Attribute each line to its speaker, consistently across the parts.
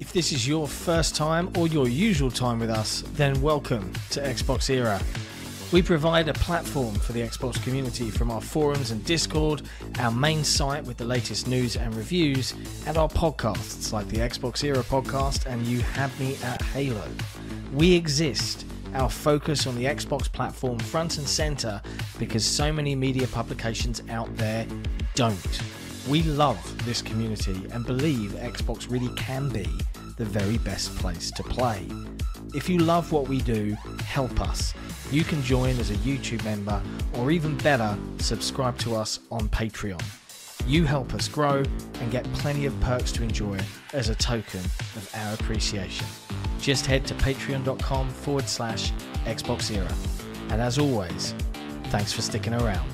Speaker 1: If this is your first time or your usual time with us, then welcome to Xbox Era. We provide a platform for the Xbox community from our forums and Discord, our main site with the latest news and reviews, and our podcasts like the Xbox Era podcast and You Had Me at Halo. We exist, our focus on the Xbox platform front and center, because so many media publications out there don't. We love this community and believe Xbox really can be the very best place to play. If you love what we do, help us. You can join as a YouTube member, or even better, subscribe to us on Patreon. You help us grow and get plenty of perks to enjoy as a token of our appreciation. Just head to patreon.com forward slash Xbox Era. And as always, thanks for sticking around.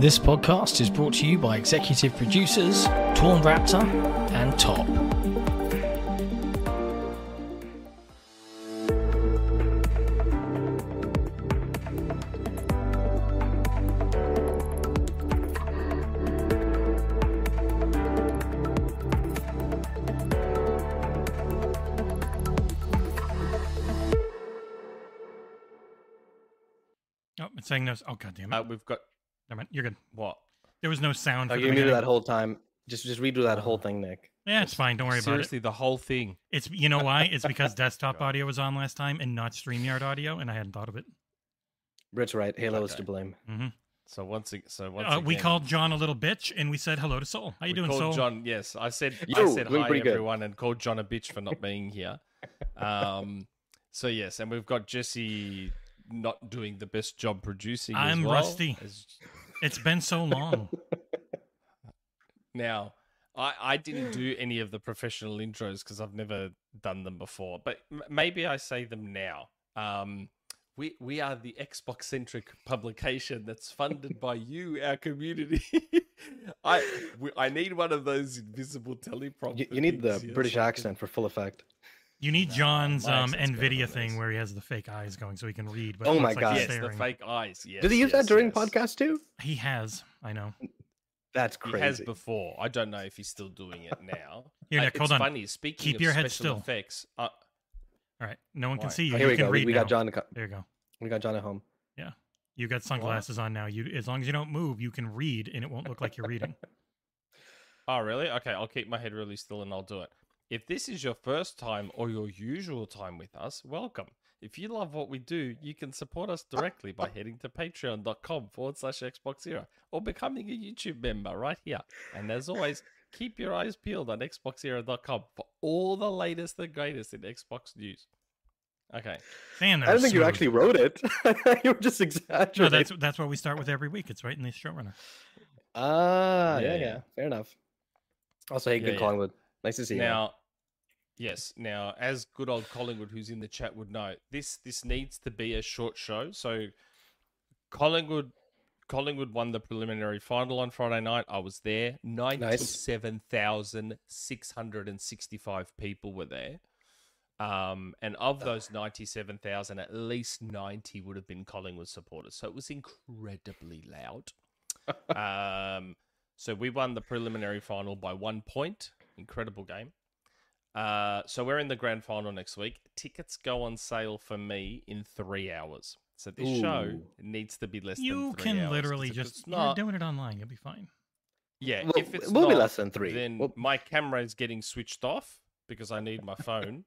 Speaker 1: This podcast is brought to you by executive producers Torn Raptor and Top.
Speaker 2: Oh, it's saying no. Oh, god damn it.
Speaker 3: Uh, we've got
Speaker 2: Never mind. You're good.
Speaker 3: what?
Speaker 2: There was no sound.
Speaker 4: Oh,
Speaker 2: for the
Speaker 4: you knew
Speaker 2: beginning.
Speaker 4: that whole time. Just just redo that whole thing, Nick.
Speaker 2: Yeah, it's fine. Don't worry
Speaker 3: Seriously, the whole thing.
Speaker 2: about it. It's you know why? It's because desktop audio was on last time and not StreamYard audio, and I hadn't thought of it.
Speaker 4: Britt's right. Halo is
Speaker 3: Okay.
Speaker 4: to blame.
Speaker 2: hmm
Speaker 3: So once, ag- so once
Speaker 2: Uh, we
Speaker 3: again,
Speaker 2: called John a little bitch, and we said hello to Soul. How you
Speaker 3: we
Speaker 2: doing,
Speaker 3: called
Speaker 2: Soul?
Speaker 3: John, yes, I said I
Speaker 4: Yo,
Speaker 3: said
Speaker 4: doing
Speaker 3: hi
Speaker 4: pretty good.
Speaker 3: everyone and called John a bitch for not being here. Um, so yes, and we've got Jesse not doing the best job producing. as
Speaker 2: I'm
Speaker 3: well,
Speaker 2: rusty.
Speaker 3: as-
Speaker 2: It's been so long.
Speaker 3: now, I I didn't do any of the professional intros because I've never done them before, but m- maybe I say them now. Um. We, we are the Xbox centric publication that's funded by you, our community. I we, I need one of those invisible teleprompters.
Speaker 4: You, you need the British accent for full effect.
Speaker 2: You need John's
Speaker 3: my
Speaker 2: um,
Speaker 3: accent's better
Speaker 2: Nvidia
Speaker 3: than
Speaker 2: thing
Speaker 3: this.
Speaker 2: where he has the fake eyes going so he can read. But
Speaker 4: Oh
Speaker 2: it
Speaker 4: my
Speaker 2: looks like
Speaker 4: God.
Speaker 2: he's
Speaker 3: Yes, the
Speaker 2: staring.
Speaker 3: fake eyes. Yes.
Speaker 4: Did he use
Speaker 3: yes,
Speaker 4: that during
Speaker 3: yes.
Speaker 4: podcasts too?
Speaker 2: He has. I know.
Speaker 4: That's
Speaker 3: He has
Speaker 4: crazy.
Speaker 3: before. I don't know if he's still doing it now.
Speaker 2: Here,
Speaker 3: Uh,
Speaker 2: Nick, hold
Speaker 3: it's
Speaker 2: on.
Speaker 3: Funny. Speaking
Speaker 2: Keep
Speaker 3: of
Speaker 2: your head
Speaker 3: special
Speaker 2: still.
Speaker 3: Effects. Uh,
Speaker 2: All right. No one can
Speaker 3: Why?
Speaker 2: see you.
Speaker 4: Oh, Here
Speaker 2: you
Speaker 4: we
Speaker 2: can
Speaker 4: go.
Speaker 2: read
Speaker 4: We, we
Speaker 2: now.
Speaker 4: got John. to co-
Speaker 2: There you go.
Speaker 4: We got John at home.
Speaker 2: You got sunglasses on now. You, as long as you don't move, you can read, and it won't look like you're reading.
Speaker 3: oh, really? Okay. I'll keep my head really still and I'll do it. If this is your first time or your usual time with us, welcome. If you love what we do, you can support us directly by heading to patreon.com forward slash Xbox Era or becoming a YouTube member right here. And as always, keep your eyes peeled on XboxEra.com for all the latest and greatest in Xbox news. Okay.
Speaker 2: Man, that
Speaker 4: I
Speaker 2: was
Speaker 4: don't think you
Speaker 2: smooth.
Speaker 4: actually wrote it. you were just
Speaker 2: No,
Speaker 4: exaggerating.
Speaker 2: that's that's what we start with every week. It's right in the showrunner.
Speaker 4: Ah,
Speaker 3: Yeah,
Speaker 4: yeah, yeah,
Speaker 3: yeah.
Speaker 4: Fair enough. Also, hey,
Speaker 3: Yeah,
Speaker 4: good
Speaker 3: yeah.
Speaker 4: Collingwood. Nice to see you. man.
Speaker 3: Now, yes. Now, as good old Collingwood, who's in the chat, would know, this this needs to be a short show. So, Collingwood, Collingwood won the preliminary final on Friday night. I was there. Ninety-seven thousand six hundred and sixty-five people were there. Um, and of those ninety-seven thousand, at least ninety would have been Collingwood supporters. So it was incredibly loud. um, so we won the preliminary final by one point. Incredible game. Uh, so we're in the grand final next week. Tickets go on sale for me in three hours. So this show
Speaker 4: Ooh.
Speaker 3: needs to be less. than
Speaker 2: You
Speaker 3: three
Speaker 2: can
Speaker 3: hours, 'cause
Speaker 2: literally
Speaker 3: if
Speaker 2: just
Speaker 3: it's not.
Speaker 2: you're doing it online. You'll be fine.
Speaker 3: yeah,
Speaker 4: Well,
Speaker 3: if it's
Speaker 4: it will be
Speaker 3: not,
Speaker 4: less than three.
Speaker 3: Then
Speaker 4: Well-
Speaker 3: my camera is getting switched off because I need my phone,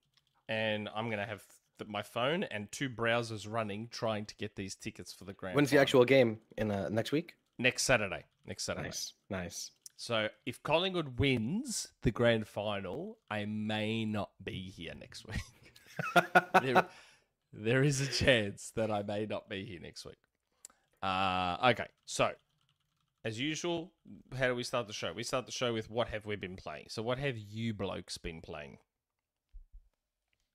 Speaker 3: and I'm gonna have th- my phone and two browsers running trying to get these tickets for the grand.
Speaker 4: When's the
Speaker 3: final.
Speaker 4: actual game in uh, next week?
Speaker 3: next Saturday? Next Saturday.
Speaker 4: Nice, nice.
Speaker 3: So if Collingwood wins the grand final, I may not be here next week. there, there is a chance that I may not be here next week. Uh, okay, so as usual, how do we start the show? We start the show with what have we been playing? So what have you blokes been playing?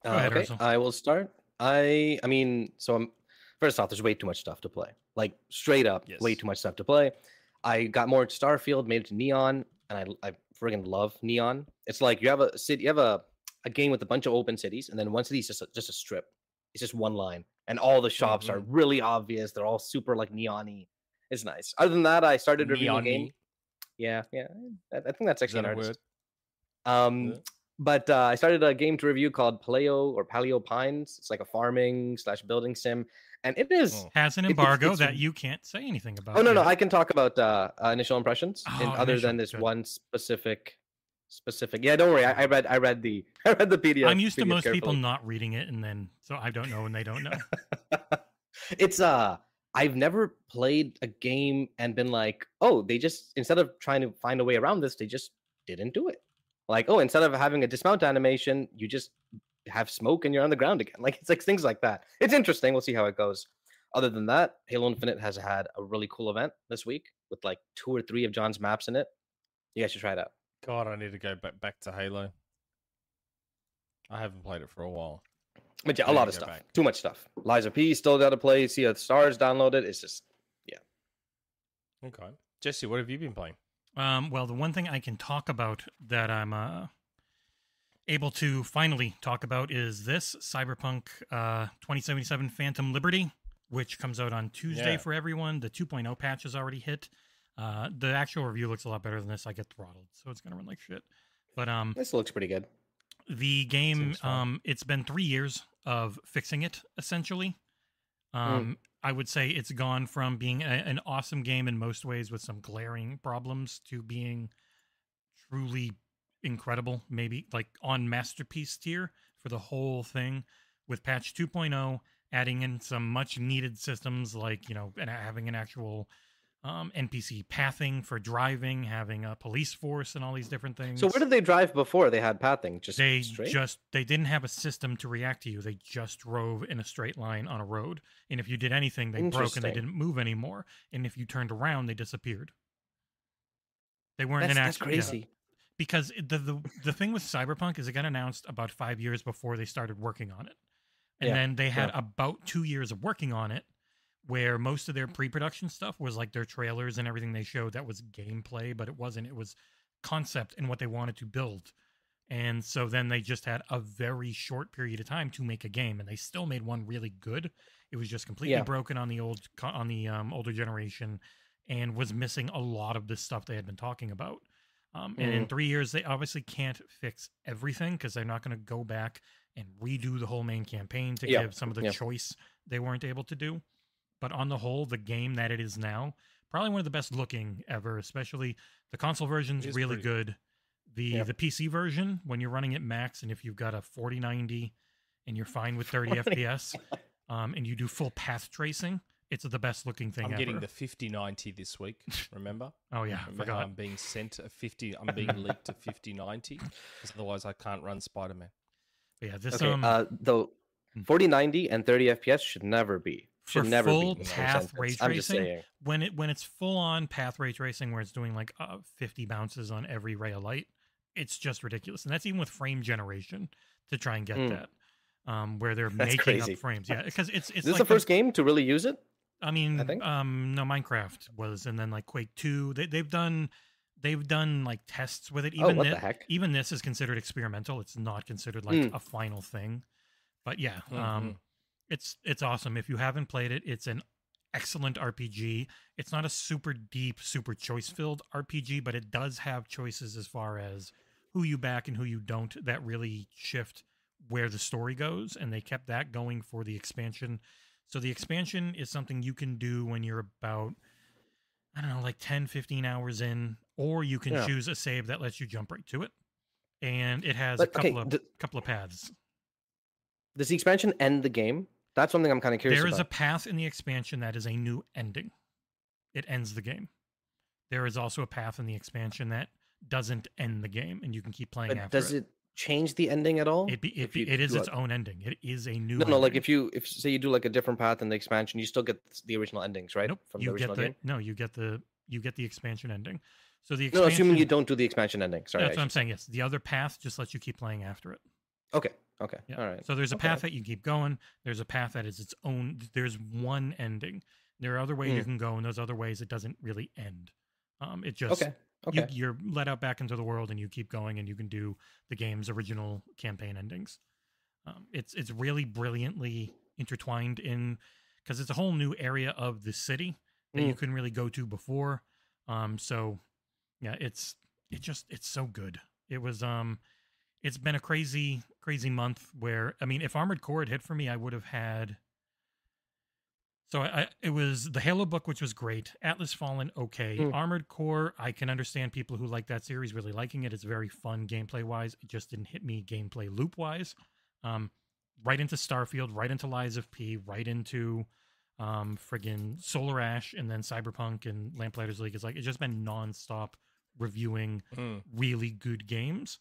Speaker 2: Go
Speaker 4: Uh,
Speaker 2: ahead,
Speaker 4: okay,
Speaker 2: Russell.
Speaker 4: I will start. I I mean, so I'm first off, there's way too much stuff to play. Like straight up, way
Speaker 3: Yes.
Speaker 4: too much stuff to play. I got more into Starfield, made it to Neon, and I I friggin' love Neon. It's like you have a city, you have a a game with a bunch of open cities, and then one city's just a, just a strip. It's just one line, and all the shops are
Speaker 2: Mm-hmm.
Speaker 4: really obvious. They're all super like neon-y. It's nice. Other than that, I started reviewing a game.
Speaker 3: Neon-y?
Speaker 4: Yeah, yeah. I, I think that's
Speaker 3: Is
Speaker 4: actually
Speaker 3: that
Speaker 4: an
Speaker 3: a
Speaker 4: artist.
Speaker 3: word?
Speaker 4: Um,
Speaker 3: Yeah.
Speaker 4: but uh, I started a game to review called Paleo or Paleo Pines. It's like a farming slash building sim, and it is.
Speaker 3: Oh.
Speaker 2: Has an
Speaker 4: It- it's-
Speaker 2: embargo
Speaker 4: it's-
Speaker 2: that you can't say anything about.
Speaker 4: Oh, no, no,
Speaker 2: yet.
Speaker 4: I can talk about uh, uh, initial impressions, and
Speaker 2: Oh,
Speaker 4: other
Speaker 2: initial,
Speaker 4: than this
Speaker 2: good.
Speaker 4: one specific, specific. Yeah, don't worry. I, I read, I read the, I read the PDF.
Speaker 2: Oh. I'm used to
Speaker 4: PDF
Speaker 2: most people
Speaker 4: carefully.
Speaker 2: not reading it, and then so I don't know, and they don't know.
Speaker 4: it's uh I've never played a game and been like, oh, they just instead of trying to find a way around this, they just didn't do it. Like, oh, instead of having a dismount animation, you just have smoke and you're on the ground again. Like it's like things like that. It's interesting. We'll see how it goes. Other than that, Halo Infinite has had a really cool event this week with like two or three of John's maps in it. You guys should try it out.
Speaker 3: God, I need to go back back to Halo. I haven't played it for a while.
Speaker 4: But yeah,
Speaker 3: I
Speaker 4: a
Speaker 3: need
Speaker 4: lot
Speaker 3: to
Speaker 4: of
Speaker 3: go
Speaker 4: stuff.
Speaker 3: back.
Speaker 4: Too much stuff. Liza P still got to play. Sea of Stars downloaded. It's just
Speaker 3: Okay, Jesse, what have you been playing?
Speaker 2: Um, well, the one thing I can talk about that I'm uh, able to finally talk about is this Cyberpunk uh, 2077 Phantom Liberty, which comes out on Tuesday
Speaker 3: Yeah.
Speaker 2: for everyone. The 2.0 patch has already hit. Uh, the actual review looks a lot better than this. I get throttled, so it's gonna run like shit. But um,
Speaker 4: this looks pretty good.
Speaker 2: the game
Speaker 3: Seems fun.
Speaker 2: um it's been three years of fixing it essentially
Speaker 4: Hmm.
Speaker 2: um i would say it's gone from being a, an awesome game in most ways with some glaring problems to being truly incredible maybe like on masterpiece tier for the whole thing with patch 2.0 adding in some much needed systems like you know and having an actual um, npc pathing for driving having a police force and all these different things
Speaker 4: So where did they drive before they had pathing? Just
Speaker 2: they
Speaker 4: straight.
Speaker 2: just they didn't have a system to react to you they just drove in a straight line on a road and if you did anything they broke and they
Speaker 4: Interesting.
Speaker 2: didn't move anymore and if you turned around they disappeared they weren't
Speaker 4: that's,
Speaker 2: in
Speaker 4: that's
Speaker 2: action yeah.
Speaker 4: crazy.
Speaker 2: because it- the, the the thing with cyberpunk is it got announced about five years before they started working on it and
Speaker 4: Yeah,
Speaker 2: then they had
Speaker 4: yeah.
Speaker 2: about two years of working on it where most of their pre-production stuff was like their trailers and everything they showed that was gameplay but it wasn't it was concept and what they wanted to build and so then they just had a very short period of time to make a game and they still made one really good it was just completely
Speaker 4: Yeah.
Speaker 2: broken on the old co- on the um, older generation and was missing a lot of the stuff they had been talking about um, and
Speaker 4: Mm.
Speaker 2: in three years they obviously can't fix everything because they're not going to go back and redo the whole main campaign to
Speaker 4: Yeah,
Speaker 2: give some of the
Speaker 4: yeah.
Speaker 2: choice they weren't able to do but on the whole the game that it is now probably one of the best looking ever especially the console version's
Speaker 3: is
Speaker 2: really
Speaker 3: pretty.
Speaker 2: good the
Speaker 4: Yeah.
Speaker 2: the pc version when you're running it max and if you've got a 4090 and you're fine with 30 fps um, and you do full path tracing it's the best looking thing
Speaker 3: I'm
Speaker 2: ever.
Speaker 3: getting the 5090 this week. Remember?
Speaker 2: oh yeah I
Speaker 3: Remember how
Speaker 2: forgot
Speaker 3: I'm being sent a 50. I'm being leaked to 5090 because otherwise I can't run Spider Man.
Speaker 2: But yeah this
Speaker 4: Okay,
Speaker 2: um
Speaker 4: uh, though,
Speaker 2: Mm.
Speaker 4: 4090 and 30 FPS should never be. Should
Speaker 2: For
Speaker 4: never
Speaker 2: full
Speaker 4: be. in the same
Speaker 2: path
Speaker 4: sentence.
Speaker 2: ray
Speaker 4: I'm just
Speaker 2: tracing,
Speaker 4: saying.
Speaker 2: when it when it's full on path rate racing where it's doing like uh, 50 bounces on every ray of light it's just ridiculous and that's even with frame generation to try and get
Speaker 4: Mm.
Speaker 2: that um where they're
Speaker 4: That's
Speaker 2: making
Speaker 4: crazy.
Speaker 2: up frames yeah because it's it's
Speaker 4: This is
Speaker 2: like
Speaker 4: the first game to really use it. Oh,
Speaker 2: i mean
Speaker 4: think.
Speaker 2: um no minecraft was and then like quake 2 they, they've done they've done like tests with it even
Speaker 4: oh, what
Speaker 2: thi-
Speaker 4: the heck?
Speaker 2: even this is considered experimental. It's not considered like
Speaker 4: Mm.
Speaker 2: a final thing. But yeah,
Speaker 3: Mhm.
Speaker 2: um, it's it's awesome. If you haven't played it, it's an excellent RPG. It's not a super deep, super choice filled RPG, but it does have choices as far as who you back and who you don't that really shift where the story goes. And they kept that going for the expansion. So the expansion is something you can do when you're about I don't know, like 10, 15 hours in, or you can
Speaker 4: Yeah.
Speaker 2: choose a save that lets you jump right to it. And it has a
Speaker 4: But, okay,
Speaker 2: couple of
Speaker 4: th-
Speaker 2: couple of paths.
Speaker 4: Does the expansion end the game? That's something I'm kind of curious
Speaker 2: There is a
Speaker 4: about.
Speaker 2: path in the expansion that is a new ending. It ends the game. There is also a path in the expansion that doesn't end the game, and you can keep playing
Speaker 4: but
Speaker 2: after
Speaker 4: does
Speaker 2: it.
Speaker 4: it change the ending at all?
Speaker 2: It, be, it,
Speaker 4: if
Speaker 2: be-
Speaker 4: you
Speaker 2: it is
Speaker 4: do
Speaker 2: its
Speaker 4: a-
Speaker 2: own ending. It is a new.
Speaker 4: no, no. Like
Speaker 2: ending.
Speaker 4: if you, if say you do like a different path in the expansion, you still get the original endings, right?
Speaker 2: nope,
Speaker 4: From
Speaker 2: you
Speaker 4: the original
Speaker 2: get the
Speaker 4: game.
Speaker 2: no, you get the you get the expansion ending. So the
Speaker 4: No,
Speaker 2: expansion,
Speaker 4: assuming you don't do the expansion ending. Sorry.
Speaker 2: that's
Speaker 4: I
Speaker 2: what I'm
Speaker 4: should-
Speaker 2: saying. Yes, the other path just lets you keep playing after it.
Speaker 4: Okay. Okay.
Speaker 2: Yeah.
Speaker 4: All right.
Speaker 2: So there's a
Speaker 4: Okay.
Speaker 2: path that you keep going. There's a path that is its own. There's one ending. There are other ways you
Speaker 4: Mm.
Speaker 2: can go, and those other ways it doesn't really end. Um, it just
Speaker 4: Okay. Okay.
Speaker 2: you, you're let out back into the world, and you keep going, and you can do the game's original campaign endings. Um, it's it's really brilliantly intertwined in because it's a whole new area of the city that you
Speaker 4: Mm.
Speaker 2: couldn't really go to before. Um, so yeah it's it just it's so good it was um it's been a crazy crazy month where i mean if armored core had hit for me i would have had so I, I it was the halo book which was great atlas fallen okay
Speaker 4: Mm.
Speaker 2: armored core i can understand people who like that series really liking it it's very fun gameplay wise it just didn't hit me gameplay loop wise um right into starfield right into lies of p right into um friggin solar ash and then cyberpunk and lamplighters league it's like it's just been non-stop reviewing really good games.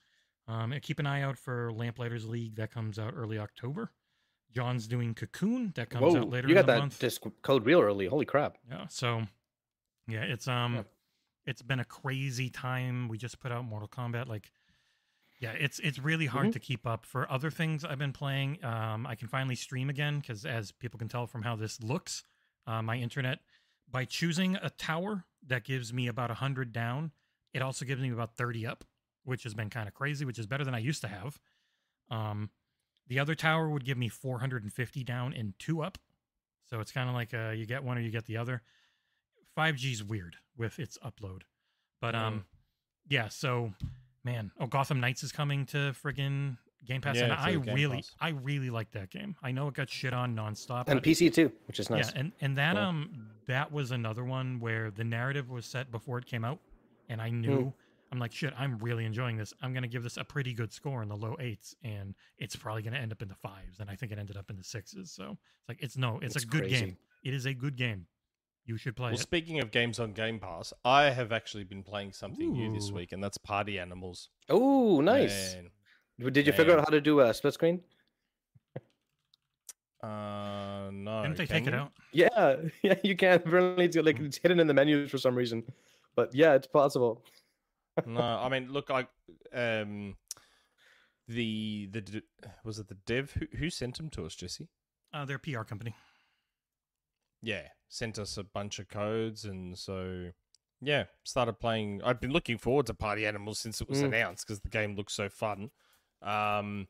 Speaker 2: Um, and keep an eye out for Lamplighters League that comes out early October. John's doing Cocoon that comes
Speaker 4: Whoa,
Speaker 2: out later
Speaker 4: you
Speaker 2: in
Speaker 4: got
Speaker 2: the
Speaker 4: that
Speaker 2: month.
Speaker 4: disc code real early. Holy crap!
Speaker 2: yeah, so yeah, it's um,
Speaker 4: Yeah.
Speaker 2: it's been a crazy time. We just put out Mortal Kombat. Like, yeah, it's it's really hard to keep up for other things I've been playing. Um, I can finally stream again because, as people can tell from how this looks, uh, my internet by choosing a tower that gives me about hundred down it also gives me about 30 up, which has been kind of crazy, which is better than I used to have. Um, the other tower would give me 450 down and two up. So it's kind of like uh, you get one or you get the other. 5G's weird with its upload. But
Speaker 3: Mm.
Speaker 2: um, yeah, so man, oh, Gotham Knights is coming to friggin' Game Pass.
Speaker 3: Yeah,
Speaker 2: and
Speaker 3: it's
Speaker 2: I
Speaker 3: a Game
Speaker 2: really,
Speaker 3: Pass.
Speaker 2: I really like that game. I know it got shit on nonstop.
Speaker 4: And
Speaker 2: but-
Speaker 4: PC too, which is nice.
Speaker 2: yeah, and and that
Speaker 4: Cool.
Speaker 2: um that was another one where the narrative was set before it came out, and I knew I'm like shit. I'm really enjoying this. I'm gonna give this a pretty good score in the low eights, and it's probably gonna end up in the fives. And I think it ended up in the sixes. So it's like it's no, it's,
Speaker 4: It's
Speaker 2: a good
Speaker 4: crazy.
Speaker 2: game. It is a good game. You should play
Speaker 3: Well,
Speaker 2: it.
Speaker 3: speaking of games on Game Pass, I have actually been playing something new this
Speaker 2: Ooh.
Speaker 3: week, and that's Party Animals.
Speaker 4: oh, nice.
Speaker 3: Man.
Speaker 4: W- Did you figure out
Speaker 3: man.
Speaker 4: how to do a split screen?
Speaker 3: Uh, no.
Speaker 2: Didn't they
Speaker 3: can
Speaker 2: take it
Speaker 3: you?
Speaker 2: out?
Speaker 4: Yeah, yeah, you can. Apparently, it's like it's hidden in the menus for some reason, but yeah, it's possible.
Speaker 3: no, I mean, look, I um, the the d- was it the dev who, who sent him to us, Jesse?
Speaker 2: Uh, their PR company.
Speaker 3: Yeah, sent us a bunch of codes, and so yeah, started playing. I've been looking forward to Party Animals since it was
Speaker 4: Mm.
Speaker 3: announced because the game looks so fun. Um,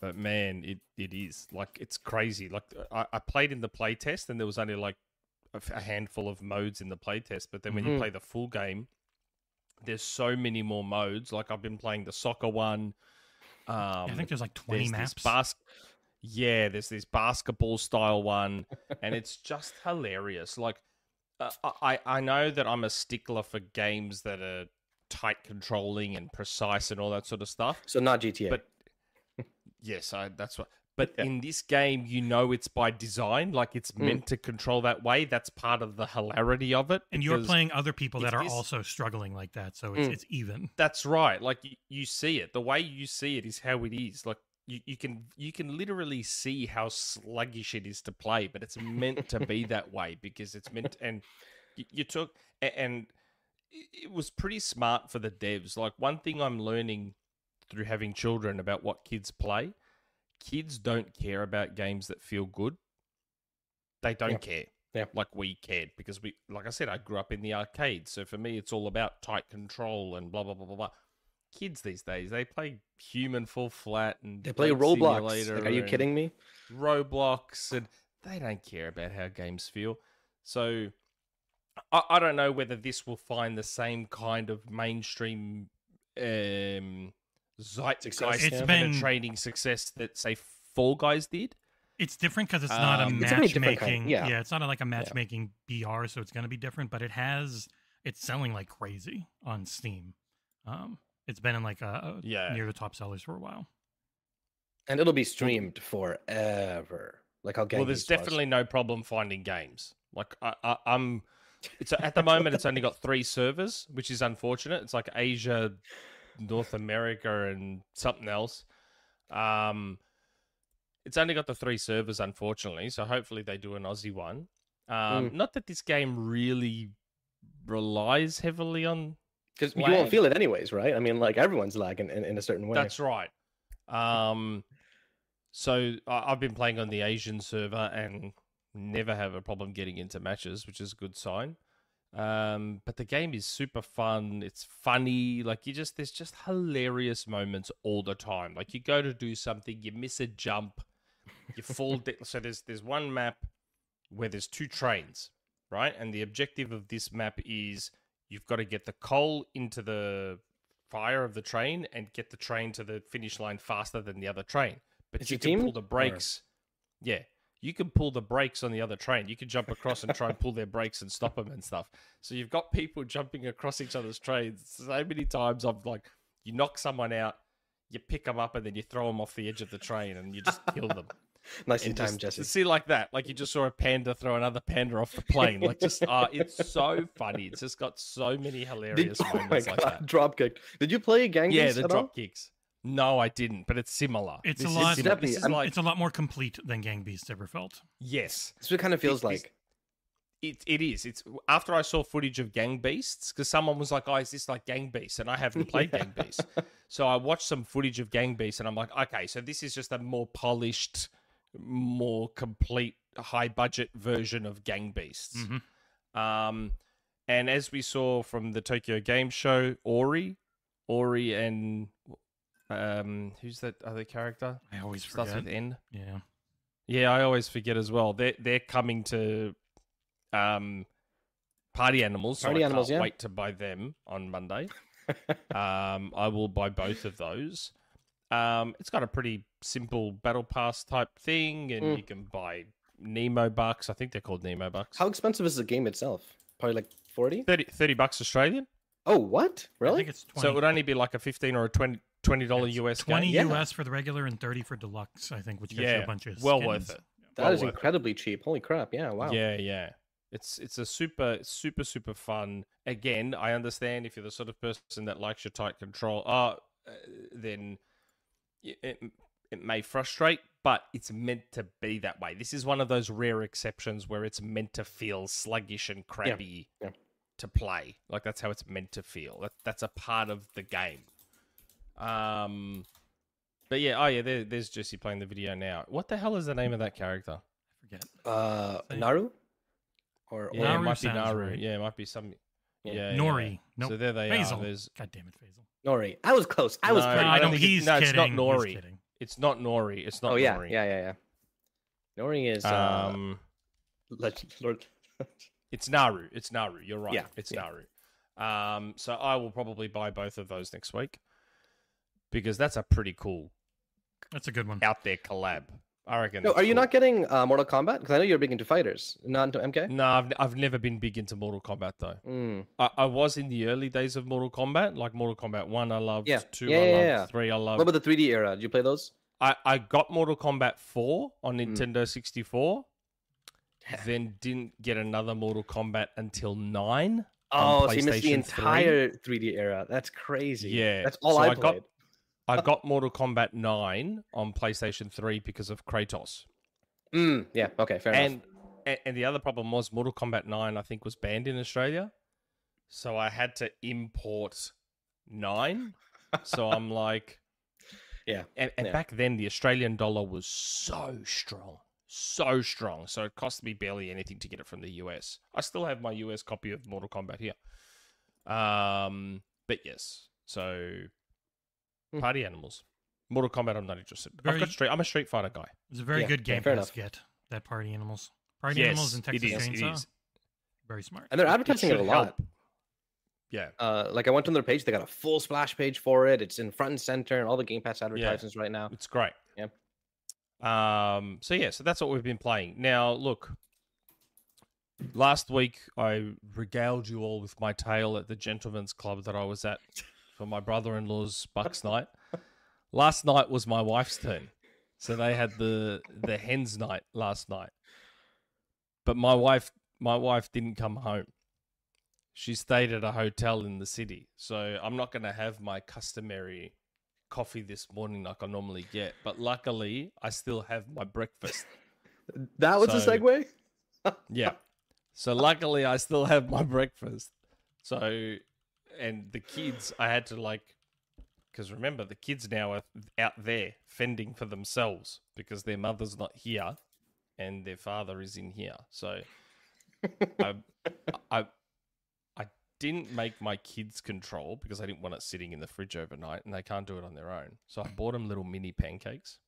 Speaker 3: but man, it it is like it's crazy. Like I, I played in the playtest, and there was only like a f- a handful of modes in the playtest. But then when you
Speaker 2: Mm-hmm.
Speaker 4: Mhm.
Speaker 3: play the full game, there's so many more modes. Like I've been playing the soccer one. Um,
Speaker 2: I think there's like 20
Speaker 3: there's
Speaker 2: maps.
Speaker 3: This bas- yeah, there's this basketball style one, and it's just hilarious. Like, uh, I I know that I'm a stickler for games that are tight controlling and precise and all that sort of stuff.
Speaker 4: So not GTA.
Speaker 3: But yes, I that's what. But
Speaker 4: Yeah.
Speaker 3: in this game, you know it's by design. Like it's
Speaker 4: Mm.
Speaker 3: meant to control that way. That's part of the hilarity of it.
Speaker 2: and you're
Speaker 3: because-
Speaker 2: playing other people that
Speaker 3: it's
Speaker 2: are
Speaker 3: this-
Speaker 2: also struggling like that, so it's
Speaker 4: Mm.
Speaker 2: it's even.
Speaker 3: That's right. Like you, you see it. The way you see it is how it is. Like you, you can you can literally see how sluggish it is to play, but it's meant to be that way because it's meant and you, you took a- and i- it was pretty smart for the devs. Like one thing I'm learning through having children about what kids play, kids don't care about games that feel good. They don't
Speaker 4: Yeah.
Speaker 3: care.
Speaker 4: Yeah.
Speaker 3: Like we cared because we like I said, I grew up in the arcade. So for me it's all about tight control and blah blah blah blah blah. Kids these days, they play human full flat and
Speaker 4: they play
Speaker 3: Flight
Speaker 4: Roblox.
Speaker 3: Simulator
Speaker 4: Like, are you
Speaker 3: and-
Speaker 4: kidding me?
Speaker 3: Roblox, and they don't care about how games feel. So I, I don't know whether this will find the same kind of mainstream um, zeitgeist
Speaker 4: It's
Speaker 3: and
Speaker 2: been-
Speaker 3: trading success that say Fall Guys did.
Speaker 2: It's different because it's not a
Speaker 3: Um,
Speaker 4: It's a very different kind,
Speaker 2: matchmaking.
Speaker 4: yeah.
Speaker 2: it's not a, like a matchmaking BR, so it's going to be different. But it has it's selling like crazy on Steam. Um, it's been in like a,
Speaker 3: Yeah.
Speaker 2: near the top sellers for a while.
Speaker 4: And it'll be streamed forever. Like how Gang
Speaker 3: well, there's
Speaker 4: Beasts was.
Speaker 3: definitely no problem finding games. Like I, I, I'm, it's at the moment it's only got three servers, which is unfortunate. It's like Asia, North America, and something else. Um, it's only got the three servers, unfortunately. So hopefully they do an Aussie one. Um, Not that this game really relies heavily on
Speaker 4: because you
Speaker 3: lag.
Speaker 4: won't feel it anyways, right? I mean, like everyone's lagging in, in a certain way.
Speaker 3: That's right. Um, so I, I've been playing on the Asian server and never have a problem getting into matches, which is a good sign. Um, but the game is super fun. It's funny. Like you just there's just hilarious moments all the time. Like you go to do something, you miss a jump, you fall. da- so there's there's one map where there's two trains, right? And the objective of this map is You've got to get the coal into the fire of the train and get the train to the finish line faster than the other train. But
Speaker 4: It's
Speaker 3: you
Speaker 4: a
Speaker 3: can pull
Speaker 4: team,
Speaker 3: the
Speaker 4: or-
Speaker 3: brakes. Yeah, you can pull the brakes on the other train. You can jump across and try and pull their brakes and stop them and stuff. So you've got people jumping across each other's trains so many times. I'm like, you knock someone out, you pick them up, and then you throw them off the edge of the train and you just kill them.
Speaker 4: Nice in
Speaker 3: And
Speaker 4: time,
Speaker 3: just-
Speaker 4: Jesse.
Speaker 3: See, like that, like you just saw a panda throw another panda off the plane. Like, just uh, it's so funny. It's just got so many
Speaker 4: Did,
Speaker 3: hilarious
Speaker 4: oh my
Speaker 3: moments like
Speaker 4: god,
Speaker 3: that.
Speaker 4: drop kicked. Did you play Gang
Speaker 3: Yeah,
Speaker 4: Beasts
Speaker 3: the
Speaker 4: at all?
Speaker 3: drop kicks. No, I didn't, but it's similar.
Speaker 2: It's
Speaker 3: This
Speaker 2: a
Speaker 3: is
Speaker 2: lot.
Speaker 3: similar.
Speaker 4: Definitely,
Speaker 3: This is
Speaker 4: I'm-
Speaker 3: like
Speaker 2: It's a lot more complete than Gang Beasts ever felt.
Speaker 3: yes,
Speaker 4: That's what it kind of feels
Speaker 3: This- this-
Speaker 4: like.
Speaker 3: it it is. It's after I saw footage of Gang Beasts because someone was like, "Oh, is this like Gang Beasts?" And I haven't played Gang Beasts, so I watched some footage of Gang Beasts, and I'm like, "Okay, so this is just a more polished, more complete, high budget version of Gang Beasts."
Speaker 2: Mhm.
Speaker 3: Um, and as we saw from the Tokyo Game Show, Ori, Ori, and um, who's that other character?
Speaker 2: I always
Speaker 3: Starts
Speaker 2: forget.
Speaker 3: with N.
Speaker 2: Yeah.
Speaker 3: Yeah, I always forget as well. They're they're coming to um party animals. so
Speaker 4: Party
Speaker 3: I
Speaker 4: Animals,
Speaker 3: can't
Speaker 4: yeah.
Speaker 3: wait to buy them on Monday. um, I will buy both of those. Um, it's got a pretty simple battle pass type thing, and
Speaker 4: Mm.
Speaker 3: you can buy Nemo bucks. I think they're called Nemo bucks.
Speaker 4: How expensive is the game itself? Probably like forty.
Speaker 3: 30, 30 bucks Australian.
Speaker 4: Oh, what?
Speaker 2: I
Speaker 4: Really?
Speaker 2: think it's 20,
Speaker 3: So it would only be like a fifteen or a 20 dollar
Speaker 2: It's
Speaker 3: US game.
Speaker 2: 20
Speaker 4: Yeah.
Speaker 2: US for the regular and 30 for deluxe, I think, which gets you
Speaker 3: Yeah,
Speaker 2: a bunch of
Speaker 3: well worth
Speaker 2: skins.
Speaker 3: it.
Speaker 4: That
Speaker 3: well
Speaker 4: is
Speaker 3: worth it.
Speaker 4: incredibly cheap. Holy crap! Yeah, wow.
Speaker 3: Yeah, yeah. It's it's a super super super fun. Again, I understand if you're the sort of person that likes your tight control, uh, uh, then y- it it may frustrate, but it's meant to be that way. This is one of those rare exceptions where it's meant to feel sluggish and crappy
Speaker 4: yeah.
Speaker 3: to play. Like that's how it's meant to feel. That that's a part of the game. Um, but yeah, oh yeah, there, there's Jesse playing the video now. What the hell is the name of that character?
Speaker 2: I forget.
Speaker 4: Uh,
Speaker 2: Same.
Speaker 4: Naru, or,
Speaker 3: Yeah,
Speaker 2: Naru
Speaker 3: it might be
Speaker 2: sounds
Speaker 3: Naru.
Speaker 2: right.
Speaker 3: Yeah, it might be some.
Speaker 4: Yeah.
Speaker 3: Yeah, yeah.
Speaker 2: Nori. Nope.
Speaker 3: So there they
Speaker 2: Basil.
Speaker 3: are. There's.
Speaker 2: God damn it, Faisal.
Speaker 4: or Nori. I was close. I was.
Speaker 3: No,
Speaker 4: pretty-
Speaker 3: I
Speaker 2: I know
Speaker 3: don't think it's-
Speaker 2: he's
Speaker 3: no, it's
Speaker 2: kidding.
Speaker 3: not
Speaker 2: he's
Speaker 3: Nori.
Speaker 2: kidding.
Speaker 3: It's not Nori. It's not.
Speaker 4: oh yeah,
Speaker 3: Nori.
Speaker 4: yeah, yeah, yeah. Nori is uh,
Speaker 3: Um,
Speaker 4: leg- Lord.
Speaker 3: it's Naru. It's Naru. You're right.
Speaker 4: Yeah,
Speaker 3: It's
Speaker 4: yeah.
Speaker 3: Naru. Um, so I will probably buy both of those next week because that's a pretty cool
Speaker 2: That's a good one.
Speaker 3: out there collab. I reckon.
Speaker 4: no,
Speaker 3: that's
Speaker 4: are you
Speaker 3: cool. Mm.
Speaker 4: not getting uh, Mortal Kombat? Because I know you're big into fighters, not into MK.
Speaker 3: No, I've, I've never been big into Mortal Kombat though.
Speaker 4: Mm.
Speaker 3: I, I was in the early days of Mortal Kombat, like Mortal Kombat One. I loved
Speaker 4: Yeah.
Speaker 3: two.
Speaker 4: Yeah,
Speaker 3: I
Speaker 4: yeah,
Speaker 3: loved
Speaker 4: yeah.
Speaker 3: three. I
Speaker 4: What
Speaker 3: loved
Speaker 4: about the 3D era? Did you play those?
Speaker 3: I, I got Mortal Kombat 4 on
Speaker 4: Mm.
Speaker 3: Nintendo 64, then didn't get another Mortal Kombat until 9. on
Speaker 4: Oh, so you missed the
Speaker 3: um, PlayStation
Speaker 4: entire 3D era. That's crazy.
Speaker 3: Yeah,
Speaker 4: that's all
Speaker 3: so
Speaker 4: I
Speaker 3: I got-
Speaker 4: played.
Speaker 3: I got Mortal Kombat 9 on PlayStation 3 because of Kratos.
Speaker 4: Mm, yeah. Okay. Fair enough.
Speaker 3: And, and and the other problem was Mortal Kombat 9 I think was banned in Australia. So I had to import 9. so I'm like
Speaker 4: Yeah,
Speaker 3: And, and
Speaker 4: yeah.
Speaker 3: back then the Australian dollar was so strong. So strong. So it cost me barely anything to get it from the US. I still have my US copy of Mortal Kombat here. Um but yes. So
Speaker 4: Hmm.
Speaker 3: party animals. Mortal Kombat I'm not interested. I've
Speaker 2: Very-
Speaker 3: got street I'm a Street Fighter guy.
Speaker 2: It's a very
Speaker 4: Yeah,
Speaker 2: good
Speaker 4: yeah,
Speaker 2: game
Speaker 4: fair
Speaker 2: pass get. That Party Animals. Party Animals and
Speaker 3: Yes, it
Speaker 2: Texas
Speaker 3: is, it
Speaker 2: Chainsaw.
Speaker 3: is.
Speaker 2: Very smart.
Speaker 4: And they're
Speaker 3: it- it
Speaker 4: advertising it, a
Speaker 3: should
Speaker 4: lot.
Speaker 3: help. Yeah.
Speaker 4: Uh, like I went on their page, they got a full splash page for it. It's in front and center, and all the Game Pass advertisements right now.
Speaker 3: It's great.
Speaker 4: Yep.
Speaker 3: Um. So yeah. So that's what we've been playing. Now look. Last week I regaled you all with my tale at the gentleman's club that I was at for my brother-in-law's bucks night. Last night was my wife's turn, so they had the the hens night last night. But my wife, my wife didn't come home. She stayed at a hotel in the city, so I'm not going to have my customary coffee this morning like I normally get, but luckily I still have my breakfast.
Speaker 4: That was
Speaker 3: So-
Speaker 4: a segue.
Speaker 3: Yeah. So luckily I still have my breakfast. So and the kids I had to like cuz remember the kids now are out there fending for themselves because their mother's not here and their father is in here. So I I I didn't make my kids control because I didn't want it sitting in the fridge overnight and they can't do it on their own. So I bought them little mini pancakes.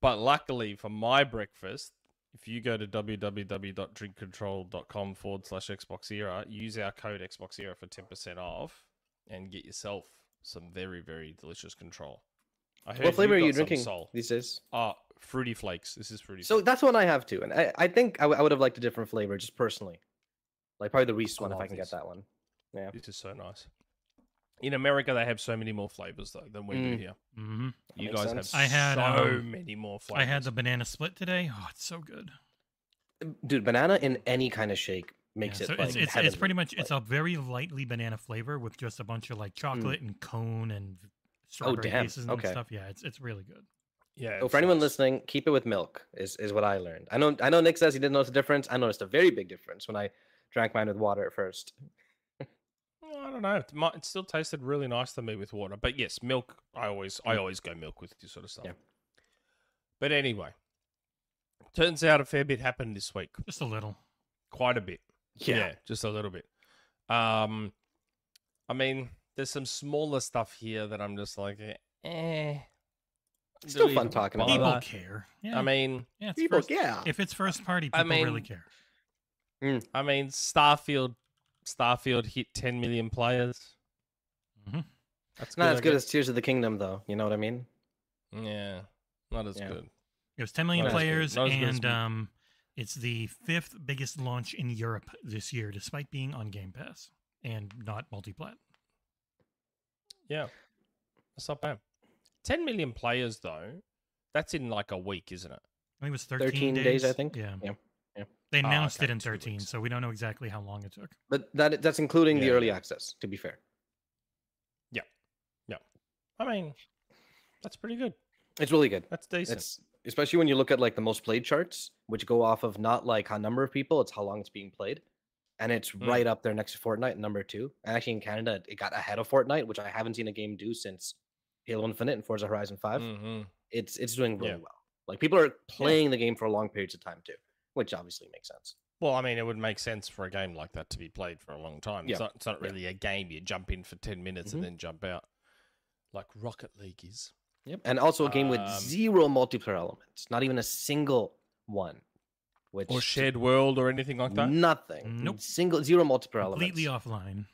Speaker 3: But luckily for my breakfast, If you go to www.drinkcontrol.com forward slash Xbox Era, use our code Xbox Era for 10% off and get yourself some very, very delicious control. I heard
Speaker 4: what flavor are
Speaker 3: got
Speaker 4: you
Speaker 3: some
Speaker 4: drinking
Speaker 3: Sol.
Speaker 4: these days?
Speaker 3: Ah, Fruity Flakes. This is Fruity
Speaker 4: So
Speaker 3: Flakes.
Speaker 4: that's one I have too, and I, I think I, w- I would have liked a different flavor just personally, like probably the Reese
Speaker 3: I
Speaker 4: one if I
Speaker 3: love
Speaker 4: can
Speaker 3: these.
Speaker 4: get that one. Yeah,
Speaker 3: This is so nice. In America, they have so many more flavors, though, than we do
Speaker 4: Mm.
Speaker 3: here.
Speaker 2: hmm
Speaker 3: You
Speaker 4: makes
Speaker 3: guys
Speaker 4: sense.
Speaker 3: have
Speaker 2: I had,
Speaker 3: so
Speaker 2: um,
Speaker 3: many more flavors.
Speaker 2: I had the banana split today. Oh, it's so good.
Speaker 4: dude, banana in any kind of shake makes
Speaker 2: Yeah,
Speaker 4: it
Speaker 2: so
Speaker 4: like
Speaker 2: it's, it's, it's
Speaker 4: heavenly,
Speaker 2: pretty much it's
Speaker 4: like-
Speaker 2: a very lightly banana flavor with just a bunch of like chocolate and cone and strawberry
Speaker 4: Mm. Oh, damn.
Speaker 2: pieces and
Speaker 4: Okay.
Speaker 2: stuff. Yeah, it's it's really good.
Speaker 3: Yeah.
Speaker 4: So
Speaker 3: it's
Speaker 4: oh, for anyone
Speaker 3: nice.
Speaker 4: listening, keep it with milk is is what I learned. I know I know Nick says he didn't notice the difference. I noticed a very big difference when I drank mine with water at first.
Speaker 3: I don't know. It mi- It still tasted really nice to me with water, but yes, milk. I always, I always go milk with this sort of stuff.
Speaker 4: Mm. Yeah.
Speaker 3: But anyway, turns out a fair bit happened this week.
Speaker 2: Just a little.
Speaker 3: Quite a bit. just a little bit. Um, I mean, there's some smaller stuff here that I'm just like, eh.
Speaker 4: It's still
Speaker 3: do
Speaker 4: fun
Speaker 3: even
Speaker 4: talking about
Speaker 2: People
Speaker 3: bother?
Speaker 2: care. Yeah,
Speaker 3: I mean,
Speaker 2: yeah, it's
Speaker 4: people,
Speaker 2: first-
Speaker 4: yeah.
Speaker 2: if it's first party, people really
Speaker 3: mean,
Speaker 2: care.
Speaker 3: I mean, Starfield, Starfield hit 10 million players. Mm-hmm.
Speaker 2: Mhm.
Speaker 3: That's
Speaker 4: Not as
Speaker 3: I
Speaker 4: good
Speaker 3: guess.
Speaker 4: as Tears of the Kingdom, though. You know what I mean?
Speaker 3: yeah, not as
Speaker 4: Yeah.
Speaker 3: good.
Speaker 2: It was 10 million
Speaker 3: Not as good-
Speaker 2: players,
Speaker 3: not as good as
Speaker 2: and
Speaker 3: me.
Speaker 2: um, it's the fifth biggest launch in Europe this year, despite being on Game Pass and not multiplat.
Speaker 3: Yeah. That's not bad. 10 million players, though, that's in like a week, isn't it?
Speaker 2: I think it was 13,
Speaker 4: 13 days, I think.
Speaker 2: Yeah.
Speaker 4: Yeah, yeah.
Speaker 2: They
Speaker 3: Ah,
Speaker 2: announced
Speaker 3: okay,
Speaker 2: it in
Speaker 3: two
Speaker 2: 13,
Speaker 3: weeks.
Speaker 2: so we don't know exactly how long it took.
Speaker 4: But that that's including the
Speaker 3: Yeah.
Speaker 4: early access. To be fair,
Speaker 3: I mean, that's pretty good.
Speaker 4: it's really good.
Speaker 3: That's decent.
Speaker 4: It's especially when you look at like the most played charts, which go off of not like how number of people, it's how long it's being played, and it's
Speaker 3: Mm.
Speaker 4: right up there next to Fortnite, number two. And actually in Canada, it got ahead of Fortnite, which I haven't seen a game do since Halo Infinite and Forza Horizon Five.
Speaker 3: hmm
Speaker 4: It's it's doing really
Speaker 3: Yeah.
Speaker 4: well. Like people are playing the game for long periods of time too, which obviously makes sense.
Speaker 3: Well, I mean, it would make sense for a game like that to be played for a long time.
Speaker 4: Yeah.
Speaker 3: It's, not, it's not
Speaker 4: Yeah. Mm-hmm.
Speaker 3: really a game you jump in for 10 minutes and then jump out like Rocket League is.
Speaker 4: Yep. And also a game with
Speaker 3: Um,
Speaker 4: zero multiplayer elements, not even a single one. Which
Speaker 3: Or Shared World or anything like that.
Speaker 4: nothing.
Speaker 2: Nope.
Speaker 4: Single zero multiplayer elements.
Speaker 2: Completely offline.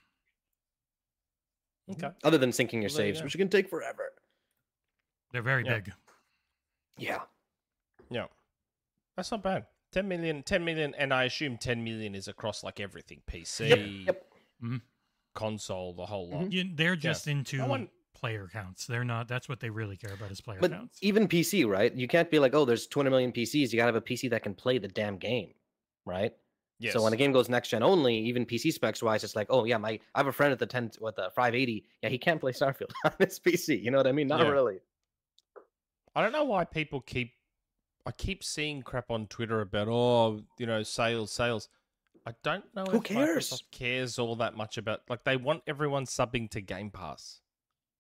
Speaker 3: Okay.
Speaker 4: Other than syncing your
Speaker 3: Well, there you
Speaker 4: saves,
Speaker 3: go.
Speaker 4: which can take forever.
Speaker 2: They're very
Speaker 3: Yeah.
Speaker 2: big.
Speaker 4: Yeah.
Speaker 3: Yeah. That's not bad. 10 million, 10 million, and I assume 10 million is across like everything PC,
Speaker 4: Yep. Mm-hmm.
Speaker 3: console, the whole lot.
Speaker 2: You- they're just into
Speaker 3: want-
Speaker 2: player counts. They're not. That's what they really care about is player
Speaker 4: But e-
Speaker 2: counts.
Speaker 4: even PC, right? You can't be like, oh, there's 200 million PCs. You gotta have a PC that can play the damn game, right?
Speaker 3: Yes.
Speaker 4: So when a game goes next gen only, even PC specs wise, it's like, oh yeah, my I have a friend at the 10 with the 580. Yeah, he can't play Starfield on his PC. You know what I mean? Not
Speaker 3: Yeah.
Speaker 4: really.
Speaker 3: I don't know why people keep. I keep seeing crap on Twitter about oh, you know, sales, sales. I don't know.
Speaker 4: Who
Speaker 3: if
Speaker 4: cares?
Speaker 3: Microsoft cares all that much about. Like they want everyone subbing to Game Pass.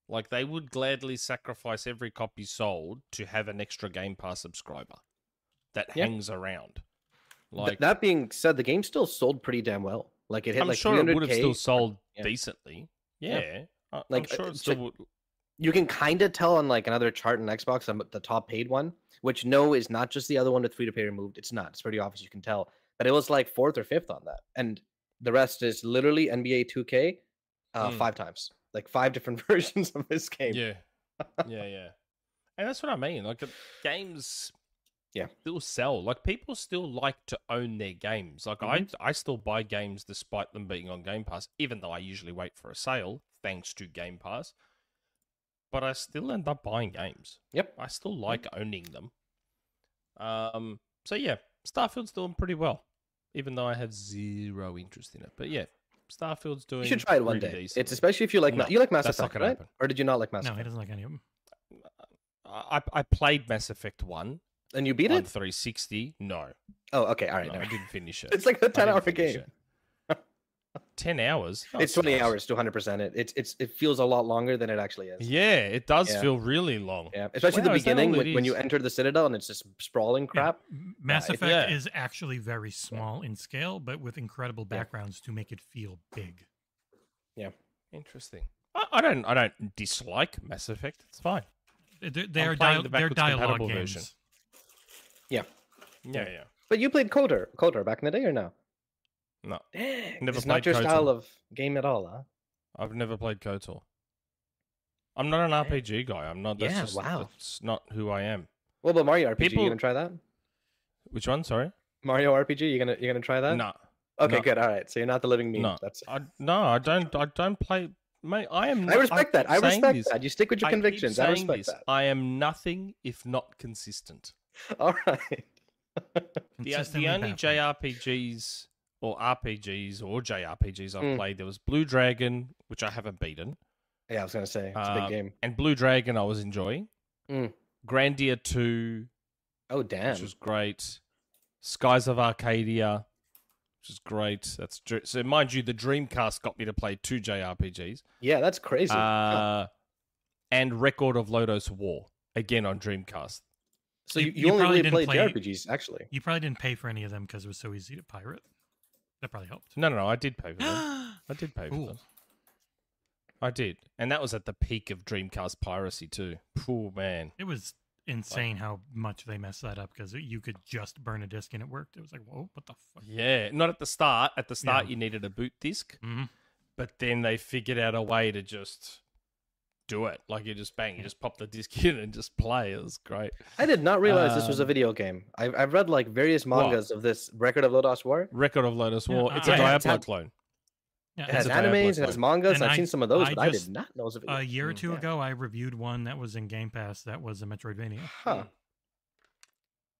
Speaker 3: Like they would gladly sacrifice every copy sold to have an extra Game Pass subscriber that
Speaker 4: Yeah.
Speaker 3: hangs around.
Speaker 4: Th-
Speaker 3: Like
Speaker 4: that being said, the game still sold pretty damn well. Like it hit
Speaker 3: I'm
Speaker 4: like
Speaker 3: sure it would have
Speaker 4: 300K.
Speaker 3: still sold
Speaker 4: yeah.
Speaker 3: decently. Yeah.
Speaker 4: Yeah.
Speaker 3: I- I'm
Speaker 4: Like, uh,
Speaker 3: sure it
Speaker 4: it's
Speaker 3: still
Speaker 4: like-
Speaker 3: would.
Speaker 4: You can kind of tell on like another chart in Xbox, um, the top paid one, which no is not just the other one with free to pay removed. It's not. It's pretty obvious. You can tell, but it was like fourth or fifth on that, and the rest is literally NBA 2K, uh,
Speaker 3: Mm.
Speaker 4: five times, like five different versions of this game.
Speaker 3: Yeah. yeah, yeah. And that's what I mean. Like uh, games
Speaker 4: Yeah.
Speaker 3: still sell. Like people still like to own their games. Like
Speaker 4: Mm-hmm.
Speaker 3: I I still buy games despite them being on Game Pass, even though I usually wait for a sale thanks to Game Pass. But I still end up buying games.
Speaker 4: Yep. Mm-hmm.
Speaker 3: I still like owning them. Um so yeah, Starfield's doing pretty well. Even though I have zero interest in it. But yeah, Starfield's doing
Speaker 4: You should try it one
Speaker 3: pretty
Speaker 4: day. It's
Speaker 3: decently.
Speaker 4: especially if you like
Speaker 3: No,
Speaker 4: Ma- you like Mass
Speaker 3: that's not
Speaker 4: Effect,
Speaker 3: gonna
Speaker 4: right?
Speaker 3: happen.
Speaker 4: Or did you not like Mass
Speaker 2: no, he
Speaker 4: Effect?
Speaker 2: doesn't like any of them.
Speaker 3: I, I played Mass Effect 1
Speaker 4: And you beat
Speaker 3: on
Speaker 4: it?
Speaker 3: 360. No,
Speaker 4: Oh, okay, all right.
Speaker 3: no,
Speaker 4: never
Speaker 3: I
Speaker 4: mind.
Speaker 3: didn't finish it.
Speaker 4: It's like the
Speaker 3: I didn't
Speaker 4: 10 hour
Speaker 3: finish
Speaker 4: game.
Speaker 3: it. Ten hours. Oh, No,
Speaker 4: It's 20
Speaker 3: not.
Speaker 4: hours to 100. percent It it's it's it feels a lot longer than it actually is.
Speaker 3: Yeah, it does
Speaker 4: Yeah.
Speaker 3: feel really long.
Speaker 4: Yeah, especially
Speaker 3: Wow,
Speaker 4: the
Speaker 3: is that all
Speaker 4: beginning
Speaker 3: it
Speaker 4: when, when you
Speaker 3: is?
Speaker 4: enter the Citadel and it's just sprawling crap.
Speaker 2: M- Mass
Speaker 4: Yeah, it-
Speaker 2: Effect
Speaker 3: yeah.
Speaker 2: is actually very small in scale, but with incredible backgrounds to make it feel big.
Speaker 3: Interesting. I, I don't. I don't dislike Mass Effect. It's fine.
Speaker 2: They're, they're, dia-
Speaker 3: playing the
Speaker 2: they're
Speaker 3: backwards
Speaker 2: dialogue
Speaker 3: compatible
Speaker 2: games.
Speaker 3: version. Yeah, yeah.
Speaker 4: But you played Coder, Coder back in the day or no?
Speaker 3: No,
Speaker 4: Dang,
Speaker 3: Never
Speaker 4: it's not
Speaker 3: played
Speaker 4: your
Speaker 3: KOTOR.
Speaker 4: style of game at all, huh?
Speaker 3: I've never played KOTOR. I'm not an
Speaker 4: Dang.
Speaker 3: RPG guy. I'm not. That's
Speaker 4: Yeah,
Speaker 3: just,
Speaker 4: wow.
Speaker 3: That's not who I am.
Speaker 4: What about Mario RPG?
Speaker 3: People-
Speaker 4: You gonna try that?
Speaker 3: Which one? Sorry.
Speaker 4: Mario RPG? You gonna you gonna try that?
Speaker 3: Nah.
Speaker 4: Okay,
Speaker 3: no.
Speaker 4: good. All right. So you're not the living meme.
Speaker 3: No.
Speaker 4: That's.
Speaker 3: I, no, I don't. I don't play. Mate, I am.
Speaker 4: I
Speaker 3: not-
Speaker 4: respect that. I
Speaker 3: keep saying
Speaker 4: respect
Speaker 3: this.
Speaker 4: that. You stick with your
Speaker 3: I keep
Speaker 4: convictions. I
Speaker 3: saying
Speaker 4: respect
Speaker 3: this. I am nothing if not consistent.
Speaker 4: that. All right.
Speaker 3: The, uh, the
Speaker 2: Consistently
Speaker 3: only
Speaker 2: baffling.
Speaker 3: JRPGs or RPGs or JRPGs I've
Speaker 4: Mm.
Speaker 3: played there was Blue Dragon, which I haven't beaten,
Speaker 4: Yeah, I was gonna say it's a
Speaker 3: Uh,
Speaker 4: big game.
Speaker 3: and Blue Dragon I was enjoying.
Speaker 4: Mm.
Speaker 3: Grandia Two,
Speaker 4: Oh damn.
Speaker 3: which was great. Skies of Arcadia, which is great. That's dr- so mind you, the Dreamcast got me to play two JRPGs,
Speaker 4: Yeah, that's crazy. Huh.
Speaker 3: uh, and Record of Lodos War again on Dreamcast.
Speaker 4: So
Speaker 2: you-
Speaker 4: you,
Speaker 2: you
Speaker 4: you only
Speaker 2: probably
Speaker 4: really
Speaker 2: didn't
Speaker 4: played
Speaker 2: play-
Speaker 4: JRPGs, actually.
Speaker 2: You probably didn't pay for any of them because it was so easy to pirate. That probably helped.
Speaker 3: No, no, no, I did pay for them. I did pay for
Speaker 2: Cool.
Speaker 3: them. I did, and that was at the peak of Dreamcast piracy too. Poor man.
Speaker 2: It was insane how much they messed that up because you could just burn a disc and it worked. It was like, whoa, what the fuck?
Speaker 3: Yeah, not at the start. At the start,
Speaker 2: Yeah.
Speaker 3: you needed a boot disk,
Speaker 2: hmm
Speaker 3: but then they figured out a way to just do it. Like you just bang, you just pop the disc in and just play. It was great.
Speaker 4: I did not realize this was a
Speaker 3: Um,
Speaker 4: video game. I've, I've read like various
Speaker 3: What?
Speaker 4: mangas of this Record of Lodoss War.
Speaker 3: Record of Lotus
Speaker 2: Yeah,
Speaker 3: War.
Speaker 2: I-
Speaker 3: It's a
Speaker 2: I had
Speaker 3: Diablo
Speaker 4: tab-
Speaker 3: clone.
Speaker 2: Yeah,
Speaker 4: It has
Speaker 3: a Diablo
Speaker 4: animes, it has
Speaker 3: clone.
Speaker 4: mangas.
Speaker 2: And
Speaker 4: I've
Speaker 2: I-
Speaker 4: seen some of those,
Speaker 2: I
Speaker 4: but I
Speaker 2: just-
Speaker 4: did not know it was a video.
Speaker 2: a year or
Speaker 4: Mm,
Speaker 2: two
Speaker 4: yeah.
Speaker 2: ago, I reviewed one that was in Game Pass. That was a Metroidvania.
Speaker 4: Huh.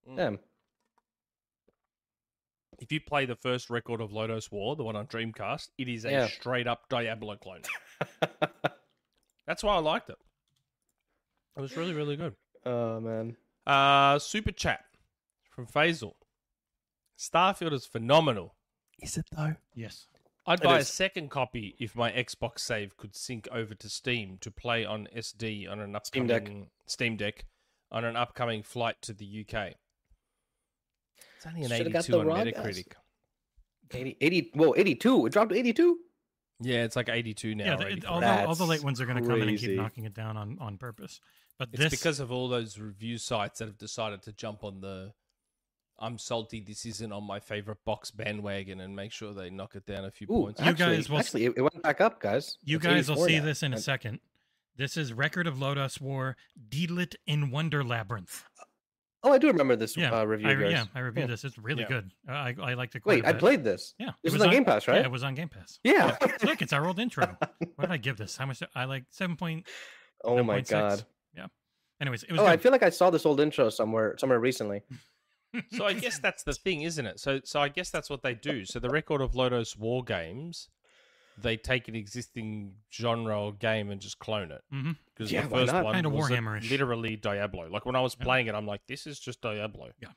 Speaker 4: Mm. Damn.
Speaker 3: If you play the first Record of Lotus War, the one on Dreamcast, it is a
Speaker 4: Yeah.
Speaker 3: straight up Diablo clone. That's why I liked it. It was really, really good.
Speaker 4: oh man.
Speaker 3: Uh, super chat from Faisal. Starfield is phenomenal. Is it though?
Speaker 2: Yes.
Speaker 3: I'd
Speaker 4: It
Speaker 3: buy a
Speaker 4: is.
Speaker 3: second copy if my Xbox save could sync over to Steam to play on SD on an
Speaker 4: Steam
Speaker 3: upcoming
Speaker 4: Deck.
Speaker 3: Steam Deck on an upcoming flight to the UK. It's only an
Speaker 4: Should've got
Speaker 3: 82
Speaker 4: the
Speaker 3: on
Speaker 4: raw
Speaker 3: Metacritic.
Speaker 4: guys. 80, 80 whoa, 82. It dropped to 82.
Speaker 3: Yeah, it's like 82 now.
Speaker 2: Yeah,
Speaker 3: or
Speaker 2: th- it-
Speaker 3: 83.
Speaker 2: all, the, oh, all the
Speaker 4: That's
Speaker 2: late ones are going to come in and keep
Speaker 4: crazy.
Speaker 2: knocking it down on, on purpose. But
Speaker 3: it's
Speaker 2: this,
Speaker 3: because of all those review sites that have decided to jump on the I'm salty this isn't on my favorite box bandwagon and make sure they knock it down a few
Speaker 4: Ooh,
Speaker 3: points.
Speaker 2: You
Speaker 4: actually,
Speaker 2: guys will s-
Speaker 4: actually it, it went back up, guys.
Speaker 2: you
Speaker 4: It's
Speaker 2: guys will
Speaker 4: 84
Speaker 2: see
Speaker 4: now.
Speaker 2: this in a
Speaker 4: And-
Speaker 2: second. This is Record of Lodos War, Deedlit in Wonder Labyrinth.
Speaker 4: Oh, I do remember this
Speaker 2: Yeah,
Speaker 4: uh, review.
Speaker 2: I,
Speaker 4: guys.
Speaker 2: re- yeah, I reviewed
Speaker 4: Yeah.
Speaker 2: this. It's really
Speaker 3: Yeah.
Speaker 2: good. Uh, I, I liked it quite
Speaker 4: Wait,
Speaker 2: a
Speaker 4: I
Speaker 2: bit.
Speaker 4: played this.
Speaker 2: Yeah,
Speaker 4: This was on Game Pass,
Speaker 2: Yeah,
Speaker 4: right?
Speaker 2: it was on Game Pass.
Speaker 4: Yeah.
Speaker 2: Look, it's our old intro. what did I give this? How much? I like seven point.
Speaker 4: oh my god.
Speaker 2: Yeah. Anyways, it was.
Speaker 4: Oh, I
Speaker 2: good.
Speaker 4: feel like I saw this old intro somewhere somewhere recently.
Speaker 3: so I guess that's the thing, isn't it? So so I guess that's what they do. So the record of Lodos War games, they take an existing genre or game and just clone it.
Speaker 2: Mhm.
Speaker 3: Because
Speaker 4: Yeah,
Speaker 3: the
Speaker 4: why
Speaker 3: first
Speaker 4: not?
Speaker 3: one
Speaker 2: Kinda
Speaker 3: was a-
Speaker 2: Warhammerish.
Speaker 3: literally Diablo. Like when I was
Speaker 2: Yeah.
Speaker 3: playing it, I'm like, this is just Diablo.
Speaker 2: Yeah.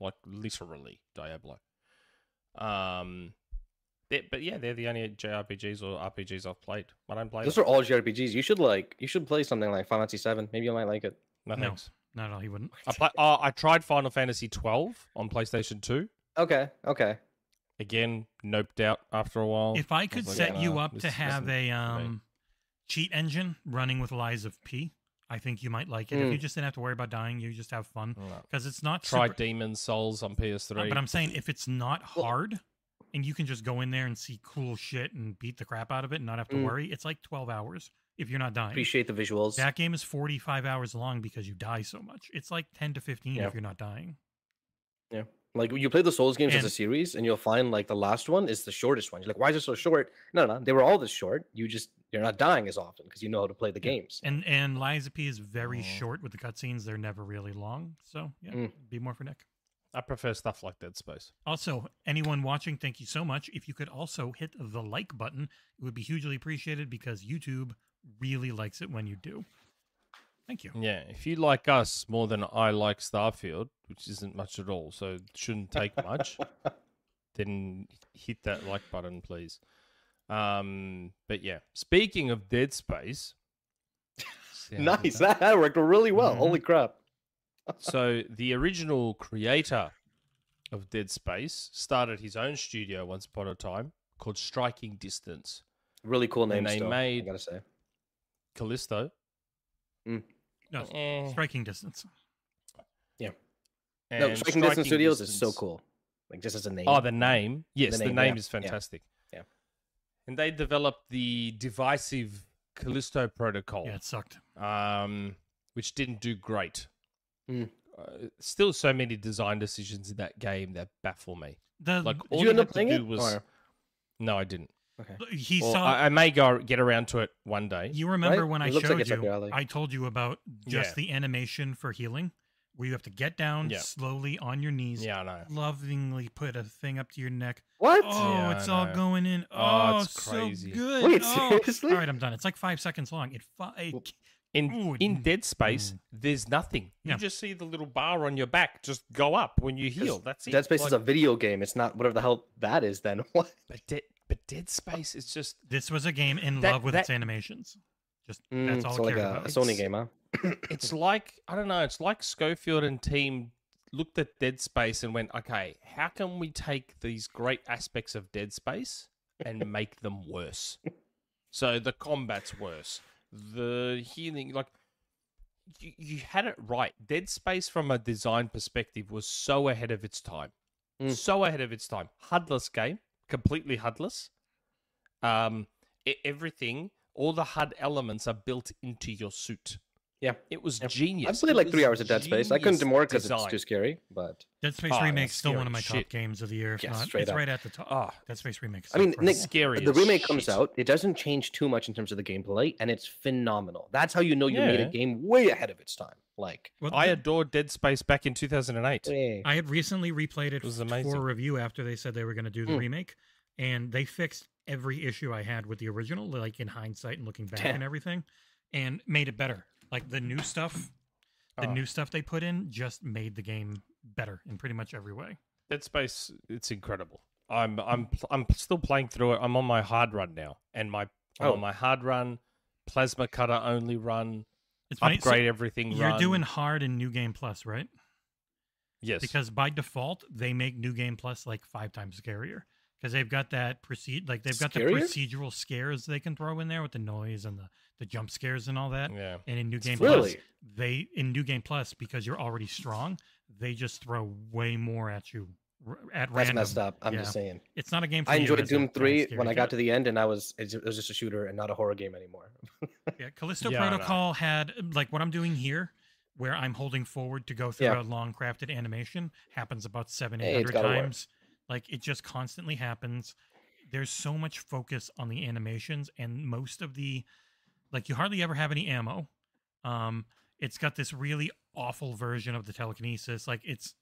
Speaker 3: Like literally Diablo. Um they- but yeah, they're the only JRPGs or RPGs I've played. I don't play
Speaker 4: Those
Speaker 3: them.
Speaker 4: are all JRPGs. You should like you should play something like Final Fantasy 7. Maybe you might like it.
Speaker 3: No,
Speaker 2: No.
Speaker 3: thanks.
Speaker 2: Not at all. He wouldn't.
Speaker 3: I play, oh, I tried Final Fantasy 12 on PlayStation 2.
Speaker 4: Okay, okay.
Speaker 3: Again, noped out after a
Speaker 4: Oh,
Speaker 3: while.
Speaker 2: If I could
Speaker 3: like,
Speaker 2: set you
Speaker 3: "Nah,
Speaker 2: up to
Speaker 3: this
Speaker 2: have
Speaker 3: doesn't
Speaker 2: a
Speaker 3: for me."
Speaker 2: um, cheat engine running with Lies of P, I think you might like it. If
Speaker 4: Mm.
Speaker 2: you just didn't have to worry about dying, you just have fun
Speaker 3: No.
Speaker 2: because it's not
Speaker 3: Try
Speaker 2: super- uh,
Speaker 3: Demon Souls on PS3.
Speaker 2: But I'm saying if it's not
Speaker 4: Well-
Speaker 2: hard and you can just go in there and see cool shit and beat the crap out of it and not have to
Speaker 4: Mm.
Speaker 2: worry, it's like 12 hours if you're not dying.
Speaker 4: Appreciate the visuals.
Speaker 2: That game is 45 hours long because you die so much. It's like 10 to 15
Speaker 4: Yeah.
Speaker 2: if you're not dying.
Speaker 4: Like you play the Souls games as
Speaker 2: And-
Speaker 4: a series, and you'll find like the last one is the shortest one. You're like, why is it so short? No, no, they were all this short. You just you're not dying as often because you know how to play the
Speaker 2: Yeah.
Speaker 4: games.
Speaker 2: And and Liza P is very
Speaker 3: Oh.
Speaker 2: short with the cutscenes. They're never really long. So yeah,
Speaker 4: Mm.
Speaker 2: be more for Nick.
Speaker 3: I prefer stuff like Dead Space.
Speaker 2: Also, anyone watching, thank you so much. If you could also hit the like button, it would be hugely appreciated because YouTube really likes it when you do. Thank you.
Speaker 3: Yeah, if you like us more than I like Starfield, which isn't much at all, so it shouldn't take much, then hit that like button, please. Um, but yeah, speaking of Dead Space, see how I Mm-hmm. did
Speaker 4: nice,
Speaker 3: that?
Speaker 4: that, that worked really well.
Speaker 2: Mhm.
Speaker 4: Holy crap!
Speaker 3: so the original creator of Dead Space started his own studio once upon a time called Striking Distance.
Speaker 4: Really cool name.
Speaker 3: And they
Speaker 4: still,
Speaker 3: made-
Speaker 4: I gotta say,
Speaker 3: Callisto.
Speaker 2: No,
Speaker 3: Eh.
Speaker 2: striking distance.
Speaker 3: And
Speaker 4: No, Striking Distance Studios is so
Speaker 3: Distance-
Speaker 4: cool. Like just as a name.
Speaker 3: Oh, the name. Yes, the
Speaker 4: name,
Speaker 3: name,
Speaker 4: yeah,
Speaker 3: is
Speaker 4: yeah,
Speaker 3: fantastic.
Speaker 4: yeah.
Speaker 3: And they developed the divisive Callisto protocol,
Speaker 2: Yeah, it sucked.
Speaker 3: um, which didn't do great.
Speaker 4: Mm.
Speaker 3: Uh, still, so many design decisions in that game that baffle me.
Speaker 2: The,
Speaker 3: Like
Speaker 2: the-
Speaker 3: all
Speaker 4: Did
Speaker 3: you,
Speaker 4: you end
Speaker 3: had
Speaker 4: up playing
Speaker 3: to do
Speaker 4: it?
Speaker 3: was
Speaker 4: Or-
Speaker 3: no, I didn't.
Speaker 2: he
Speaker 3: Well,
Speaker 2: saw.
Speaker 3: I, I may go get around to it one day.
Speaker 2: you remember when I
Speaker 4: It looks like
Speaker 2: showed
Speaker 4: it's up your
Speaker 2: you?
Speaker 4: alley.
Speaker 2: I told you about just
Speaker 3: Yeah.
Speaker 2: the animation for healing, where you have to get down
Speaker 3: Yeah.
Speaker 2: slowly on your knees,
Speaker 3: yeah, I know.
Speaker 2: lovingly put a thing up to your neck.
Speaker 4: What?
Speaker 2: Oh,
Speaker 3: Yeah, I
Speaker 2: it's all
Speaker 3: know.
Speaker 2: going in.
Speaker 3: Oh,
Speaker 2: Oh,
Speaker 3: it's crazy.
Speaker 2: so good.
Speaker 4: Wait,
Speaker 2: Oh.
Speaker 4: seriously?
Speaker 2: All right, I'm done. It's like five seconds long. It. Fu- it
Speaker 4: Well,
Speaker 3: In
Speaker 2: Ooh,
Speaker 3: in
Speaker 2: n-
Speaker 3: Dead Space,
Speaker 2: mm.
Speaker 3: there's nothing.
Speaker 2: Yeah.
Speaker 3: You just see the little bar on your back just go up when you heal. That's it.
Speaker 4: Dead Space
Speaker 3: Like-
Speaker 4: is a video game. It's not whatever the hell that is. Then what?
Speaker 3: But Dead, but Dead Space is just
Speaker 2: this was a game in
Speaker 3: That-
Speaker 2: love with
Speaker 3: that-
Speaker 2: its animations. Just
Speaker 4: Mm,
Speaker 2: that's all
Speaker 4: so
Speaker 2: I
Speaker 4: like
Speaker 2: cared
Speaker 4: a,
Speaker 2: about.
Speaker 4: a Sony
Speaker 3: It's-
Speaker 4: game, huh?
Speaker 3: it's like I don't know. It's like Schofield and team looked at Dead Space and went, okay, how can we take these great aspects of Dead Space and make them worse? So the combat's worse, the healing, like you, you had it right. Dead Space, from a design perspective, was so ahead of its time,
Speaker 4: Mm.
Speaker 3: so ahead of its time. HUDless game, completely HUDless. Um, e- everything, all the HUD elements are built into your suit.
Speaker 4: Yeah.
Speaker 3: It was
Speaker 4: Yeah.
Speaker 3: genius.
Speaker 4: I played
Speaker 3: It
Speaker 4: like three
Speaker 3: was
Speaker 4: hours of Dead Space. I couldn't do
Speaker 3: genius
Speaker 4: more because it's
Speaker 3: design.
Speaker 4: too scary. But
Speaker 2: Dead Space
Speaker 3: Oh, that's
Speaker 2: Remake's still one
Speaker 3: scary
Speaker 2: of my
Speaker 3: shit.
Speaker 2: top games of the year. If
Speaker 4: Yeah,
Speaker 2: not,
Speaker 4: straight
Speaker 2: it's
Speaker 4: up. Ah.
Speaker 2: right at the top.
Speaker 3: Oh,
Speaker 2: Dead Space Remake. Is
Speaker 4: I mean,
Speaker 2: up front.
Speaker 4: Nick,
Speaker 3: scary.
Speaker 4: the
Speaker 3: as
Speaker 4: remake comes
Speaker 3: shit.
Speaker 4: out. It doesn't change too much in terms of the gameplay, and it's phenomenal. That's how you know you made
Speaker 3: Yeah.
Speaker 4: a game way ahead of its time. Like,
Speaker 2: Well,
Speaker 3: I
Speaker 2: the-
Speaker 3: adored Dead Space back in 2008.
Speaker 4: way.
Speaker 2: I had recently replayed it,
Speaker 3: It was
Speaker 2: f-
Speaker 3: amazing.
Speaker 2: for review after they said they were going to do the
Speaker 4: Mm.
Speaker 2: remake, and they fixed every issue I had with the original, like in hindsight and looking back
Speaker 4: Damn.
Speaker 2: and everything, and made it better. Like the new stuff, the
Speaker 3: Oh.
Speaker 2: new stuff they put in just made the game better in pretty much every way.
Speaker 3: Dead Space, it's incredible. I'm I'm pl- I'm still playing through it. I'm on my hard run now, and my I'm
Speaker 4: Oh.
Speaker 3: on my hard run, plasma cutter only run,
Speaker 2: It's funny, so
Speaker 3: upgrade everything.
Speaker 2: you're
Speaker 3: run.
Speaker 2: doing hard in New Game Plus, right?
Speaker 3: yes,
Speaker 2: Because by default they make New Game Plus like five times scarier because they've got that proceed like they've got
Speaker 4: Scarier?
Speaker 2: the procedural scares they can throw in there with the noise and the the jump scares and all that.
Speaker 3: yeah,
Speaker 2: And in New Game Plus,
Speaker 4: really?
Speaker 2: they in New Game Plus because you're already strong, they just throw way more at you r- at
Speaker 4: That's
Speaker 2: random.
Speaker 4: messed up. I'm
Speaker 2: Yeah.
Speaker 4: just saying.
Speaker 2: It's not a game. For
Speaker 4: I
Speaker 2: you
Speaker 4: enjoyed
Speaker 2: as a
Speaker 4: Doom
Speaker 2: kind of
Speaker 4: Three
Speaker 2: scary
Speaker 4: when I
Speaker 2: kid.
Speaker 4: got to the end, and I was it it was just a shooter and not a horror game anymore.
Speaker 2: Yeah, Callisto
Speaker 3: Yeah, I know.
Speaker 2: Protocol had um, like what I'm doing here, where I'm holding forward to go through
Speaker 4: Yeah.
Speaker 2: a long crafted animation, happens about seven
Speaker 4: Hey,
Speaker 2: eight
Speaker 4: it's
Speaker 2: hundred
Speaker 4: gotta work.
Speaker 2: times. Like it just constantly happens. There's so much focus on the animations, and most of the like you hardly ever have any ammo. Um, it's got this really awful version of the telekinesis. Like it's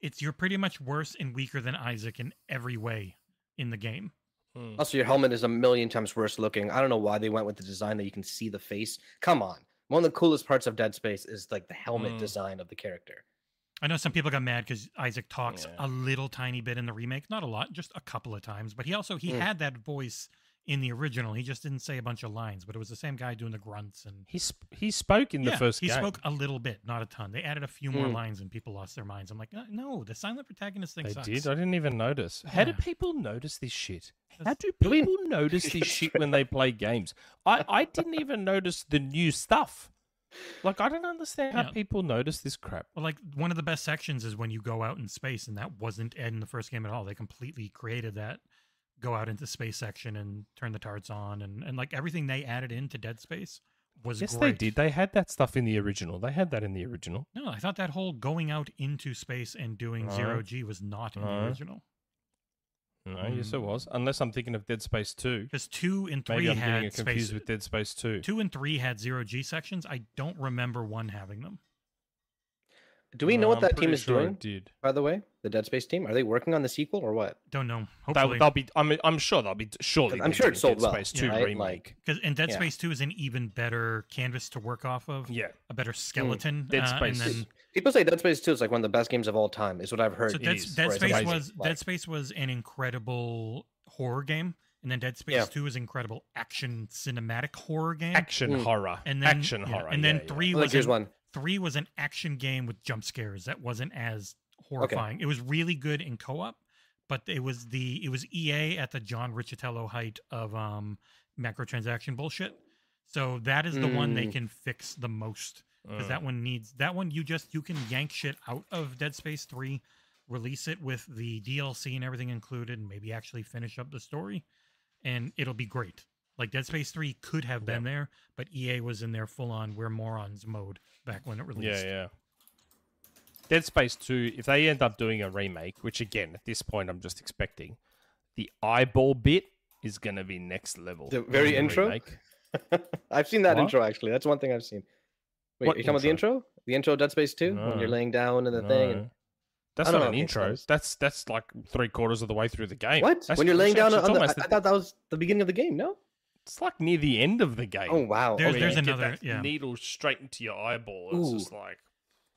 Speaker 2: it's you're pretty much worse and weaker than Isaac in every way in the game.
Speaker 3: Mm.
Speaker 4: Also, your helmet is a million times worse looking. I don't know why they went with the design that you can see the face. Come on. One of the coolest parts of Dead Space is like the helmet
Speaker 3: Mm.
Speaker 4: design of the character.
Speaker 2: I know some people got mad because Isaac talks a
Speaker 3: Yeah.
Speaker 2: little tiny bit in the remake, not a lot, just a couple of times. But he also he
Speaker 4: Mm.
Speaker 2: had that voice in the original. He just didn't say a bunch of lines, but it was the same guy doing the grunts and
Speaker 3: He sp- he spoke in the
Speaker 2: Yeah,
Speaker 3: first
Speaker 2: He
Speaker 3: game.
Speaker 2: spoke a little bit, not a ton. They added a few more
Speaker 4: Mm.
Speaker 2: lines and people lost their minds. I'm like, "Uh, no, the silent protagonist thing
Speaker 3: They
Speaker 2: sucks.
Speaker 3: did. uh I didn't even notice. How do
Speaker 2: Yeah.
Speaker 3: people notice this shit? How
Speaker 2: That's-
Speaker 3: do
Speaker 4: Do we-
Speaker 3: people notice this shit when they play games? I, I didn't even notice the new stuff. Like I don't understand how
Speaker 2: Yeah.
Speaker 3: people notice this crap.
Speaker 2: Well, like one of the best sections is when you go out in space, and that wasn't in the first game at all. They completely created that go out into space section and turn the tarts on, and and like everything they added into Dead Space was
Speaker 3: Yes,
Speaker 2: great.
Speaker 3: they did. They had that stuff in the original. They had that in the original.
Speaker 2: No, I thought that whole going out into space and doing
Speaker 3: No.
Speaker 2: zero G was not in
Speaker 3: No.
Speaker 2: the original.
Speaker 3: No, yes, it
Speaker 2: Mm.
Speaker 3: was. Unless I'm thinking of Dead Space Two.
Speaker 2: Because two and three
Speaker 3: Maybe I'm
Speaker 2: had
Speaker 3: getting it confused
Speaker 2: space.
Speaker 3: with Dead Space Two.
Speaker 2: two and three had zero G sections. I don't remember one having them.
Speaker 4: Do we know
Speaker 3: No,
Speaker 4: what
Speaker 3: I'm
Speaker 4: that team
Speaker 3: pretty
Speaker 4: is
Speaker 3: sure it
Speaker 4: doing,
Speaker 3: Did
Speaker 4: by the way? The Dead Space team? Are they working on the sequel or what?
Speaker 2: Don't know.
Speaker 3: they'll,
Speaker 2: Hopefully,
Speaker 3: they'll be? I'm, I'm sure they'll be. Surely,
Speaker 4: I'm
Speaker 3: they're
Speaker 4: sure it
Speaker 3: doing
Speaker 4: sold
Speaker 3: Dead
Speaker 4: well,
Speaker 3: Space Two
Speaker 4: right?
Speaker 3: remake.
Speaker 4: Like,
Speaker 2: because and Dead
Speaker 4: yeah.
Speaker 2: Space Two is an even better canvas to work off of.
Speaker 3: yeah, Mm.
Speaker 2: A better skeleton.
Speaker 3: Dead
Speaker 2: uh, and
Speaker 3: Space
Speaker 2: then-
Speaker 3: is-
Speaker 4: People say Dead Space 2 is like one of the best games of all time, is what I've heard.
Speaker 2: so
Speaker 3: it
Speaker 2: Dead,
Speaker 3: is,
Speaker 2: Dead
Speaker 4: or it's
Speaker 2: Space
Speaker 4: amazing,
Speaker 2: was
Speaker 4: like-
Speaker 2: Dead Space was an incredible horror game, and then Dead Space
Speaker 4: Yeah.
Speaker 2: Two is incredible action cinematic horror game.
Speaker 3: action
Speaker 4: Mm.
Speaker 3: horror,
Speaker 2: and then,
Speaker 3: action
Speaker 2: yeah,
Speaker 3: horror,
Speaker 2: and
Speaker 3: yeah,
Speaker 2: then
Speaker 3: yeah.
Speaker 2: three
Speaker 4: like
Speaker 2: was
Speaker 4: here's
Speaker 2: an
Speaker 4: one.
Speaker 2: Three was an action game with jump scares that wasn't as horrifying. It was really good in co-op, but it was the it was EA at the John Riccitello height of um macrotransaction bullshit. So that is the one they
Speaker 4: Mm.
Speaker 2: can fix the most because that one needs that one you just you can yank shit out of Dead Space 3, release it with the DLC and everything included, and maybe actually finish up the story, and it'll be great. Like Dead Space 3 could have been there, but EA was in their full on we're morons mode back when it
Speaker 3: Yeah,
Speaker 2: released.
Speaker 3: yeah. Dead Space 2, if they end up doing a remake, which again, at this point, I'm just expecting, the eyeball bit is going to be next level.
Speaker 4: The very
Speaker 3: in
Speaker 4: intro?
Speaker 3: remake.
Speaker 4: I've seen that
Speaker 3: What?
Speaker 4: intro actually. That's one thing I've seen. Wait,
Speaker 3: What
Speaker 4: you talking about the intro? The intro of Dead Space 2? When you're
Speaker 3: No.
Speaker 4: laying down in the thing and
Speaker 3: No. That's
Speaker 4: I don't
Speaker 3: not
Speaker 4: know
Speaker 3: an
Speaker 4: if it's
Speaker 3: intro.
Speaker 4: those.
Speaker 3: That's that's like three quarters of the way through the game.
Speaker 4: What?
Speaker 3: That's-
Speaker 4: when you're laying
Speaker 3: that's
Speaker 4: down on
Speaker 3: actually-
Speaker 4: the, I,
Speaker 3: it's almost
Speaker 4: I thought that was the beginning of the game, no?
Speaker 3: it's like near the end of the game.
Speaker 4: Oh wow.
Speaker 2: There's-
Speaker 4: okay.
Speaker 2: there's
Speaker 3: you get
Speaker 2: another-
Speaker 3: that
Speaker 2: yeah.
Speaker 3: needle straight into your eyeball. It's
Speaker 4: Ooh.
Speaker 3: just like,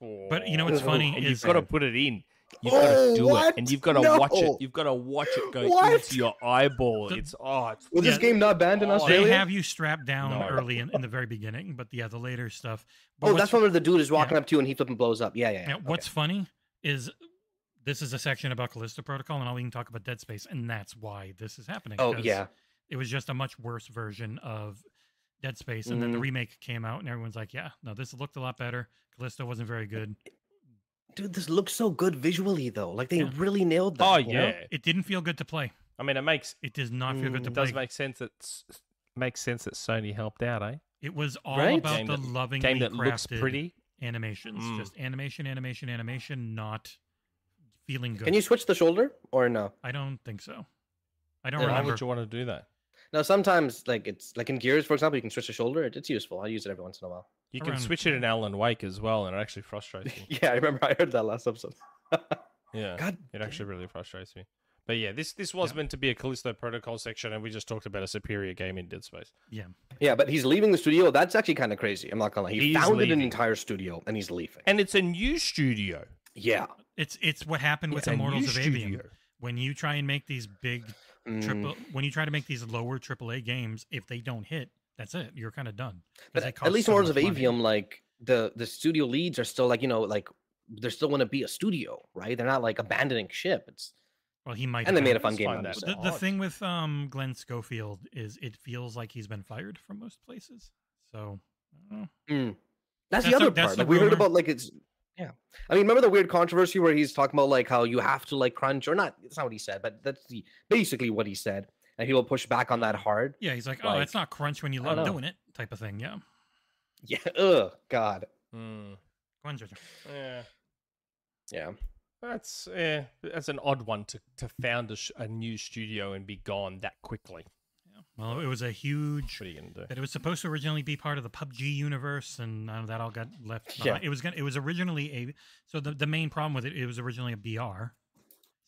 Speaker 2: But you know what's
Speaker 4: Oh,
Speaker 2: funny
Speaker 3: and
Speaker 2: is
Speaker 3: you've got to put it in. You've got
Speaker 4: Oh,
Speaker 3: to do it, and
Speaker 4: what?
Speaker 3: you've got to watch it.
Speaker 4: No.
Speaker 3: You've got to watch it go
Speaker 4: What?
Speaker 3: into your eyeball.
Speaker 2: The-
Speaker 3: It's oh, it's
Speaker 4: was this
Speaker 2: yeah,
Speaker 4: game not banned in
Speaker 3: they
Speaker 2: they
Speaker 4: Australia?
Speaker 2: have you strapped down
Speaker 3: No.
Speaker 2: early in, in the very beginning, but yeah, the later stuff. But
Speaker 4: oh,
Speaker 2: what's-
Speaker 4: that's one where the dude is walking up to you and he flipping blows up. Yeah, yeah. yeah.
Speaker 2: Yeah,
Speaker 4: okay.
Speaker 2: what's funny is this is a section about Callisto Protocol, and all we can talk about Dead Space, and that's why this is happening.
Speaker 4: Oh
Speaker 2: 'cause
Speaker 4: yeah.
Speaker 2: it was just a much worse version of Dead Space, and
Speaker 4: Mm.
Speaker 2: then the remake came out, and everyone's like, "Yeah, no, this looked a lot better. Callisto wasn't very good.
Speaker 4: Dude, this looks so good visually though. Like they
Speaker 2: Yeah.
Speaker 4: really nailed that.
Speaker 3: Oh
Speaker 4: you know?
Speaker 3: yeah.
Speaker 2: It didn't feel good to play.
Speaker 3: I mean, it makes
Speaker 2: It does not feel
Speaker 4: Mm,
Speaker 2: good to
Speaker 3: it
Speaker 2: play.
Speaker 3: does make sense. That s- makes sense that Sony helped out, eh?
Speaker 2: it was all
Speaker 4: Right?
Speaker 2: about
Speaker 3: Game
Speaker 2: the
Speaker 3: that-
Speaker 2: lovingly
Speaker 3: Game that
Speaker 2: crafted
Speaker 3: looks pretty.
Speaker 2: animations,
Speaker 3: Mm.
Speaker 2: just animation, animation, animation, not feeling good.
Speaker 4: Can you switch the shoulder or no?
Speaker 2: I don't think so. I don't
Speaker 4: Then
Speaker 3: Why
Speaker 2: remember.
Speaker 3: would you want to do that?
Speaker 4: No, sometimes like it's like in Gears, for example, you can switch the shoulder. It- It's useful. I use it every once in a while.
Speaker 3: You can
Speaker 2: Around-
Speaker 3: switch it in Alan Wake as well, and it actually frustrates me.
Speaker 4: yeah, I remember I heard that last episode.
Speaker 3: Yeah,
Speaker 4: God
Speaker 3: it actually really frustrates me. But yeah, this this was
Speaker 2: Yeah.
Speaker 3: meant to be a Callisto Protocol section, and we just talked about a superior game in Dead Space.
Speaker 2: yeah,
Speaker 4: Yeah, but he's leaving the studio. That's actually kind of crazy. I'm not gonna lie. He
Speaker 3: He's
Speaker 4: founded an
Speaker 3: leaving.
Speaker 4: entire studio and he's leaving.
Speaker 3: And it's a new studio.
Speaker 4: Yeah.
Speaker 2: it's it's what happened with
Speaker 3: It's a new
Speaker 2: Immortals of Avium.
Speaker 3: studio.
Speaker 2: When you try and make these big
Speaker 4: Mm.
Speaker 2: triple, when you try to make these lower AAA games, if they don't hit, that's it. You're kind of done. 'cause
Speaker 4: But
Speaker 2: they
Speaker 4: at- at
Speaker 2: cost
Speaker 4: least
Speaker 2: so
Speaker 4: in Worlds of
Speaker 2: much money.
Speaker 4: Avium, like the the studio leads are still like you know like they still want to be a studio, right? They're not like abandoning ship. It's
Speaker 2: Well, he might.
Speaker 4: and they
Speaker 2: have
Speaker 4: made a
Speaker 2: done.
Speaker 4: fun
Speaker 3: Just
Speaker 4: game.
Speaker 3: find
Speaker 4: out of
Speaker 3: that
Speaker 4: it.
Speaker 2: The, the
Speaker 3: odd.
Speaker 2: thing with um, Glenn Schofield is it feels like he's been fired from most places. So I don't know.
Speaker 4: Mm. That's, the
Speaker 2: That's a-
Speaker 4: other
Speaker 2: that's
Speaker 4: part.
Speaker 2: the
Speaker 4: Like we heard
Speaker 2: rumor.
Speaker 4: about like it's yeah. I mean, remember the weird controversy where he's talking about like how you have to like crunch or not? That's not what he said, but that's the, basically what he said. And people push back on that hard.
Speaker 2: yeah, he's like, oh, it's not crunch when you
Speaker 4: I don't
Speaker 2: love
Speaker 4: know.
Speaker 2: doing it, type of thing. Yeah,
Speaker 4: Yeah. Ugh. God.
Speaker 2: Hmm.
Speaker 3: Mm,
Speaker 2: crunch. crunch.
Speaker 3: yeah,
Speaker 4: Yeah.
Speaker 3: that's yeah, that's an odd one to to found a, sh- a new studio and be gone that quickly.
Speaker 2: Yeah. Well, it was a huge.
Speaker 3: What are you gonna do?
Speaker 2: That it was supposed to originally be part of the PUBG universe, and uh, that all got left.
Speaker 4: Yeah.
Speaker 2: Behind. It was gonna, it was originally a so the, the main problem with it it was originally a BR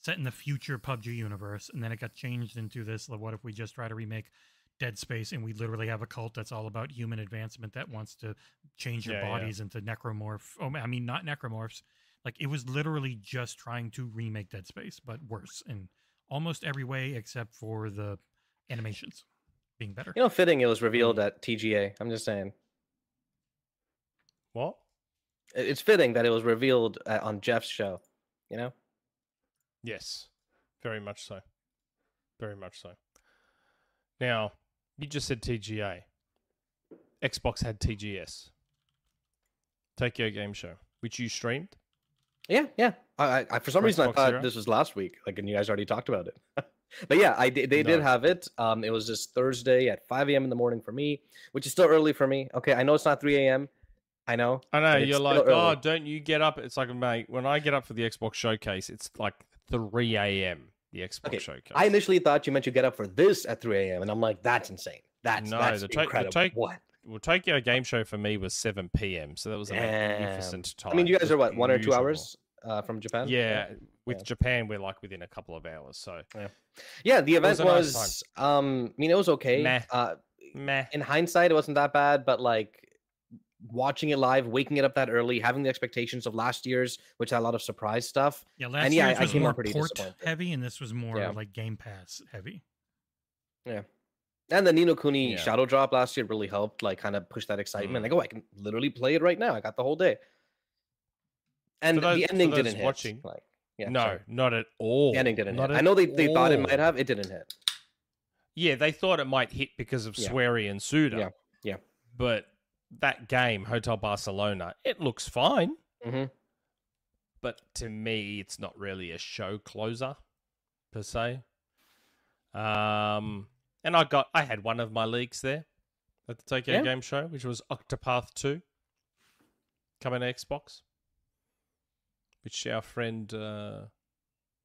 Speaker 2: set in the future PUBG universe, and then it got changed into this. like, What if we just try to remake Dead Space, and we literally have a cult that's all about human advancement that wants to change your
Speaker 3: Yeah, yeah.
Speaker 2: bodies into necromorph? Oh, I mean not necromorphs. Like it was literally just trying to remake Dead Space, but worse in almost every way except for the animations being better.
Speaker 4: You know, fitting it was revealed
Speaker 2: Mm.
Speaker 4: at TGA. I'm just saying.
Speaker 3: What?
Speaker 4: I- It's fitting that it was revealed uh, on Jeff's show. You know.
Speaker 3: Yes, very much so. Very much so. Now, you just said TGA. Xbox had TGS, Tokyo Game Show, which you streamed.
Speaker 4: Yeah, yeah. I, I- I for some
Speaker 3: For
Speaker 4: reason I
Speaker 3: Xbox
Speaker 4: thought
Speaker 3: Zero?
Speaker 4: this was last week, like, and you guys already talked about it. but yeah, I did, they did
Speaker 3: No.
Speaker 4: have it. Um, it was this Thursday at 5 a.m. in the morning for me, which is still early for me. Okay, I know it's not 3 a.m. I know.
Speaker 3: I know
Speaker 4: but it's
Speaker 3: you're
Speaker 4: still
Speaker 3: like, oh,
Speaker 4: early."
Speaker 3: don't you get up? It's like, mate, when I get up for the Xbox showcase, it's like 3 a.m. The Xbox
Speaker 4: Okay,
Speaker 3: showcase.
Speaker 4: I initially thought you meant you get up for this at 3 a.m. and I'm like, that's insane. That's
Speaker 3: No,
Speaker 4: that's
Speaker 3: the to- the
Speaker 4: incredible.
Speaker 3: take-
Speaker 4: what?
Speaker 3: well, Tokyo Game Show for me was 7 p.m., so that was a magnificent time.
Speaker 4: I mean,
Speaker 3: oh,
Speaker 4: you
Speaker 3: It
Speaker 4: guys
Speaker 3: was
Speaker 4: are what one or two
Speaker 3: beautiful.
Speaker 4: hours uh, from Japan.
Speaker 3: Yeah, with
Speaker 4: Yeah.
Speaker 3: Japan, we're like within a couple of hours. So,
Speaker 4: yeah. The
Speaker 3: was
Speaker 4: event
Speaker 3: a nice
Speaker 4: was,
Speaker 3: time.
Speaker 4: um, I mean, it was okay.
Speaker 3: Meh.
Speaker 4: Uh,
Speaker 3: meh.
Speaker 4: in hindsight, it wasn't that bad, but like watching it live, waking it up that early, having the expectations of last year's, which had a lot of surprise stuff.
Speaker 2: Yeah, last
Speaker 4: yeah,
Speaker 2: year's
Speaker 4: I- I
Speaker 2: was
Speaker 4: came out
Speaker 2: more
Speaker 4: pretty
Speaker 2: port
Speaker 4: disappointed.
Speaker 2: heavy, and this was more
Speaker 4: Yeah.
Speaker 2: like Game Pass heavy.
Speaker 4: And the Nino Kuni
Speaker 3: Yeah. Mm-hmm.
Speaker 4: Shadow Drop last year really helped, like, kind of push that excitement. Like, oh, I can literally play it right now. I got the whole day. And
Speaker 3: those-
Speaker 4: the
Speaker 3: for
Speaker 4: ending
Speaker 3: those
Speaker 4: didn't hit.
Speaker 3: watching,
Speaker 4: Like, yeah,
Speaker 3: no,
Speaker 4: sorry.
Speaker 3: not at all.
Speaker 4: the ending didn't
Speaker 3: Not
Speaker 4: hit. I
Speaker 3: at
Speaker 4: know they, they thought it
Speaker 3: all.
Speaker 4: might have. It didn't hit.
Speaker 3: Yeah, they thought it might hit because of
Speaker 4: Yeah.
Speaker 3: Swery and Suda.
Speaker 4: Yeah, yeah.
Speaker 3: But that game, Hotel Barcelona, it looks fine.
Speaker 4: Mhm.
Speaker 3: But to me, it's not really a show closer per se. Um, and I got I had one of my leagues there at the Tokyo
Speaker 4: Yeah.
Speaker 3: Game Show, which was Octopath Two coming to Xbox, which our friend uh,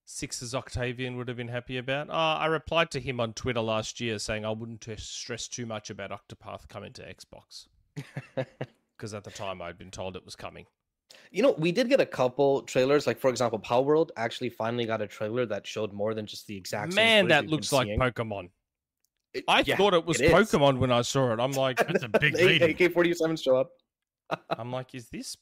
Speaker 3: Sixes Octavian would have been happy about. Uh, I replied to him on Twitter last year saying I wouldn't t- stress too much about Octopath coming to Xbox because at the time I'd been told it was coming.
Speaker 4: You know, we did get a couple trailers. Like for example, Power World actually finally got a trailer that showed more than just the exact. same
Speaker 3: Man,
Speaker 4: footage
Speaker 3: that
Speaker 4: we've
Speaker 3: looks
Speaker 4: been
Speaker 3: like
Speaker 4: seeing.
Speaker 3: Pokemon.
Speaker 4: It-
Speaker 3: I
Speaker 4: yeah,
Speaker 3: thought it was
Speaker 4: it is.
Speaker 3: Pokemon when I saw it. I'm like,
Speaker 2: That's a big lead.
Speaker 4: AK forty seven show up.
Speaker 3: I'm like, is this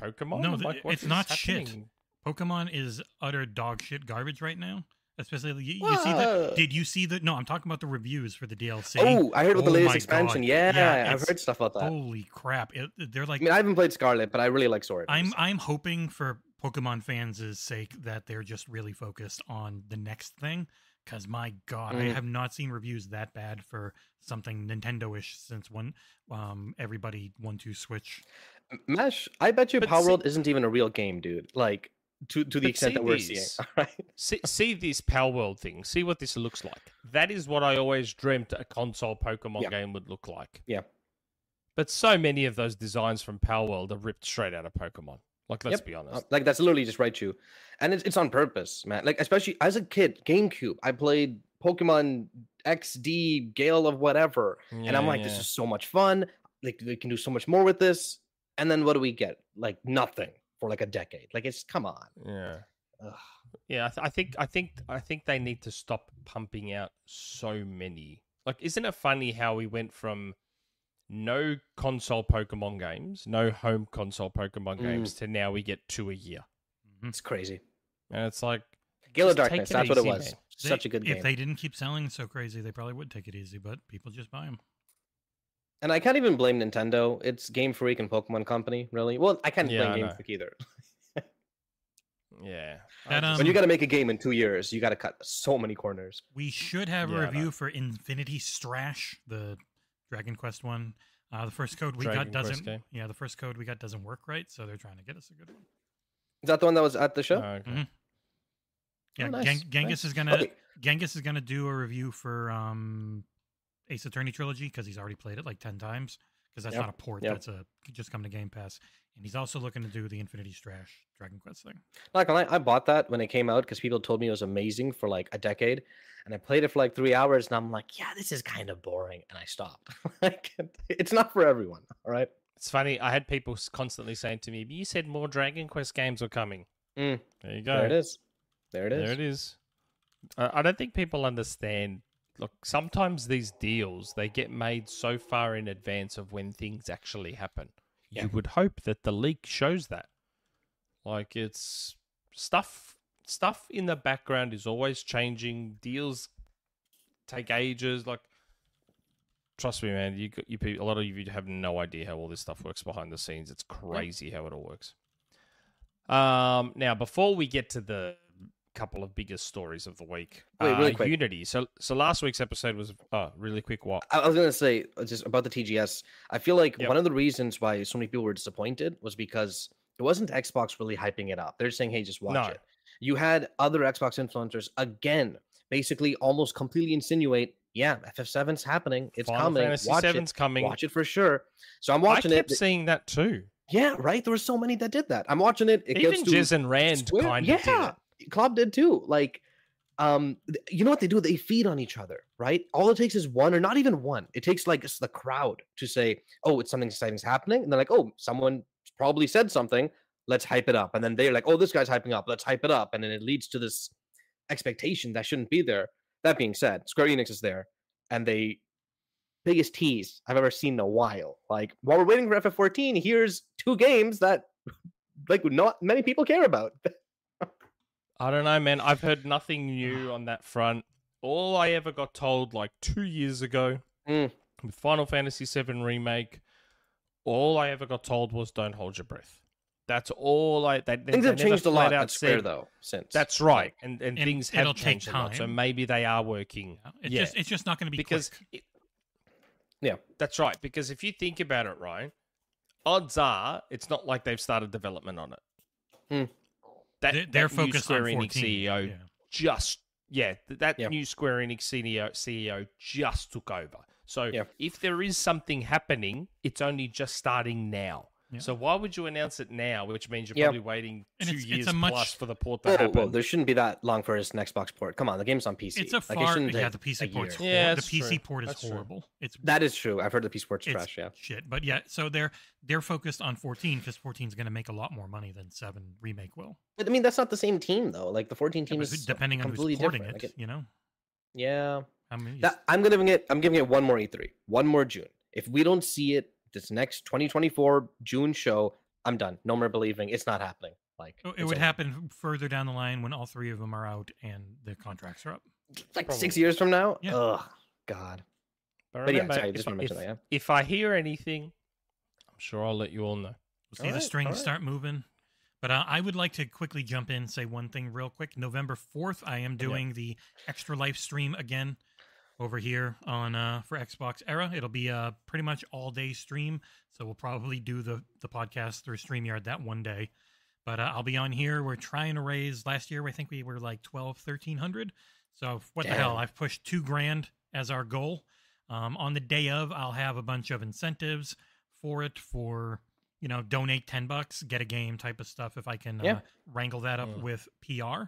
Speaker 3: Pokemon?
Speaker 2: No,
Speaker 3: I'm
Speaker 2: th-
Speaker 3: like, what
Speaker 2: it's
Speaker 3: is
Speaker 2: not shit.
Speaker 3: happening?
Speaker 2: Pokemon is utter dog shit garbage right now. Especially you, you see the
Speaker 4: Whoa.
Speaker 2: Did you see the? No, I'm talking about the reviews for the DLC.
Speaker 4: Oh, I heard about the
Speaker 2: Oh my
Speaker 4: latest expansion.
Speaker 2: God.
Speaker 4: Yeah,
Speaker 2: Yeah,
Speaker 4: I've
Speaker 2: it's-
Speaker 4: heard stuff about that.
Speaker 2: Holy crap! It, they're
Speaker 4: I
Speaker 2: like,
Speaker 4: mean, I haven't played Scarlet, but I really like Sword.
Speaker 2: I'm I'm hoping for Pokemon fans' sake that they're just really focused on the next thing. Because my God, I
Speaker 4: Mm.
Speaker 2: have not seen reviews that bad for something Nintendo-ish since when um, everybody one two switch.
Speaker 4: M- Mesh. I bet you
Speaker 3: But
Speaker 4: Power
Speaker 3: see-
Speaker 4: World isn't even a real game, dude. Like to to the
Speaker 3: But
Speaker 4: extent
Speaker 3: see
Speaker 4: that we're
Speaker 3: these.
Speaker 4: seeing. All right.
Speaker 3: See, see this Power World thing. See what this looks like. That is what I always dreamt a console Pokemon
Speaker 4: Yeah.
Speaker 3: game would look like.
Speaker 4: Yeah.
Speaker 3: But so many of those designs from Power World are ripped straight out of Pokemon. Like, let's
Speaker 4: Yep.
Speaker 3: be
Speaker 4: Uh,
Speaker 3: honest.
Speaker 4: Like that's literally just right you, and it's it's on purpose, man. Like especially as a kid, GameCube, I played Pokemon XD, Gale of whatever, and I'm
Speaker 3: Yeah,
Speaker 4: like, this
Speaker 3: yeah.
Speaker 4: is so much fun. Like we can do so much more with this. And then what do we get? Like nothing for like a decade. Like it's come on.
Speaker 3: Yeah.
Speaker 4: Ugh.
Speaker 3: Yeah, I, th- I think I think I think they need to stop pumping out so many. Like, isn't it funny how we went from no console Pokemon games, no home console Pokemon
Speaker 4: Mm.
Speaker 3: games, to now we get two a year,
Speaker 2: Mhm.
Speaker 4: It's crazy.
Speaker 3: and it's like
Speaker 4: Gale of
Speaker 3: Just take
Speaker 4: Darkness.
Speaker 3: it
Speaker 4: That's what it
Speaker 3: easy,
Speaker 4: was.
Speaker 3: man.
Speaker 4: Such
Speaker 2: They-
Speaker 4: a good
Speaker 2: If
Speaker 4: game.
Speaker 2: they didn't keep selling so crazy, they probably would take it easy. But people just buy them.
Speaker 4: And I can't even blame Nintendo. It's Game Freak and Pokemon Company, really. Well, I can't
Speaker 3: Yeah, I
Speaker 4: blame Game
Speaker 3: know.
Speaker 4: Freak either.
Speaker 3: yeah.
Speaker 2: That,
Speaker 3: I just-
Speaker 4: when you
Speaker 2: um,
Speaker 4: got to make a game in two years, you got to cut so many corners.
Speaker 2: We should have
Speaker 3: Yeah,
Speaker 2: a
Speaker 3: I know.
Speaker 2: review for Infinity Strash, the Dragon Quest one. Uh, the first code we
Speaker 3: Dragon
Speaker 2: got
Speaker 3: Quest
Speaker 2: doesn't.
Speaker 3: game.
Speaker 2: Yeah, the first code we got doesn't work right, so they're trying to get us a good
Speaker 4: Oh,
Speaker 2: one.
Speaker 4: Is that the one that was at the show?
Speaker 3: Oh, okay.
Speaker 2: Mhm. Yeah,
Speaker 4: nice,
Speaker 2: Gen- Genghis
Speaker 4: nice.
Speaker 2: is gonna
Speaker 4: Okay,
Speaker 2: Genghis is gonna do a review for um, Ace Attorney trilogy because he's already played it like ten times. Because that's
Speaker 4: Yep,
Speaker 2: not a port,
Speaker 4: yep.
Speaker 2: that's a just come to Game Pass. And he's also looking to do the Infinity Strash Dragon Quest thing.
Speaker 4: not gonna lie, I bought that when it came out because people told me it was amazing for like a decade, and I played it for like three hours, and I'm like, yeah, this is kind of boring, and I stopped. like, it's not for everyone, all right?
Speaker 3: It's funny. I had people s- constantly saying to me, "You said more Dragon Quest games were coming."
Speaker 4: Mm.
Speaker 3: There you go.
Speaker 4: There it is. There it is.
Speaker 3: There it is. I I don't think people understand. Look, sometimes these deals they get made so far in advance of when things actually happen.
Speaker 4: Yeah.
Speaker 3: You would hope that the leak shows that. Like it's stuff stuff in the background is always changing. Deals take ages. Like trust me, man. You got you people. A lot of you have no idea how all this stuff works behind the scenes. It's crazy how it all works. Um, now before we get to the couple of biggest stories of the week,
Speaker 4: Wait, really
Speaker 3: uh,
Speaker 4: quick.
Speaker 3: Unity. So so last week's episode was oh really quick. What?
Speaker 4: I I was gonna say uh, just about the TGS. I feel like
Speaker 3: Yep.
Speaker 4: one of the reasons why so many people were disappointed was because it wasn't Xbox really hyping it up. They're saying, "Hey, just watch
Speaker 3: No.
Speaker 4: it." You had other Xbox influencers again, basically almost completely insinuate, "Yeah, FF7's happening. It's
Speaker 3: Final
Speaker 4: coming.
Speaker 3: Fantasy
Speaker 4: watch
Speaker 3: VII's
Speaker 4: it.
Speaker 3: coming.
Speaker 4: Watch it for sure." So I'm watching
Speaker 3: I kept
Speaker 4: it.
Speaker 3: seeing that too.
Speaker 4: Yeah, right. There were so many that did that. I'm watching it. It
Speaker 3: Even
Speaker 4: goes to
Speaker 3: Jez and Rand
Speaker 4: Square-
Speaker 3: kind of did.
Speaker 4: yeah,
Speaker 3: it.
Speaker 4: Klopp did too. Like, um, th- you know what they do? They feed on each other, right? All it takes is one, or not even one. It takes like s- the crowd to say, "Oh, it's something exciting's happening," and they're like, "Oh, someone probably said something. Let's hype it up." And then they're like, "Oh, this guy's hyping up. Let's hype it up." And then it leads to this expectation that shouldn't be there. That being said, Square Enix is there, and they biggest tease I've ever seen in a while. Like while we're waiting for FF14, here's two games that like not many people care about.
Speaker 3: I don't know, man. I've heard nothing new on that front. All I ever got told, like two years ago,
Speaker 4: Mm.
Speaker 3: with Final Fantasy VII remake, all I ever got told was "Don't hold your breath." That's all I. They, they,
Speaker 4: Things
Speaker 3: they
Speaker 4: have
Speaker 3: never
Speaker 4: changed a lot
Speaker 3: flat out
Speaker 4: at Square
Speaker 3: said-
Speaker 4: though since.
Speaker 3: That's right, and and,
Speaker 2: And
Speaker 3: things have
Speaker 2: it'll take
Speaker 3: changed a lot. So
Speaker 2: time.
Speaker 3: maybe they are working.
Speaker 2: Yeah, it's
Speaker 3: yeah,
Speaker 2: just it's just not going to be
Speaker 3: because
Speaker 2: quick.
Speaker 3: it-
Speaker 4: Yeah.
Speaker 3: that's right. Because if you think about it, right, odds are it's not like they've started development on it.
Speaker 4: Hmm.
Speaker 3: That,
Speaker 2: They- they're
Speaker 3: that new
Speaker 2: focused
Speaker 3: Square
Speaker 2: on 14.
Speaker 3: Enix E CEO
Speaker 2: Yeah.
Speaker 3: just yeah th- that
Speaker 4: Yeah.
Speaker 3: new Square Enix E CEO CEO just took over. So
Speaker 4: Yeah.
Speaker 3: if there is something happening, it's only just starting now.
Speaker 2: Yeah.
Speaker 3: So why would you announce it now? Which means you're
Speaker 4: Yeah.
Speaker 3: probably waiting
Speaker 2: And
Speaker 3: two
Speaker 2: it's- it's a
Speaker 3: years
Speaker 2: much-
Speaker 3: plus for the port to
Speaker 4: Whoa,
Speaker 3: happen.
Speaker 4: whoa, there shouldn't be that long for his next box port. Come on, the game's on PC.
Speaker 2: It's a
Speaker 4: like,
Speaker 2: far.
Speaker 4: it shouldn't
Speaker 2: yeah,
Speaker 4: take
Speaker 2: the PC
Speaker 4: a
Speaker 2: port's
Speaker 4: year.
Speaker 2: hor-
Speaker 3: Yeah,
Speaker 2: the
Speaker 3: that's
Speaker 2: PC
Speaker 3: true.
Speaker 2: port is
Speaker 3: That's true.
Speaker 2: horrible. It's
Speaker 4: That is true. I've heard the piece port's
Speaker 2: it's
Speaker 4: trash. Yeah,
Speaker 2: shit. But yeah, so they're they're focused on 14 because 14 is going to make a lot more money than seven remake will.
Speaker 4: but I mean that's not the same team though. Like the 14
Speaker 2: Yeah,
Speaker 4: team
Speaker 2: but who-
Speaker 4: is
Speaker 2: depending on
Speaker 4: completely
Speaker 2: who's porting
Speaker 4: different.
Speaker 2: it,
Speaker 4: Like, it-
Speaker 2: you know.
Speaker 4: yeah,
Speaker 2: I mean,
Speaker 4: That- I'm giving it. I'm giving it one more E3, one more June. If we don't see it this next 2024 June show, I'm done. No more believing. It's not happening. Like
Speaker 2: Oh, it
Speaker 4: it's
Speaker 2: would
Speaker 4: over.
Speaker 2: happen further down the line when all three of them are out and their contracts are up.
Speaker 4: like six
Speaker 3: probably.
Speaker 4: years from now.
Speaker 2: Yeah.
Speaker 4: Ugh, God. But
Speaker 3: remember,
Speaker 4: yeah, sorry, I
Speaker 3: if-
Speaker 4: just want to
Speaker 3: if,
Speaker 4: mention that. Yeah.
Speaker 3: if I hear anything, I'm sure I'll let you all know.
Speaker 2: We'll see
Speaker 4: Alright,
Speaker 2: the strings
Speaker 4: alright.
Speaker 2: start moving. But uh, I would like to quickly jump in and say one thing real quick. November 4th, I am doing the extra live stream again over here on uh, for Xbox Era. It'll be a pretty much all day stream. So we'll probably do the, the podcast through StreamYard that one day. But uh, I'll be on here. We're trying to raise, last year, I think we were like 12, 1300. So what the hell?
Speaker 4: Damn.
Speaker 2: I've pushed two grand as our goal. Um, on the day of, I'll have a bunch of incentives for it for you know donate 10 bucks get a game type of stuff if i can
Speaker 4: Yeah.
Speaker 2: uh, wrangle that up
Speaker 3: Mm.
Speaker 2: with pr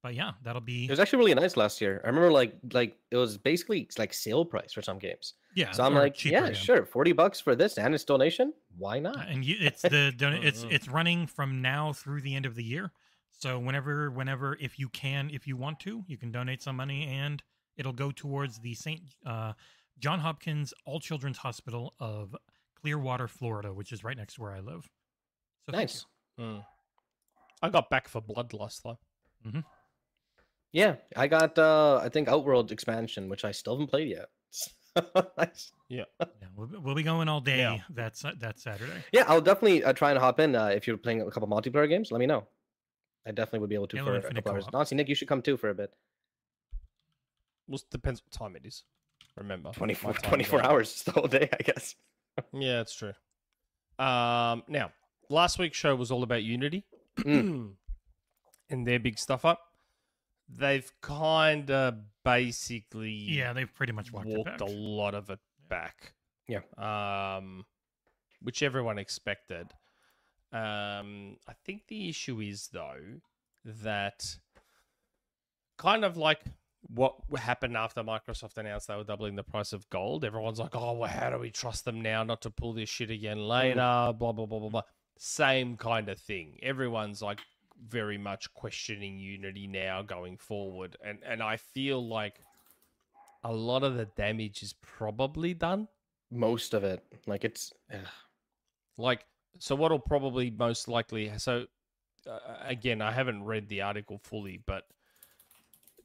Speaker 2: but yeah that'll be
Speaker 4: It was actually really nice last year. I remember like like it was basically like sale price for some games.
Speaker 2: yeah
Speaker 4: so I'm
Speaker 2: or
Speaker 4: like,
Speaker 2: cheaper,
Speaker 4: yeah, sure, forty bucks for this and it's donation. Why
Speaker 2: Uh,
Speaker 4: not?
Speaker 2: and you, it's the don- it's
Speaker 3: Mm-mm.
Speaker 2: it's running from now through the end of the year so whenever whenever if you can if you want to you can donate some money and it'll go towards the st uh, john hopkins all children's hospital of clearwater florida which is right next to where i live so thank
Speaker 4: nice.
Speaker 3: I got back for Bloodlust though.
Speaker 4: Yeah, I got uh I think Outworld expansion, which I still haven't played yet. Nice.
Speaker 2: you. yeah, we'll, be- we'll be going all day
Speaker 3: Yeah.
Speaker 2: that's that saturday
Speaker 4: Yeah, I'll definitely uh, try and hop in uh, if you're playing a couple multiplayer games. Let me know. I definitely would be able to
Speaker 2: Yeah,
Speaker 4: for
Speaker 2: we're
Speaker 4: a
Speaker 2: infinite
Speaker 4: couple hours.
Speaker 2: co-op.
Speaker 4: Honestly, Nick, you should come too for a bit.
Speaker 3: Well, it depends what time it is. Remember, my
Speaker 4: 24,
Speaker 3: time's
Speaker 4: 24
Speaker 3: on.
Speaker 4: hours, the whole day, I guess.
Speaker 3: Yeah, that's true. Um, now, last week's show was all about Unity
Speaker 4: Mm.
Speaker 3: and their big stuff up. They've kind of basically
Speaker 2: yeah they've pretty much walked, it back.
Speaker 3: walked a lot of it back.
Speaker 4: Yeah.
Speaker 3: Um, which everyone expected. Um, I think the issue is though that kind of like what happened after Microsoft announced they were doubling the price of gold. Everyone's like, "Oh, well, how do we trust them now not to pull this shit again later?" Blah blah blah blah blah. Same kind of thing. Everyone's like very much questioning Unity now going forward, and and I feel like a lot of the damage is probably done.
Speaker 4: Most of it. Like it's ugh.
Speaker 3: Like, so what'll probably most likely so uh, again, I haven't read the article fully, but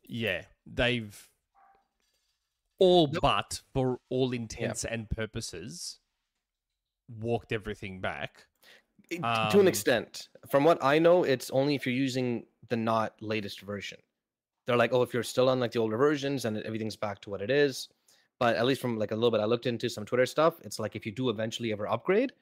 Speaker 3: yeah, they've all but for all intents and purposes walked everything back.
Speaker 4: It- to an
Speaker 3: Um,
Speaker 4: extent. From what I know, it's only if you're using the not latest version. They're like, oh, if you're still on like the older versions and everything's back to what it is. But at least from like a little bit, I looked into some Twitter stuff. It's like if you do eventually ever upgrade,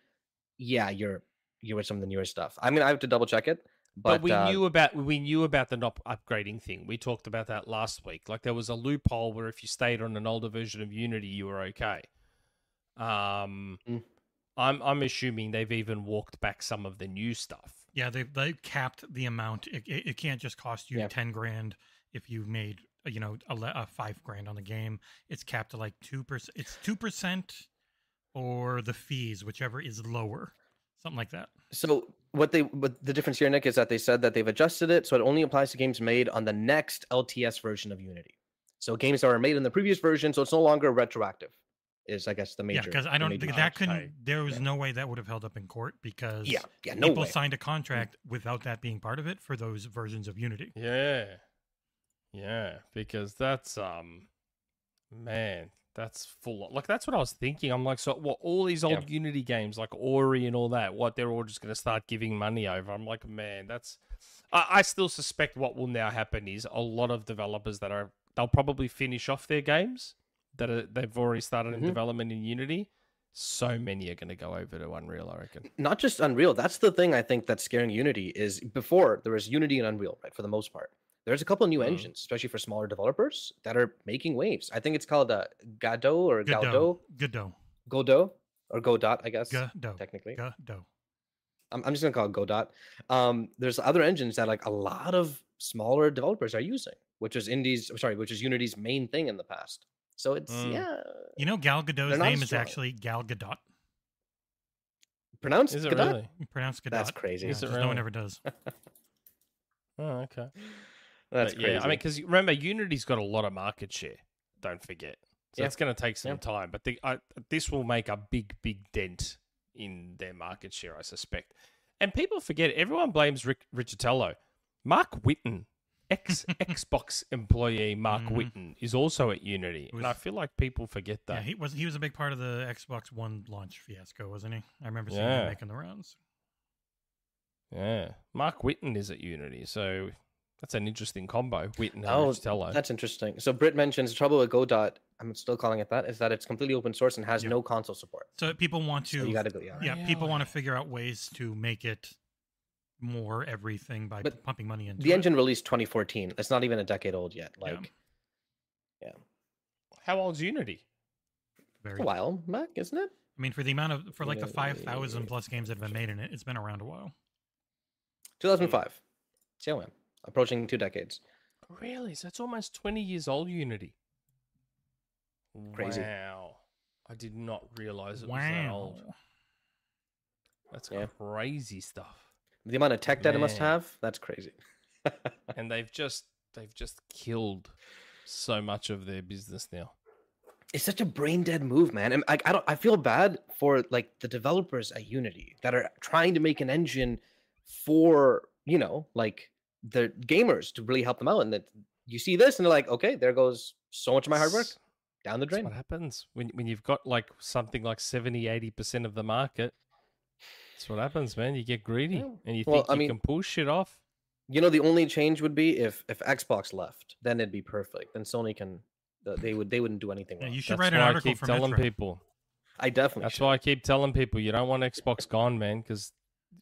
Speaker 4: yeah, you're you're with some of the newer stuff. I mean, I have to double check it,
Speaker 3: But,
Speaker 4: but,
Speaker 3: we
Speaker 4: uh,
Speaker 3: knew about we knew about the not upgrading thing. We talked about that last week. Like there was a loophole where if you stayed on an older version of Unity, you were okay. Um,
Speaker 4: Mm.
Speaker 3: I'm I'm assuming they've even walked back some of the new stuff.
Speaker 2: Yeah, they they capped the amount. It, it, it can't just cost you
Speaker 4: Yeah.
Speaker 2: ten grand if you made uh, you know a, le- a five grand on the game. It's capped to like two percent. It's two percent or the fees, whichever is lower, something like that.
Speaker 4: So what they what the difference here, Nick, is that they said that they've adjusted it so it only applies to games made on the next LTS version of Unity. So games that were made in the previous version, so it's no longer retroactive. Is I guess the major.
Speaker 2: yeah, because I
Speaker 4: the
Speaker 2: don't
Speaker 4: major
Speaker 2: think
Speaker 4: change.
Speaker 2: that couldn't.
Speaker 3: okay.
Speaker 2: There was
Speaker 4: Yeah.
Speaker 2: no way that would have held up in court because
Speaker 4: Yeah, yeah, no
Speaker 2: people
Speaker 4: way. Mm.
Speaker 2: signed a contract without that being part of it for those versions of Unity.
Speaker 3: Yeah. Yeah, because that's um man, that's full on. Like that's what I was thinking. I'm like, so what all these
Speaker 4: Yeah.
Speaker 3: old Unity games like Ori and all that, what they're all just gonna start giving money over. I'm like, man, that's I, I still suspect what will now happen is a lot of developers that are they'll probably finish off their games that are, they've already started
Speaker 4: Mhm.
Speaker 3: in development in Unity, so many are going to go over to Unreal. I reckon.
Speaker 4: Not just Unreal. That's the thing I think that's scaring Unity is before there was Unity and Unreal, right? For the most part, there's a couple of new
Speaker 2: Mm-hmm.
Speaker 3: Mhm.
Speaker 4: engines, especially for smaller developers, that are making waves. I think it's called uh, Godot or
Speaker 2: Godot.
Speaker 4: Galdo,
Speaker 2: Godot.
Speaker 4: Godot or Godot, I guess.
Speaker 2: Godot.
Speaker 4: Technically,
Speaker 2: Godot.
Speaker 4: I'm, I'm just gonna call it Godot. Um, there's other engines that like a lot of smaller developers are using, which is Indies. Sorry, which is Unity's main thing in the past. So it's
Speaker 3: Mm.
Speaker 4: yeah,
Speaker 2: You know, Gal Gadot's
Speaker 4: not
Speaker 2: name is
Speaker 4: Australian.
Speaker 2: actually Gal Gadot.
Speaker 4: pronounced
Speaker 3: Is it
Speaker 4: Godot.
Speaker 3: really?
Speaker 2: Pronounced Gadot.
Speaker 4: That's
Speaker 2: Yeah,
Speaker 4: crazy.
Speaker 3: Is it
Speaker 2: just No one
Speaker 3: really?
Speaker 2: ever does.
Speaker 3: Oh, okay.
Speaker 4: That's
Speaker 3: But
Speaker 4: crazy.
Speaker 3: Yeah, I mean, because remember, Unity's got a lot of market share. Don't forget. So
Speaker 4: Yeah.
Speaker 3: it's going to take some
Speaker 4: Yeah.
Speaker 3: time, but the, I, this will make a big, big dent in their market share, I suspect. And people forget. Everyone blames Rick Richitello. Mark Whitten, ex Xbox employee Mark
Speaker 4: Mm-hmm.
Speaker 2: Mhm.
Speaker 3: Whitten, is also at Unity,
Speaker 2: Was-
Speaker 3: and I feel like people forget
Speaker 2: Yeah,
Speaker 3: that.
Speaker 2: he was he was a big part of the Xbox One launch fiasco, wasn't he? I remember seeing
Speaker 3: Yeah.
Speaker 2: him making the rounds.
Speaker 3: yeah, Mark Whitten is at Unity, so that's an interesting combo. Whitten and
Speaker 4: Oh,
Speaker 3: Richitello.
Speaker 4: That's interesting. So Britt mentions the trouble with Godot. I'm still calling it that. Is that it's completely open source and has
Speaker 2: Yeah.
Speaker 4: no console support.
Speaker 2: So people want to,
Speaker 4: So you gotta go.
Speaker 3: Oh,
Speaker 4: Yeah.
Speaker 2: yeah, people want to
Speaker 3: Really?
Speaker 2: figure out ways to make it more everything by
Speaker 4: But
Speaker 2: pumping money into
Speaker 4: The
Speaker 2: it.
Speaker 4: engine released 2014. It's not even a decade old yet.
Speaker 2: Yeah.
Speaker 4: Like
Speaker 3: How old's Unity?
Speaker 2: Very-
Speaker 4: a while back, isn't it?
Speaker 2: I
Speaker 3: Hmm.
Speaker 2: mean, for the amount of for like the
Speaker 4: Yeah,
Speaker 2: five thousand
Speaker 4: yeah,
Speaker 2: plus games that have been
Speaker 4: sure.
Speaker 2: made in it, it's been around a while.
Speaker 4: 2005. CLM. Approaching two decades.
Speaker 3: Really? So that's almost 20 years old, Unity.
Speaker 4: Crazy.
Speaker 3: Wow. I did not realize it was that
Speaker 2: Wow.
Speaker 3: old. That's
Speaker 4: Yeah.
Speaker 3: crazy stuff.
Speaker 4: The amount of tech that it must
Speaker 3: Man.
Speaker 4: have, that's crazy.
Speaker 3: and they've just they've just killed so much of their business now.
Speaker 4: it's such a brain dead move, man. And I, I don't. I feel bad for like the developers at Unity that are trying to make an engine for you know like the gamers to really help them out, and that you see this and they're like, okay, there goes so much of my hard work
Speaker 3: That's-
Speaker 4: down the
Speaker 3: That's
Speaker 4: drain.
Speaker 3: what happens when when you've got like something like 70 80% of the market. That's what happens, man. You get greedy
Speaker 4: Yeah.
Speaker 3: and you think
Speaker 4: Well, I
Speaker 3: you
Speaker 4: mean-
Speaker 3: can pull shit off.
Speaker 4: You know, the only change would be if if Xbox left, then it'd be perfect. Then Sony can. th- They would. They wouldn't do anything.
Speaker 2: Yeah,
Speaker 4: Wrong.
Speaker 2: you should
Speaker 3: That's
Speaker 2: write an
Speaker 3: why I
Speaker 2: article
Speaker 3: keep
Speaker 2: for
Speaker 3: telling
Speaker 2: Metro.
Speaker 3: people.
Speaker 4: I definitely.
Speaker 3: That's
Speaker 4: should.
Speaker 3: why I keep telling people you don't want Xbox gone, man, because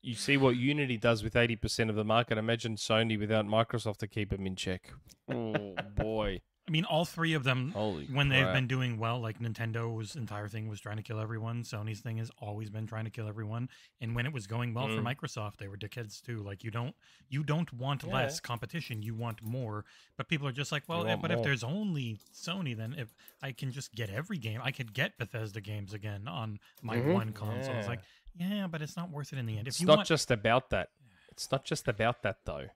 Speaker 3: you see what Unity does with 80% of the market. Imagine Sony without Microsoft to keep them in check. Oh, boy.
Speaker 2: I mean, all three of them
Speaker 3: Holy
Speaker 2: when they've
Speaker 3: crap.
Speaker 2: been doing well, like Nintendo's entire thing was trying to kill everyone. Sony's thing has always been trying to kill everyone. And when it was going well for
Speaker 3: Mm.
Speaker 2: Microsoft, they were dickheads too. Like you don't you don't want
Speaker 3: Yeah.
Speaker 2: less competition, you want more. But people are just like, well, if,
Speaker 3: You want
Speaker 2: but if
Speaker 3: more.
Speaker 2: there's only Sony, then if I can just get every game, I could get Bethesda games again on my
Speaker 4: Mhm.
Speaker 2: one console. It's
Speaker 3: Yeah.
Speaker 2: like, yeah, but it's not worth it in the end. If
Speaker 3: It's
Speaker 2: you
Speaker 3: not
Speaker 2: want,
Speaker 3: just about that. It's not just about that, though.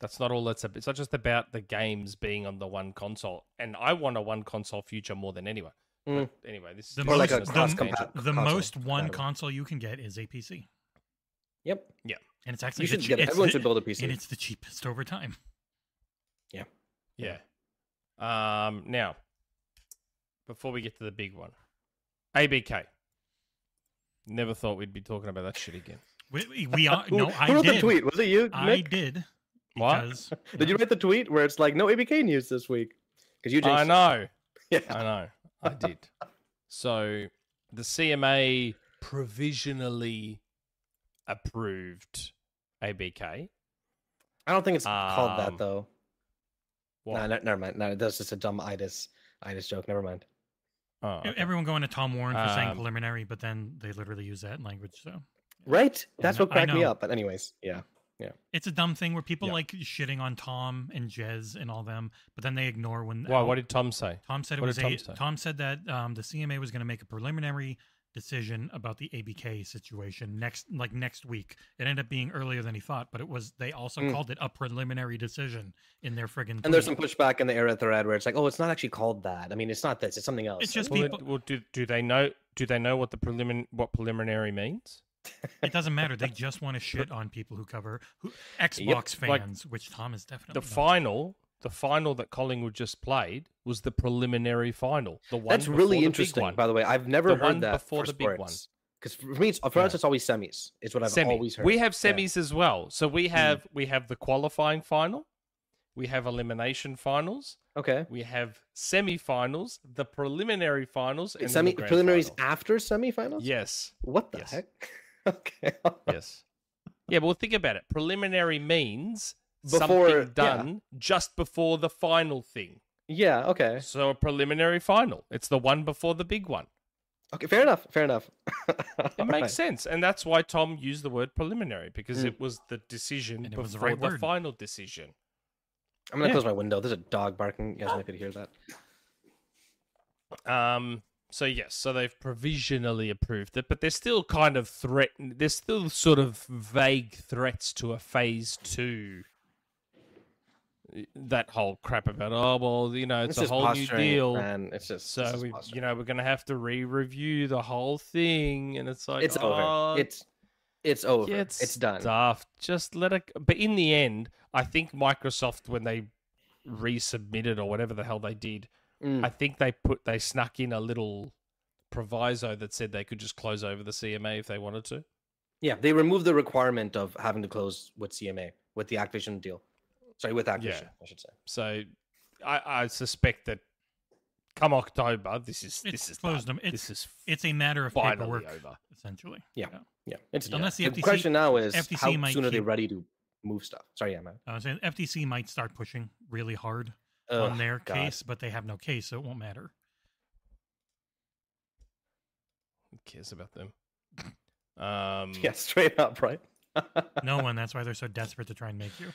Speaker 3: That's not all that's about. It's not just about the games being on the one console. And I want a one console future more than anyone.
Speaker 4: Mm.
Speaker 3: But anyway, this is
Speaker 2: The
Speaker 3: just
Speaker 2: Or like
Speaker 3: business
Speaker 2: a
Speaker 3: that's
Speaker 2: cross-compa-
Speaker 3: changing.
Speaker 2: the
Speaker 4: console,
Speaker 2: most one
Speaker 4: compatible.
Speaker 2: console you can get is a PC,
Speaker 4: Yep.
Speaker 2: and it's actually
Speaker 4: You
Speaker 2: the
Speaker 4: should
Speaker 2: chea-
Speaker 4: get it.
Speaker 2: it's
Speaker 4: Everyone
Speaker 2: the-
Speaker 4: should build a PC.
Speaker 2: and it's the cheapest over time.
Speaker 3: Yeah. Um, now, before we get to the big one, ABK. Never thought we'd be talking about that shit again.
Speaker 2: We, we- we are no,
Speaker 4: who,
Speaker 2: I
Speaker 4: who wrote
Speaker 2: did.
Speaker 4: the tweet? Was it you?
Speaker 2: I
Speaker 4: Nick?
Speaker 2: did
Speaker 3: What?
Speaker 2: because
Speaker 4: Did you write the tweet where it's like no ABK news this week? Because you
Speaker 3: I
Speaker 4: jinxed it.
Speaker 3: know.
Speaker 4: Yeah.
Speaker 3: I know. I did. So the CMA provisionally approved ABK.
Speaker 4: I don't think it's called
Speaker 3: Um,
Speaker 4: that though.
Speaker 3: What?
Speaker 4: Nah, no, never mind. No, that's just a dumb itis itis joke. Never mind.
Speaker 3: Oh, okay.
Speaker 2: everyone going to Tom Warren for saying
Speaker 3: Um,
Speaker 2: preliminary, but then they literally use that language. So
Speaker 4: Right?
Speaker 2: Yeah,
Speaker 4: That's
Speaker 2: no,
Speaker 4: what
Speaker 2: I
Speaker 4: cracked me
Speaker 2: know.
Speaker 4: up. But anyways, yeah.
Speaker 2: it's a dumb thing where people
Speaker 3: Yeah.
Speaker 2: like shitting on Tom and Jez and all them, but then they ignore when.
Speaker 3: Why?
Speaker 2: how-
Speaker 3: What did Tom say?
Speaker 2: Tom said it
Speaker 3: what
Speaker 2: was
Speaker 3: did
Speaker 2: a,
Speaker 3: Tom say?
Speaker 2: Tom said that um, the CMA was going to make a preliminary decision about the ABK situation next like next week. It ended up being earlier than he thought, but it was they also
Speaker 4: Mm.
Speaker 2: called it a preliminary decision in their friggin'
Speaker 4: And there's
Speaker 2: tweet.
Speaker 4: some pushback in the era thread where it's like, oh, it's not actually called that. I mean, it's not this. It's something else.
Speaker 2: just
Speaker 3: Well,
Speaker 4: Like, well,
Speaker 3: it-
Speaker 2: people-
Speaker 3: well, do, do they know? Do they know what the prelimin what preliminary means?
Speaker 2: It doesn't matter. They just want to shit on people who cover who, Xbox
Speaker 3: like,
Speaker 2: fans, which Tom is definitely
Speaker 3: The
Speaker 2: not.
Speaker 3: final, the final that Collingwood just played was the preliminary final. The one
Speaker 4: That's
Speaker 3: before
Speaker 4: really
Speaker 3: the big
Speaker 4: interesting,
Speaker 3: one.
Speaker 4: by the way. I've never
Speaker 3: The
Speaker 4: heard
Speaker 3: one
Speaker 4: that
Speaker 3: before
Speaker 4: for
Speaker 3: the big one.
Speaker 4: Because for me, it's, for
Speaker 3: Yeah.
Speaker 4: us, it's always semis. It's what I've
Speaker 3: Semi.
Speaker 4: always heard. Hmm.
Speaker 3: We have
Speaker 4: Yeah.
Speaker 3: semis as well. So we have we have the qualifying final, We have elimination finals.
Speaker 4: Okay.
Speaker 3: We have semifinals, the preliminary finals, and then the
Speaker 4: Semi
Speaker 3: grand
Speaker 4: preliminaries
Speaker 3: final.
Speaker 4: after semifinals.
Speaker 3: Yes.
Speaker 4: What the
Speaker 3: Yes.
Speaker 4: heck? okay.
Speaker 3: Yes. Yeah, well, think about it. Preliminary means
Speaker 4: Before- yeah.
Speaker 3: something done just before the final thing.
Speaker 4: Yeah. Okay.
Speaker 3: So a preliminary final. It's the one before the big one.
Speaker 4: Okay. Fair enough. Fair enough.
Speaker 3: It makes sense, and that's why Tom used the word preliminary because
Speaker 4: Mm.
Speaker 3: it was the decision
Speaker 2: And it
Speaker 3: before
Speaker 2: was
Speaker 3: the,
Speaker 2: the right word.
Speaker 3: final decision.
Speaker 4: I'm gonna
Speaker 3: Yeah.
Speaker 4: close my window. There's a dog barking. You guys might be able to hear that.
Speaker 3: Um. So yes, so they've provisionally approved it, but they're still kind of threatened. There's still sort of vague threats to a phase two. That whole crap about oh well, you know, it's, a
Speaker 4: just
Speaker 3: whole new
Speaker 4: posturing,
Speaker 3: deal.
Speaker 4: Man, it's just
Speaker 3: So
Speaker 4: It's,
Speaker 3: we, you know, we're gonna have to re-review the whole thing, and it's like
Speaker 4: it's
Speaker 3: "Oh,
Speaker 4: over. It's it's over.
Speaker 3: yeah,
Speaker 4: it's, done.
Speaker 3: Daft. Just let it. But in the end, I think Microsoft, when they resubmitted or whatever the hell they did,
Speaker 4: Mm.
Speaker 3: I think they put they snuck in a little proviso that said they could just close over the CMA if they wanted to.
Speaker 4: Yeah, they removed the requirement of having to close with CMA with the Activision deal. Sorry, with Activision, I should say.
Speaker 3: So I, I suspect that come October, this is
Speaker 2: It's
Speaker 3: this is
Speaker 2: closed
Speaker 3: done.
Speaker 2: them. It's-
Speaker 3: this is
Speaker 2: It's a matter of
Speaker 3: finally
Speaker 2: paperwork,
Speaker 3: over.
Speaker 2: essentially.
Speaker 4: Yeah. Yeah, it's done.
Speaker 2: Unless the
Speaker 4: the
Speaker 2: FTC
Speaker 4: question now is
Speaker 2: FTC
Speaker 4: how
Speaker 2: might
Speaker 4: soon are they
Speaker 2: keep-
Speaker 4: ready to move stuff? Sorry, yeah, man.
Speaker 2: I was saying FTC might start pushing really hard on
Speaker 4: Ugh,
Speaker 2: their
Speaker 4: God.
Speaker 2: case, but they have no case, so it won't matter.
Speaker 3: Who cares about them? Um,
Speaker 4: Yeah, straight up, right?
Speaker 2: No one. That's why they're so desperate to try and make you.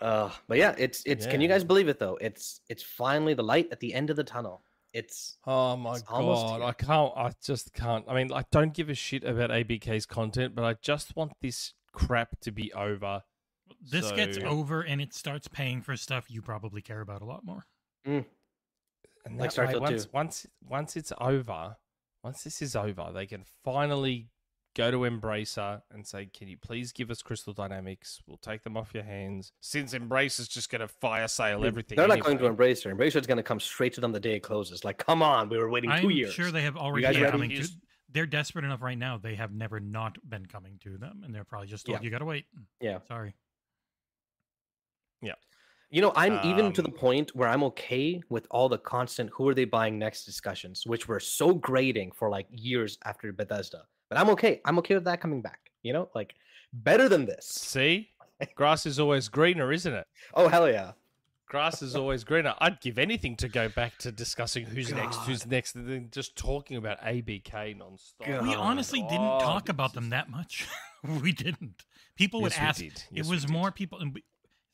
Speaker 4: Uh, but yeah, it's it's. Can you
Speaker 3: Yeah.
Speaker 4: guys believe it though? It's it's finally the light at the end of the tunnel. It's
Speaker 3: Oh my
Speaker 4: It's almost
Speaker 3: god,
Speaker 4: here.
Speaker 3: I can't. I just can't. I mean, I don't give a shit about ABK's content, but I just want this crap to be over.
Speaker 2: This gets
Speaker 3: So-
Speaker 2: over, and it starts paying for stuff you probably care about a lot more.
Speaker 3: And
Speaker 4: Like
Speaker 3: that way,
Speaker 4: Starfield
Speaker 3: once,
Speaker 4: 2.
Speaker 3: once, once it's over, once this is over, they can finally go to Embracer and say, "Can you please give us Crystal Dynamics? We'll take them off your hands." Since Embracer's just going to fire sale everything,
Speaker 4: they're not going to
Speaker 3: anyway.
Speaker 4: Embracer. Embracer's going to come straight to them the day it closes. Like, come on, we were waiting 2
Speaker 2: I'm
Speaker 4: years.
Speaker 2: sure they have already
Speaker 4: guys
Speaker 2: been
Speaker 4: ready?
Speaker 2: coming to.
Speaker 3: Here's-
Speaker 2: They're desperate enough right now. They have never not been coming to them, and they're probably just told
Speaker 4: Yeah.
Speaker 2: you got to wait.
Speaker 4: Yeah.
Speaker 2: sorry.
Speaker 4: You know, I'm even to the
Speaker 3: Um,
Speaker 4: point where I'm okay with all the constant who are they buying next discussions, which were so grating for like years after Bethesda. But I'm okay. I'm okay with that coming back. You know, like better than this.
Speaker 3: See, grass is always greener, isn't it?
Speaker 4: Oh hell yeah.
Speaker 3: Grass is always greener. I'd give anything to go back to discussing who's next, who's next, and then just talking about ABK nonstop.
Speaker 4: God.
Speaker 2: We
Speaker 4: Oh,
Speaker 2: honestly didn't
Speaker 3: God,
Speaker 2: talk about them
Speaker 3: this is-
Speaker 2: that much. we didn't. People would
Speaker 3: Yes, we
Speaker 2: ask.
Speaker 3: did. Yes,
Speaker 2: it
Speaker 3: we
Speaker 2: was
Speaker 3: did.
Speaker 2: more people. And we,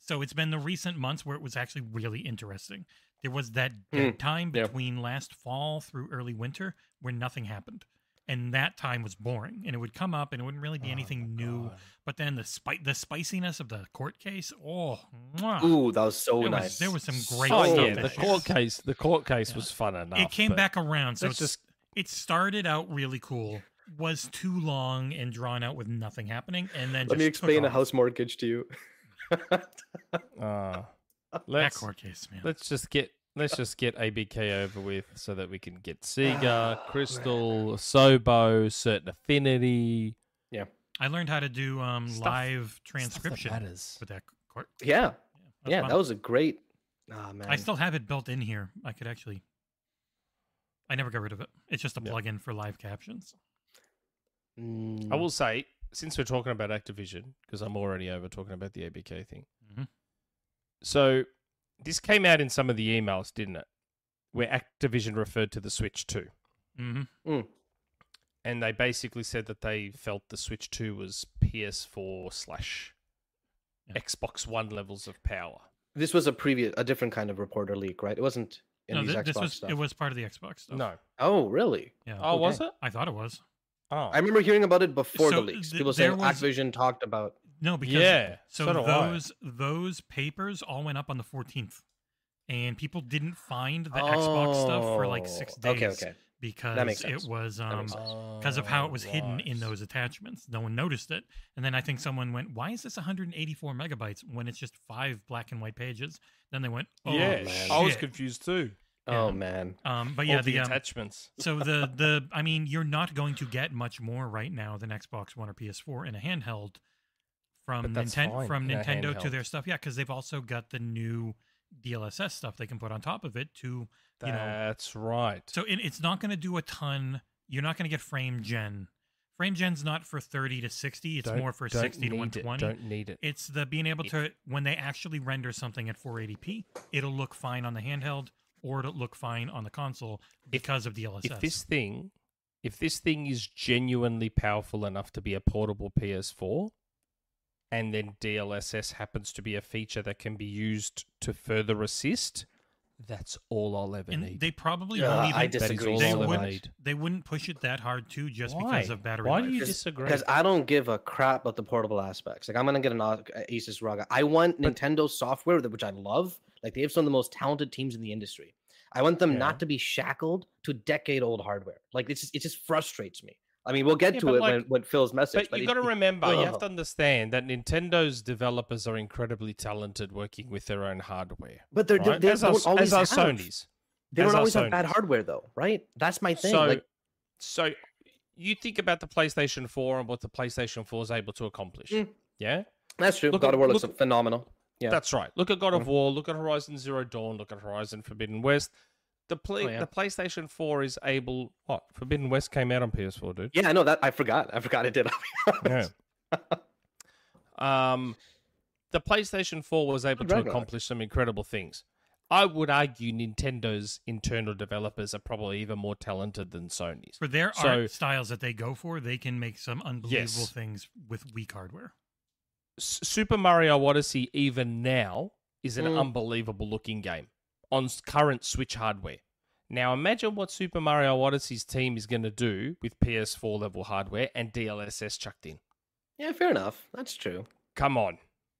Speaker 2: so it's been the recent months where it was actually really interesting. There was that
Speaker 3: Hmm.
Speaker 2: dead time
Speaker 4: yeah.
Speaker 2: between last fall through early winter where nothing happened. And that time was boring, and it would come up, and it wouldn't really be
Speaker 3: Oh, my
Speaker 2: anything new.
Speaker 3: God.
Speaker 2: But then the spi- the spiciness of the court case, oh,
Speaker 3: Mm.
Speaker 2: mwah.
Speaker 4: Ooh, that was so
Speaker 2: there,
Speaker 4: nice.
Speaker 2: was, there was some great
Speaker 3: oh,
Speaker 2: stuff.
Speaker 3: yeah, the
Speaker 2: this year.
Speaker 3: court case. The court case
Speaker 2: Yeah.
Speaker 3: was fun enough.
Speaker 2: it came
Speaker 3: but
Speaker 2: back around, so
Speaker 3: let's
Speaker 2: it's
Speaker 3: just
Speaker 2: it started out really cool, was too long and drawn out with nothing happening, and then
Speaker 4: Let
Speaker 2: just
Speaker 4: me
Speaker 2: took
Speaker 4: explain a
Speaker 2: off.
Speaker 4: house mortgage to you.
Speaker 3: uh,
Speaker 2: That
Speaker 3: let's
Speaker 2: court case, man.
Speaker 3: let's just get let's just get ABK over with so that we can get
Speaker 2: Ah,
Speaker 3: Sega, Crystal, Sobo, Certain Affinity
Speaker 2: I learned how to do um,
Speaker 3: Stuff-
Speaker 2: live
Speaker 3: stuff that
Speaker 2: transcription
Speaker 3: matters.
Speaker 2: with that court.
Speaker 4: yeah.
Speaker 2: that's
Speaker 4: yeah,
Speaker 2: fun.
Speaker 4: that was a great Ah man.
Speaker 2: I still have it built in here. I could actually. I never got rid of it. It's just a
Speaker 3: Yeah.
Speaker 2: plug-in for live captions.
Speaker 3: I
Speaker 2: Hmm.
Speaker 4: Mm,
Speaker 3: will say, since we're talking about Activision, because I'm already over talking about the ABK thing.
Speaker 2: Mhm.
Speaker 3: So this came out in some of the emails, didn't it? Where Activision referred to the Switch 2.
Speaker 2: hmm
Speaker 4: Mm.
Speaker 3: And they basically said that they felt the Switch 2 was PS4 slash
Speaker 2: Yeah.
Speaker 3: Xbox One levels of power.
Speaker 4: this was a previous a different kind of reporter leak, right? It wasn't in
Speaker 2: No,
Speaker 4: these
Speaker 2: thi-
Speaker 4: Xbox
Speaker 2: this was
Speaker 4: stuff.
Speaker 2: it was part of the Xbox stuff.
Speaker 3: No.
Speaker 4: Oh, really?
Speaker 2: yeah,
Speaker 3: Oh, was
Speaker 4: Okay.
Speaker 3: it?
Speaker 2: I thought it was.
Speaker 3: Oh.
Speaker 4: I remember hearing about it before
Speaker 2: So
Speaker 4: the leaks.
Speaker 2: th-
Speaker 4: People
Speaker 2: there
Speaker 4: saying
Speaker 2: was-
Speaker 4: Activision talked about
Speaker 2: No, because
Speaker 3: Yeah,
Speaker 2: so,
Speaker 3: so do I.
Speaker 2: those those papers all went up on the 14th, and people didn't find the Xbox stuff for like six
Speaker 4: Oh,
Speaker 2: days.
Speaker 4: Okay, okay.
Speaker 2: Because
Speaker 4: makes sense.
Speaker 2: it was
Speaker 4: That
Speaker 2: um
Speaker 4: makes sense.
Speaker 2: because of how it was
Speaker 3: Oh,
Speaker 2: hidden in
Speaker 3: right.
Speaker 2: those attachments. No one noticed it, and then I think someone went, "Why is this 184 megabytes when it's just five black and white pages?" Then they went, "Oh,
Speaker 3: yeah,
Speaker 4: man.
Speaker 3: I was
Speaker 2: shit.
Speaker 3: confused too.
Speaker 4: Oh
Speaker 2: Yeah.
Speaker 4: man.
Speaker 2: Um, but
Speaker 3: All
Speaker 2: yeah,
Speaker 3: the,
Speaker 2: the um,
Speaker 3: attachments.
Speaker 2: so the the I mean, you're not going to get much more right now than Xbox One or PS4 in a handheld from
Speaker 3: But that's
Speaker 2: Nintendo
Speaker 3: fine
Speaker 2: from
Speaker 3: in a
Speaker 2: Nintendo to
Speaker 3: handheld.
Speaker 2: their stuff. Yeah, because they've also got the new DLSS stuff they can put on top of it to you know
Speaker 3: That's right.
Speaker 2: so it, it's not going to do a ton. You're not going to get frame gen. Frame gen's not for 30 to 60. It's
Speaker 3: Don't-
Speaker 2: more for
Speaker 3: don't
Speaker 2: 60 to
Speaker 3: need it,
Speaker 2: 120.
Speaker 3: Don't need it.
Speaker 2: It's the being able to when they actually render something at 480p, it'll look fine on the handheld or it'll look fine on the console because of the LSS.
Speaker 3: if this thing if this thing is genuinely powerful enough to be a portable PS4 and then DLSS happens to be a feature that can be used to further assist, that's all I'll ever
Speaker 2: and
Speaker 3: need.
Speaker 2: they probably
Speaker 4: Uh,
Speaker 2: won't even
Speaker 4: I
Speaker 3: That is
Speaker 4: disagree
Speaker 3: all
Speaker 2: they
Speaker 4: so
Speaker 3: I'll ever
Speaker 4: much.
Speaker 2: wouldn't
Speaker 3: need.
Speaker 2: they wouldn't push it that hard too just because of battery
Speaker 3: Why
Speaker 2: life.
Speaker 3: do you
Speaker 4: Just-
Speaker 3: disagree?
Speaker 4: Because I don't give a crap about the portable aspects. Like I'm gonna get an Os- uh, Asus ROG. I want Nintendo software, that- which I love. Like they have some of the most talented teams in the industry. I want them
Speaker 3: Yeah.
Speaker 4: not to be shackled to decade-old hardware. Like it's just, it just frustrates me. I mean, we'll get
Speaker 3: Yeah,
Speaker 4: to
Speaker 3: but
Speaker 4: it
Speaker 3: like-
Speaker 4: when, when Phil's message.
Speaker 3: but you got to
Speaker 4: it- it-
Speaker 3: remember, you have
Speaker 4: Ugh.
Speaker 3: to understand that Nintendo's developers are incredibly talented working with their own hardware.
Speaker 4: but they're,
Speaker 3: Right?
Speaker 4: they
Speaker 3: As are,
Speaker 4: don't always
Speaker 3: as are
Speaker 4: have,
Speaker 3: Sony's.
Speaker 4: They
Speaker 3: as
Speaker 4: don't
Speaker 3: are
Speaker 4: always have bad
Speaker 3: Sony's.
Speaker 4: hardware though, right? That's my thing.
Speaker 3: So,
Speaker 4: like
Speaker 3: so you think about the PlayStation 4 and what the PlayStation 4 is able to accomplish.
Speaker 4: Mm.
Speaker 3: Yeah?
Speaker 4: that's true.
Speaker 3: look
Speaker 4: God
Speaker 3: at-
Speaker 4: of War looks
Speaker 3: look-
Speaker 4: phenomenal. Yeah.
Speaker 3: That's right. Look at God
Speaker 4: Mhm.
Speaker 3: of War, look at Horizon Zero Dawn, look at Horizon Forbidden West. The play,
Speaker 4: Oh, yeah.
Speaker 3: the PlayStation 4 is able what? Forbidden West came out on PS4, dude.
Speaker 4: Yeah, I know that. I forgot. I forgot it did.
Speaker 3: Yeah. um the PlayStation 4 was able to
Speaker 4: Ragnarok.
Speaker 3: accomplish some incredible things. I would argue Nintendo's internal developers are probably even more talented than Sony's.
Speaker 2: For their
Speaker 3: So-
Speaker 2: art styles that they go for, they can make some unbelievable
Speaker 3: Yes.
Speaker 2: things with weak hardware.
Speaker 3: S- Super Mario Odyssey, even now, is an
Speaker 4: Mm.
Speaker 3: unbelievable looking game on s- current Switch hardware. Now, imagine what Super Mario Odyssey's team is going to do with PS4 level hardware and DLSS chucked in.
Speaker 4: yeah, fair enough. That's true.
Speaker 3: Come on.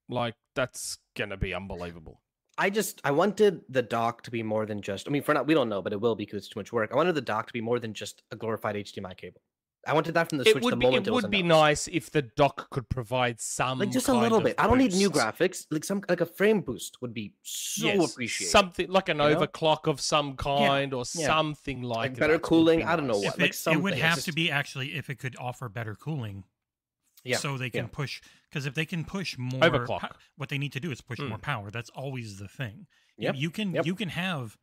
Speaker 3: Like, that's going to be unbelievable.
Speaker 4: I just I wanted the dock to be more than just. I mean, for now we don't know, but it will because it's too much work. I wanted the dock to be more than just a glorified HDMI cable. I wanted that from the
Speaker 3: It
Speaker 4: Switch
Speaker 3: would,
Speaker 4: the
Speaker 3: be,
Speaker 4: moment
Speaker 3: it would
Speaker 4: was
Speaker 3: be
Speaker 4: announced.
Speaker 3: nice if the dock could provide some.
Speaker 4: like just a
Speaker 3: kind
Speaker 4: little
Speaker 3: of
Speaker 4: bit. I don't need new
Speaker 3: boost.
Speaker 4: graphics. Like some like a frame boost would be so
Speaker 3: Yes,
Speaker 4: appreciated.
Speaker 3: Something like an
Speaker 4: you know?
Speaker 3: overclock of some kind or
Speaker 4: yeah.
Speaker 3: something like,
Speaker 4: better
Speaker 3: that would be
Speaker 4: cooling, I don't know
Speaker 3: nice.
Speaker 4: what.
Speaker 2: If
Speaker 4: like
Speaker 2: it, it would
Speaker 4: something, it's
Speaker 2: have to
Speaker 4: just-
Speaker 2: be actually if it could offer better cooling.
Speaker 4: Yeah,
Speaker 2: So they can
Speaker 4: yeah.
Speaker 2: push because if they can push more
Speaker 3: Overclock.
Speaker 2: po- what they need to do is push more power. That's always the thing. You-
Speaker 4: Hmm. Yep,
Speaker 2: You can
Speaker 4: yep.
Speaker 2: you can have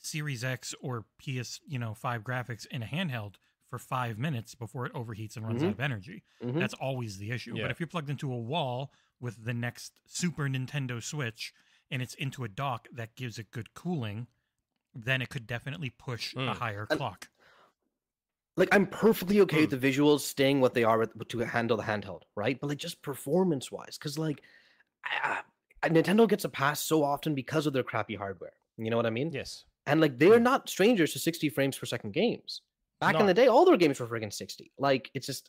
Speaker 2: Series X or PS, you know, five graphics in a handheld for five minutes before it overheats and runs
Speaker 4: Mhm.
Speaker 2: out of energy.
Speaker 4: Mhm.
Speaker 2: That's always the issue.
Speaker 3: Yeah.
Speaker 2: But if you're plugged into a wall with the next Super Nintendo Switch and it's into a dock that gives it good cooling, then it could definitely push a
Speaker 3: Mm.
Speaker 2: higher
Speaker 4: And-
Speaker 2: clock.
Speaker 4: like I'm perfectly okay with the visuals staying what they are with, to handle the handheld, right? But like just performance wise, because like I, I, Nintendo gets a pass so often because of their crappy hardware. You know what I mean?
Speaker 3: Yes.
Speaker 4: And like they're not strangers to 60 frames per second games. Back in
Speaker 3: No.
Speaker 4: the day, all their games were friggin' 60. Like it's just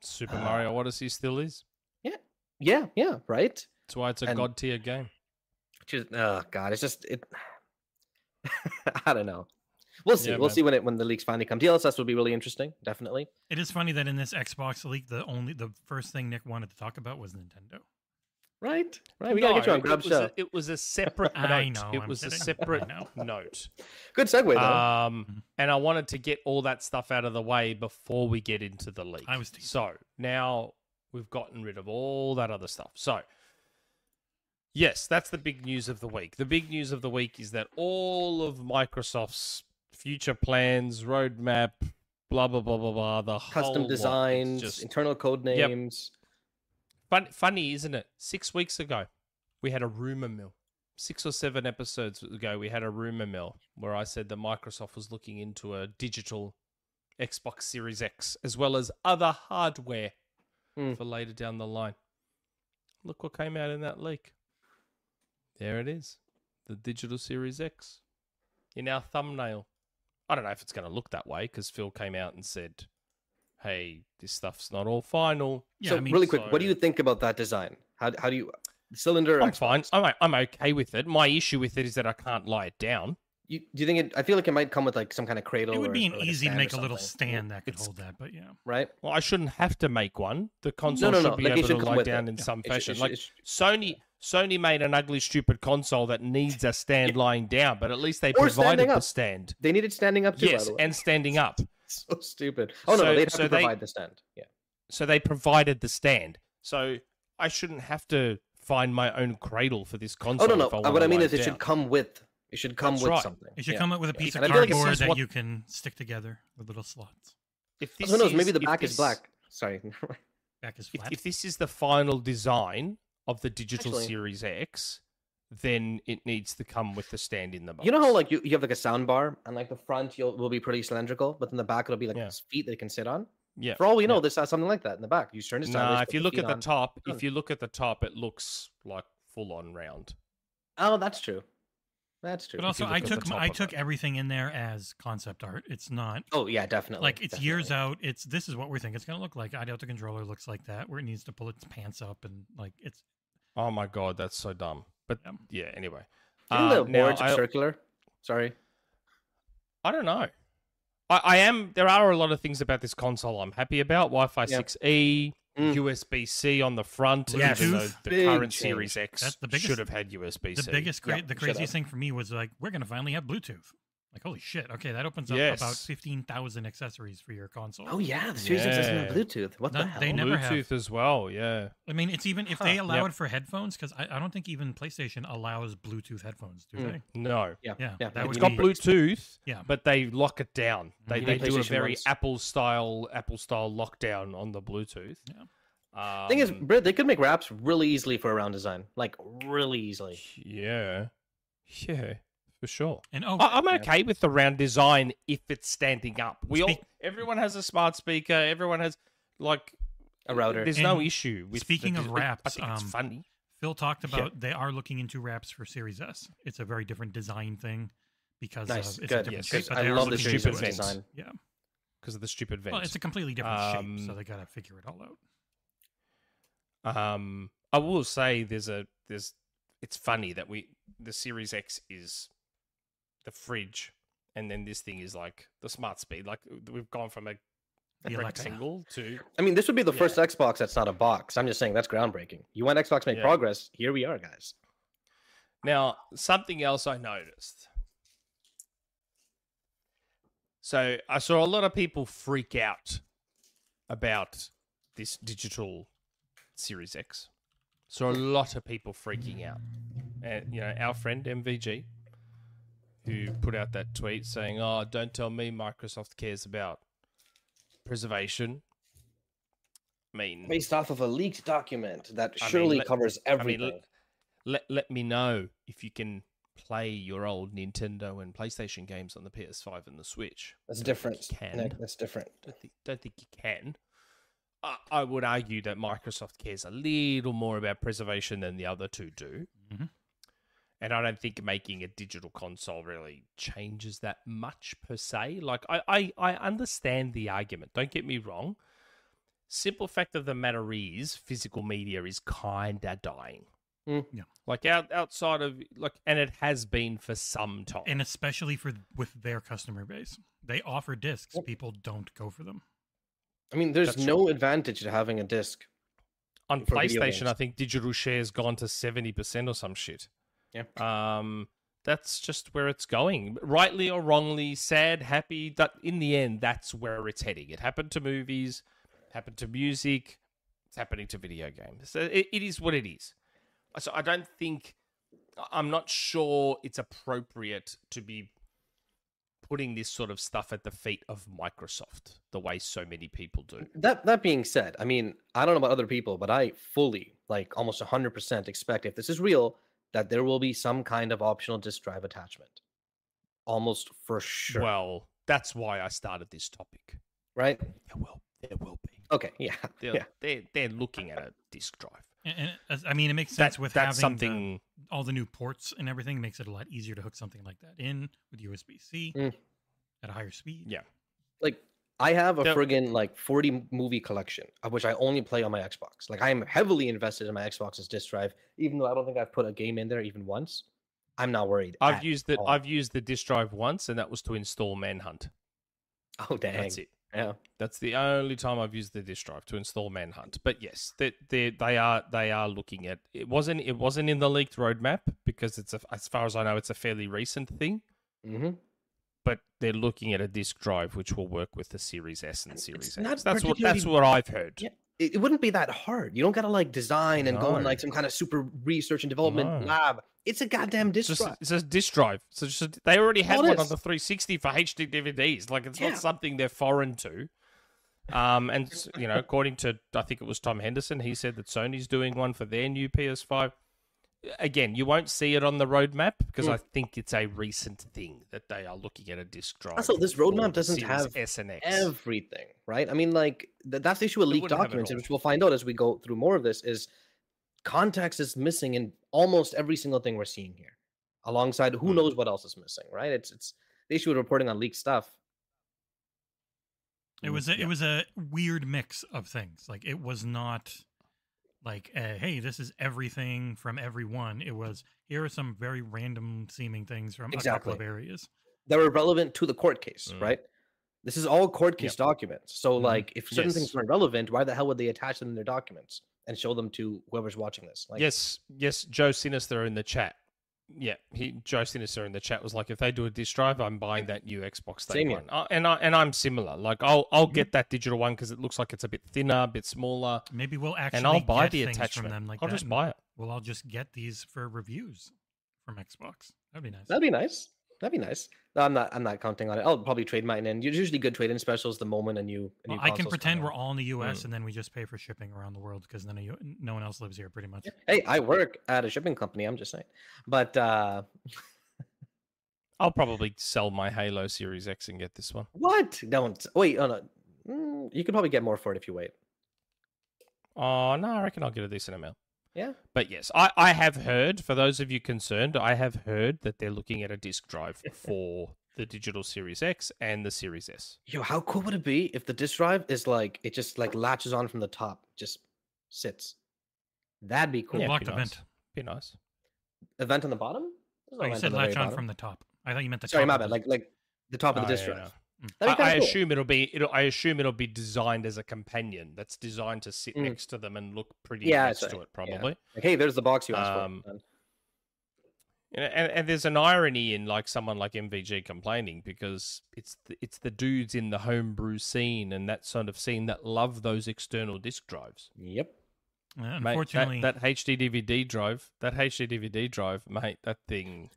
Speaker 3: Super
Speaker 4: Uh,
Speaker 3: Mario Odyssey still is.
Speaker 4: yeah, yeah, right.
Speaker 3: That's why it's a
Speaker 4: and-
Speaker 3: god tier game.
Speaker 4: Just oh god, it's just it. I don't know. We'll see.
Speaker 3: Yeah,
Speaker 4: we'll
Speaker 3: man.
Speaker 4: see when it when the leaks finally come. DLSS would be really interesting, definitely.
Speaker 2: It is funny that in this Xbox leak, the only the first thing Nick wanted to talk about was Nintendo.
Speaker 4: Right, right. We gotta get you on
Speaker 3: No,
Speaker 4: Grub
Speaker 3: it was
Speaker 4: Show.
Speaker 3: a, it was a separate note.
Speaker 2: I know,
Speaker 3: It
Speaker 2: I'm
Speaker 3: was a
Speaker 2: kidding. I
Speaker 3: separate
Speaker 2: know.
Speaker 3: note.
Speaker 4: Good segue though.
Speaker 3: Um,
Speaker 2: Mhm.
Speaker 3: and I wanted to get all that stuff out of the way before we get into the leak.
Speaker 2: I was teasing.
Speaker 3: so now we've gotten rid of all that other stuff. So yes, that's the big news of the week. The big news of the week is that all of Microsoft's future plans, roadmap, blah blah blah blah blah, the whole lot,
Speaker 4: custom
Speaker 3: it's
Speaker 4: designs,
Speaker 3: just
Speaker 4: internal code
Speaker 3: Yep.
Speaker 4: names.
Speaker 3: Fun, funny, isn't it? Six weeks ago, we had a rumor mill. Six or seven episodes ago, we had a rumor mill where I said that Microsoft was looking into a digital Xbox Series X as well as other hardware
Speaker 4: Hmm.
Speaker 3: for later down the line. Look what came out in that leak. There it is the digital Series X in our thumbnail. I don't know if it's going to look that way because Phil came out and said, hey, this stuff's not all final.
Speaker 2: Yeah,
Speaker 4: so
Speaker 2: I mean,
Speaker 4: really quick, what do
Speaker 3: so-
Speaker 4: you think about that design? How how do you cylinder?
Speaker 3: I'm
Speaker 4: Xbox,
Speaker 3: fine. I'm, o- I'm okay with it. My issue with it is that I can't lie it down.
Speaker 4: You, do you think it? I feel like it might come with like some kind of cradle.
Speaker 2: it would
Speaker 4: or-
Speaker 2: be an
Speaker 4: or like
Speaker 2: easy to
Speaker 4: stand or
Speaker 2: make a little
Speaker 4: something. Yeah,
Speaker 2: stand that could
Speaker 3: It's-
Speaker 2: hold that, but yeah.
Speaker 4: right?
Speaker 3: Well, I shouldn't have to make one. The console
Speaker 4: no,
Speaker 3: should
Speaker 4: no,
Speaker 3: be
Speaker 4: like, it
Speaker 3: able
Speaker 4: should
Speaker 3: to
Speaker 4: come
Speaker 3: lie
Speaker 4: with
Speaker 3: down
Speaker 4: it.
Speaker 3: in
Speaker 4: Yeah.
Speaker 3: some
Speaker 4: It should-
Speaker 3: fashion.
Speaker 4: it should-
Speaker 3: like
Speaker 4: it should-
Speaker 3: Sony, Sony made an ugly, stupid console that needs a stand lying down, but at least they
Speaker 4: Or
Speaker 3: provided
Speaker 4: standing
Speaker 3: the
Speaker 4: up.
Speaker 3: stand.
Speaker 4: They needed standing up too. by
Speaker 3: Yes,
Speaker 4: the way.
Speaker 3: and standing up.
Speaker 4: so stupid. Oh no,
Speaker 3: So-
Speaker 4: they'd have
Speaker 3: so
Speaker 4: to
Speaker 3: they-
Speaker 4: provide the stand. Yeah,
Speaker 3: So they provided the stand. So I shouldn't have to find my own cradle for this console.
Speaker 4: Oh no, no.
Speaker 3: If I
Speaker 4: what I mean is,
Speaker 3: it
Speaker 4: it should come with. It should come
Speaker 3: That's
Speaker 4: with
Speaker 3: right.
Speaker 4: something.
Speaker 2: It should
Speaker 4: Yeah.
Speaker 2: come up with a piece
Speaker 4: And I
Speaker 2: of
Speaker 4: feel like it's
Speaker 2: cardboard
Speaker 3: just
Speaker 2: that
Speaker 3: what-
Speaker 2: you can stick together with little slots.
Speaker 3: If
Speaker 4: Who
Speaker 3: this
Speaker 4: knows? Maybe
Speaker 3: is-
Speaker 4: the
Speaker 3: if
Speaker 4: back is
Speaker 3: this-
Speaker 4: black. Sorry.
Speaker 2: Back is
Speaker 3: If,
Speaker 2: flat.
Speaker 3: if this is the final design of the digital
Speaker 4: Actually-
Speaker 3: Series X, then it needs to come with the stand in the box.
Speaker 4: you know how like you, you have like a sound bar and like the front you'll, will be pretty cylindrical, but then the back it'll be like
Speaker 3: Yeah.
Speaker 4: s- feet that it can sit on.
Speaker 3: yeah.
Speaker 4: For all we know,
Speaker 3: yeah.
Speaker 4: this has something like that in the back. You turn it sideways.
Speaker 3: Nah,
Speaker 4: put
Speaker 3: if you look
Speaker 4: feet
Speaker 3: at the
Speaker 4: on.
Speaker 3: top,
Speaker 4: Done.
Speaker 3: if you look at the top, it looks like full on round.
Speaker 4: Oh, that's true. That's true.
Speaker 2: but also,
Speaker 3: look
Speaker 2: I
Speaker 3: at the
Speaker 2: took my-
Speaker 3: top
Speaker 2: I
Speaker 3: of
Speaker 2: took
Speaker 3: it.
Speaker 2: everything in there as concept art. It's not
Speaker 4: oh yeah, definitely.
Speaker 2: like it's years
Speaker 4: definitely.
Speaker 2: out. It's this is what we think it's going to look like. I doubt the controller looks like that, where it needs to pull its pants up and like it's.
Speaker 3: Oh my god, that's so dumb. But
Speaker 2: Yep.
Speaker 3: yeah, anyway.
Speaker 4: Isn't
Speaker 3: Uh,
Speaker 4: the
Speaker 3: now,
Speaker 4: boards
Speaker 3: I-
Speaker 4: circular? Sorry.
Speaker 3: I don't know. I, I am. There are a lot of things about this console I'm happy about. Wi-Fi E,
Speaker 4: Yeah.
Speaker 3: 6E,
Speaker 4: Mm.
Speaker 3: USB C on the front.
Speaker 2: Yes.
Speaker 3: Even though
Speaker 2: Bluetooth.
Speaker 3: the
Speaker 4: Big
Speaker 3: current
Speaker 4: change.
Speaker 3: Series X
Speaker 2: That's the biggest-
Speaker 3: should have had USB C.
Speaker 2: The biggest, cra-
Speaker 4: Yeah,
Speaker 2: the
Speaker 4: shut
Speaker 2: craziest
Speaker 4: up.
Speaker 2: thing for me was like, we're going to finally have Bluetooth. Like, holy shit! Okay, that opens up about
Speaker 3: Yes.
Speaker 2: fifteen thousand accessories for your console.
Speaker 4: Oh yeah, the Series X doesn't have
Speaker 3: Yeah.
Speaker 4: Bluetooth. What
Speaker 2: No,
Speaker 4: the hell?
Speaker 2: they never have.
Speaker 3: Bluetooth as well. Yeah.
Speaker 2: I mean, it's even if they
Speaker 4: Huh.
Speaker 2: allow
Speaker 3: Yep.
Speaker 2: it for headphones, because I, I don't think even PlayStation allows Bluetooth headphones, do
Speaker 4: Mm.
Speaker 2: they?
Speaker 3: No.
Speaker 4: Yeah,
Speaker 2: Yeah,
Speaker 4: yeah.
Speaker 2: that
Speaker 4: It's
Speaker 3: It's
Speaker 2: would
Speaker 3: got
Speaker 2: be-
Speaker 3: Bluetooth,
Speaker 2: Yeah. Mm-hmm.
Speaker 3: but they lock it down. They,
Speaker 2: You
Speaker 3: they
Speaker 4: mean
Speaker 3: do a
Speaker 4: PlayStation
Speaker 3: very
Speaker 4: ones.
Speaker 3: Apple style Apple style lockdown on the Bluetooth.
Speaker 2: Yeah.
Speaker 3: Um,
Speaker 4: Thing is, Britt, they could make wraps really easily for a round design. Like really easily.
Speaker 3: yeah, yeah, for sure.
Speaker 2: And oh,
Speaker 3: I, I'm
Speaker 4: Yeah.
Speaker 3: okay with the round design if it's standing up. We all,
Speaker 2: Speak-
Speaker 3: everyone has a smart speaker. Everyone has like
Speaker 4: A router.
Speaker 3: There's no
Speaker 2: And
Speaker 3: issue with
Speaker 2: Mm-hmm.
Speaker 3: the
Speaker 2: speaking of
Speaker 3: dis- I
Speaker 2: wraps,
Speaker 3: think it's
Speaker 2: um,
Speaker 3: funny.
Speaker 2: Phil talked about they are looking into wraps for Series S. It's a very different design thing because of,
Speaker 4: Nice.
Speaker 2: it's a
Speaker 4: Good.
Speaker 2: different
Speaker 3: yes,
Speaker 2: shape.
Speaker 3: good.
Speaker 2: But
Speaker 4: I
Speaker 2: they are
Speaker 4: love the
Speaker 2: looking
Speaker 4: Series
Speaker 3: stupid
Speaker 2: into
Speaker 4: X
Speaker 2: it.
Speaker 3: vents.
Speaker 4: design.
Speaker 2: Yeah,
Speaker 3: because of the stupid vent.
Speaker 2: well, it's a completely different shape, so
Speaker 3: Um,
Speaker 2: they got to figure it all out.
Speaker 3: Um, I will say there's a there's it's funny that we the Series X is the fridge, and then this thing is like the smart speed. Like we've gone from a
Speaker 2: The Alexa.
Speaker 3: rectangle to
Speaker 4: I mean, this would be the first Xbox that's not a box. I'm just saying that's groundbreaking. You want Xbox to make
Speaker 3: Yeah.
Speaker 4: progress? Here we are, guys.
Speaker 3: now something else I noticed. So I saw a lot of people freak out about this digital Series X. Saw a lot of people freaking out. And you know, our friend MVG, who put out that tweet saying, "Oh, don't tell me Microsoft cares about preservation." I mean,
Speaker 4: Based off of a leaked document that
Speaker 3: I mean,
Speaker 4: surely
Speaker 3: let-
Speaker 4: covers
Speaker 3: I mean,
Speaker 4: everything.
Speaker 3: let, let let me know if you can play your old Nintendo and PlayStation games on the PS5 and the Switch.
Speaker 4: that's
Speaker 3: Don't think
Speaker 4: different.
Speaker 3: you
Speaker 4: Nick,
Speaker 3: Can.
Speaker 4: that's different.
Speaker 3: Don't think, don't think you can. I, I would argue that Microsoft cares a little more about preservation than the other two do.
Speaker 2: Mhm.
Speaker 3: And I don't think making a digital console really changes that much per se. Like, I, I, I understand the argument. Don't get me wrong. Simple fact of the matter is, physical media is kinda dying.
Speaker 4: Mm.
Speaker 2: Yeah.
Speaker 3: Like out, outside of like, and it has been for some time.
Speaker 2: And especially for with their customer base, they offer discs.
Speaker 4: Well-
Speaker 2: People don't go for them.
Speaker 4: I mean, there's
Speaker 3: That's
Speaker 4: no
Speaker 3: true.
Speaker 4: advantage to having a disc.
Speaker 3: on
Speaker 4: for video games.
Speaker 3: PlayStation, I think digital share's gone to seventy percent or some shit.
Speaker 4: Yeah.
Speaker 3: Um, that's just where it's going, rightly or wrongly, sad, happy. That in the end, that's where it's heading. It happened to movies, happened to music, it's happening to video games. So it, it is what it is. So I don't think, I- I'm not sure it's appropriate to be putting this sort of stuff at the feet of Microsoft the way so many people do.
Speaker 4: That that being said, I mean, I don't know about other people, but I fully, like almost 100% expect if this is real, that there will be some kind of optional disk drive attachment. Almost for sure.
Speaker 3: Well, that's why I started this topic.
Speaker 4: right?
Speaker 3: There will, there will be.
Speaker 4: Okay, yeah.
Speaker 3: They're,
Speaker 4: yeah.
Speaker 3: they're, they're looking at a disk drive.
Speaker 2: And, and as- I mean, it makes sense
Speaker 3: That's
Speaker 2: with
Speaker 3: that's
Speaker 2: having the-
Speaker 3: something.
Speaker 2: all the new ports and everything makes it a lot easier to hook something like that in with USB C
Speaker 4: Mm.
Speaker 2: at a higher speed.
Speaker 3: Yeah.
Speaker 4: Like I have a
Speaker 3: Don't-
Speaker 4: friggin' like 40 m- movie collection of which I only play on my Xbox. Like I am heavily invested in my Xbox's disk drive, even though I don't think I've put a game in there even once. I'm not worried.
Speaker 3: I've
Speaker 4: at
Speaker 3: used the
Speaker 4: all.
Speaker 3: I've used the disk drive once, and that was to install Manhunt.
Speaker 4: oh dang.
Speaker 3: That's it.
Speaker 4: Yeah.
Speaker 3: That's the only time I've used the disk drive to install Manhunt. But yes, they they, they are they are looking at it wasn't it wasn't in the leaked roadmap because it's a, as far as I know it's a fairly recent thing.
Speaker 4: Mm-hmm.
Speaker 3: But they're looking at a disk drive which will work with the Series S and Series X.
Speaker 4: not
Speaker 3: That's what
Speaker 4: particularly-
Speaker 3: that's what I've heard.
Speaker 4: Yeah, it, it wouldn't be that hard. You don't gotta like design and go in
Speaker 3: No.
Speaker 4: like some kind of super research and development
Speaker 3: No.
Speaker 4: lab. It's a goddamn disk
Speaker 3: It's just
Speaker 4: drive.
Speaker 3: it's a disk drive. So it's just, they already had
Speaker 4: All
Speaker 3: one
Speaker 4: this.
Speaker 3: on the 360 for HD DVDs. Like it's
Speaker 4: Yeah.
Speaker 3: not something they're foreign to. Um, and s- you know, according to I think it was Tom Henderson, he said that Sony's doing one for their new PS5. Again, you won't see it on the roadmap because
Speaker 4: Hmm.
Speaker 3: I think it's a recent thing that they are looking at a disk drive.
Speaker 4: Also, this
Speaker 3: for
Speaker 4: roadmap doesn't
Speaker 3: Series
Speaker 4: have
Speaker 3: S and X.
Speaker 4: everything, right? I mean, like th- that's the issue with
Speaker 3: They
Speaker 4: leaked
Speaker 3: wouldn't have it
Speaker 4: documents, and
Speaker 3: all.
Speaker 4: which we'll find out as we go through more of this. Is context is missing in almost every single thing we're seeing here, alongside who
Speaker 3: Hmm.
Speaker 4: knows what else is missing, right? It's it's the issue with reporting on leaked stuff.
Speaker 2: It
Speaker 3: Mm,
Speaker 2: was a,
Speaker 3: yeah.
Speaker 2: it was a weird mix of things. Like it was not like uh, hey, this is everything from everyone. It was here are some very random seeming things from a couple of
Speaker 4: Exactly.
Speaker 2: areas.
Speaker 4: that were relevant to the court case,
Speaker 3: Mm.
Speaker 4: right? This is all court case documents. So,
Speaker 2: Mm-hmm.
Speaker 3: Mhm.
Speaker 4: like, if certain things
Speaker 3: Yes.
Speaker 4: weren't relevant, why the hell would they attach them in their documents and show them to whoever's watching this? Like,
Speaker 3: yes, yes, Joe Sinister in the chat. Yeah, he Joe Sinister in the chat was like, if they do a disc drive, I'm buying that new Xbox Day
Speaker 4: Same here.
Speaker 3: One, Uh, and I and I'm similar. Like, I'll I'll
Speaker 2: Mm-hmm.
Speaker 3: get that digital one because it looks like it's a bit thinner, a bit smaller,
Speaker 2: Maybe we'll actually
Speaker 3: and I'll buy
Speaker 2: get
Speaker 3: the
Speaker 2: things
Speaker 3: attachment.
Speaker 2: from them like
Speaker 3: I'll
Speaker 2: that.
Speaker 3: just
Speaker 2: and
Speaker 3: buy it.
Speaker 2: We'll all just get these for reviews from Xbox. That'd be nice.
Speaker 4: that'd be nice. That'd be nice. No, I'm not. I'm not counting on it. I'll probably trade mine in. There's usually good trade-in specials the moment a new. A new
Speaker 2: Well, I can
Speaker 4: console's
Speaker 2: pretend
Speaker 4: coming
Speaker 2: we're
Speaker 4: out.
Speaker 2: all in the
Speaker 3: Hmm.
Speaker 2: U.S. and then we just pay for shipping around the world because then a U- no one else lives here, pretty much.
Speaker 4: Hey, I work at a shipping company. I'm just saying, but uh
Speaker 3: I'll probably sell my Halo Series X and get this one.
Speaker 4: what? Don't wait. Oh no, Mm, you could probably get more for it if you wait.
Speaker 3: Oh no, I reckon I'll get a decent amount.
Speaker 4: Yeah.
Speaker 3: But yes, I, I have heard, for those of you concerned, I have heard that they're looking at a disc drive for the digital Series X and the Series S.
Speaker 4: Yo, how cool would it be if the disk drive is like it just like latches on from the top, just sits. That'd be cool.
Speaker 3: Yeah,
Speaker 2: Blocked
Speaker 3: be nice.
Speaker 2: event.
Speaker 3: Be nice.
Speaker 4: Event on the bottom? There's no
Speaker 2: Oh, you
Speaker 4: vent
Speaker 2: said
Speaker 4: the very
Speaker 2: latch on
Speaker 4: bottom.
Speaker 2: from the top. I thought you meant the
Speaker 4: Sorry,
Speaker 2: top.
Speaker 4: my
Speaker 2: of
Speaker 4: bad.
Speaker 2: the-
Speaker 4: Like like the top of
Speaker 3: Oh,
Speaker 4: the disk
Speaker 3: yeah,
Speaker 4: drive.
Speaker 3: no.
Speaker 2: Mm.
Speaker 4: That'd be
Speaker 3: I, I
Speaker 4: kinda cool.
Speaker 3: assume it'll be. It'll, I assume it'll be designed as a companion that's designed to sit
Speaker 4: Mm.
Speaker 3: next to them and look pretty
Speaker 4: Yeah,
Speaker 3: next
Speaker 4: that's
Speaker 3: to
Speaker 4: right.
Speaker 3: it, probably.
Speaker 4: Like, hey, there's the box you asked
Speaker 3: Um,
Speaker 4: for. man.
Speaker 3: You know, And, and there's an irony in like someone like MVG complaining because it's the, it's the dudes in the homebrew scene and that sort of scene that love those external disc drives.
Speaker 4: Yep.
Speaker 2: Uh,
Speaker 3: Mate, that-
Speaker 2: unfortunately,
Speaker 3: that, HD DVD drive, that HD DVD drive, mate, that thing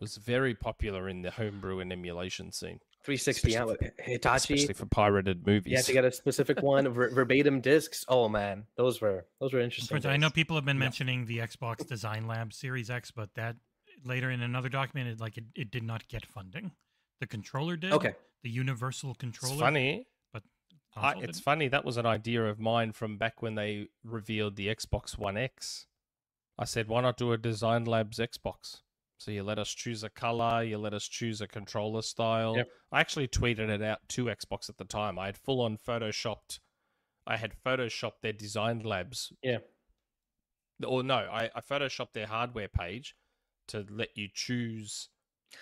Speaker 3: was very popular in the homebrew and emulation scene,
Speaker 4: 360 out with Hitachi.
Speaker 3: especially for pirated movies.
Speaker 4: You had to get a specific one, ver- verbatim discs. Oh man, those were those were interesting.
Speaker 2: Unfortunately, I know
Speaker 4: days.
Speaker 2: people have been
Speaker 3: Yeah.
Speaker 2: mentioning the Xbox Design Lab Series X, but that later in another document, it, like it, it did not get funding. The controller did.
Speaker 4: Okay.
Speaker 2: The universal controller.
Speaker 3: It's funny. I,
Speaker 2: console
Speaker 3: it's
Speaker 2: didn't.
Speaker 3: funny that was an idea of mine from back when they revealed the Xbox One X. I said, why not do a Design Labs Xbox? So you let us choose a color, you let us choose a controller style.
Speaker 4: Yep.
Speaker 3: I actually tweeted it out to Xbox at the time. I had full on photoshopped. I had photoshopped their Design Labs.
Speaker 4: Yeah.
Speaker 3: Or no, I, I photoshopped their hardware page to let you choose.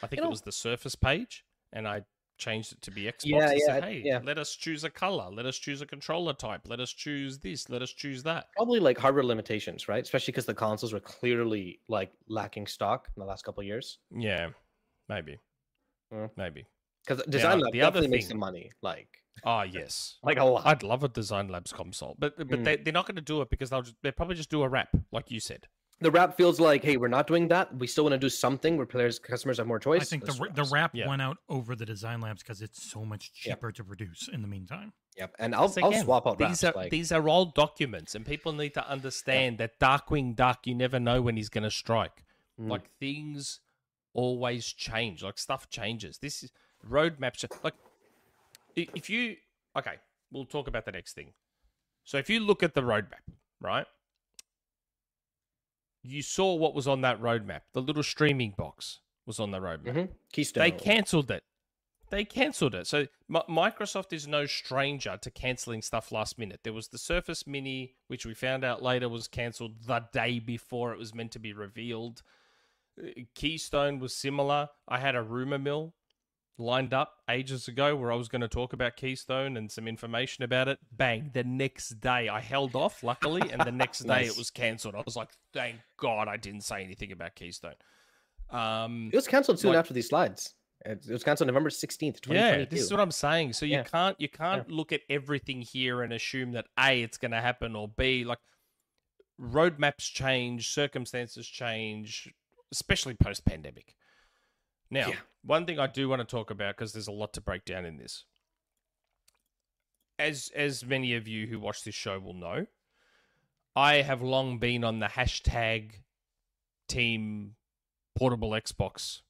Speaker 3: I think it
Speaker 4: know-
Speaker 3: was the Surface page, and I changed it to be Xbox.
Speaker 4: Yeah,
Speaker 3: and said,
Speaker 4: yeah, I-
Speaker 3: hey,
Speaker 4: yeah.
Speaker 3: let us choose a color, let us choose a controller type, let us choose this, let us choose that.
Speaker 4: probably like hardware limitations, right? Especially because the consoles were clearly like lacking stock in the last couple of years.
Speaker 3: Yeah, maybe,
Speaker 4: Yeah.
Speaker 3: maybe.
Speaker 4: Because design
Speaker 3: Now,
Speaker 4: lab
Speaker 3: the other
Speaker 4: definitely makes
Speaker 3: thing-
Speaker 4: some money, like
Speaker 3: Ah, yes.
Speaker 4: like a lot.
Speaker 3: I'd love a Design Labs console, but but
Speaker 4: Mm.
Speaker 3: they they're not going to do it because they'll just, they probably just do a wrap, like you said.
Speaker 4: The rap feels like, hey, we're not doing that. We still want to do something where players, customers have more choice.
Speaker 2: I think the
Speaker 4: Let's
Speaker 2: ra-
Speaker 4: do
Speaker 2: the
Speaker 4: this.
Speaker 2: wrap
Speaker 3: Yeah.
Speaker 2: went out over the Design Labs because it's so much
Speaker 4: Yep.
Speaker 2: cheaper to produce in the meantime.
Speaker 4: Yep. And I'll,
Speaker 3: So
Speaker 4: I'll
Speaker 3: again,
Speaker 4: swap out
Speaker 3: these
Speaker 4: raps.
Speaker 3: are
Speaker 4: like,
Speaker 3: these are all documents, and people need to understand that Darkwing Duck, you never know when he's going to strike.
Speaker 4: Mm.
Speaker 3: Like things always change. Like stuff changes. This is roadmaps. Like i- if you okay, we'll talk about the next thing. So if you look at the roadmap, right? You saw what was on that roadmap. The little streaming box was on the roadmap.
Speaker 4: mhm, Keystone.
Speaker 3: They cancelled it. They cancelled it. So Mi- Microsoft is no stranger to cancelling stuff last minute. There was the Surface Mini, which we found out later was cancelled the day before it was meant to be revealed. Uh, Keystone was similar. I had a rumor mill lined up ages ago where I was going to talk about Keystone and some information about it. Bang, the next day I held off, luckily, and the next day
Speaker 4: Nice.
Speaker 3: it was cancelled. I was like, thank God I didn't say anything about Keystone. Um,
Speaker 4: It was canceled soon
Speaker 3: like-
Speaker 4: after these slides. It's- It was canceled November 16th, 2022.
Speaker 3: Yeah, this is what I'm saying. So you
Speaker 4: Yeah.
Speaker 3: can't you can't look at everything here and assume that A it's going to happen or B like roadmaps change, circumstances change, especially post pandemic. Now,
Speaker 4: Yeah.
Speaker 3: one thing I do want to talk about because there's a lot to break down in this. As as many of you who watch this show will know, I have long been on the hashtag team portable Xbox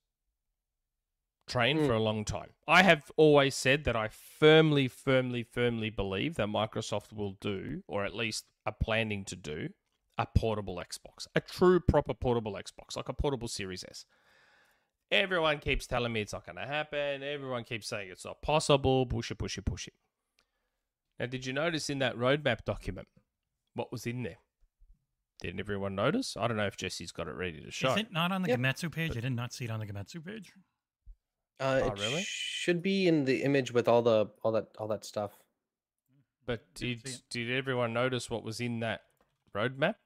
Speaker 3: train for a long time. I have always said that I firmly, firmly, firmly believe that Microsoft will do, or at least are planning to do, a portable Xbox, a true, proper portable Xbox, like a portable Series S. Everyone keeps telling me it's not going to happen. Everyone keeps saying it's not possible. Push it, push it, push it. Now, did you notice in that roadmap document what was in there? Didn't everyone notice? I don't know if Jesse's got it ready to show.
Speaker 2: Is it not on the
Speaker 4: Yep.
Speaker 2: Gametsu page? I did not see it on the Gametsu page.
Speaker 4: Uh,
Speaker 3: Oh,
Speaker 4: it
Speaker 3: really?
Speaker 4: Should be in the image with all the all that all that stuff.
Speaker 3: But did
Speaker 2: Didn't see
Speaker 3: did everyone notice what was in that roadmap?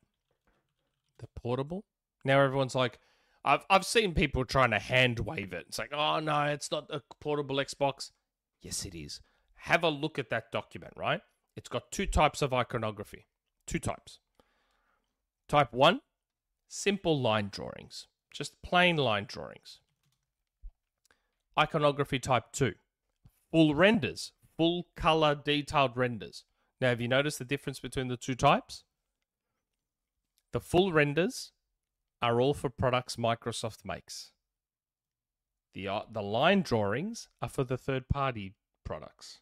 Speaker 3: The portable. Now everyone's like, I've I've seen people trying to hand wave it. It's like, oh no, it's not a portable Xbox. Yes, it is. Have a look at that document, right? It's got two types of iconography. Two types. Type one, simple line drawings, just plain line drawings. Iconography type two, full renders, full color detailed renders. Now, have you noticed the difference between the two types? The full renders are all for products Microsoft makes. The uh, the line drawings are for the third party products.